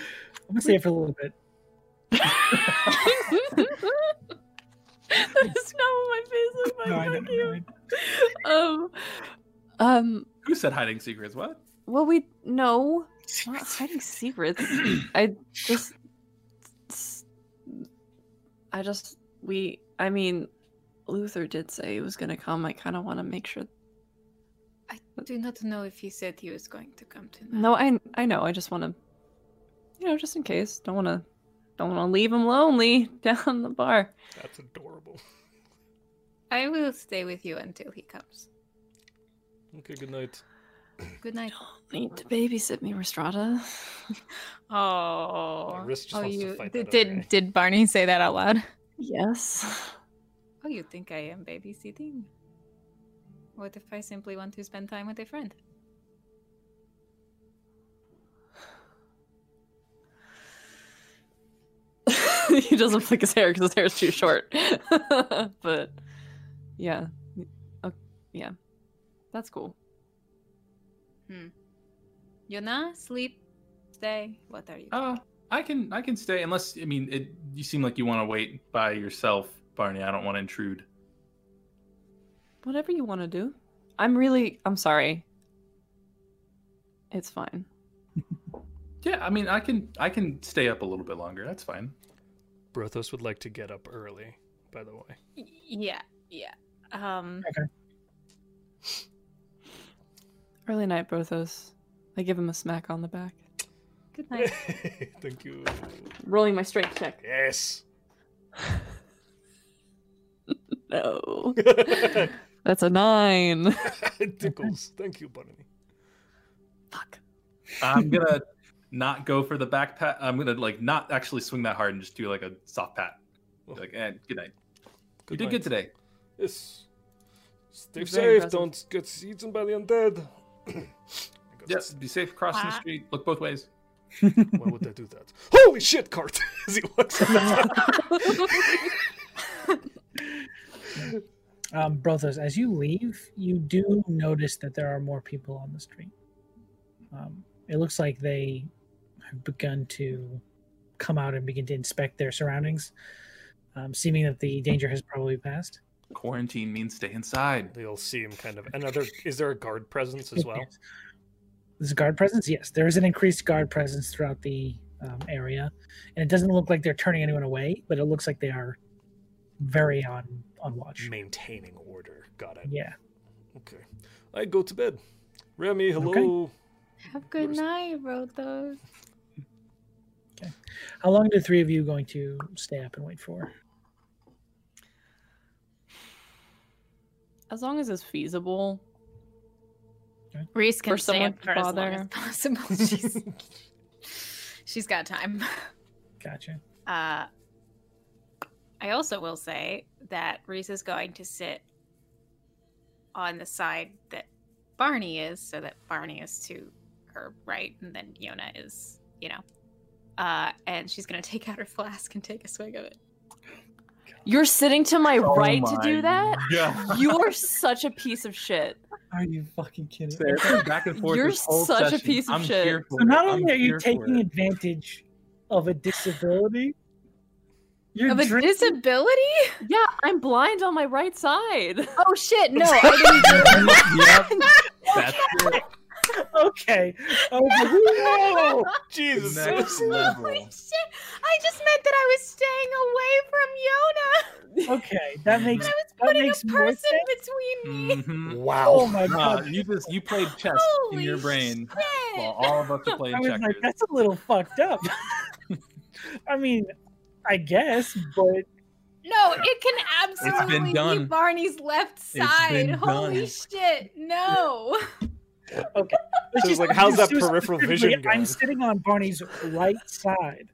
Speaker 1: gonna stay for a little bit.
Speaker 5: that is not what my face looked like.
Speaker 1: No, I
Speaker 5: Thank
Speaker 1: don't
Speaker 5: you.
Speaker 1: mind.
Speaker 5: Um, um,
Speaker 3: Who said hiding secrets? What?
Speaker 5: Well, we no, we're not hiding secrets. I just, s- I just we. I mean, Luther did say he was gonna come. I kind of want to make sure.
Speaker 6: I do not know if he said he was going to come tonight.
Speaker 5: No, I I know. I just want to, you know, just in case. Don't want to, don't want to leave him lonely down the bar.
Speaker 2: That's adorable.
Speaker 6: I will stay with you until he comes.
Speaker 2: Okay, good night.
Speaker 6: Good night.
Speaker 5: Don't need to babysit me, Restrada.
Speaker 6: Oh,
Speaker 2: wrist just
Speaker 6: oh,
Speaker 2: wants to
Speaker 6: you
Speaker 2: fight
Speaker 6: did
Speaker 2: that
Speaker 6: did,
Speaker 2: other guy.
Speaker 6: did Barney say that out loud?
Speaker 5: yes.
Speaker 6: Oh, you think I am babysitting? What if I simply want to spend time with a friend?
Speaker 5: he doesn't flick his hair because his hair is too short. but yeah, O- yeah, that's cool.
Speaker 6: Yona, sleep, stay. What are you?
Speaker 3: Uh, I can I can stay unless I mean it. You seem like you want to wait by yourself, Barney. I don't want to intrude.
Speaker 5: Whatever you want to do. I'm really. I'm sorry. It's fine.
Speaker 3: Yeah, I mean I can I can stay up a little bit longer. That's fine.
Speaker 2: Brothos would like to get up early, by the way.
Speaker 6: Y- yeah, yeah. Um,
Speaker 5: Early night, Brothos. I give him a smack on the back.
Speaker 6: good night.
Speaker 2: Thank you.
Speaker 5: Rolling my strength check.
Speaker 2: Yes.
Speaker 5: No.
Speaker 2: it
Speaker 5: That's a nine.
Speaker 2: tickles. Thank you, Barney.
Speaker 5: Fuck.
Speaker 3: I'm gonna not go for the back pat. I'm gonna like not actually swing that hard and just do like a soft pat. Be Like and good night.
Speaker 2: Good
Speaker 3: you
Speaker 2: night.
Speaker 3: did good today.
Speaker 2: Yes. Stay
Speaker 5: Very
Speaker 2: safe.
Speaker 5: impressive.
Speaker 2: Don't get eaten by the undead. I got
Speaker 3: Yes, be safe. Crossing the street. Look both ways.
Speaker 2: Why would I do that? Holy shit, Cart! As he walks out the top.
Speaker 1: Um, Brothos, as you leave, you do notice that there are more people on the street. Um, it looks like they have begun to come out and begin to inspect their surroundings, um, seeming that the danger has probably passed.
Speaker 3: Quarantine means stay inside.
Speaker 2: They all see him kind of. Another. Is there a guard presence as well?
Speaker 1: Yes. There's a guard presence? Yes, there is an increased guard presence throughout the um, area, and it doesn't look like they're turning anyone away, but it looks like they are very on on watch.
Speaker 2: Maintaining order. Got it.
Speaker 1: Yeah.
Speaker 2: Okay. I go to bed. Remy, hello.
Speaker 6: Have good
Speaker 2: Yours.
Speaker 6: night, Rotos.
Speaker 1: How long do three of you going to stay up and wait for?
Speaker 5: As long as it's feasible.
Speaker 6: Reese
Speaker 5: For
Speaker 6: can stay
Speaker 5: someone
Speaker 6: up for as long as
Speaker 5: bother.
Speaker 6: possible. She's, she's got time.
Speaker 1: Gotcha.
Speaker 6: Uh, I also will say that Reese is going to sit on the side that Barney is, so that Barney is to her right, and then Yona is, you know. Uh, and she's going to take out her flask and take a swig of it.
Speaker 5: You're sitting to my
Speaker 3: Oh
Speaker 5: right
Speaker 3: my
Speaker 5: to do that.
Speaker 3: God.
Speaker 5: You are such a piece of shit.
Speaker 1: Are you fucking kidding?
Speaker 3: They're going back and forth
Speaker 5: You're
Speaker 3: this whole
Speaker 5: such a
Speaker 3: session.
Speaker 5: piece of
Speaker 3: I'm
Speaker 5: shit.
Speaker 3: here for
Speaker 1: So not
Speaker 3: it.
Speaker 1: only
Speaker 3: I'm
Speaker 1: are you
Speaker 3: here for
Speaker 1: taking
Speaker 3: it.
Speaker 1: advantage of a disability, you're
Speaker 6: Of a
Speaker 1: drinking
Speaker 6: disability?
Speaker 5: Yeah, I'm blind on my right side.
Speaker 6: Oh shit, no. I didn't
Speaker 3: yep. That's it.
Speaker 1: okay. okay. Whoa!
Speaker 2: Jesus.
Speaker 3: Next
Speaker 6: Holy
Speaker 3: level.
Speaker 6: shit! I just meant that I was staying away from Yona.
Speaker 1: Okay, that makes
Speaker 6: I was
Speaker 1: that
Speaker 6: putting
Speaker 1: makes
Speaker 6: a
Speaker 1: more
Speaker 6: person
Speaker 1: sense.
Speaker 6: between me.
Speaker 2: Mm-hmm.
Speaker 3: Mhm.
Speaker 1: Oh
Speaker 2: Wow.
Speaker 1: my
Speaker 3: Uh,
Speaker 1: god.
Speaker 3: you just you played chess
Speaker 6: Holy
Speaker 3: in your brain
Speaker 6: shit.
Speaker 3: while all of us are playing
Speaker 1: I was like,
Speaker 3: checkers.
Speaker 1: that's a little fucked up. I mean, I guess, but
Speaker 6: No, it can absolutely be
Speaker 3: done.
Speaker 6: Barney's left
Speaker 3: been
Speaker 6: side. Holy
Speaker 3: done.
Speaker 6: shit! No.
Speaker 1: let's
Speaker 2: So it's
Speaker 1: just
Speaker 2: like,
Speaker 1: put
Speaker 2: how's
Speaker 1: it
Speaker 2: that
Speaker 1: so
Speaker 2: peripheral
Speaker 1: specifically,
Speaker 2: vision going?
Speaker 1: I'm sitting on Barney's right side.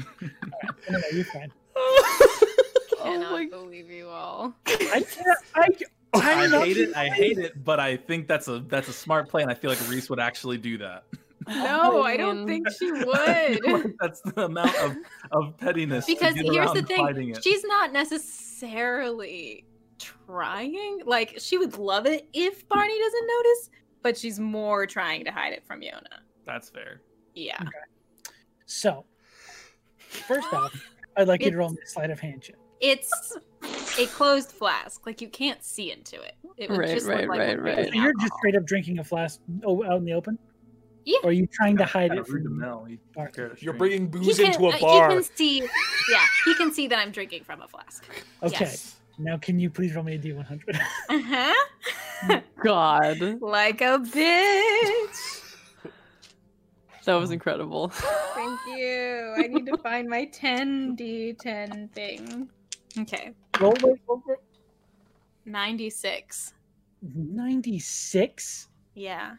Speaker 1: All right, no, no, you're fine.
Speaker 6: Cannot
Speaker 5: my-
Speaker 6: believe you all.
Speaker 1: I, can't- I,
Speaker 3: I
Speaker 1: I'm not
Speaker 3: hate it. I hate it, but I think that's a that's a smart play, and I feel like Reese would actually do that.
Speaker 6: No, I don't
Speaker 5: man.
Speaker 6: think she
Speaker 3: I feel
Speaker 6: would.
Speaker 3: like that's the amount of, of pettiness. to
Speaker 6: because
Speaker 3: get
Speaker 6: here's the
Speaker 3: around fighting
Speaker 6: thing
Speaker 3: it.
Speaker 6: she's not necessarily trying like she would love it if barney doesn't notice but she's more trying to hide it from yona
Speaker 3: That's fair.
Speaker 6: yeah
Speaker 1: So, first off, I'd like you to roll me a sleight of hand check.
Speaker 6: it's a closed flask like you can't see into it it would
Speaker 5: Right,
Speaker 6: just
Speaker 5: right,
Speaker 6: look like
Speaker 5: right,
Speaker 6: liquid
Speaker 5: right.
Speaker 1: So
Speaker 6: and
Speaker 1: you're just
Speaker 6: alcohol.
Speaker 1: straight up drinking a flask o- out in the open?
Speaker 6: Yeah.
Speaker 1: Or are you trying to hide
Speaker 3: Kinda
Speaker 1: it
Speaker 3: rude to
Speaker 1: from
Speaker 3: Mel. He
Speaker 1: Alright.
Speaker 3: scared us
Speaker 2: You're
Speaker 3: straight.
Speaker 2: bringing
Speaker 6: He
Speaker 2: booze
Speaker 6: can-
Speaker 2: into
Speaker 6: uh,
Speaker 2: a
Speaker 6: he
Speaker 2: bar.
Speaker 6: can see yeah he can see that i'm drinking from a flask
Speaker 1: Okay.
Speaker 6: yes.
Speaker 1: Now, can you please roll me a d100?
Speaker 6: uh-huh
Speaker 5: God,
Speaker 6: like a bitch
Speaker 5: that was incredible.
Speaker 6: Thank you. I need to find my 10d10 thing. Okay.
Speaker 1: roll, wait, roll, roll.
Speaker 6: 96.
Speaker 1: 96?
Speaker 6: Yeah.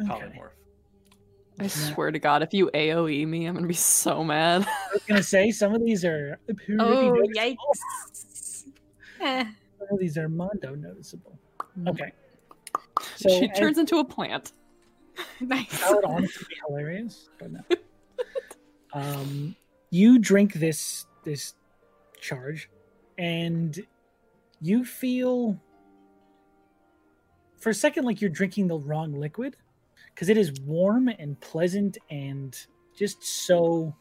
Speaker 1: Okay.
Speaker 3: polymorph.
Speaker 5: I swear to God, if you AOE me, I'm gonna be so mad.
Speaker 1: I was going to say, some of these are. pretty
Speaker 6: Oh,
Speaker 1: noticeable.
Speaker 6: yikes. Eh.
Speaker 1: Some of these are Mondo noticeable.
Speaker 6: Mm.
Speaker 1: Okay. So,
Speaker 5: she
Speaker 1: as-
Speaker 5: turns into a plant.
Speaker 6: nice.
Speaker 1: that would honestly be hilarious. But no. um, you drink this this charge, and you feel for a second like you're drinking the wrong liquid because it is warm and pleasant and just so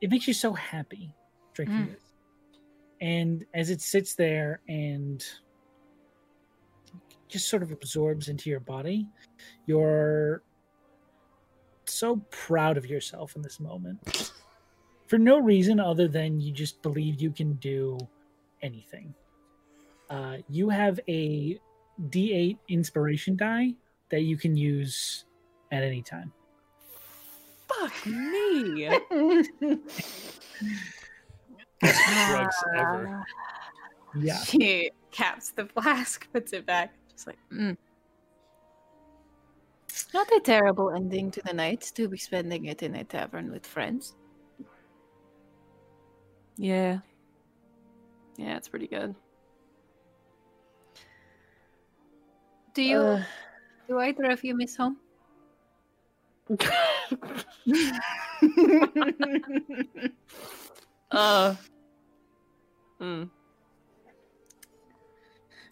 Speaker 1: it makes you so happy drinking
Speaker 6: Mm.
Speaker 1: this. And as it sits there and just sort of absorbs into your body, you're so proud of yourself in this moment. For no reason other than you just believe you can do anything. Uh, you have a D8 inspiration die that you can use at any time.
Speaker 5: Fuck me.
Speaker 2: drugs
Speaker 1: Ah.
Speaker 2: ever.
Speaker 1: Yeah.
Speaker 6: She caps the flask, puts it back.
Speaker 4: Just like, mm. Not a terrible ending to the night to be spending it in a tavern with friends.
Speaker 5: Yeah. Yeah, it's pretty good.
Speaker 4: Do you? do either of you miss home?
Speaker 5: Uh. Mm.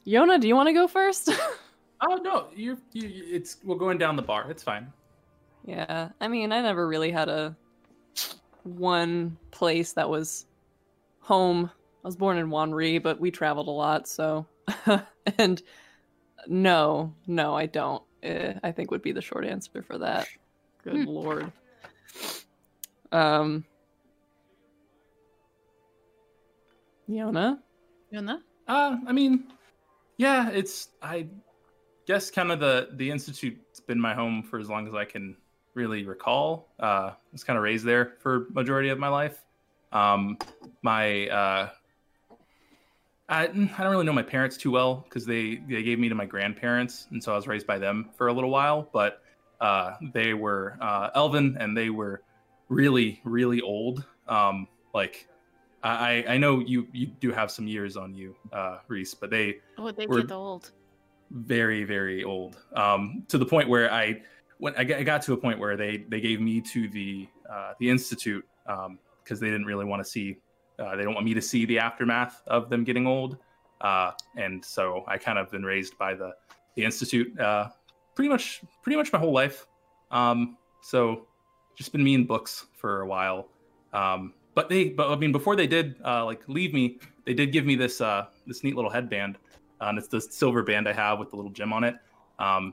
Speaker 5: Yona, do you want to go first?
Speaker 3: Oh no, you're you, you- it's we're going down the bar. It's fine.
Speaker 5: yeah. I mean, I never really had a one place that was home. I was born in Wanri, but we traveled a lot, so and no, no, I don't. eh, I think would be the short answer for that. Good lord. Um Yona?
Speaker 4: Yuna?
Speaker 3: Uh, I mean, yeah, it's I guess kind of the the institute's been my home for as long as I can really recall. Uh, I was kind of raised there for majority of my life. Um, my uh, I, I don't really know my parents too well because they they gave me to my grandparents, and so I was raised by them for a little while. But uh, they were uh, Elvin, and they were really really old. Um, like I I I know you you do have some years on you, uh, Reese, but they
Speaker 4: Oh, they
Speaker 3: We're-
Speaker 4: get old.
Speaker 3: very very old um to the point where i when i got, I got to a point where they they gave me to the uh the institute um because they didn't really want to see uh, they don't want me to see the aftermath of them getting old uh and so i kind of been raised by the the institute uh pretty much pretty much my whole life um so just been me in books for a while um but they but i mean before they did uh like leave me they did give me this uh this neat little headband Uh, and it's the silver band I have with the little gem on it, um,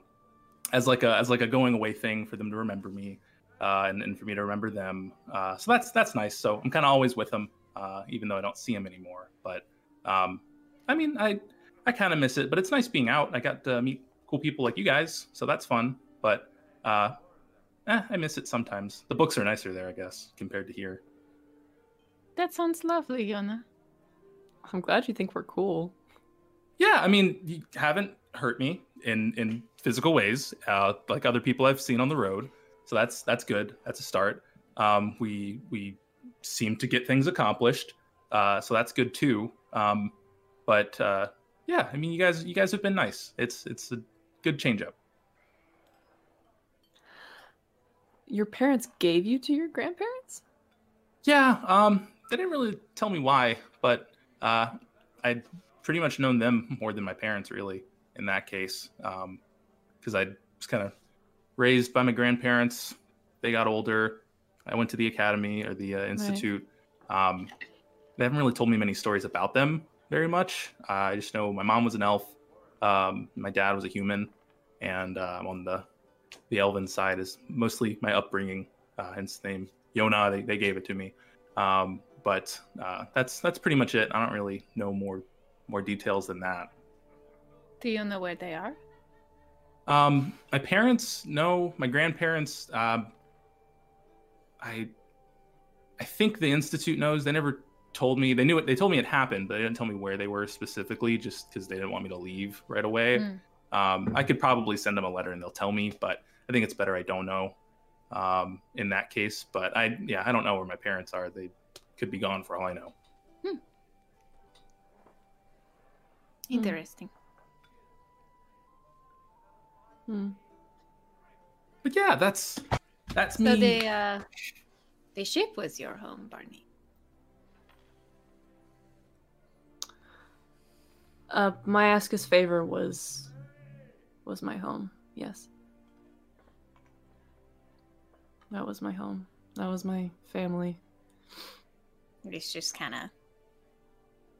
Speaker 3: as like a as like a going away thing for them to remember me, uh, and, and for me to remember them. Uh, so that's that's nice. So I'm kind of always with them, uh, even though I don't see them anymore. But um, I mean, I I kind of miss it, but it's nice being out. I got to meet cool people like you guys, so that's fun. But uh, eh, I miss it sometimes. The books are nicer there, I guess, compared to here.
Speaker 6: That sounds lovely, Yona.
Speaker 5: I'm glad you think we're cool.
Speaker 3: Yeah, I mean, you haven't hurt me in in physical ways, uh, like other people I've seen on the road. So that's that's good. That's a start. Um, we we seem to get things accomplished, uh, so that's good too. Um, but uh, yeah, I mean, you guys you guys have been nice. It's it's a good change up.
Speaker 5: Your parents gave you to your grandparents?
Speaker 3: Yeah, um, they didn't really tell me why, but uh, I'd pretty much known them more than my parents, really, in that case, because I was kind of raised by my grandparents. They got older. I went to the academy or the uh, institute. Um, they haven't really told me many stories about them very much. Uh, I just know my mom was an elf, um, my dad was a human, and uh, I'm on the the elven side is mostly my upbringing. Uh, hence the name Yona. They, they gave it to me. Um, but uh, that's that's pretty much it. I don't really know more more details than that.
Speaker 6: Do you know where they are?
Speaker 3: Um, my parents, no. My grandparents, um, I, I think the institute knows. They never told me. They knew it. They told me it happened, but they didn't tell me where they were specifically, just because they didn't want me to leave right away.
Speaker 6: Mm.
Speaker 3: Um, I could probably send them a letter and they'll tell me, but I think it's better I don't know. Um, in that case, but I, yeah, I don't know where my parents are. They could be gone for all I know.
Speaker 6: Interesting.
Speaker 5: Hmm.
Speaker 3: But yeah, that's that's me.
Speaker 6: So the uh, the ship was your home, Barney.
Speaker 5: Uh, my ask's favor was was my home. Yes, that was my home. That was my family.
Speaker 6: Reese just kind of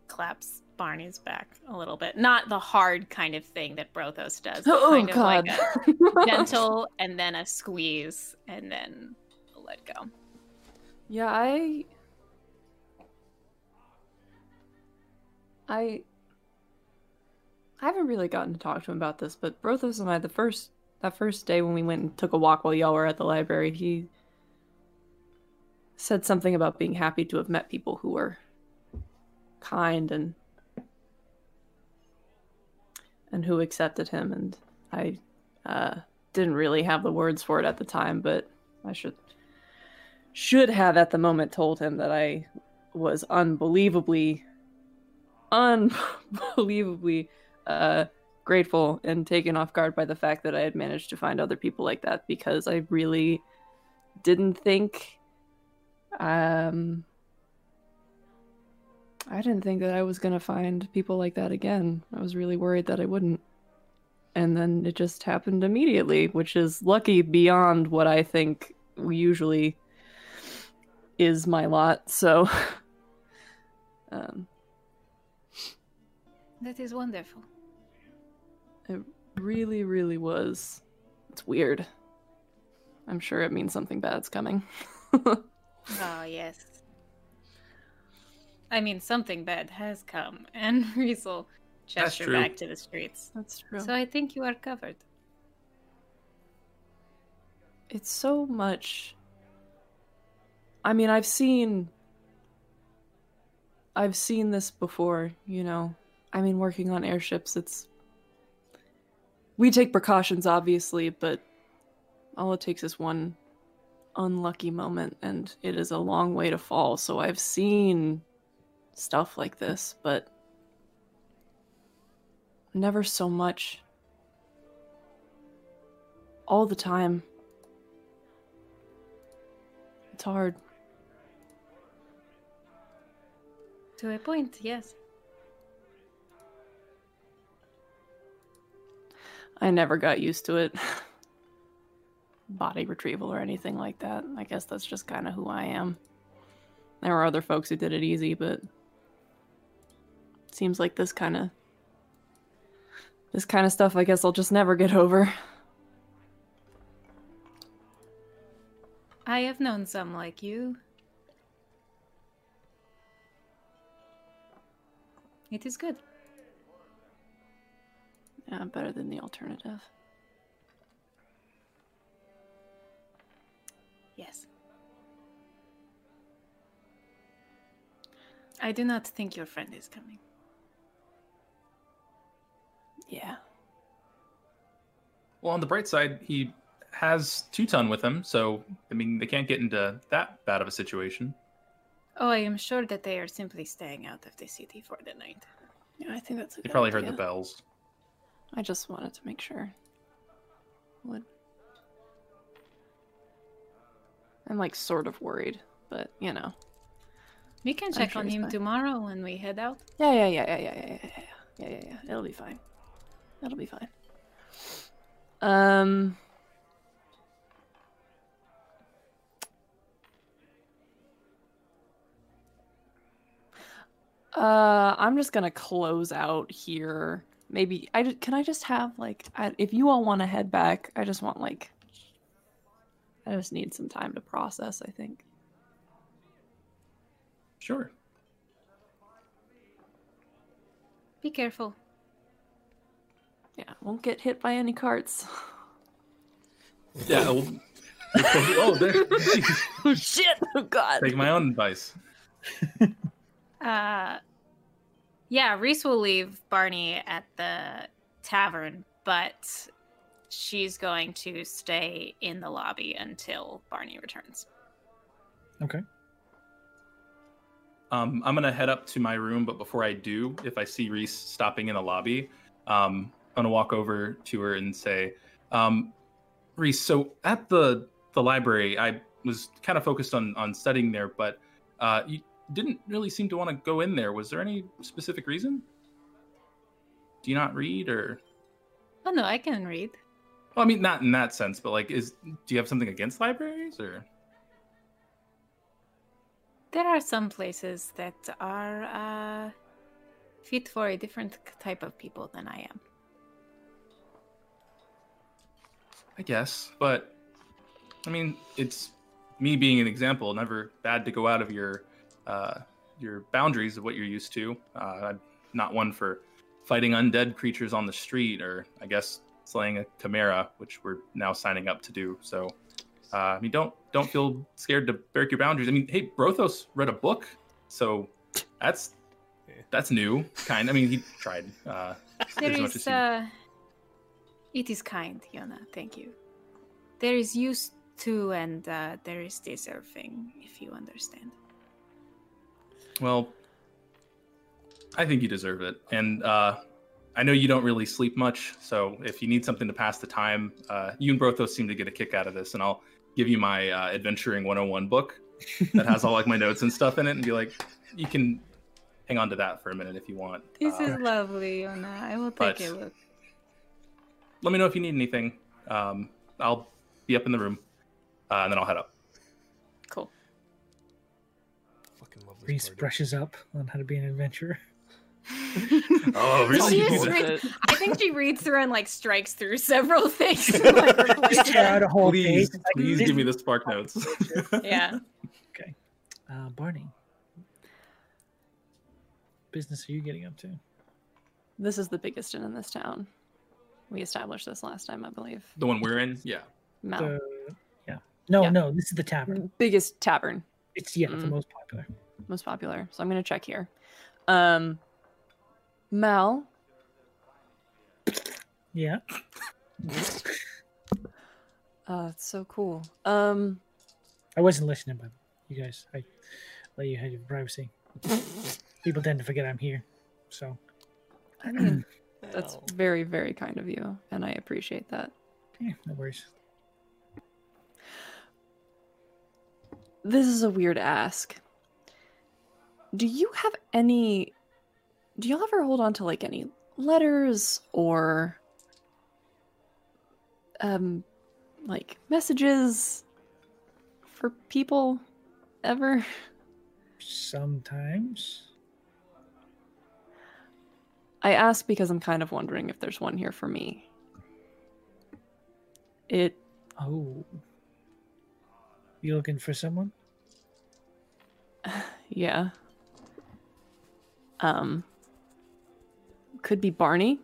Speaker 6: claps Barney's back a little bit. Not the hard kind of thing that Brothos does.
Speaker 5: Oh,
Speaker 6: but kind of like a- gentle and then a squeeze and then a let go.
Speaker 5: Yeah, I. I. I haven't really gotten to talk to him about this, but Brothos and I, the first that first day when we went and took a walk while y'all were at the library, he said something about being happy to have met people who were kind and and who accepted him, and I uh, didn't really have the words for it at the time, but I should should have at the moment told him that I was unbelievably, unbelievably uh, grateful and taken off guard by the fact that I had managed to find other people like that because I really didn't think. Um, I didn't think that I was going to find people like that again. I was really worried that I wouldn't. And then it just happened immediately, which is lucky beyond what I think usually is my lot. So, um,
Speaker 6: That is wonderful.
Speaker 5: really, really was. It's weird. I'm sure it means something bad's coming.
Speaker 6: Oh yes. I mean, something bad has come, and Reese will
Speaker 3: That's
Speaker 6: gesture
Speaker 3: true.
Speaker 6: back to the streets.
Speaker 5: That's true.
Speaker 6: So I think you are covered.
Speaker 5: it's so much i mean i've seen i've seen this before you know i mean working on airships it's we take precautions obviously but all it takes is one unlucky moment and it is a long way to fall so i've seen stuff like this but never so much all the time it's hard.
Speaker 6: To a point, yes.
Speaker 5: I never got used to it. Body retrieval or anything like that. I guess that's just kind of who I am. There were other folks who did it easy, but seems like this kind of This kind of stuff, I guess I'll just never get over.
Speaker 6: I have known some like you. It is good.
Speaker 5: Yeah, better than the alternative.
Speaker 6: Yes. I do not think your friend is coming.
Speaker 5: Yeah.
Speaker 3: Well, on the bright side, he has Teuton with him, so I mean they can't get into that bad of a situation.
Speaker 6: Oh, I am sure that they are simply staying out of the city for the night.
Speaker 5: Yeah, I think that's a
Speaker 3: They
Speaker 5: good
Speaker 3: probably
Speaker 5: idea.
Speaker 3: heard the bells.
Speaker 5: I just wanted to make sure. Would. I'm like sort of worried, but you know.
Speaker 6: We can
Speaker 5: I'm
Speaker 6: check
Speaker 5: sure
Speaker 6: on
Speaker 5: he's
Speaker 6: him
Speaker 5: fine.
Speaker 6: tomorrow when we head out.
Speaker 5: Yeah, yeah, yeah, yeah, yeah, yeah, yeah, yeah, yeah, yeah, yeah. It'll be fine. It'll be fine. Um. Uh, I'm just gonna close out here. Maybe I ju- can I just have like I, if you all want to head back, I just want like I just need some time to process. I think.
Speaker 3: Sure.
Speaker 6: Be careful.
Speaker 5: Yeah, won't get hit by any carts.
Speaker 3: Yeah. well- oh, there.
Speaker 5: oh shit! Oh god!
Speaker 3: Take my own advice.
Speaker 6: Uh, yeah, Reese will leave Barney at the tavern, but she's going to stay in the lobby until Barney returns.
Speaker 3: Um, I'm gonna head up to my room, but before I do, if I see Reese stopping in the lobby, um, I'm gonna walk over to her and say, um, "Reese, so at the the library, I was kind of focused on on studying there, but uh, you didn't really seem to want to go in there. Was there any specific reason? Do you not read, or
Speaker 6: Oh no, I can read.
Speaker 3: well, I mean, not in that sense, but like, is do you have something against libraries, or
Speaker 6: There are some places that are uh, fit for a different c- type of people than I am.
Speaker 3: I guess, but I mean, it's me being an example. Never bad to go out of your uh, your boundaries of what you're used to. Uh, I'm not one for fighting undead creatures on the street, or I guess slaying a chimera, which we're now signing up to do. So, uh, I mean, don't don't feel scared to break your boundaries. I mean, hey, Brothos read a book, so that's that's new. Kind. I mean, he tried. Uh,
Speaker 6: There
Speaker 3: as much as
Speaker 6: is.
Speaker 3: he-
Speaker 6: Uh, it is kind, Yona. Thank you. There is used to, and uh, there is deserving, if you understand.
Speaker 3: Well, I think you deserve it, and uh, I know you don't really sleep much. So if you need something to pass the time, uh, you and Brothos seem to get a kick out of this, and I'll give you my uh, adventuring 101 book that has all like my notes and stuff in it, and be like, you can hang on to that for a minute if you want.
Speaker 6: This
Speaker 3: Uh,
Speaker 6: is lovely, Yona. I will
Speaker 3: But-
Speaker 6: take a look.
Speaker 3: Let me know if you need anything. Um, I'll be up in the room, uh, and then I'll head up.
Speaker 6: Cool.
Speaker 2: Fucking love this
Speaker 1: Reese
Speaker 2: party.
Speaker 1: brushes up on how to be an adventurer.
Speaker 3: Oh,
Speaker 6: Did she just
Speaker 5: Bullshit.
Speaker 6: read- I think she reads through and like strikes through several things. to, like, replace
Speaker 1: Just
Speaker 6: them.
Speaker 1: out a whole
Speaker 3: Please,
Speaker 1: page. It's like,
Speaker 3: please
Speaker 1: this-
Speaker 3: give me the spark notes.
Speaker 6: yeah.
Speaker 1: Uh, Barney, business are you getting up to?
Speaker 5: This is the biggest inn in this town. We established this last time, I believe.
Speaker 3: the one we're in, yeah.
Speaker 5: Mal.
Speaker 1: The- yeah. No,
Speaker 5: Yeah.
Speaker 1: no. This is the tavern.
Speaker 5: The biggest tavern,
Speaker 1: It's yeah, the
Speaker 5: Mm.
Speaker 1: most popular.
Speaker 5: most popular. So I'm gonna check here. Um, Mal,
Speaker 1: Yeah.
Speaker 5: uh, it's so cool. Um,
Speaker 1: I wasn't listening, but you guys, I let you have your privacy. People tend to forget I'm here, so
Speaker 5: I mean, that's very, very kind of you, and I appreciate that.
Speaker 1: yeah, no worries.
Speaker 5: This is a weird ask. Do you have any? Do y'all ever hold on to like any letters or um like messages for people ever?
Speaker 1: Sometimes
Speaker 5: I ask because I'm kind of wondering if there's one here for me. It
Speaker 1: Oh. You looking for someone?
Speaker 5: yeah. Um could be Barney.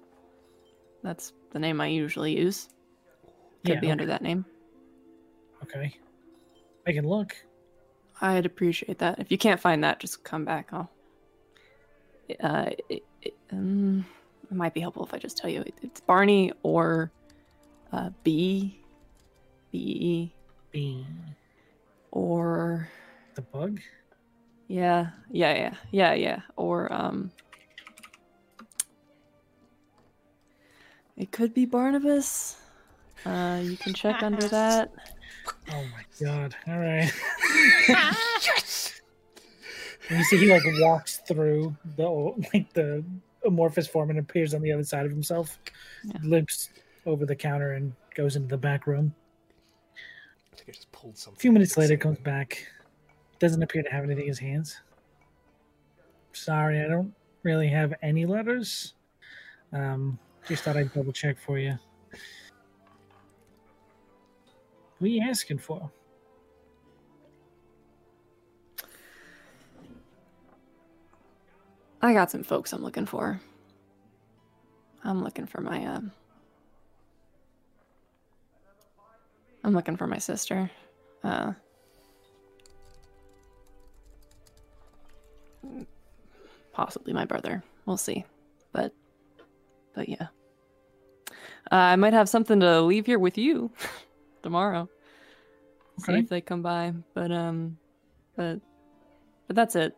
Speaker 5: That's the name I usually use. Could be under that name.
Speaker 1: Okay. I can look.
Speaker 5: I'd appreciate that. If you can't find that, just come back. I'll. Uh, it, it, um, it might be helpful if I just tell you It- it's Barney or uh, B, B E
Speaker 1: Be
Speaker 5: or
Speaker 1: the bug?
Speaker 5: yeah, yeah, yeah, yeah, yeah, or um. It could be Barnabas. Uh, you can check under that.
Speaker 1: Oh my god. Alright. And you see he like walks through the o- like the amorphous form and appears on the other side of himself.
Speaker 5: Yeah.
Speaker 1: Limps over the counter and goes into the back room.
Speaker 2: I think I just pulled
Speaker 1: A
Speaker 2: something.
Speaker 1: few minutes
Speaker 2: from
Speaker 1: later
Speaker 2: somewhere.
Speaker 1: comes back. Doesn't appear to have anything in his hands. Sorry, I don't really have any letters. Um, just thought I'd double check for you. Who are you asking for?
Speaker 5: I got some folks I'm looking for. I'm looking for my um I'm looking for my sister. Uh possibly my brother. We'll see. But but yeah. Uh, I might have something to leave here with you tomorrow. See
Speaker 1: Okay.
Speaker 5: if they come by. But um but but that's it.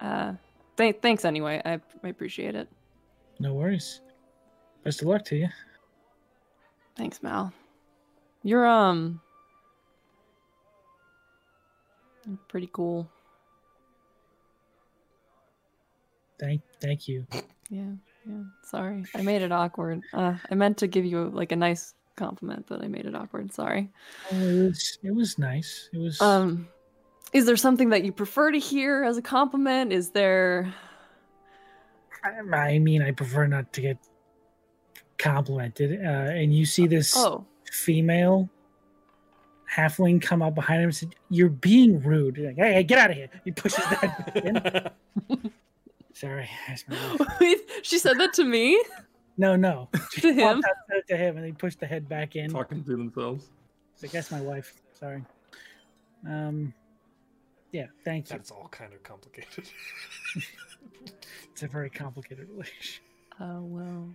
Speaker 5: Uh Th- thanks anyway. I, I appreciate it.
Speaker 1: No worries. Best of luck to you.
Speaker 5: Thanks, Mal. You're um you're pretty cool.
Speaker 1: Thank, thank you.
Speaker 5: Yeah, yeah. Sorry. I made it awkward. Uh I meant to give you like a nice compliment, but I made it awkward. Sorry.
Speaker 1: Oh, it was, it was nice. It was.
Speaker 5: Um is there something that you prefer to hear as a compliment? Is there
Speaker 1: I, I mean, I prefer not to get complimented. Uh, and you see this.
Speaker 5: Oh,
Speaker 1: female halfling come up behind him and said, You're being rude. He's like, hey, hey, get out of here. He pushes that in. Sorry. that's my wife.
Speaker 5: wait. She said that to me?
Speaker 1: No, no.
Speaker 5: to him?
Speaker 1: Walked out, said it to him and he pushed the head back in.
Speaker 3: Talking to themselves.
Speaker 1: He's like, That's my wife. Sorry. Um yeah, thank you.
Speaker 2: That's all kind of complicated.
Speaker 1: It's a very complicated relation.
Speaker 5: Oh, well.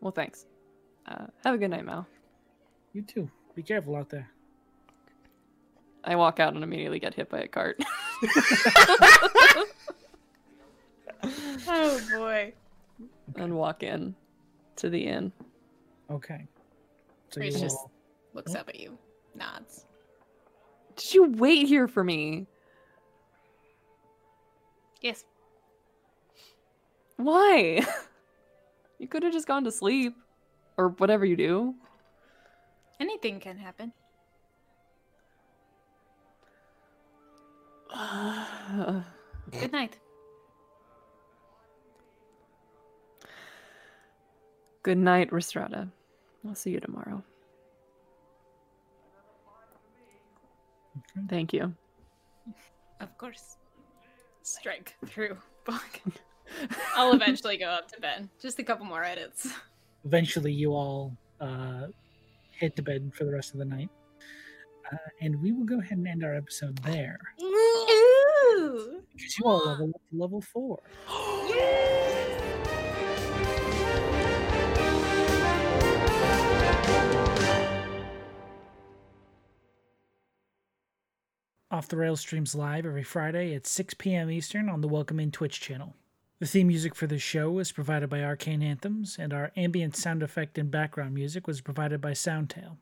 Speaker 5: Well, thanks. Uh, have a good night, Mal.
Speaker 1: You too. Be careful out there.
Speaker 5: I walk out and immediately get hit by a cart.
Speaker 4: Oh boy.
Speaker 5: and walk in to the inn.
Speaker 1: Okay. So
Speaker 6: It's
Speaker 1: you
Speaker 6: just-
Speaker 1: all-
Speaker 6: Looks up at you, nods.
Speaker 5: Did you wait here for me?
Speaker 6: Yes.
Speaker 5: Why? you could have just gone to sleep or whatever you do.
Speaker 6: Anything can happen. Good night.
Speaker 5: good night, Restrada. I'll see you tomorrow.
Speaker 1: Okay.
Speaker 5: Thank you.
Speaker 6: Of course. Strike through bog. I'll eventually go up to bed. Just a couple more edits.
Speaker 1: eventually you all uh, head to bed for the rest of the night. Uh, and we will go ahead and end our episode there.
Speaker 6: Ooh!
Speaker 1: Because you all level up to level four. Off the Rails streams live every Friday at 6 p.m. Eastern on the Welcome In Twitch channel. The theme music for this show was provided by Arcane Anthems, and our ambient sound effect and background music was provided by Soundtail.